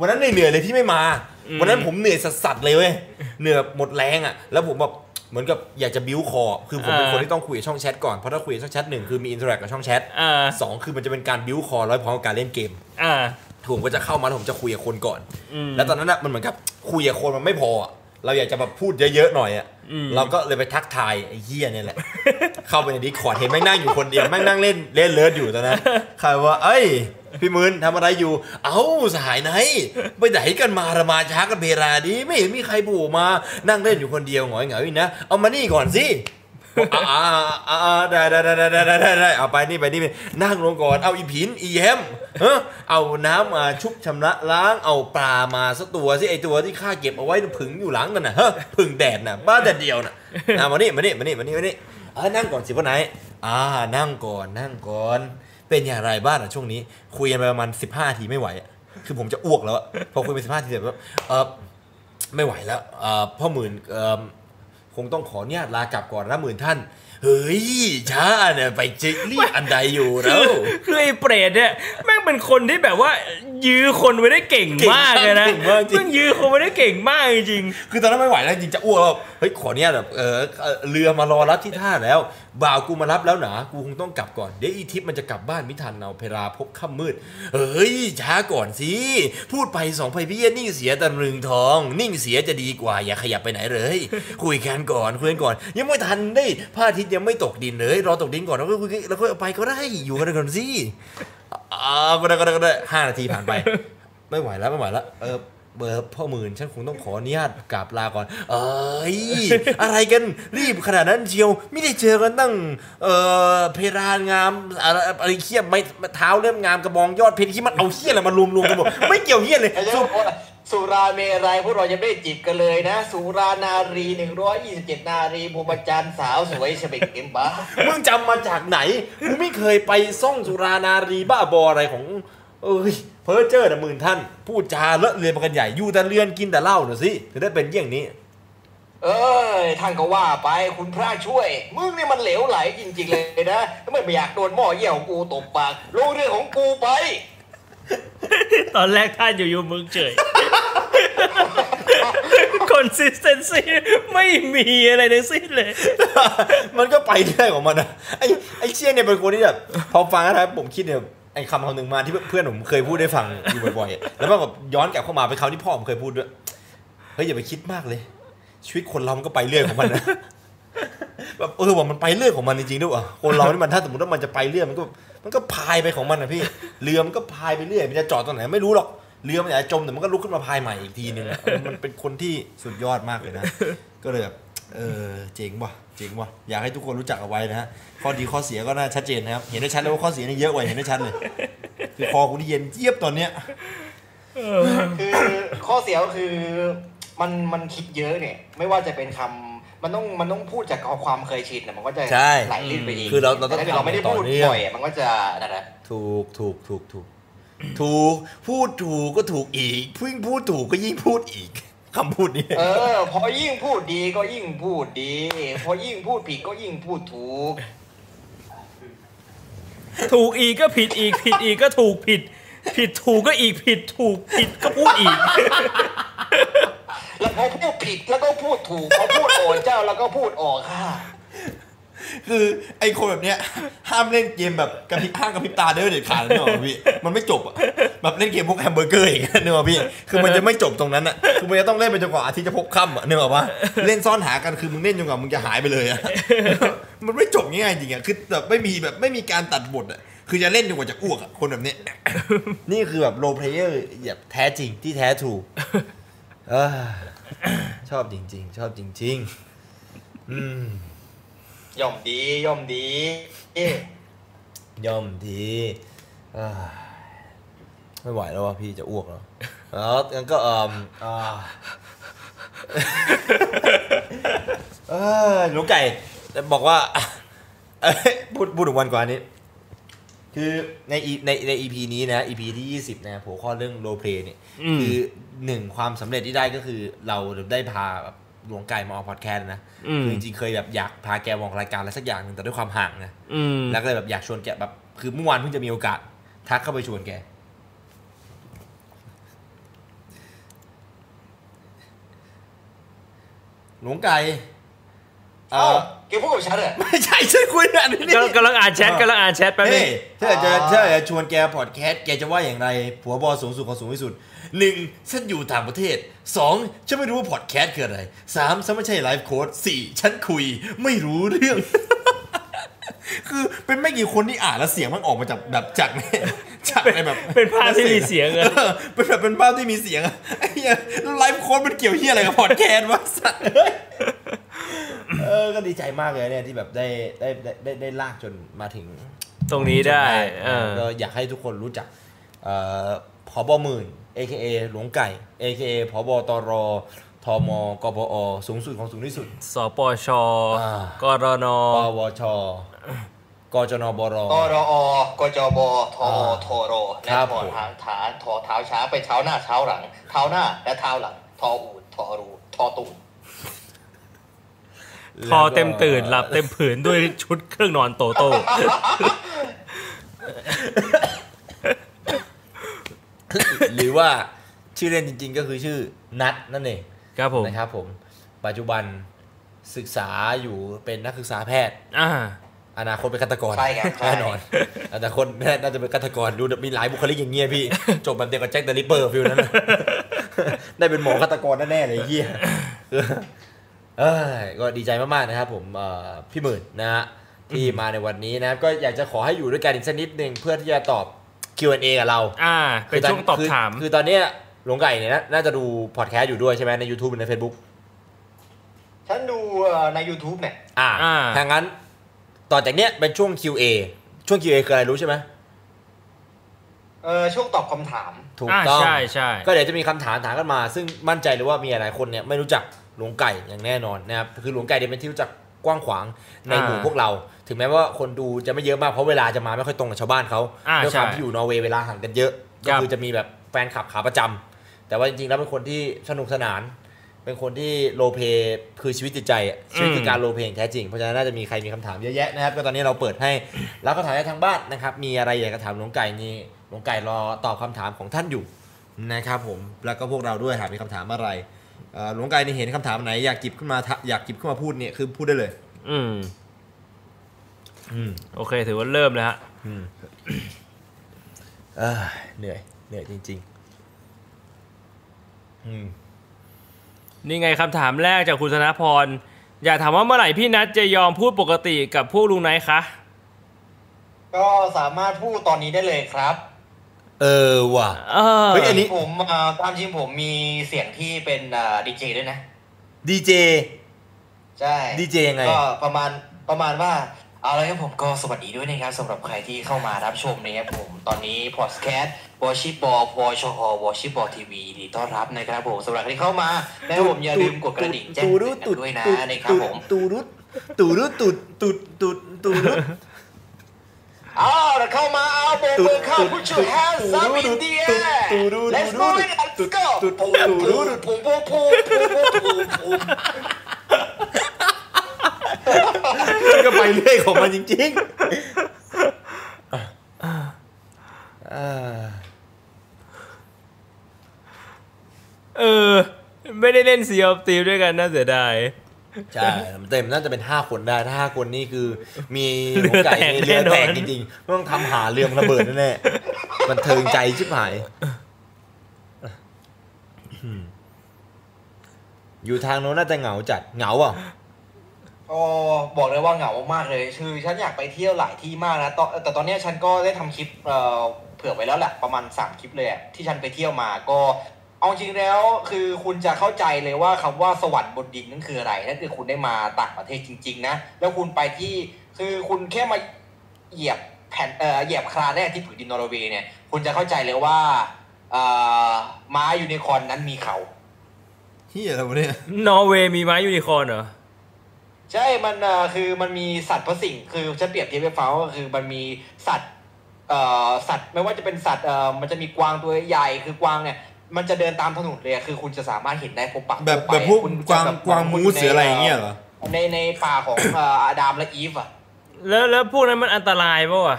[SPEAKER 1] วันนั้นเหนื่อยๆเลยพี่ไม่มา
[SPEAKER 2] อืม
[SPEAKER 1] วันนั้นผมเหนื่อยสัสๆเลยเว้ยเหนื่อยแบบหมดแรงอ่ะแล้วผมแบบเหมือนกับอยากจะบิ้วคอ คือผมเป็นคนที่ต้องคุยกับช่องแชทก่อนเพราะถ้าคุยกับช่องแชทหนึ่งคือมีอินเทอร์แอคกับช่องแชท
[SPEAKER 2] อ่า
[SPEAKER 1] สองคือมันจะเป็นการบิ้วคอร้อยพร้อมกับการเล่นเกม
[SPEAKER 2] อ่า
[SPEAKER 1] ผมก็จะเข้ามาแล้วผมจะคุยกับคนก่อน
[SPEAKER 2] อืม
[SPEAKER 1] แล้วตอนนั้นอ่ะมันเหมือนกับคุยกับคนมันไม่พออะเราอยากจะแบบพูดเยอะๆหน่อยอ่ะ
[SPEAKER 2] อืม
[SPEAKER 1] เราก็เลยไปทักทายไอ้เฮียเนี่ยแหละ เข้าไปในดิสคอร์ดเห็นแม่งนั่งอยู่คนเดียวแม่งนั่งเล่นเล่นเลิศอยู่ตอนนั้นใครว่า เอ้ย พี่มืนทำอะไรอยู่ เอ้าสหายไหนไปไหนกันมาระมาช้ากันเวลาดีไม่เห็นมีใครโผู่มานั่งเล่นอยู่คนเดียวหงอยเหงาอยู่นะเอามานี่ก่อนสิบอกอ่าอ่าอ่าอ่าได้ได้ได้ไดได้ได้ได้เอาไปนี่ไปนี่ไปนั่งลงก่อนเอาอีผินอีแยมเอ้อเอาน้ำมาชุบชำระล้างเอาปลามาสักตัวสิไอตัวที่ข้าเก็บเอาไว้ผึ่งอยู่หลังนั่นน่ะเฮ้อผึ่งแดดน่ะบ้าแต่เดียวน่ะอ่ะมานี่มานี่มานี่มานี่มานี่ เออนั่งก่อนสิพ่อไหนายอ่า นั่งก่อน นั่งก่อน เป็นอย่างไรบ้างอ่ะช่วงนี้ คุยกันไปประมาณ 15นาทีไม่ไหวอะคือผมจะอ้วกแล้วอะพอคุยไป15นาทีเสร็จแล้วเออไม่ไหวแล้วเออพ่อหมื่นเออคงต้องขอเนี่ยลากลับก่อนนะหมื่นท่าน เฮ้ยช้าเนี่ยไปเจรีบอันใดอยู่แล้
[SPEAKER 2] คือ
[SPEAKER 1] ว
[SPEAKER 2] คือไอ้เปรตเนี่ยแม่งเป็นคนที่แบบว่า ยื้อคนไว้ได้เก่งมากเลยนะ
[SPEAKER 1] เก่งมากจริง
[SPEAKER 2] แม่งยื้อคนไว้ได้เก่งมากจ ริง
[SPEAKER 1] คือตอนนั้นไม่ไหวแล้วจริงจะอ้วกแล้วเฮ้ยขอเนี่ยแบบเออเอ่อเรือมารอรับที่ท่าแล้ว บ่าวกูมารับแล้วหนากูคงต้องกลับก่อนเดี๋ยวอีทิพย์มันจะกลับบ้านไม่ทันเอาเพลาพบค่ำมืดเฮ้ยช้าก่อนสิพูดไปสองไพเพี้ยนนิ่งเสียตะลึงทอง นิ่งเสียจะดีกว่าอย่าขยับไปไหนเลย คุยกันก่อนคุยกันก่อน ยังไม่ทันได้พระอาทิตย์ยังไม่ตกดินเลย รอตกดินก่อนแล้วก็คุยแล้วก็ไปก็ได้อยู่กันก่อนสิอ่าก็ได้ก็ได้ก็ได้ห้านาทีผ่านไป ไม่ไหวแล้วไม่ไหวแล้วเออเบอร์พ่อหมื่นฉันคงต้องขออนุญาตกราบลาก่อน เอ้ย อะไรกันรีบขนาดนั้นเชียว ไม่ได้เจอกันตั้ง เออเพรานงามอะไรอะไรเขี้ยมไม่เท้าเริ่มงามกระบองยอดเพชรที่มันเอาเขี้ยอะไรมารวมๆกันหมดไม่เกี่ยวเขี้ยเลย
[SPEAKER 4] ไม่ใช่
[SPEAKER 1] สุด
[SPEAKER 4] ว่าสุราเมรัยพวกเรายังไม่ได้จีบกันเลยนะ สุรานารี 127 นารีภูมิจันทร์สาวสวยเฉเบกเอ็มบ้า
[SPEAKER 1] มึงจำมาจากไหน กูไม่เคยไปซ่องสุรานารีบ้าบออะไรของ เอ้ย เพอเจอร์นะหมื่นท่าน พูดจาเลอะเลือนมากันใหญ่ อยู่แต่เลือนกินแต่เหล้าหน่ะสิถึงได้เป็นเยี่ยงนี้
[SPEAKER 4] เอ้ยท่านก็ว่าไปคุณพระช่วย มึงนี่มันเหลวไหลจริงๆเลยนะไม่อยากโดนหม้อเยี่ยวของกูตบปากรู้เรื่องของกูไป
[SPEAKER 2] ตอนแรกท่านอยู่ๆมึงเฉย คอนสิสเทนซีไม่มีอะไรทั้งสิ้นเลย
[SPEAKER 1] มันก็ไปเรื่อยของมันนะไอ้ไอ้เชี่ยเนี่ยเป็นคนที่แบบพอฟังนะครับผมคิดเนี่ยไอ้คำคำหนึ่งมาที่เพื่อนผมเคยพูดได้ฟังอยู่บ่อยๆแล้วมันแบบย้อนกลับเข้ามาเป็นคำที่พ่อผมเคยพูดด้วยเฮ้ยอย่าไปคิดมากเลย ชีวิตคนเรามันก็ไปเรื่อยของมันนะแบบเออว่ามันไปเรื่อยของมันจริงๆด้วยว่ะคนเรานี่มันถ้าสมมติว่ามันจะไปเรื่อยมันก็มันก็พายไปของมันนะพี่ เรือมันก็พายไปเรื่อยมันจะจอดตรงไหนไม่รู้หรอกเรือมันอาจจะจมแต่มันก็ลุกขึ้นมาพายใหม่อีกทีนึงอะเออมันเป็นคนที่สุดยอดมากเลยนะ ก็เลยแบบเออเจ๋งว่ะเจ๋งว่ะอยากให้ทุกคนรู้จักเอาไว้นะฮะข้อดีข้อเสียก็น่าชัดเจนนะครับ เห็นได้ชัดเลยว่าข้อเสียนี่เยอะกว่าเห็นได้ชัดเลย คือคอกูที่เย็นเจี๊ยบตอนเนี้ย
[SPEAKER 4] คือข้อเสียก็คือมันมันคิดเยอะเนี่ย ไม่ว่าจะเป็นคำมันต้องมันต้องพูดจากความเคยชินนะมันก็จะ
[SPEAKER 1] ใช่
[SPEAKER 4] ไหลลื่นไปเอง
[SPEAKER 1] คือเราเราต้อง
[SPEAKER 4] แถ้เราไม่ได้พูด
[SPEAKER 1] ทำต่อเนื่อง
[SPEAKER 4] บ่อยอะมันก็จะนั่นแหละ
[SPEAKER 1] ถูกถูกถูกถูกถูกพูดถูกก็ถูกอีกพิ่งพูดถูกก็ยิ่งพูดอีก คำพูดนี้
[SPEAKER 4] เออ พอยิ่งพูดดีก็ยิ่งพูดดี พอยิ่งพูดผิดก็ยิ่งพูดถูก
[SPEAKER 2] ถูกอีกก็ผิดอีกผิดอีกก็ถูกผิด ผิดถูกก็อีกผิดถูกผิดก็พูดอีก
[SPEAKER 4] แล้วพอพูดผิดแล้วก็พูดถูก พอพูดโอนเจ้าแล้วก็พูดออกค่ะ
[SPEAKER 1] คือไอ้คนแบบเนี้ยห้ามเล่นเกมแบบกระพริบห้ามกระพริบตาได้เด็ดขาดนะเนอะพี่มันไม่จบอ่ะแบบเล่นเกมพวกแฮมเบอร์เกอร์อย่างเงี้ยเนอะพี่คือมันจะไม่จบตรงนั้นอ่ะคือมันจะต้องเล่นไปจนกว่าอาทิตย์จะพบค่ำอ่ะเนอะวะเล่นซ่อนหากันคือมึงเล่นจนกว่ามึงจะหายไปเลยอ่ะมันไม่จบง่ายๆจริงอ่ะคือแบบไม่มีแบบไม่มีการตัดบทอ่ะคือจะเล่นจนกว่าจะอ้วกอ่ะคนแบบเนี้ย นี่คือแบบโรเพลเยอร์แบบแท้จริงที่แท้ถูก เอ้อชอบจริง ๆ ชอบจริง ๆ อืม
[SPEAKER 4] ย่อมดีย่อมดี เอ๊ะ
[SPEAKER 1] ย่อมทีเอ้ยไม่ไหวแล้วว่ะพี่จะอ้วกแล้วแล้วงั้นก็เอ่มอ่า เออหนูไก่บอกว่า พูดพูดถึงวันก่อนนี้ คือใน E- ในใน EP นี้นะ EP ที่ 20 นะหัวข้อเรื่องโรเพลเนี่ย
[SPEAKER 2] อืม
[SPEAKER 1] คือหนึ่งความสำเร็จที่ได้ก็คือเราได้พาแบบหลวงไก่มาออกพอดแคสต์นะ
[SPEAKER 2] อืม
[SPEAKER 1] คือจริงๆเคยแบบอยากพาแกวองรายการอะไรสักอย่างหนึ่งแต่ด้วยความห่างนะ
[SPEAKER 2] อืม
[SPEAKER 1] แล้วก็เลยแบบอยากชวนแกแบบคือเมื่อวานเพิ่งจะมีโอกาส ทักเข้าไปชวนแก หลวงไก่เอ
[SPEAKER 4] เอ้า
[SPEAKER 1] อ
[SPEAKER 4] เกี่ยวกับฉันเหรอ
[SPEAKER 1] ไม่ใช่ฉันคุยนะนี่นี่
[SPEAKER 2] กำลังกำลังอ่านแชทกำลังอ่านแชทแป๊บนึ
[SPEAKER 1] เฮ้
[SPEAKER 2] ง
[SPEAKER 1] ยถ้าจะ
[SPEAKER 4] อ๋อ
[SPEAKER 1] ถ้าจะชวนแกพอดแคสต์แกจะว่าอย่างไร ผัวบอสูงสุดของสูงที่สุดหนึ่งฉันอยู่ต่างประเทศสองฉันไม่รู้ว่าพอดแคสต์คืออะไรสามฉันไม่ใช่ไลฟ์โค้ดสี่ฉันคุยไม่รู้เรื่อง คือเป็นไม่กี่คนที่อ่านแล้วเสียงมันออกมาจากแบบจาก ในจากในแบบ
[SPEAKER 2] เป็นภาพที่มีเสียงเลย
[SPEAKER 1] เออ เป็นแบบเป็นภาพที่มีเสียงอะ ไอ้เหี้ยไลฟ์โค้ดมันเกี่ยวเหี้ยอะไรกับพอดแคสต์วะ สัสเอ้ยเออก็ดีใจมากเลยเนี่ยที่แบบได้ได้ไดได้ได้ลากจนมาถึง
[SPEAKER 2] ตรงนี้ได้เออ
[SPEAKER 1] ก็อยากให้ทุกคนรู้จักเอ่อพบหมื่น AKA หลวงไก่ AKA พบตรทมกปอสูงสุดของสูงที่สุด
[SPEAKER 2] สปช
[SPEAKER 1] อ่า
[SPEAKER 2] กรน
[SPEAKER 1] ปวชกจนบร
[SPEAKER 4] ตรอ กจบทอ
[SPEAKER 1] อ่า
[SPEAKER 4] ทร
[SPEAKER 1] ค
[SPEAKER 4] และ
[SPEAKER 1] รับ
[SPEAKER 4] ทอ
[SPEAKER 1] ผม
[SPEAKER 4] ทางฐานทอเท้าช้างไปเท้าหน้าเท้าหลัง เท้าหน้าและเท้าหลัง ทออูดทอรูทอตูด
[SPEAKER 2] พอเต็มตื่นหลับเต็มผืนด้วยชุดเครื่องนอนโตโต้
[SPEAKER 1] หรือว่าชื่อเล่นจริงๆก็คือชื่อนัทนั่นเอง
[SPEAKER 2] ครับผม
[SPEAKER 1] นะครับผมปัจจุบันศึกษาอยู่เป็นนักศึกษาแพทย์
[SPEAKER 2] อ่า
[SPEAKER 1] อนาคตเป็นฆาตกร
[SPEAKER 4] ใช่ครับใช่
[SPEAKER 1] แน่นอนอนาคตน่าจะเป็นฆาตกรดูมีหลายบุคลิกอย่างเงี้ยพี่ จบแบบเดียวกับแจ็คเดลิปเปอร์ฟิลนั้นน่ะ ได้เป็นหมอฆาตกรแน่ๆเลยไอ้เฮียเอ้ยก็ดีใจมากๆนะครับผมเอ่อพี่หมื่นนะฮะที่มาในวันนี้นะครับก็อยากจะขอให้อยู่ด้วยกันอีกสักนิดหนึ่งเพื่อที่จะตอบ Q&A กับเรา
[SPEAKER 2] อ่า เป็นช่วงตอบถาม
[SPEAKER 1] คือคือตอนเนี้ยหลวงไก่เนี่ยน่าน่าจะดูพอดแคสต์อยู่ด้วยใช่ไหมใน YouTube หรือใน Facebook
[SPEAKER 4] ฉันดูเอ่อใน YouTube เนี่ย
[SPEAKER 1] อ่า
[SPEAKER 2] อ่า
[SPEAKER 1] ถ้างั้น ต่อจากเนี้ยเป็นช่วง QA ช่วง QA คืออะไรรู้ใช่ไหม
[SPEAKER 4] เออช่วงตอบคำถาม
[SPEAKER 1] ถูก
[SPEAKER 2] อ่า
[SPEAKER 1] ต้อง
[SPEAKER 2] ใช่ใช่
[SPEAKER 1] ก็เดี๋ยวจะมีคำถามถามกันมา ซึ่งมั่นใจเลยว่ามีหลายคนเนี่ยไม่รู้จักหลวงไก่อย่างแน่นอนนะครับคือหลวงไก่เนี่ยเป็นที่รู้จักกว้างขวางในหมู่พวกเรา ถึงแม้ว่าคนดูจะไม่เยอะมากเพราะเวลาจะมาไม่ค่อยตรงกับชาวบ้านเขา
[SPEAKER 2] อ่า
[SPEAKER 1] ด้วยความ
[SPEAKER 2] ใช่
[SPEAKER 1] ที่อยู่นอร์เวย์เวลาห่างกันเยอะ
[SPEAKER 2] ค
[SPEAKER 1] ก็
[SPEAKER 2] รับ
[SPEAKER 1] คือจะมีแบบแฟนคลับขาประจำแต่ว่าจริงๆแล้วเป็นคนที่สนุกสนาน เป็นคนที่โรลเพลย์คือชีวิตจิตใจอะชีวิตคือการโรลเพลย์อย่างแท้จริง เพราะฉะนั้นน่าจะมีใครมีคำถามเยอะแยะนะครับ ก็ตอนนี้เราเปิดให้ แล้วก็ถามได้ทางบ้านนะครับ มีอะไรอยากจะถามหลวงไก่นี่หลวงไก่รอตอบคำถามของท่านอยู่นะครับผม แล้วก็พวกเราด้วยหากมีคำถามอะไรเอ่อหลวงไก่นี่เห็นคำถามไหนอยากจิบขึ้นมาทะอยากจิบขึ้นมาพูดเนี่ยคือพูดได้เลย
[SPEAKER 2] อืม
[SPEAKER 1] อืม
[SPEAKER 2] โอเค ถือว่าเริ่มแล้วฮะ
[SPEAKER 1] เอ้ยเหนื่อยเหนื่อยจริง ๆ อืม
[SPEAKER 2] นี่ไงคำถามแรกจากคุณธนพร อยากถามว่าเมื่อไหร่พี่นัทจะยอมพูดปกติกับพวกลุงไนท์คะ
[SPEAKER 4] ก็สามารถพูดตอนนี้ได้เลยครับ
[SPEAKER 1] เออว่ะ
[SPEAKER 2] เออ
[SPEAKER 1] เฮ้ยอันนี้
[SPEAKER 4] ผมเอ่อตามจริงผมมีเสียงที่เป็นดีเจด้วยนะ
[SPEAKER 1] ดีเจ
[SPEAKER 4] ใช่
[SPEAKER 1] ดีเจยังไง
[SPEAKER 4] ก็ประมาณประมาณว่าเอาละครับผมก็สวัสดีด้วยนะครับสำหรับใครที่เข้ามารับชมนะครับผมตอนนี้พอดแคสต์วอชิปบอวอชอวอชิปบอทีวีดีต้อนรับนะครับผมสำหรับใครที่เข้ามานะครับผมอย่าลืมกดกระดิ่งแจ้งเตือนกันด้วยนะนะครับผม
[SPEAKER 1] ตูรุดตูรุดตูดตูดตูดตูรุด
[SPEAKER 4] เอาละเข้ามาเอาโบกมือเข้า put your hands up in the air let's move it let's go ปุ่มปุ่มปุ่มปุ่มปุ่มปุ่มปุ่ม
[SPEAKER 1] ก็ไปเรื่อยของมันจริงๆอ่า
[SPEAKER 2] เออ ไม่ได้เล่นซีออฟตีด้วยกันน่าเสียดาย
[SPEAKER 1] ใช่เต็มน่าจะเป็น 5 คนได้ถ้า5คนนี่คือ มี
[SPEAKER 2] เรือแตก
[SPEAKER 1] หัวไเรือ
[SPEAKER 2] แน่นอน
[SPEAKER 1] แตกจริงๆไม่ต้องทำหาเรื่องระเบิดแน่ๆมันเทิงใจชิบหาย อยู่ทางโน้นน่าจะเหงาจัดเหงาอ่ะ
[SPEAKER 4] ก็บอกเลยว่าเหงามากๆเลย คือฉันอยากไปเที่ยวหลายที่มากนะตอนแต่ตอนเนี้ยฉันก็ได้ทำคลิปเอ่อเผื่อไว้แล้วแหละประมาณ 3 คลิปเลยอะที่ฉันไปเที่ยวมาก็เอาจริงแล้วคือคุณจะเข้าใจเลยว่าคำว่าสวรรค์บนดินนั่นคืออะไรนั่นคือคุณได้มาต่างประเทศจริง ๆ นะ แล้วคุณไปที่คือคุณแค่มาเหยียบแผ่นเอ่อเหยียบคลานแรกที่ผืนดินนอร์เวย์เนี่ยคุณจะเข้าใจเลยว่าเอ่อม้ายูนิคอร์นนั้นมีเขา
[SPEAKER 1] ฮ
[SPEAKER 3] ที่อะไรวะเนี่ย
[SPEAKER 2] นอร์เวย์มีไหม้ยูนิคอร์นเหรอ
[SPEAKER 4] ใช่ มันอ่ะคือมันมีสัตว์พระสิ่ง คือฉันเปรียบเทียบไปฟ้าก็คือมันมีสัตว์เอ่อสัตว์ไม่ว่าจะเป็นสัตว์เอ่อมันจะมีกวางตัวใหญ่ คือกวางเนี่ย มันจะเดินตามถนนเลยอะคือคุณจะสามารถเห็นได้พบปะ
[SPEAKER 3] แบบ
[SPEAKER 4] ทั่
[SPEAKER 3] แบ
[SPEAKER 4] ไป
[SPEAKER 3] บพวก
[SPEAKER 4] คุณ
[SPEAKER 3] ก
[SPEAKER 4] จะ
[SPEAKER 3] วาง
[SPEAKER 4] แบบ
[SPEAKER 3] กวางมูสหรืออะไรอย่างเงี้ยเหรอ
[SPEAKER 4] ในในป่าของเอ่ออาดามและอีฟอ่ะ
[SPEAKER 2] แล้วแล้วพวกนั้นมันอันตรายป่าวะ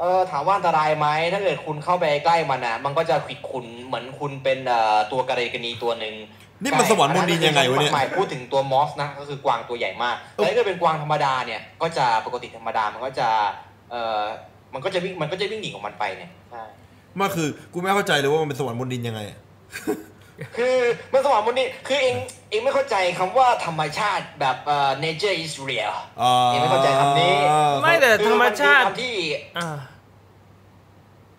[SPEAKER 4] เออถามว่าอันตรายไหมถ้าเกิดคุณเข้าไปใกล้มันนะมันก็จะขิดคุณเหมือนคุณเป็นเอ่อตัวกระเรกนีตัวหนึ่ง
[SPEAKER 3] นี่มันสวรรค์มนต์ดียังไงวะเนี่ย
[SPEAKER 4] หมายพูดถึงตัวมอสนะก็คือกวางตัวใหญ่มาก
[SPEAKER 3] เอ้า
[SPEAKER 4] แต่ถ้าเกิดเป็นกวางธรรมดาเนี่ยก็จะปกติธรรมดามันก็จะเอ่อมันก็จะวิ่งมันก็จะวิ่งหนีของมันไปเนี่ยใช่
[SPEAKER 3] มันคือกูไม่เข้าใจเลยว่ามันเป็นสวรรค์บนดินยังไงอะ
[SPEAKER 4] คือมันสวรรค์มนต์ดีคือเองเองไม่เข้าใจคำว่าธรรมชาติแบบเอ่อ nature is real
[SPEAKER 3] อ่า
[SPEAKER 4] เอ๊ะไม่เข้าใจคำนี้
[SPEAKER 2] ไม่แต่ธรรมชาติ
[SPEAKER 4] คือมันคือคำที่
[SPEAKER 2] อ่า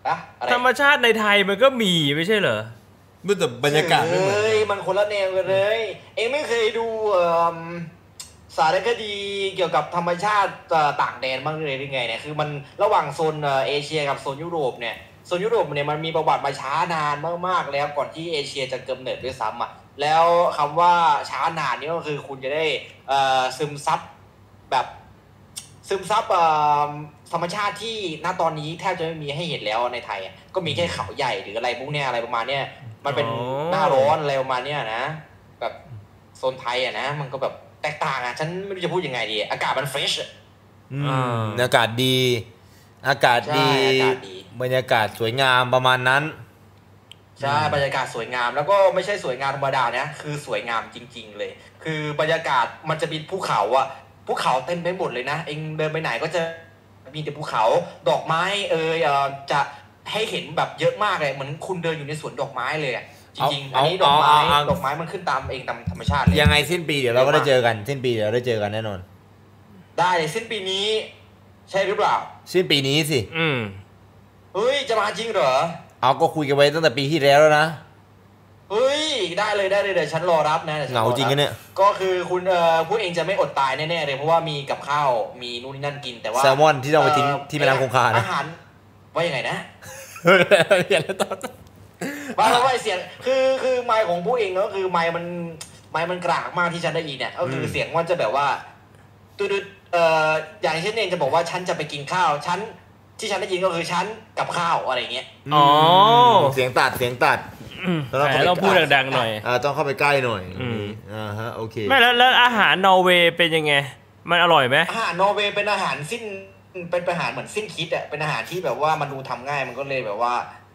[SPEAKER 4] อะอะไร
[SPEAKER 2] ธรรมชาติในไทยมันก็มีไม่ใช่เหรอ
[SPEAKER 3] ไม่แต่บรรยากาศไม่เหมือน
[SPEAKER 4] เฮ้ยมันคนละแนวกันเลย เองไม่เคยดูเอิ่มสารคดีเกี่ยวกับธรรมชาติเอ่อต่างแดนบ้างเลยหรือไงเนี่ยคือมันระหว่างโซนเอ่อเอเชียกับโซนยุโรปเนี่ยโซนยุโรปเนี่ยมันมีประวัติมาช้านานมากๆ แล้วก่อนที่เอเชียจะกำเนิดด้วยซ้ำอ่ะแล้วคำว่าช้านานนี่ก็คือคุณจะได้เอ่อซึมซับแบบ ซึมซับเอิ่มธรรมชาติที่ณตอนนี้แทบจะไม่มีให้เห็นแล้วในไทยอะก็มีแค่เขาใหญ่หรืออะไรพวกเนี้ยอะไรประมาณเนี้ยมันเป็น
[SPEAKER 2] อ๋อ
[SPEAKER 4] หน้าร้อนอะไรประมาณเนี้ยนะ แบบโซนไทยอ่ะนะ มันก็แบบแตกต่างอ่ะ ฉันไม่รู้จะพูดยังไงดี อากาศมันเฟรช
[SPEAKER 2] อ่า
[SPEAKER 1] อากาศดี อากาศดี
[SPEAKER 4] ใช่อากาศดี
[SPEAKER 1] บรรยากาศสวยงามประมาณนั้น
[SPEAKER 4] ใช่บรรยากาศสวยงามแล้วก็ไม่ใช่สวยงามธรรมดานะคือสวยงามจริง ๆ เลย คือบรรยากาศมันจะมีภูเขาอะภูเขาเต็มไปหมดเลยนะเองเดินไปไหนก็จะมีแต่ภูเขาดอกไม้เอยเอ่อจะให้เห็นแบบเยอะมากเลยเหมือนคุณเดินอยู่ในสวนดอกไม้เลยอะจริงๆอั
[SPEAKER 1] เอา
[SPEAKER 4] นนี้ดอกไม้
[SPEAKER 1] เอาเอาเอา
[SPEAKER 4] ดอกไม้มันขึ้นตามเองตามธรรมชาติเลย
[SPEAKER 1] ยังไงสิ้นปีเดี๋ยวเราก็ได้เจอกัน สิ้นปีเดี๋ยวเราได้เจอกันแน่นอน
[SPEAKER 4] ได้เลยสิ้นปีนี้ ใช่หรือเปล่า
[SPEAKER 1] สิ้นปีนี้สิ
[SPEAKER 2] อืม
[SPEAKER 4] เฮ้ยจะมาจริงเหรอ
[SPEAKER 1] เอาก็คุยกันไว้ตั้งแต่ปีที่แล้วแล้วนะ
[SPEAKER 4] เฮ้ยได้เลยได้เลยเดี๋ยวฉันรอรับนะดี๋ยวฉั
[SPEAKER 1] เหงา
[SPEAKER 4] อ
[SPEAKER 1] จริง
[SPEAKER 4] บ
[SPEAKER 1] กันเนี่ย
[SPEAKER 4] ก็คือคุณเอ่อผู้เองจะไม่อดตายแน่ๆเลยเพราะว่ามีกับข้าวมีนู่นนี่นั่นกินแต่ว่า
[SPEAKER 1] แซลมอนที่เราเอาไปทิ้ง
[SPEAKER 4] เอ่อ
[SPEAKER 1] ที่แม่น้ำคงคานะ
[SPEAKER 4] อาหารว่ายังไงนะ
[SPEAKER 1] เรียนแล้วตอน
[SPEAKER 4] ว่าว่าเสียงคือคือไมค์ของผู้เองก็คือไมค์มันไมค์มันกลากมากที่ฉันได้ยินเนี่ยก็คือเสียงว่าจะแบบว่าตุดๆเอ่ออย่างเช่นเองจะบอกว่าฉันจะไปกินข้าวฉันที่ฉันได้ยินก็คือฉันกับข้าวอะไรอย่างเงี้ย
[SPEAKER 2] อ๋อ
[SPEAKER 1] เสียงตัดเสียงตัด
[SPEAKER 2] แต่เราพูดดังๆหน่อย
[SPEAKER 1] อ่าต้องเข้าไปใกล้หน่อย
[SPEAKER 2] อืม
[SPEAKER 1] อ่าฮะโอเค
[SPEAKER 2] ไม่แล้วแล้วอาหารนอร์เวย์เป็นยังไง มันอร่อยไหม
[SPEAKER 4] อาหารนอร์เวย์เป็นอาหารสิ้นเป็นอาหารเหมือนสิ้นคิดอะเป็นอาหารที่แบบว่ามันดูทำง่ายมันก็เลยแบบว่า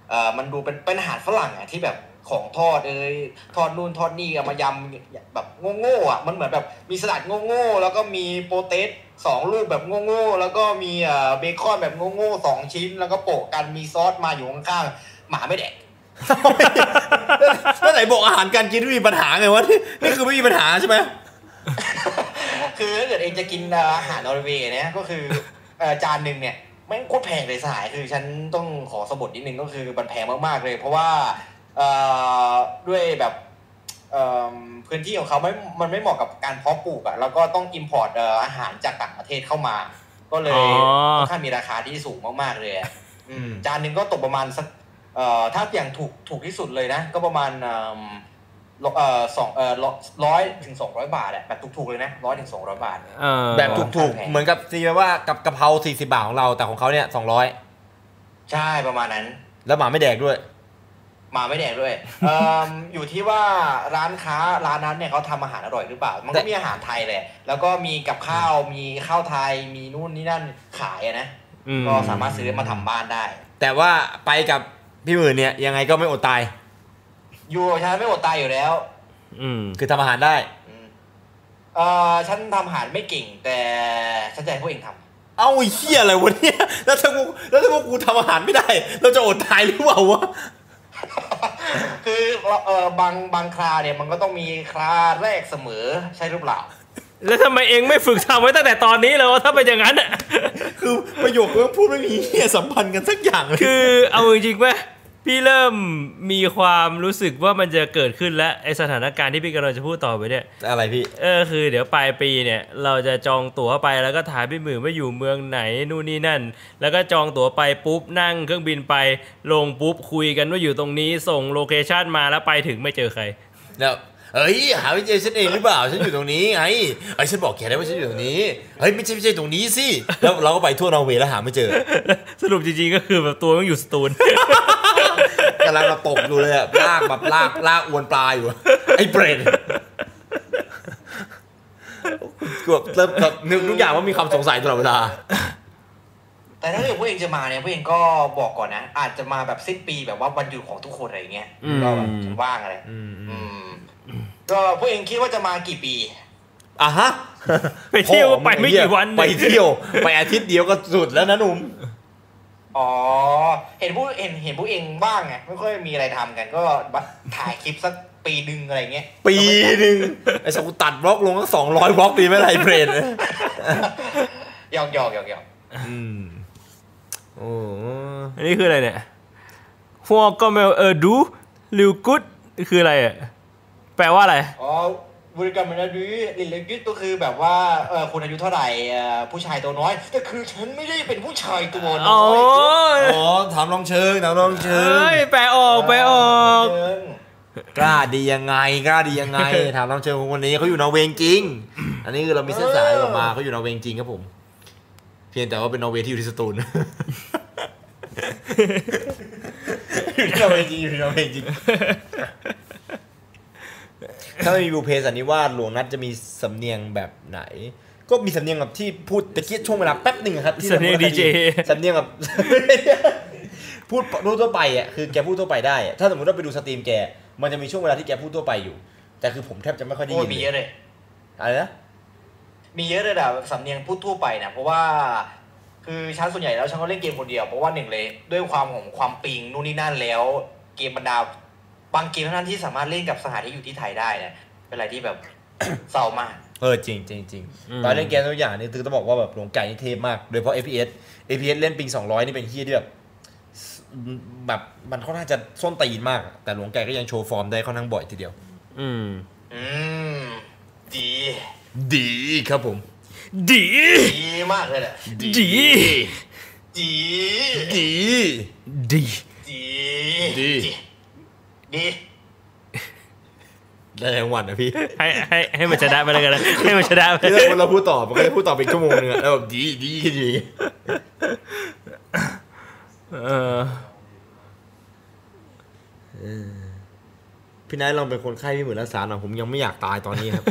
[SPEAKER 4] เออมันดูเป็นเป็นอาหารฝรั่งอะที่แบบของทอดเอ้ยทอดนู่นทอดนี่เอามายำแบบโง่ๆอะมันเหมือนแบบมีสลัดโง่ๆแล้วก็มีโปเตสสองลูกแบบโง่ๆแล้วก็มีเอ่อเบคอนแบบโง่ๆสองชิ้น แล้วก็โปะกันมีซอสมาอยู่ข้างๆหมาไม่แดก
[SPEAKER 3] เมื่อไหร่บอกอาหารการกินไม่มีปัญหาไงวะนี่นี่คือไม่มีปัญหาใช่ไหม
[SPEAKER 4] คือถ้าเกิดเองจะกินอาหารนอร์เวย์เนี่ยก็คือเอ่อจานหนึ่งเนี่ยแม่งโคตรแพงเลยสหายคือฉันต้องขอสะบดนิดนึงก็คือมันแพงมากๆเลย เพราะว่าเอ่อด้วยแบบเอิ่มพื้นที่ของเขาไม่มันไม่เหมาะกับการเพาะปลูกอะแล้วก็ต้องอิมพอร์ตอาหารจากต่างประเทศเข้ามา ก็เลย
[SPEAKER 2] อ๋อ
[SPEAKER 4] ค่อนข้างมีราคาที่สูงมากๆเลยอะอืมจานหนึ่งก็ตกประมาณสักเอ่อถ้าอย่างถูกถูกที่สุดเลยนะ ก็ประมาณเอิ่ม ร้อยเอ่อสองเอ่อร้อยถึงสองร้อยบาทอะแบบถูกๆเลยนะร้อยถึงสองร้อยบาท
[SPEAKER 2] เออ
[SPEAKER 1] แบบถูกๆ เหมือนกับซีว่ากับกะเพรา40 บาทของเราแต่ของเขาเนี่ย 200
[SPEAKER 4] ใช่ประมาณนั้น
[SPEAKER 1] แล้วหมาไม่แดกด้วย
[SPEAKER 4] มาไม่แดกด้วยเอ่ม อยู่ที่ว่าร้านค้าร้านนั้นเนี่ยเขาทำอาหารอร่อยหรือเปล่า มันก็มีอาหารไทยแหละแล้วก็มีกับข้าวมีข้าวไทยมีนู่นนี่นั่นขายอะนะ
[SPEAKER 2] อืม
[SPEAKER 4] ก็สามารถซื้อมาทำบ้านได้
[SPEAKER 1] แต่ว่าไปกับพี่หมื่นเนี่ย ยังไงก็ไม่อดตาย
[SPEAKER 4] อยู่ฉันไม่อดตายอยู่แล้ว
[SPEAKER 2] อืม
[SPEAKER 1] คือทำอาหารได้
[SPEAKER 4] อืมเออฉันทำอาหารไม่เก่ง แต่ฉันจะให้พวกเองทำ
[SPEAKER 3] เอ้าไอ้เฮียอะไรวะเนี่ย แล้วถ้ากูแล้วถ้าพวกกูทำอาหารไม่ได้ เราจะอดตายหรือเปล่าวะ
[SPEAKER 4] คือเออบางบางคราเนี่ยมันก็ต้องมีคราแรกเสมอใช่หรือเปล่า
[SPEAKER 2] แล้วทำไมเองไม่ฝึกทำไว้ตั้งแต่ตอนนี้เลยวะถ้าเป็นอย่างนั้นอะ
[SPEAKER 3] คือประโยคที่พูดไม่มีเฮียสัมพันธ์กันสักอย่างเลย
[SPEAKER 2] คือเอาจริงๆป่ะพี่เริ่มมีความรู้สึกว่ามันจะเกิดขึ้นแล้วไอสถานการณ์ที่พี่กำลังจะพูดต่อไปเนี่ย
[SPEAKER 1] อะไรพี่
[SPEAKER 2] เออคือเดี๋ยวปลายปีเนี่ย เราจะจองตั๋วไปแล้วก็ถามพี่หมื่นว่าอยู่เมืองไหนนู่นนี่นั่น แล้วก็จองตั๋วไปปุ๊บนั่งเครื่องบินไปลงปุ๊บคุยกันว่าอยู่ตรงนี้ส่งโลเคชันมาแล้วไปถึงไม่เจอใคร
[SPEAKER 1] แล้ว เอ้ยหาไม่เจอฉันเองหรือเปล่าฉันอยู่ตรงนี้ไงไอ้ยฉันบอกแกได้ว่าฉันอยู่ตรงนี้เฮ้ยไม่ใช่ไม่ใช่ตรงนี้สิแล้วเราก็ไปทั่วนอร์เวย์แล้วหาไม่เจอ
[SPEAKER 2] สรุปจริงๆก็คือแบบตัวมันอยู่สตูล
[SPEAKER 1] กำลังมาตกอยู่เลยอะลากแบบลากลากอวนปลาอยู่อะไอ้เปรตกูแบบเริ่มแบบนึกทุกอย่างว่ามีความสงสัยตลอดเวลา
[SPEAKER 4] แต่ถ้าเกิดพวกเองจะมาเนี่ยพวกเองก็บอกก่อนนะ อาจจะมาแบบสิ้นปีแบบว่าวันหยุดของทุกคนอะไรอย่างเงี้ย
[SPEAKER 2] อืม
[SPEAKER 4] ก็แบบว่างอะไรอืมก็พวกเองคิดว่าจะมากี่ปี
[SPEAKER 1] อ่ะฮะ
[SPEAKER 2] ไปเที่ยวก็ไปไม่กี่วัน
[SPEAKER 1] ไปเที่ยว ไปอาทิตย์เดียวก็สุดแล้วนะหนุ่ม
[SPEAKER 4] อ๋อ เห็นพวกเห็นเห็นพวกเองว่างไงไม่ค่อยมีอะไรทำกัน ก็ถ่ายคลิปสักปีหนึ่งอะไรเงี้ย
[SPEAKER 1] ปีหนึ่งไอ้สกูตัดบล็อกลงตั้งสองร้อยบล็อกดีไหมล่ะไรเบรน
[SPEAKER 4] หยอกหยอกหยอกหยอก
[SPEAKER 1] อืมโอ้
[SPEAKER 2] อันนี้คืออะไรเนี่ยหัวก็เมลเออดูลิวกุดคืออะไรอะแปลว่าอะไร
[SPEAKER 4] อ๋อบริกรรมนาดีลิลกิตก็คือแบบว่าเออคุณอายุเท่าไหร่เอ่อผู้ชายตัวน้อย แต่คือฉันไม่ได้เป็นผู้ชายตัวน้
[SPEAKER 2] อ๋อ
[SPEAKER 4] อย
[SPEAKER 1] อ๋อถามลองเชิงถามลองเชิ
[SPEAKER 2] เอ้
[SPEAKER 1] ง
[SPEAKER 2] ยแปลออกแปลออก
[SPEAKER 4] เชิง
[SPEAKER 1] กล้าดียังไงกล้าดียังไง ถามลองเชิงของวันนี้เขาอยู่นอร์เวย์จริง อันนี้คือเรามีเส้นสายออกมาเขาอยู่นอร์เวย์จริงครับผม เพียงแต่ว่าเป็นนอร์เวย์ที่อยู่ที่สตูลอยู่ที่นอร์เวย์จริงอยู่ที่นอร์เวย์จริงถ้าไม่มีบูเพสันนิวาสหลวงนัทจะมีสำเนียงแบบไหน ก็มีสำเนียงแบบที่พูดตะเกียบช่วงเวลาแป๊บหนึ่งอะครับที่
[SPEAKER 2] สำเนียง DJ
[SPEAKER 1] สำเนียง แบบ พูดรู้ทั่วไปอ่ะคือแกพูดทั่วไปได้อะถ้าสมมติว่าไปดูสตรีมแก มันจะมีช่วงเวลาที่แกพูดทั่วไปอยู่ แต่คือผมแทบจะไม่ค่อยได้
[SPEAKER 4] โอ้ย
[SPEAKER 1] ยิน
[SPEAKER 4] มีเยอะเลย
[SPEAKER 1] อะไรนะ
[SPEAKER 4] มีเยอะเลยนะสำเนียงพูดทั่วไปนะเพราะว่า คือชั้นส่วนใหญ่แล้วชั้นก็เล่นเกมคนเดียวเพราะว่าหนึ่งเลยด้วยความของความปิงนู่นนี่นั่นแล้ว เกมบรรดาบางเกมเท่านั้นที่สามารถเล่นกับสถานที่อยู่ที่ไทยได้เนะเป็นอะไรที่แบบ เศร้ามาก
[SPEAKER 1] เออจริงจริงจริง
[SPEAKER 2] อืม
[SPEAKER 1] ตอนเล่นเกมตัวอย่างนี่คือต้องบอกว่าแบบหลวงไก่นี่เทพมาก โดยเฉพาะ FPS FPS เล่นปิง 200 นี่เป็นเฮียที่แบบสแบบมันค่อนข้างจะส้นตีนมาก แต่หลวงไก่ก็ยังโชว์ฟอร์มได้ค่อนข้างบ่อยทีเดียว
[SPEAKER 2] อืม
[SPEAKER 4] อืม ดี
[SPEAKER 1] ดีครับผม
[SPEAKER 2] ดี
[SPEAKER 4] ดีมากเลยแหละ
[SPEAKER 2] ดี
[SPEAKER 4] ดี
[SPEAKER 1] ดี
[SPEAKER 2] ดี
[SPEAKER 4] ดี
[SPEAKER 1] ดี
[SPEAKER 4] ดี
[SPEAKER 1] ได้รางวัลนะพี่
[SPEAKER 2] ให้ให้ให้มันชนะไปแล้วกันนะให้มันชนะไป
[SPEAKER 1] ที่ถ้าคนเราพูดต่อมันก็จะพูดต่อเป็นชั่วโมงนึงอะแล้วแบบดีดีกันอยู่อย่างงี้
[SPEAKER 2] เออ
[SPEAKER 1] พี่นายลองเป็นคนไข้พี่หมื่นรักษาหน่อยผมยังไม่อยากตายตอนนี้ครับ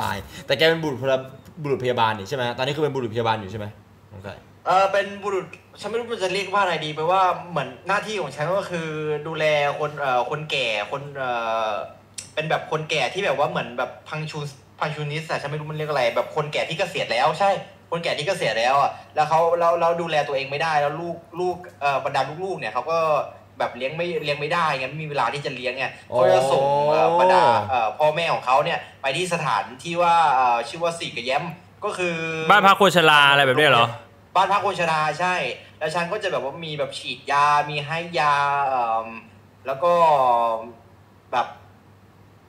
[SPEAKER 1] ตาย แต่แกเป็นบุรุษพยาบุรุษพยาบาลนี่ใช่ไหมตอนนี้คือเป็นบุรุษพยาบาลอยู่ใช่ไหมหลวงไก่
[SPEAKER 4] เออเป็นบุรุษฉันไม่รู้มันจะเรียกว่าอะไรดีแปลว่าเหมือนหน้าที่ของฉันก็คือดูแลคนเอ่อคนแก่คนเอ่อเป็นแบบคนแก่ที่แบบว่าเหมือนแบบพังชูพังชูนิสอะฉันไม่รู้มันเรียกอะไร แบบคนแก่ที่เกษียณแล้วใช่ คนแก่ที่เกษียณแล้วอะแล้วเขาเราเราดูแลตัวเองไม่ได้แล้วลูกลูกเอ่อบรรดาลูกๆเนี่ยเขาก็แบบเลี้ยงไม่เลี้ยงไม่ได้ไงไม่มีเวลาที่จะเลี้ยงไงเขาจะส่งเอ่อบรรดา เอ่อพ่อแม่ของเขาเนี่ยไปที่สถานที่ว่าเอ่อชื่อว่าสี่กระแย้มก็คือ
[SPEAKER 2] บ้านพักโคชลาอะไรแบบเนี้ยเหรอ
[SPEAKER 4] บ้านพักโคชราใช่ แล้วฉันก็จะแบบว่ามีแบบฉีดยา มีให้ยาเอิ่มแล้วก็แบบ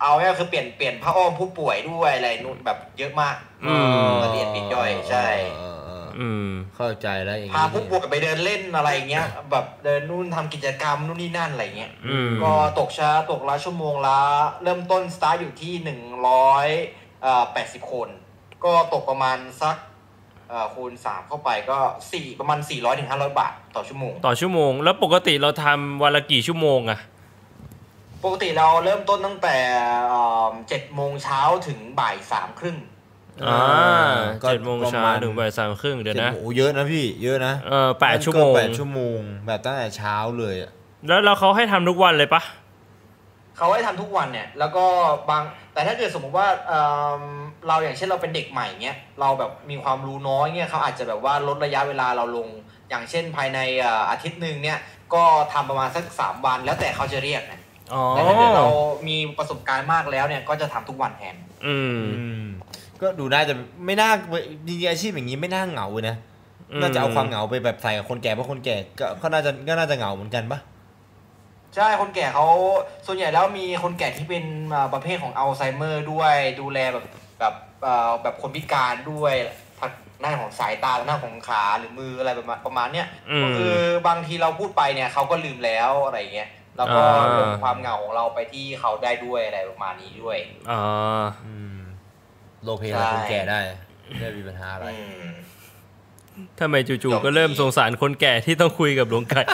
[SPEAKER 4] เอาง่ายๆคือเปลี่ยนเปลี่ยนผ้าอ้อมผู้ป่วยด้วยอะไรนู่นแบบเยอะมาก
[SPEAKER 2] อืม
[SPEAKER 4] ละเอียดปลีกย่อยใช่
[SPEAKER 1] เออเออเออ
[SPEAKER 2] อืม
[SPEAKER 1] เข้าใจแล้วอย่าง
[SPEAKER 4] พาผู้ป่วยไปเดินเล่นอะไรอย่างเงี้ย แบบเดินนู่นทำกิจกรรมนู่นนี่นั่นอะไรอย่างเงี้ย
[SPEAKER 2] อืม
[SPEAKER 4] ก็ตกช้าตกละชั่วโมงละเริ่มต้นสตาร์ทอยู่ที่หนึ่งร้อยแปดสิบคน ก็ตกประมาณสักเอ่อคูณสามเข้าไปก็สี่ประมาณสี่ร้อยถึงห้าร้อยบาทต่อชั่วโมง
[SPEAKER 2] ต่อชั่วโมง แล้วปกติเราทำวันละกี่ชั่วโมงอะ
[SPEAKER 4] ปกติเราเริ่มต้นตั้งแต่เจ็ดโมงเช้าถึงบ่ายสามครึ่ง
[SPEAKER 2] อ่าเจ็ดโมงเช้าถึงบ่ายสามครึ่งเดี๋ยว
[SPEAKER 1] นะ
[SPEAKER 2] นะ
[SPEAKER 1] โอ้โหเยอะนะพี่ เยอะนะ
[SPEAKER 2] เออแปดชั่วโมง
[SPEAKER 1] แปดชั่วโมง แบบตั้งแต่เช้าเลยอะ
[SPEAKER 2] แล้วแล้วเขาให้ทำทุกวันเลยปะ
[SPEAKER 4] เขาให้ทำทุกวันเนี่ย แล้วก็บาง แต่ถ้าเกิดสมมุติว่าเอิ่มเราอย่างเช่นเราเป็นเด็กใหม่เงี้ย เราแบบมีความรู้น้อยเงี้ยเขาอาจจะแบบว่าลดระยะเวลาเราลง อย่างเช่นภายในเอ่ออาทิตย์หนึ่งเนี่ย ก็ทำประมาณสักสามวัน แล้วแต่เขาจะเรียกนะ
[SPEAKER 2] อ๋อ
[SPEAKER 4] แต่ถ้าเกิดเรามีประสบการณ์มากแล้วเนี่ย ก็จะทำทุกวันแทน
[SPEAKER 2] อืม
[SPEAKER 1] อืมก็ดูน่าจะไม่น่าจริงๆอาชีพอย่างนี้ไม่น่าเหงาเลยนะ น่าจะเอาความเหงาไปแบบใส่กับคนแก่เพราะคนแก่ก็ก็น่าจะก็น่าจะเหงาเหมือนกันปะ
[SPEAKER 4] ใช่ คนแก่เขาส่วนใหญ่แล้วมีคนแก่ที่เป็นเอ่อประเภทของอัลไซเมอร์ด้วย ดูแลแบบแบบเอ่อแบบคนพิการด้วยทางหน้านของสายตาหน้านของขาหรือมืออะไรประมาณประมาณเนี้ย
[SPEAKER 2] อืม
[SPEAKER 4] คือบางทีเราพูดไปเนี่ยเขาก็ลืมแล้วอะไรอย่างเงี้ย แล้วก็
[SPEAKER 2] อ่า
[SPEAKER 4] ลงความเหงาของเราไปที่เขาได้ด้วยอะไรประมาณนี้ด้วย
[SPEAKER 2] อ่า
[SPEAKER 1] อืมโลเพลาคนแก่ได้ไม่ได้มีปัญหาอะไร
[SPEAKER 4] อืม
[SPEAKER 2] ทำไมจู่
[SPEAKER 4] จบ
[SPEAKER 2] ๆก็เริ่มสงสารคนแก่ที่ต้องคุยกับหลวงไก่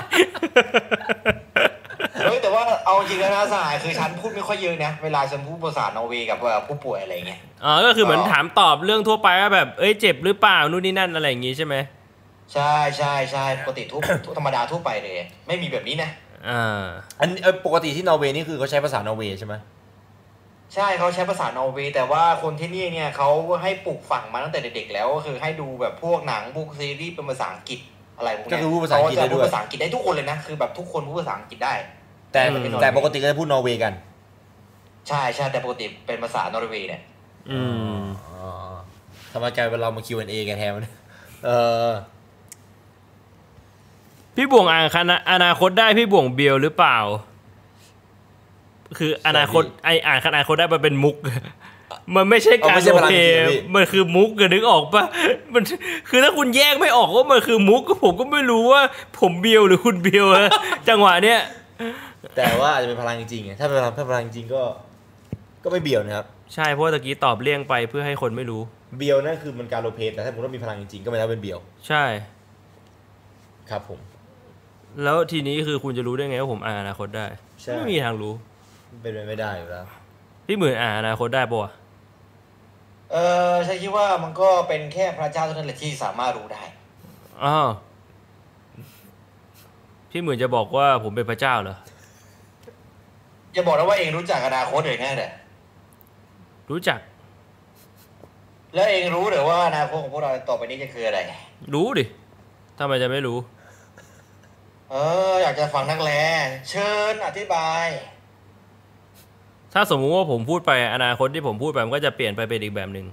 [SPEAKER 4] เฮ้ยแต่ว่าเอาจริงแล้วนะสหายคือฉันพูดไม่ค่อยเยอะนะเวลาฉันพูดภาษานอร์เวย์กับเอ่อผู้ป่วยอะไรเงี้ย
[SPEAKER 2] อ๋อก็คือเหมือน
[SPEAKER 4] อ๋อ
[SPEAKER 2] ถามตอบเรื่องทั่วไปว่าแบบ เอ้ยเจ็บหรือเปล่า นู่นนี่นั่นอะไรอย่างงี้ใช่ไหม
[SPEAKER 4] ใช่ใช่ใช่ปกติทั่ว ทั่วธรรมดาทั่วไปเลย ไม่มีแบบนี้นะ
[SPEAKER 2] อ่า
[SPEAKER 1] อันเอ่อปกติที่นอร์เวย์นี่คือเขาใช้ภาษานอร์เวย์ใช่ไหม
[SPEAKER 4] ใช่เขาใช้ภาษานอร์เวย์แต่ว่าคนที่นี่เนี่ยเขาให้ปลูกฝังมาตั้งแต่เด็กๆแล้วก็คือให้ดูแบบพวกหนังพวกซีรีส์เป็นภาษาอังกฤษอะไรพวกเนี้
[SPEAKER 1] ก็คือพูดภาษาอังกฤษได้
[SPEAKER 4] เขจะ
[SPEAKER 1] ด้
[SPEAKER 4] พู
[SPEAKER 1] วย
[SPEAKER 4] ดภาษาอังกฤษได้ทุกคนเลยนะคือแบบทุกคนพูดภาษาอังกฤษได้
[SPEAKER 1] แต่
[SPEAKER 2] อืม
[SPEAKER 1] แต่ปกติก็จะพูดนอร์เวย์กัน
[SPEAKER 4] ใช่ใช่แต่ปกติเป็นภาษานอร์เวย์เนี่ย
[SPEAKER 2] อืม
[SPEAKER 1] อ๋อทำไมกลายเป็นเรามา Q&A กันแทนมันยเออ
[SPEAKER 2] พี่บ่วงอ่านคณะอนาคตได้พี่บ่วงเบียวหรือเปล่า คืออนาคตไออ่านคณะอนาคตได้มันเป็นมุก มันไม่ใช่กา
[SPEAKER 1] เอา
[SPEAKER 2] ร
[SPEAKER 1] ไม่ใช่
[SPEAKER 2] โอ
[SPEAKER 1] พลัง
[SPEAKER 2] เค
[SPEAKER 1] จิตอะพี่
[SPEAKER 2] มันคือมุกอะนึกออกปะมันคือถ้าคุณแยกไม่ออกว่ามันคือมุกผมก็ไม่รู้ว่า ผมเบียวหรือคุณเบียวอะ จังหวะเนี้ย
[SPEAKER 1] แต่ว่าอาจจะเป็นพลังจริงไงถ้าเป็นพลังถ้าพลังจริงก็ ก็ไม่เบียวนะครับ
[SPEAKER 2] ใช่เพราะว่าตะกี้ตอบเลี่ยงไปเพื่อให้คนไม่รู้
[SPEAKER 1] เบียวนั่นคือมันการโลเพสแต่ถ้าสมมติว่ามีพลังจริงๆก็ไม่ได้เป็นเบียว
[SPEAKER 2] ใช่
[SPEAKER 1] ครับผม
[SPEAKER 2] แล้วทีนี้คือคุณจะรู้ได้ไงว่าผมอ่านอนาคตได้ไม่มีทางรู้
[SPEAKER 1] เป็นไปไม่ได้อยู่แล้ว
[SPEAKER 2] พี่หมื่นอ่านอนาคตได้ปะวะ
[SPEAKER 4] เออฉันคิดว่ามันก็เป็นแค่พระเจ้าเท่านั้นแหละที่สามารถรู้ได้
[SPEAKER 2] อ้าวพี่หมื่นจะบอกว่าผมเป็นพระเจ้าเหรอ
[SPEAKER 4] อย่าบอกนะว่าเองรู้จักอนาคตเองแน่เลย
[SPEAKER 2] รู้จัก
[SPEAKER 4] แล้วเองรู้เหรือว่าอนาคตของพวกเราต่อไปนี้จะคืออะไร
[SPEAKER 2] รู้ดิทำไมจะไม่รู้
[SPEAKER 4] เออ อยากจะฟังนักแลเชิญอธิบาย
[SPEAKER 2] ถ้าสมมุติว่าผมพูดไปอนาคตที่ผมพูดไปมันก็จะเปลี่ยนไปเป็นอีกแบบหนึ่ง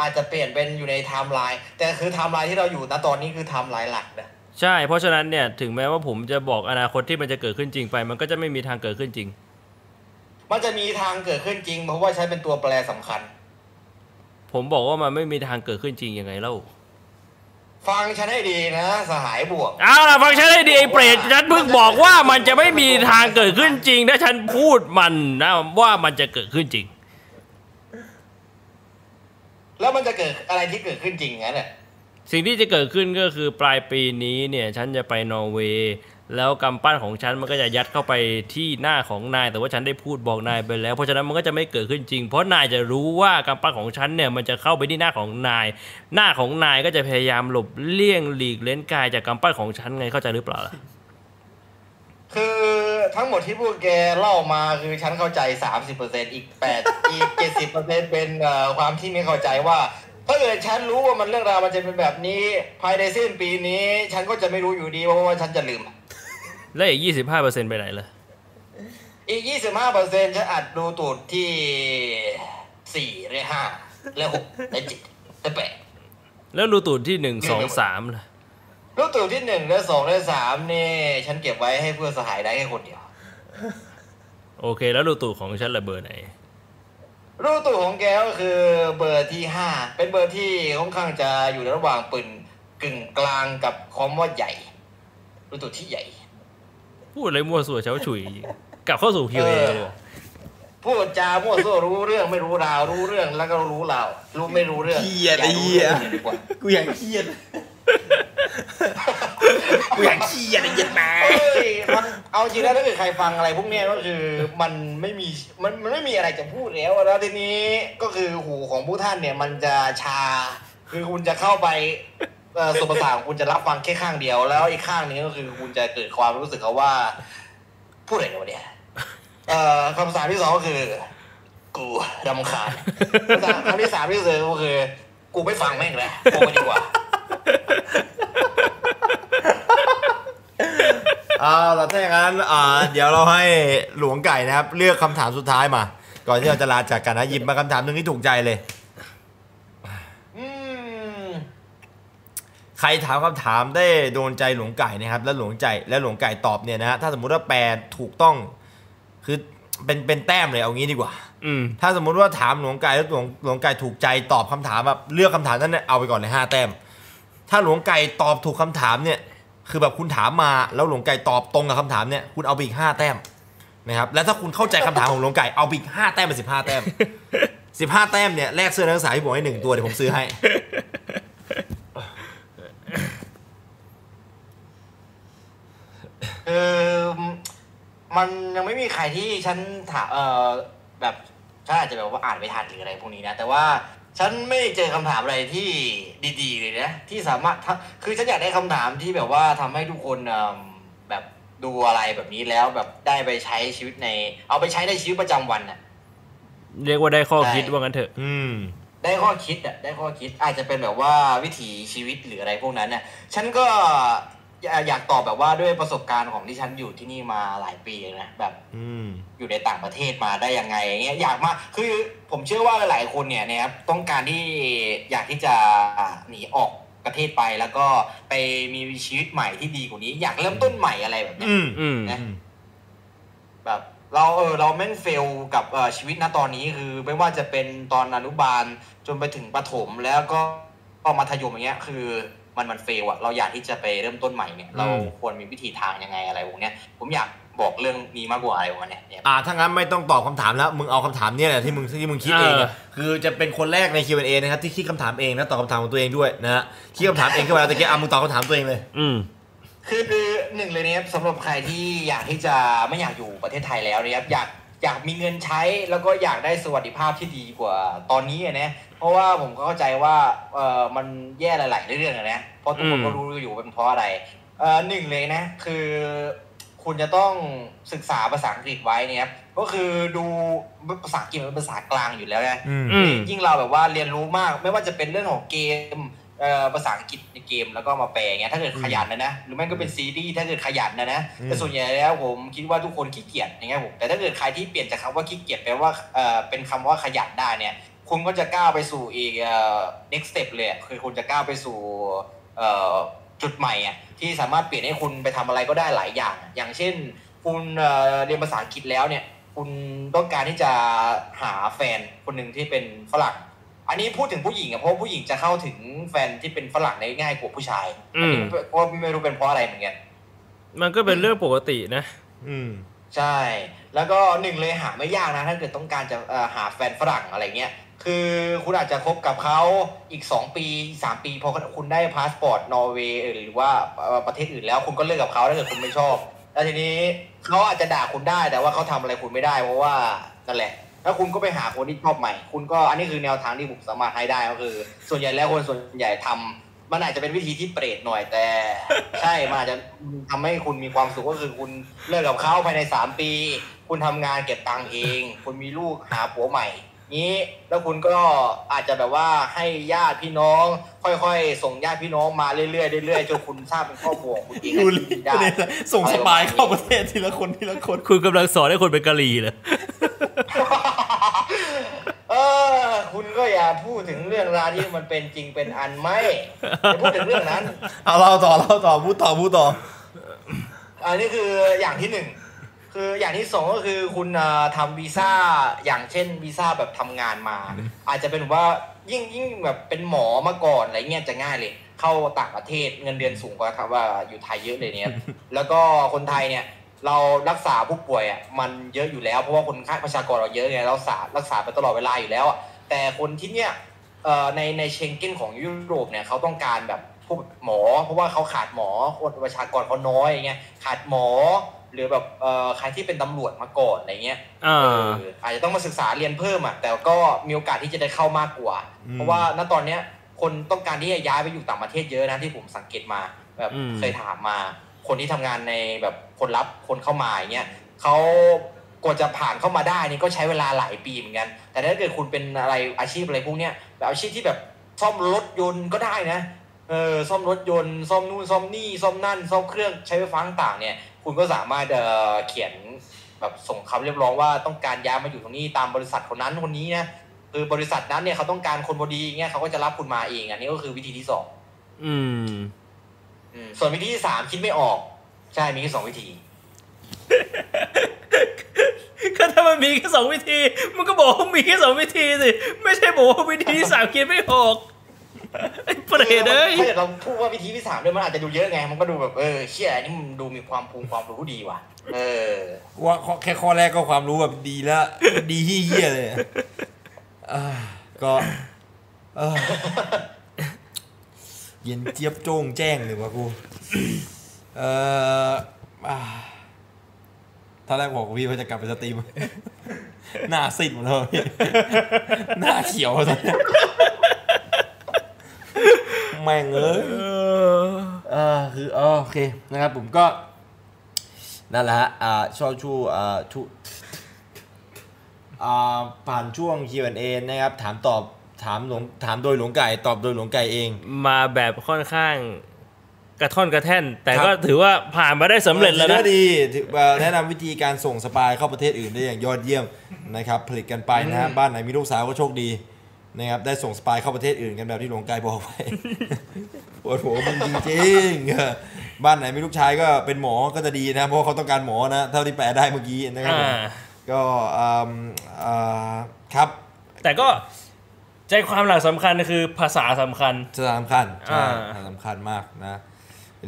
[SPEAKER 4] อาจจะเปลี่ยนเป็นอยู่ในไทม์ไลน์แต่คือไทม์ไลน์ที่เราอยู่ณตอนนี้คือไทม์ไลน์หลักนะ
[SPEAKER 2] ใช่ เพราะฉะนั้นเนี่ยถึงแม้ว่าผมจะบอกอนาคตที่มันจะเกิดขึ้นจริงไป มันก็จะไม่มีทางเกิดขึ้นจริง
[SPEAKER 4] มันจะมีทางเกิดขึ้นจริง เพราะว่าใช้เป็นตัวแปรสำคัญ
[SPEAKER 2] ผมบอกว่ามันไม่มีทางเกิดขึ้นจริงยังไงเล่า
[SPEAKER 4] ฟังฉันให้ดีนะสหายบวก
[SPEAKER 2] เอาล่ะฟังฉันให้ดีไอ้เปรตฉันเพิ่งบอกว่ามันจะไม่มีทางเกิดขึ้นจริงถ้าฉันพูดมันนะว่ามันจะเกิดขึ้นจริง
[SPEAKER 4] แล้วมันจะเกิดอะไรที่เกิดขึ้นจริงงั้นเนี่ย
[SPEAKER 2] สิ่งที่จะเกิดขึ้นก็คือปลายปีนี้เนี่ยฉันจะไปนอร์เวย์แล้วกำปั้นของฉันมันก็จะยัดเข้าไปที่หน้าของนาย แต่ว่าฉันได้พูดบอกนายไปแล้ว เพราะฉะนั้นมันก็จะไม่เกิดขึ้นจริง เพราะนายจะรู้ว่ากำปั้นของฉันเนี่ยมันจะเข้าไปที่หน้าของนาย หน้าของนายก็จะพยายามหลบเลี่ยงหลีกเล้นกายจากกำปั้นของฉันไงเข้าใจหรือเปล่าล่ะ
[SPEAKER 4] คือทั้งหมดที่พวกแกเล่ามาคือฉันเข้าใจ 30%อีก8อีก 70%เป็นเอ่อความที่ไม่เข้าใจว่าถ้าเกิดฉันรู้ว่ามันเรื่องราวมันจะเป็นแบบนี้ ภายในสิ้นปีนี้ ฉันก็จะไม่รู้อยู่ดีเพราะว่าฉันจะลืม
[SPEAKER 2] และอีก 25%ไปไหนล่ะ
[SPEAKER 4] อีก 25%ฉันอาจดูตูดที่ 4 และ 5 และ 6 และ 7 และ 8
[SPEAKER 2] แล้วรูตูดที่หนึ่งสองสามล่ะ
[SPEAKER 4] รูปตูดที่หนึ่งและสองและสามนี่ฉันเก็บไว้ให้เพื่อนสหายได้แค่คนเดียว
[SPEAKER 2] โอเค แล้วรูตูดของฉันระเบิดไหน
[SPEAKER 4] รูปตู่ของแกก็คือเบอร์ที่ห้าเป็นเบอร์ที่ค่อนข้างจะอยู่ในระหว่างปืนกึ่งกลางกับคอมว่าใหญ่ รูปตู่ที่ใหญ่
[SPEAKER 2] พูดอะไรมั่วสัวเช้าฉุยกลับเข้าสู่ Q&A เลยว่ะ
[SPEAKER 4] พูดจามั่วซั่วรู้เรื่องไม่รู้ราวรู้เรื่องแล้วก็รู้ราวรู้ไม่รู้เรื่อง
[SPEAKER 1] เหี้ย
[SPEAKER 4] อารู้
[SPEAKER 1] แต่เหี้ย
[SPEAKER 4] รื่องดีกว่า
[SPEAKER 1] กูอยากเครียด กูอยากเครียดไอ้เหี้ยมา
[SPEAKER 4] เอ้ยมันเอาจริงแล้วถ้าเกิดใครฟังอะไรพวกเนี้ยก็คือมันไม่มีมันมันไม่มีอะไรจะพูดแล้วแล้วทีนี้ก็คือหูของผู้ท่านเนี่ยมันจะชา คือคุณจะเข้าไปเอ่อส่วนประสาทของคุณจะรับฟังแค่ข้างเดียว แล้วอีกข้างนี้ก็คือคุณจะเกิดความรู้สึกเขาว่า พูดอะไรกันวะเนี่ยเอ่อคำสามที่สองก็คือ กูรำคาญ คำสามคำที่สามที่สี่ก็คือ กูไม่ฟังแม่งแล้วกูไปดีกว่า
[SPEAKER 1] เอาล่ะถ้าอย่างนั้นอ่าเดี๋ยวเราให้หลวงไก่นะครับ เลือกคำถามสุดท้ายมา ก่อนที่เราจะลาจากกันนะหยิบมาคำถามหนึ่งที่ถูกใจเลย
[SPEAKER 4] อืม
[SPEAKER 1] ใครถามคำถามได้โดนใจหลวงไก่นะครับ และหลวงใจและหลวงไก่ตอบเนี่ยนะฮะถ้าสมมุติว่าแปลถูกต้องคือเป็นเป็นแต้มเลยเอางี้ดีกว่า
[SPEAKER 2] อืม
[SPEAKER 1] ถ้าสมมุติว่าถามหลวงไก่แล้วหลวงหลวงไก่ถูกใจตอบคำถามแบบเลือกคำถามนั้นเนี่ยเอาไปก่อนเลยห้าแต้ม ถ้าหลวงไก่ตอบถูกคำถามเนี่ย
[SPEAKER 3] คือแบบคุณถามมาแล้วหลวงไก่ตอบตรงกับคำถามเนี่ยคุณเอาไปอีกห้าแต้มนะครับและถ้าคุณเข้าใจคำถามของหลวงไก่เอาไปอีกห้าแต้มเป็นสิบห้าแต้มสิบห้าแต้มเนี่ยแลกเสื้อนักศึกษาที่ผมให้หนึ่งตัวเดี๋ยวผมซื้อให้
[SPEAKER 4] คือมันยังไม่มีใครที่ฉันถามเออแบบฉันอาจจะแบบว่าอ่านไม่ทันหรืออะไรพวกนี้นะ แต่ว่าฉันไม่เจอคำถามอะไรที่ดีๆ เลยนะที่สามารถทำคือฉันอยากได้คำถามที่แบบว่าทำให้ทุกคนเอิ่มแบบดูอะไรแบบนี้แล้วแบบได้ไปใช้ชีวิตใน เอาไปใช้ในชีวิตประจำวันน่ะ
[SPEAKER 2] เรียกว่าได้ข้อ
[SPEAKER 4] ใช่
[SPEAKER 2] คิดว่างั้นเถอะ
[SPEAKER 3] อืม
[SPEAKER 4] ได้ข้อคิดอ่ะได้ข้อคิดอาจจะเป็นแบบว่าวิถีชีวิตหรืออะไรพวกนั้นน่ะฉันก็อยากอยากตอบแบบว่าด้วยประสบการณ์ของที่ฉันอยู่ที่นี่มาหลายปีเองนะแบบ
[SPEAKER 3] อืม
[SPEAKER 4] อยู่ในต่างประเทศมาได้ยังไงอย่างเงี้ยอยากมาคือผมเชื่อว่าหลายๆคนเนี่ยนะครับต้องการที่อยากที่จะหนีออกประเทศไปแล้วก็ไปมีชีวิตใหม่ที่ดีกว่านี้ อยากเริ่มต้นใหม่อะไรแบบเนี้ย
[SPEAKER 3] อืม
[SPEAKER 2] อืม
[SPEAKER 4] นะแบบเราเออเราแม่งเฟลกับเอ่อชีวิตนะตอนนี้คือไม่ว่าจะเป็นตอนอนุบาลจนไปถึงประถมแล้วก็ก็มัธยมอย่างเงี้ยคือมันมันเฟลอะเราอยากที่จะไปเริ่มต้นใหม่เนี่ยเรา
[SPEAKER 3] อืม
[SPEAKER 4] ควรมีวิธีทางยังไงอะไรพวกเนี้ยผมอยากบอกเรื่องนี้มากกว่าอะไรประมาณเนี้ยเนี่ย
[SPEAKER 3] อ่าถ้างั้นไม่ต้องตอบคำถามแล้ว มึงเอาคำถามเนี่ยแหละที่มึงที่มึงคิดเอง
[SPEAKER 2] เออ
[SPEAKER 3] อะคือจะเป็นคนแรกใน Q&A นะครับที่คิดคำถามเองนะตอบคำถามของตัวเองด้วยนะฮะคิดคำถามเองขึ้นมาแล้วตะกี้อ่ะมึงตอบคำถามตัวเองเลย
[SPEAKER 2] อืม
[SPEAKER 4] คือหนึ่งเลยนะครับสำหรับใครที่อยากที่จะไม่อยากอยู่ประเทศไทยแล้วนะครับอยากอยากมีเงินใช้แล้วก็อยากได้สวัสดิภาพที่ดีกว่าตอนนี้อะนะเพราะว่าผมก็เข้าใจว่าเออมันแย่หลาย ๆ เรื่องอะนะเพราะทุกคน
[SPEAKER 2] อืม
[SPEAKER 4] ก็รู้อยู่ว่าเป็นเพราะอะไรเออหนึ่งเลยนะ คือคุณจะต้องศึกษาภาษาอังกฤษไว้นะครับก็คือดูภาษาอังกฤษมันเป็นภาษากลางอยู่แล้วนะ
[SPEAKER 3] อืม
[SPEAKER 2] อืม
[SPEAKER 4] ยิ่งเราแบบว่าเรียนรู้มาก ไม่ว่าจะเป็นเรื่องของเกมเอ่อภาษาอังกฤษในเกมแล้วก็มาแปลเงี้ยถ้าเกิดขยันนะนะหรือไม่ก็เป็นซีรีส์ถ้าเกิดขยันนะนะ
[SPEAKER 3] อืม
[SPEAKER 4] แต่ส่วนใหญ่แล้วผมคิดว่าทุกคนขี้เกียจอย่างเงี้ยผมแต่ถ้าเกิดใครที่เปลี่ยนจากคำว่าขี้เกียจแปลว่าเอ่อเป็นคำว่าขยันได้เนี่ย คุณก็จะก้าวไปสู่อีกเอ่อ next step เลยอะคือคุณจะก้าวไปสู่เอ่อจุดใหม่อะที่สามารถเปลี่ยนให้คุณไปทำอะไรก็ได้หลายอย่างอะอย่างเช่น คุณเอ่อเรียนภาษาอังกฤษแล้วเนี่ย คุณต้องการที่จะหาแฟนคนหนึ่งที่เป็นฝรั่ง อันนี้พูดถึงผู้หญิงอะเพราะว่าผู้หญิงจะเข้าถึงแฟนที่เป็นฝรั่งได้ง่ายกว่าผู้ชาย
[SPEAKER 2] อืม
[SPEAKER 4] นนี้ก็ไม่รู้เป็นเพราะอะไรเหมือนกัน
[SPEAKER 2] มันก็เป็นเรื่องปกตินะ
[SPEAKER 3] อืม
[SPEAKER 4] ใช่ แล้วก็หนึ่งเลยหาไม่ยากนะ ถ้าเกิดต้องการจะเอ่อหาแฟนฝรั่งอะไรเงี้ย คือคุณอาจจะคบกับเขาอีก 2 ปี 3 ปีพอคุณได้พาสปอร์ตนอร์เวย์หรือว่าเอ่อประเทศอื่นแล้วคุณก็เลิกกับเขาถ้าเกิดคุณไม่ชอบ แล้วทีนี้เขาอาจจะด่าคุณได้แต่ว่าเขาทำอะไรคุณไม่ได้ เพราะว่านั่นแหละ แล้วคุณก็ไปหาคนที่ชอบใหม่ คุณก็อันนี้คือแนวทางที่ผมสามารถให้ได้ก็คือ ส่วนใหญ่แล้วคนส่วนใหญ่ทำมันอาจจะเป็นวิธีที่เปรตหน่อยแต่ ใช่มันอาจจะทำให้คุณมีความสุขก็คือคุณเลิกกับเขาภายในสามปี คุณทำงานเก็บตังค์เอง คุณมีลูกหาผัวใหม่ นี้แล้วคุณก็อาจจะแบบว่าให้ญาติพี่น้อง ค่อยๆ ส่งญาติพี่น้องมาเรื่อยๆเรื่อยๆจนคุณสร้างเป็นครอบครัวของคุณเอง
[SPEAKER 3] ยูริ
[SPEAKER 4] ได้
[SPEAKER 3] ส่งสปายเข้าประเทศทีละคนทีละคน
[SPEAKER 2] คุณกำลังสอนให้คนเป็นกะหรี่เลย
[SPEAKER 4] เออ คุณก็อย่าพูดถึงเรื่องราวที่มันเป็นจริงเป็นอันไม่อย่าพูดถึงเรื่องนั้น
[SPEAKER 3] เอาเราต่อเราต่อพูดต่อพูดต่อ
[SPEAKER 4] อันนี้คืออย่างที่หนึ่งคืออย่างที่สองก็คือคุณเอ่อทำวีซ่าอย่างเช่นวีซ่าแบบทำงานมา อาจจะเป็นแบบว่ายิ่งยิ่งแบบเป็นหมอมาก่อนอะไรเงี้ยจะง่ายเลย เข้าต่างประเทศเงินเดือนสูงกว่าครับว่าอยู่ไทยเยอะเลยเนี่ย แล้วก็คนไทยเนี่ย เรารักษาผู้ป่วยอ่ะมันเยอะอยู่แล้วเพราะว่าคนค่าประชากรเราเยอะไงเราสารักษาไปตลอดเวลาอยู่แล้วอะแต่คนที่เนี่ย เอ่อในในเชงเก้นของยุโรปเนี่ยเขาต้องการแบบพวกหมอ เพราะว่าเขาขาดหมอคนประชากรเขาน้อยอย่างเงี้ยขาดหมอ หรือแบบเอ่อใครที่เป็นตำรวจมาก่อนอะไรเงี้ย
[SPEAKER 2] อ่า
[SPEAKER 4] เอออาจจะต้องมาศึกษาเรียนเพิ่มอ่ะแต่ก็มีโอกาสที่จะได้เข้ามากกว่า
[SPEAKER 3] อืม
[SPEAKER 4] เพราะว่าณตอนเนี้ยคนต้องการที่จะย้ายไปอยู่ต่างประเทศเยอะนะที่ผมสังเกตมาแบบ
[SPEAKER 2] อืม
[SPEAKER 4] เคยถามมา คนที่ทำงานในแบบคนรับคนเข้ามาอย่างเงี้ยเขากว่าจะผ่านเข้ามาได้นี่ก็ใช้เวลาหลายปีเหมือนกัน แต่ถ้าเกิดคุณเป็นอะไรอาชีพอะไรพวกเนี้ยแบบอาชีพที่แบบซ่อมรถยนต์ก็ได้นะเออซ่อมรถยนต์ซ่อมนู่นซ่อมนี่ซ่อมนั่นซ่อมเครื่องใช้ไฟฟ้าต่างๆเนี่ย คุณก็สามารถเอ่อเขียนแบบส่งคำเรียบร้องว่าต้องการย้ายมาอยู่ตรงนี้ตามบริษัทคนนั้นคนนี้นะคือบริษัทนั้นเนี่ยเขาต้องการคนพอดีเงี้ยเขาก็จะรับคุณมาเองอันนี้ก็คือวิธีที่สอง
[SPEAKER 2] อืม
[SPEAKER 4] อืมส่วนวิธีที่สามคิดไม่ออก ใช่มีแค่สองวิธี
[SPEAKER 2] ก็ถ้ามันมีแค่สองวิธี มันก็บอกว่ามีแค่สองวิธีสิ ไม่ใช่บอกว่าวิธีที่สามคิดไม่ออก ไอ้เปรตเลย
[SPEAKER 4] ถ้าเกิดเราพูดว่าวิธีที่สามด้วยมันอาจจะดูเยอะไง มันก็ดูแบบเออเชี่ยอันนี่มันดูมีความภูมิความรู้ดีว่ะ เออ
[SPEAKER 3] ว่าข้อแค่ข้อแรกก็ความรู้แบบดีแล้ว ดีเฮี้ยๆเลยอ่าก็อ่าเย็นเจี๊ยบโจ้งแจ้งเลยว่ะกู เอ่ออ่าตอนแรกบอกกับพี่ว่าจะกลับไปสตรีม หน้าสิดหมดเลยพี่หน้าเขียวเลยแม่งเอ้ย
[SPEAKER 2] เออ
[SPEAKER 3] เออคืออ๋อโอเคนะครับผมก็นั่นแหละฮะอ่าชอบชูอ่าชูอ่าผ่านช่วง Q&A นะครับ ถามตอบถามหลวงถามโดยหลวงไก่ ตอบโดยหลวงไก่เอง
[SPEAKER 2] มาแบบค่อนข้างกระท่อนกระแท่น แต่
[SPEAKER 3] ค
[SPEAKER 2] ก็
[SPEAKER 3] รับ
[SPEAKER 2] ถือว่าผ่านมาได้สำเร็จแล้วนะ
[SPEAKER 3] ถือดีถือเอ่อแนะนำวิธีการส่งสปายเข้าประเทศอื่นได้อย่างยอดเยี่ยมนะครับผลิตกันไปนะฮะบ้านไหนมีลูกสาวก็โชคดีนะครับได้ส่งสปายเข้าประเทศอื่นกันแบบที่หลวงไกายบอกไป ปวดหัวมึงจริงๆเออบ้านไหนมีลูกชายก็เป็นหมอก็จะดีนะเพราะว่าเขาต้องการหมอนะเท่าที่แปลได้เมื่อกี้นะครับผม
[SPEAKER 2] อ่า
[SPEAKER 3] ก็อืมอ่าครับ
[SPEAKER 2] แต่ก็ใจความหลักสำคัญคือภาษาสำคัญ
[SPEAKER 3] สำคัญใช่
[SPEAKER 2] อ่า
[SPEAKER 3] สำคัญมากนะ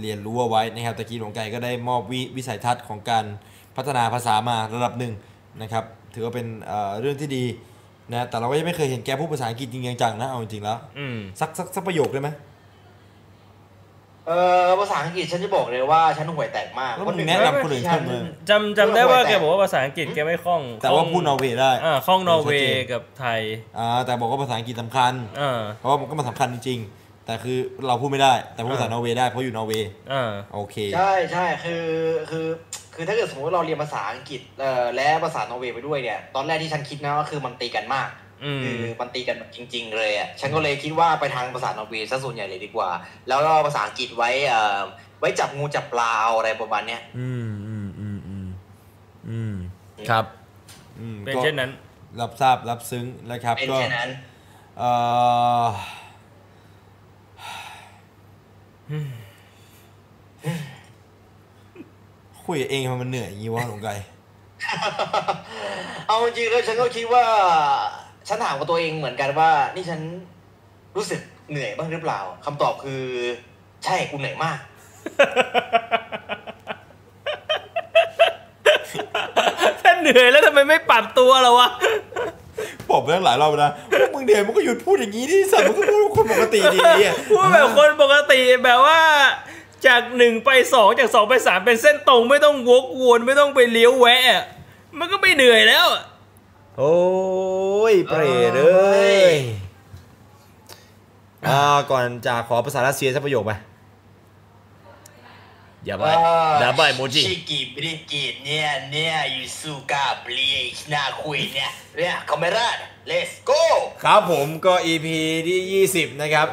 [SPEAKER 3] เรียนรู้เอาไว้นะครับตะกี้หลวงไก่ก็ได้มอบวิวิสัยทัศน์ของการ พัฒนาภาษามาระดับหนึ่งนะครับ ถือว่าเป็นเอ่อเรื่องที่ดีนะแต่เราก็ยังไม่เคยเห็นแกพูดภาษาอังกฤษจริงๆจังๆนะเอาจริงๆแล้ว
[SPEAKER 2] อืม
[SPEAKER 3] สักสักสักประโยคได้ไหม
[SPEAKER 4] เออภาษาอังกฤษฉันจะบอกเลยว่าฉันห่วยแตกมาก
[SPEAKER 3] แล้ว
[SPEAKER 4] ค
[SPEAKER 3] มึ
[SPEAKER 4] น
[SPEAKER 3] ง
[SPEAKER 4] อื่น
[SPEAKER 3] แนะ
[SPEAKER 4] ก็
[SPEAKER 3] นำคนอื่นเข้าเมือง
[SPEAKER 2] จำจำได้ว่าแกบอกว่าภาษาอังกฤษแกไม่คล่อง
[SPEAKER 3] แต่ว่าพูดนอร์เวย์ได้
[SPEAKER 2] อ่าคล่องนอร์เวย์กับไทย
[SPEAKER 3] อ่าแต่บอกว่าภาษาอังกฤษสำคัญ
[SPEAKER 2] อ่า
[SPEAKER 3] เพราะว่ามันก็มันสำคัญจริงๆ แต่คือเราพูดไม่ได้ แต่พูดภาษานอร์เวย์ได้เพราะอยู่นอร์เวย์
[SPEAKER 2] อ่า
[SPEAKER 3] โอเค
[SPEAKER 4] ใช่ใช่คือคือคือถ้าเกิดสมมติเราเรียนภาษาอังกฤษเอ่อและภาษานอร์เวย์ไปด้วยเนี่ยตอนแรกที่ฉันคิดนะก็คือมันตีกันมาก
[SPEAKER 2] อืม
[SPEAKER 4] คือมันตีกันแบบจริง ๆ เลยอ่ะ ฉันก็เลยคิดว่าไปทางภาษานอร์เวย์ซะส่วนใหญ่เลยดีกว่า แล้วก็ภาษาอังกฤษไว้เอ่อไว้จับงูจับปลาเอาอะไรประมาณเนี้ย
[SPEAKER 3] อืมอืมอืมอืมอืมครับอืม
[SPEAKER 2] เป็น
[SPEAKER 3] ก็
[SPEAKER 2] เช่นนั้น
[SPEAKER 3] รับทราบรับซึ้งนะครับ
[SPEAKER 4] เป็น
[SPEAKER 3] ก็
[SPEAKER 4] แค่นั้น
[SPEAKER 3] เอ่อ คุยเองมันเหนื่อยอย่างนี้วะหลงไก
[SPEAKER 4] เอาจริงๆแล้วฉันก็คิดว่า ฉันถามกับตัวเองเหมือนกันว่า นี่ฉันรู้สึกเหนื่อยบ้างหรือเปล่าคำตอบคือ ใช่กูเหนื่อยมาก
[SPEAKER 2] ถ้าเหนื่อยแล้วทำไมไม่ปรับตัวล่ะวะ
[SPEAKER 3] ผมเรื่องหลายรอบแล้วนะพวกมึงเดี๋ยวมึงก็หยุดพูดอย่างนี้ดิสัตว์มึงก็พูดคนปกติดีอะ
[SPEAKER 2] พูดแบบคนปกติแบบว่าจากหนึ่งไปสองจากสองไปสามเป็นเส้นตรงไม่ต้องวกวนไม่ต้องไปเลี้ยวแวะอะมันก็ไม่เหนื่อยแล้ว
[SPEAKER 1] โอ้ยเปรตเอ
[SPEAKER 4] เอ้
[SPEAKER 1] ้
[SPEAKER 4] ย
[SPEAKER 1] ยอ่าก่อนจากขอภาษารัสเซียสักประโยคไปอย่าไปอย่าไปโมจิ
[SPEAKER 4] ชิกิบริกิตเนี่ยเนี่ยยูซูกาบลีชนาคุยเนี่ยเนี่ยคอมเมร่า let's go
[SPEAKER 1] ครับผมก็ EP ที่ 20 นะครับ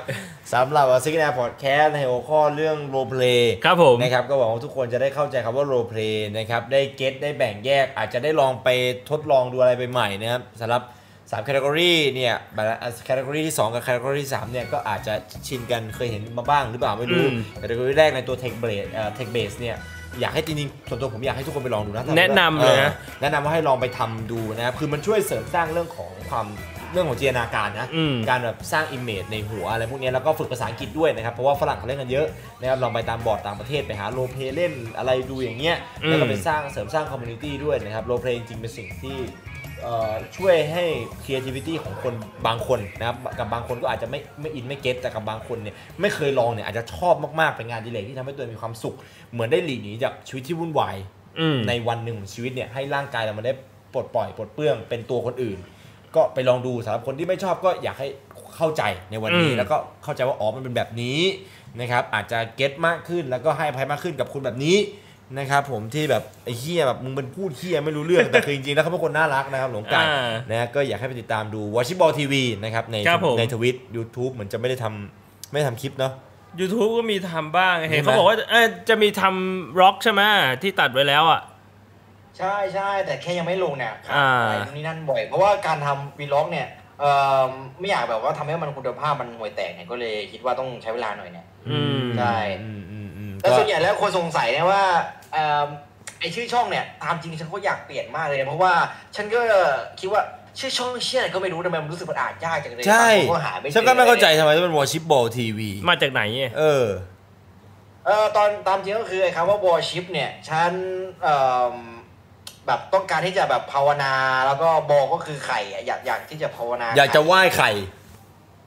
[SPEAKER 1] สำหรับซิกแน Podcast ในหัวข้อเรื่องโรเพลย์
[SPEAKER 2] ครับผม
[SPEAKER 1] นะครับก็หวังว่าทุกคนจะได้เข้าใจคำว่าโรเพลย์นะครับ ได้เก็ตได้แบ่งแยก อาจจะได้ลองไปทดลองดูอะไรใหม่ๆนะครับสำหรับ3 category เนี่ยแบบแคตตา o r y ที่ 2 กับ category ที่ 3 เนี่ยก็อาจจะชินกันเคยเห็นมาบ้างหรือเปล่าไม่รู้
[SPEAKER 2] อืม
[SPEAKER 1] category แรกในตัว tech base เอ่อ tech base เนี่ยอยากให้จริงๆส่วนตัวผมอยากให้ทุกคนไปลองดูนะ
[SPEAKER 2] แนะนำเลยนะ
[SPEAKER 1] ออแนะนำว่าให้ลองไปทำดูนะครับ คือมันช่วยเสริมสร้างเรื่องของความเรื่องของจินตนาการนะ
[SPEAKER 2] อืม
[SPEAKER 1] การแบบสร้างอิมเมจในหัวอะไรพวกเนี้ยแล้วก็ฝึกภาษาอังกฤษด้วยนะครับ เพราะว่าฝรั่งเขาเล่นกันเยอะนะครับ ลองไปตามบอร์ดต่างประเทศไปหาโรลเพลย์เล่นอะไรดูอย่างเงี้ย แล้วก็ไปสร้างเสริมสร้างคอมมูนิตี้ด้วยนะครับโรลเพลย์จริงๆเป็นสิ่งที่เอ่อช่วยให้ creativity ของคนบางคนนะครับกับบางคนก็อาจจะไม่ไม่อินไม่เก็ตแต่กับบางคนเนี่ยไม่เคยลองเนี่ยอาจจะชอบมากๆเป็นงานอดิเลยที่ทำให้ตัวเองมีความสุข เหมือนได้หลีกหนีจากชีวิตที่วุ่นวาย
[SPEAKER 2] อืม
[SPEAKER 1] ในวันหนึ่งของชีวิตเนี่ยให้ร่างกายเรามันได้ปลดปล่อยปลดเปลื้องเป็นตัวคนอื่น ก็ไปลองดูสำหรับคนที่ไม่ชอบก็อยากให้เข้าใจในวันนี้
[SPEAKER 2] อืม
[SPEAKER 1] แล้วก็เข้าใจว่าอ๋อมันเป็นแบบนี้นะครับอาจจะเก็ตมากขึ้นแล้วก็ให้อภัยมากขึ้นกับคุณแบบนี้นะครับผมที่แบบไอ้เฮียแบบมึงเป็นพูดเฮียไม่รู้เรื่อง แต่คือจริงๆแล้วเขาเป็นคนน่ารักนะครับหลวงไก่
[SPEAKER 2] อ่า
[SPEAKER 1] นะก็อยากให้ไปติดตามดูวอชิบอลทีวีนะครับใน
[SPEAKER 2] ครับผม
[SPEAKER 1] ในทวิต YouTube เหมือนจะไม่ได้ทำไม่ได้ทำคลิปเนาะ
[SPEAKER 2] YouTube ก็มีทำบ้างเห็น
[SPEAKER 1] ใช่ไหม
[SPEAKER 2] เขาบอกว่าเอ้ยจะมีทำร็อกใช่ไหมที่ตัดไว้แล้วอ่ะ
[SPEAKER 4] ใช่ใช่แต่แค่ยังไม่ลงเนี่ย
[SPEAKER 2] อ่า
[SPEAKER 4] อะไรนู่นนี่นั่นบ่อย เพราะว่าการทำวีล็อกเนี่ยเอ่อไม่อยากแบบว่าทำให้มันคุณภาพมันห่วยแตกเนี่ยก็เลยคิดว่าต้องใช้เวลาหน่อยเนี่ย
[SPEAKER 2] อืม
[SPEAKER 4] ใช่
[SPEAKER 1] อืมอืมอืม
[SPEAKER 4] แต่
[SPEAKER 1] ก็
[SPEAKER 4] ส่วนใหญ่แล้วคนสงสัยนะว่าเอิ่มไอชื่อช่องเนี่ยตามจริงฉันก็อยากเปลี่ยนมากเลย เพราะว่าฉันก็คิดว่า ชื่อช่องเชี่ยอะไรก็ไม่รู้ทำไมมันรู้สึกมันอ่านยากจังเลย
[SPEAKER 1] ใช่
[SPEAKER 4] ผมก็หาไม่เจอ
[SPEAKER 1] ฉันก็ไม่เข้าใจทำไมต้องเป็นวอชิปบอลทีวี
[SPEAKER 2] มาจากไหนเนี่ย
[SPEAKER 1] เออ
[SPEAKER 4] เออตอนตามจริงก็คือไอ้คำว่าวอชิปเนี่ยฉันเอ่อแบบต้องการที่จะแบบภาวนาแล้วก็บอกก็คือไข่อะอยากอยากที่จะภาวนา
[SPEAKER 1] อยากจะไหว้ไข่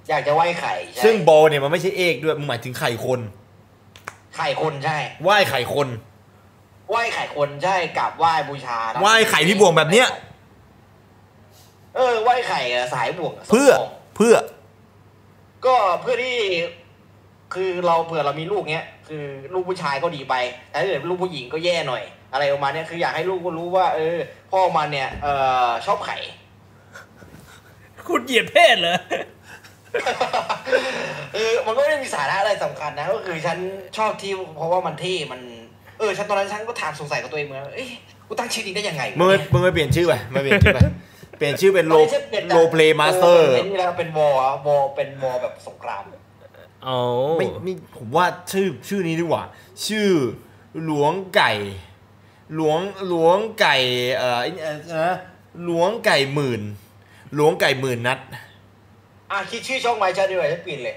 [SPEAKER 4] อยากจะไหว้ไข่ใช่
[SPEAKER 1] ซึ่งบอลเนี่ยมันไม่ใช่เอกด้วยมันหมายถึงไข่คน
[SPEAKER 4] ไข่คนใช่
[SPEAKER 1] ไหว้ไข่คน
[SPEAKER 4] ไหว้ไข่คนใช่กับไหว้บูชานะ
[SPEAKER 1] ไหว้ไข่ที่บวงแบบเนี้ย
[SPEAKER 4] เออไหว้ไข่อะสายบวง
[SPEAKER 1] เพื่อเพื่อ
[SPEAKER 4] ก็เพื่อที่ คือเราเผื่อเรามีลูกเนี้ย คือลูกผู้ชายก็ดีไปแต่ถ้าเกิดลูกผู้หญิงก็แย่หน่อย อะไรประมาณเนี้ยคืออยากให้ลูกก็รู้ว่า เออ พ่อมันเนี่ยเออชอบไข่
[SPEAKER 2] คุณเหยียดเพศเหรอ
[SPEAKER 4] เออมันก็ไม่ได้มีสาระอะไรสำคัญนะก็คือฉันชอบที่เพราะว่ามันเท่มันเออฉันตอนนั้นฉันก็ถามสงสัยกับตัวเองเหมือนกันเอ้ยกูตั้งชื่อนี้ได้ยังไง
[SPEAKER 1] มึงไม่
[SPEAKER 4] วะเนี่ย
[SPEAKER 1] มึงไม่เปลี่ยนชื่อไปไม่เปลี่ยนชื่อไป เปลี่ยนชื่อเป็นโล
[SPEAKER 4] ไม่ใช่ปยน
[SPEAKER 1] โลเพลย์มาสเตอร์
[SPEAKER 4] เนนี่แล้วเป็นวอลอะวอลเป็นวอลแบบสงคราม
[SPEAKER 2] เอา
[SPEAKER 1] ไม่ไม่ผมว่าชื่อชื่อนี้ดีกว่า ชื่อหลวงไก่ หลวงหลวงไก่เอ่อไอ้เอ่อนะหลวงไก่หมื่น หลวงไก่หมื่นนัด
[SPEAKER 4] อ่ะคิดชื่อช่องไม้ชาดีกว่าจะปิดเลย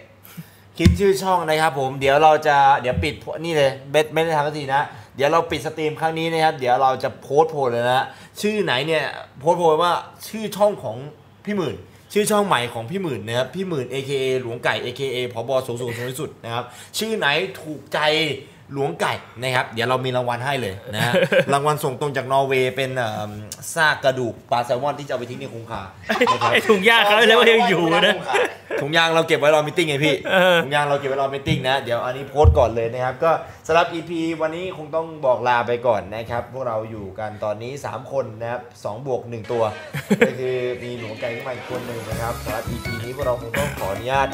[SPEAKER 1] คิดชื่อช่องนะครับผมเดี๋ยวเราจะเดี๋ยวปิดนี่เลยเบสไม่ได้ทำสักทีนะ เดี๋ยวเราปิดสตรีมครั้งนี้นะครับ เดี๋ยวเราจะโพสต์โพลเลยนะชื่อไหนเนี่ยโพสต์โพลว่าชื่อช่องของพี่หมื่น ชื่อช่องใหม่ของพี่หมื่นนะครับพี่หมื่น AKA หลวงไก่ AKA ผบสูงสูงสูงที่สุดนะครับชื่อไหนถูกใจหลวงไก่นะครับ เดี๋ยวเรามีรางวัลให้เลยนะ ฮะ รางวัลส่งตรงจากนอร์เวย์เป็นเอิ่มซากกระดูกปลาแซลมอนที่จะเอาไปทิ้งในคงคานะครับ
[SPEAKER 2] ไอ้ถุงยากเขาแล้วก็ยังอยู่นะ
[SPEAKER 1] ถุงยางเราเก็บไว้รอมิทติ้งไงพี่
[SPEAKER 2] เออ
[SPEAKER 1] ถุงยางเราเก็บไว้รอมิทติ้งนะ เดี๋ยวอันนี้โพสต์ก่อนเลยนะครับ ก็สำหรับ EP วันนี้คงต้องบอกลาไปก่อนนะครับ พวกเราอยู่กันตอนนี้ 3 คนนะครับ2บวก 1 ตัว ก็คือมีหลวงไก่ขึ้นมาอีกคนหนึ่งนะครับสำหรับ EP นี้พวกเราคงต้องขออนุญาต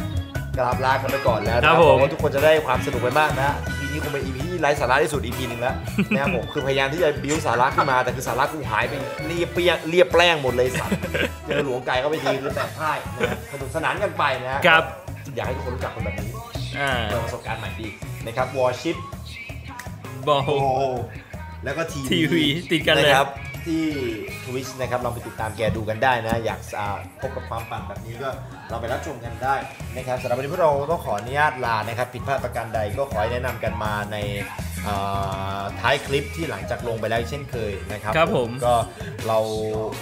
[SPEAKER 1] กราบลากันไปก่อนแล้วนะครับ
[SPEAKER 2] ผม
[SPEAKER 1] หวังว่าทุกคนจะได้ความสนุกไปมากนะ EP นี้คงเป็น EP ที่ไร้สาระที่สุด EP หนึ่งแล้ว นะครับผมคือพยายามที่จะบิ้วสาระขึ้นมาแต่คือสาระกูหายไปเรียบเปรียงเรียบแปลงหมดเลยสัต ว์เจอหลวงไก่ก็ไปยืนแล้วแต่พ่ายนะครับสนุกสนานกันไปนะฮะ
[SPEAKER 2] ครับ
[SPEAKER 1] อยากให้ทุกคนรู้จักคนแบบนี้
[SPEAKER 2] อ่า
[SPEAKER 1] เปิดประสบการณ์ใหม่ดีนะครับวอชิป
[SPEAKER 2] บอล
[SPEAKER 1] โอแล้วก็ที
[SPEAKER 2] TV ติดกันเลย
[SPEAKER 1] ะครับ ที่ทวิชนะครับลองไปติดตามแกดูกันได้นะ อยากอ่าพบกับความปั่นแบบนี้ก็เราไปรับชมกันได้นะครับสำหรับวันนี้พวกเราต้องขออนุญาตลานะครับผิดพลาดประการใดก็ขอให้แนะนำกันมาในอ่าท้ายคลิปที่หลังจากลงไปแล้วเช่นเคยนะครับ
[SPEAKER 2] ครับผม
[SPEAKER 1] ก็เรา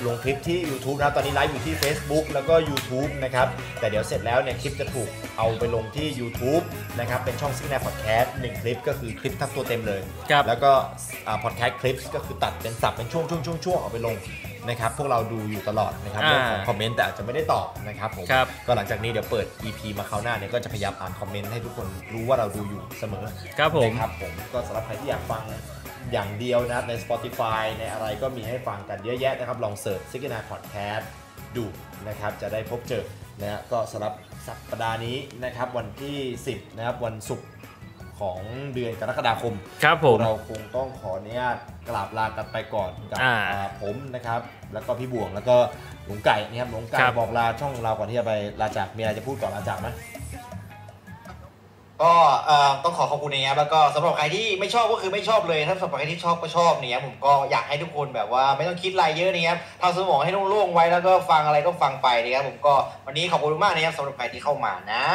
[SPEAKER 1] ลงคลิปที่ YouTube นะครับตอนนี้ไลฟ์อยู่ที่ Facebook แล้วก็ YouTube นะครับ แต่เดี๋ยวเสร็จแล้วเนี่ยคลิปจะถูกเอาไปลงที่ YouTube นะครับเป็นช่องซิกแนลพอดแคสต์หนึ่งคลิปก็คือคลิปทั้งตัวเต็มเลย
[SPEAKER 2] ครับ
[SPEAKER 1] แล้วก็พอดแคสต์คลิปก็คือตัดเป็นสับเป็นช่วงช่วงช่วงช่วงเอาไปลงนะครับ พวกเราดูอยู่ตลอดนะครับ
[SPEAKER 2] อ่า
[SPEAKER 1] เรื่องของคอมเมนต์แต่อาจจะไม่ได้ตอบนะครับผม
[SPEAKER 2] ครับ
[SPEAKER 1] ก็หลังจากนี้เดี๋ยวเปิด EP มาคราวหน้าเนี่ยก็จะพยายามอ่านคอมเมนต์ให้ทุกคนรู้ว่าเราดูอยู่เสมอ
[SPEAKER 2] ครับผม
[SPEAKER 1] นะครับผมก็สำหรับใครที่อยากฟังอย่างเดียวนะครับใน Spotify ในอะไรก็มีให้ฟังกันเยอะแยะนะครับ ลองเสิร์ชซิกนาพอดแคสต์ดูนะครับ จะได้พบเจอนะฮะก็สำหรับสัปดาห์นี้นะครับวันที่ 10นะครับวันศุกร์ของเดือนกรกฎาคม
[SPEAKER 2] ครับผม
[SPEAKER 1] เราคงต้องขออนุญาตกราบลากันไปก่อนกับ
[SPEAKER 2] อ่า
[SPEAKER 1] อ่าผมนะครับ แล้วก็พี่บวงแล้วก็หลวงไก่นะครับหลวงไก่
[SPEAKER 2] ครับ
[SPEAKER 1] บอกลาช่องเราก่อนที่จะไปลาจากมีอะไรจะพูดก่อนลาจากไหม
[SPEAKER 4] ก็เอ่อต้องขอขอบคุณนะครับแล้วก็สำหรับใครที่ไม่ชอบก็คือไม่ชอบเลยถ้าสำหรับใครที่ชอบก็ชอบเนี่ยผมก็อยากให้ทุกคนแบบว่าไม่ต้องคิดอะไรเยอะนะครับทำสมองให้โล่งๆไว้แล้วก็ฟังอะไรก็ฟังไปนะครับผมก็วันนี้ขอบคุณมากนะครับสำหรับใครที่เข้ามานะ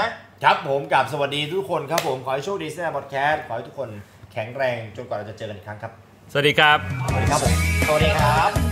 [SPEAKER 1] ครับผมกับสวัสดีทุกคนครับผม ขอให้โชคดีสแนปพอดแคสต์ขอให้ทุกคนแข็งแรงจนกว่าเราจะเจอกันอีกครั้งครับ
[SPEAKER 2] สวัสดีครับ
[SPEAKER 1] สวัสดีครับผม
[SPEAKER 4] สวัสดีครับ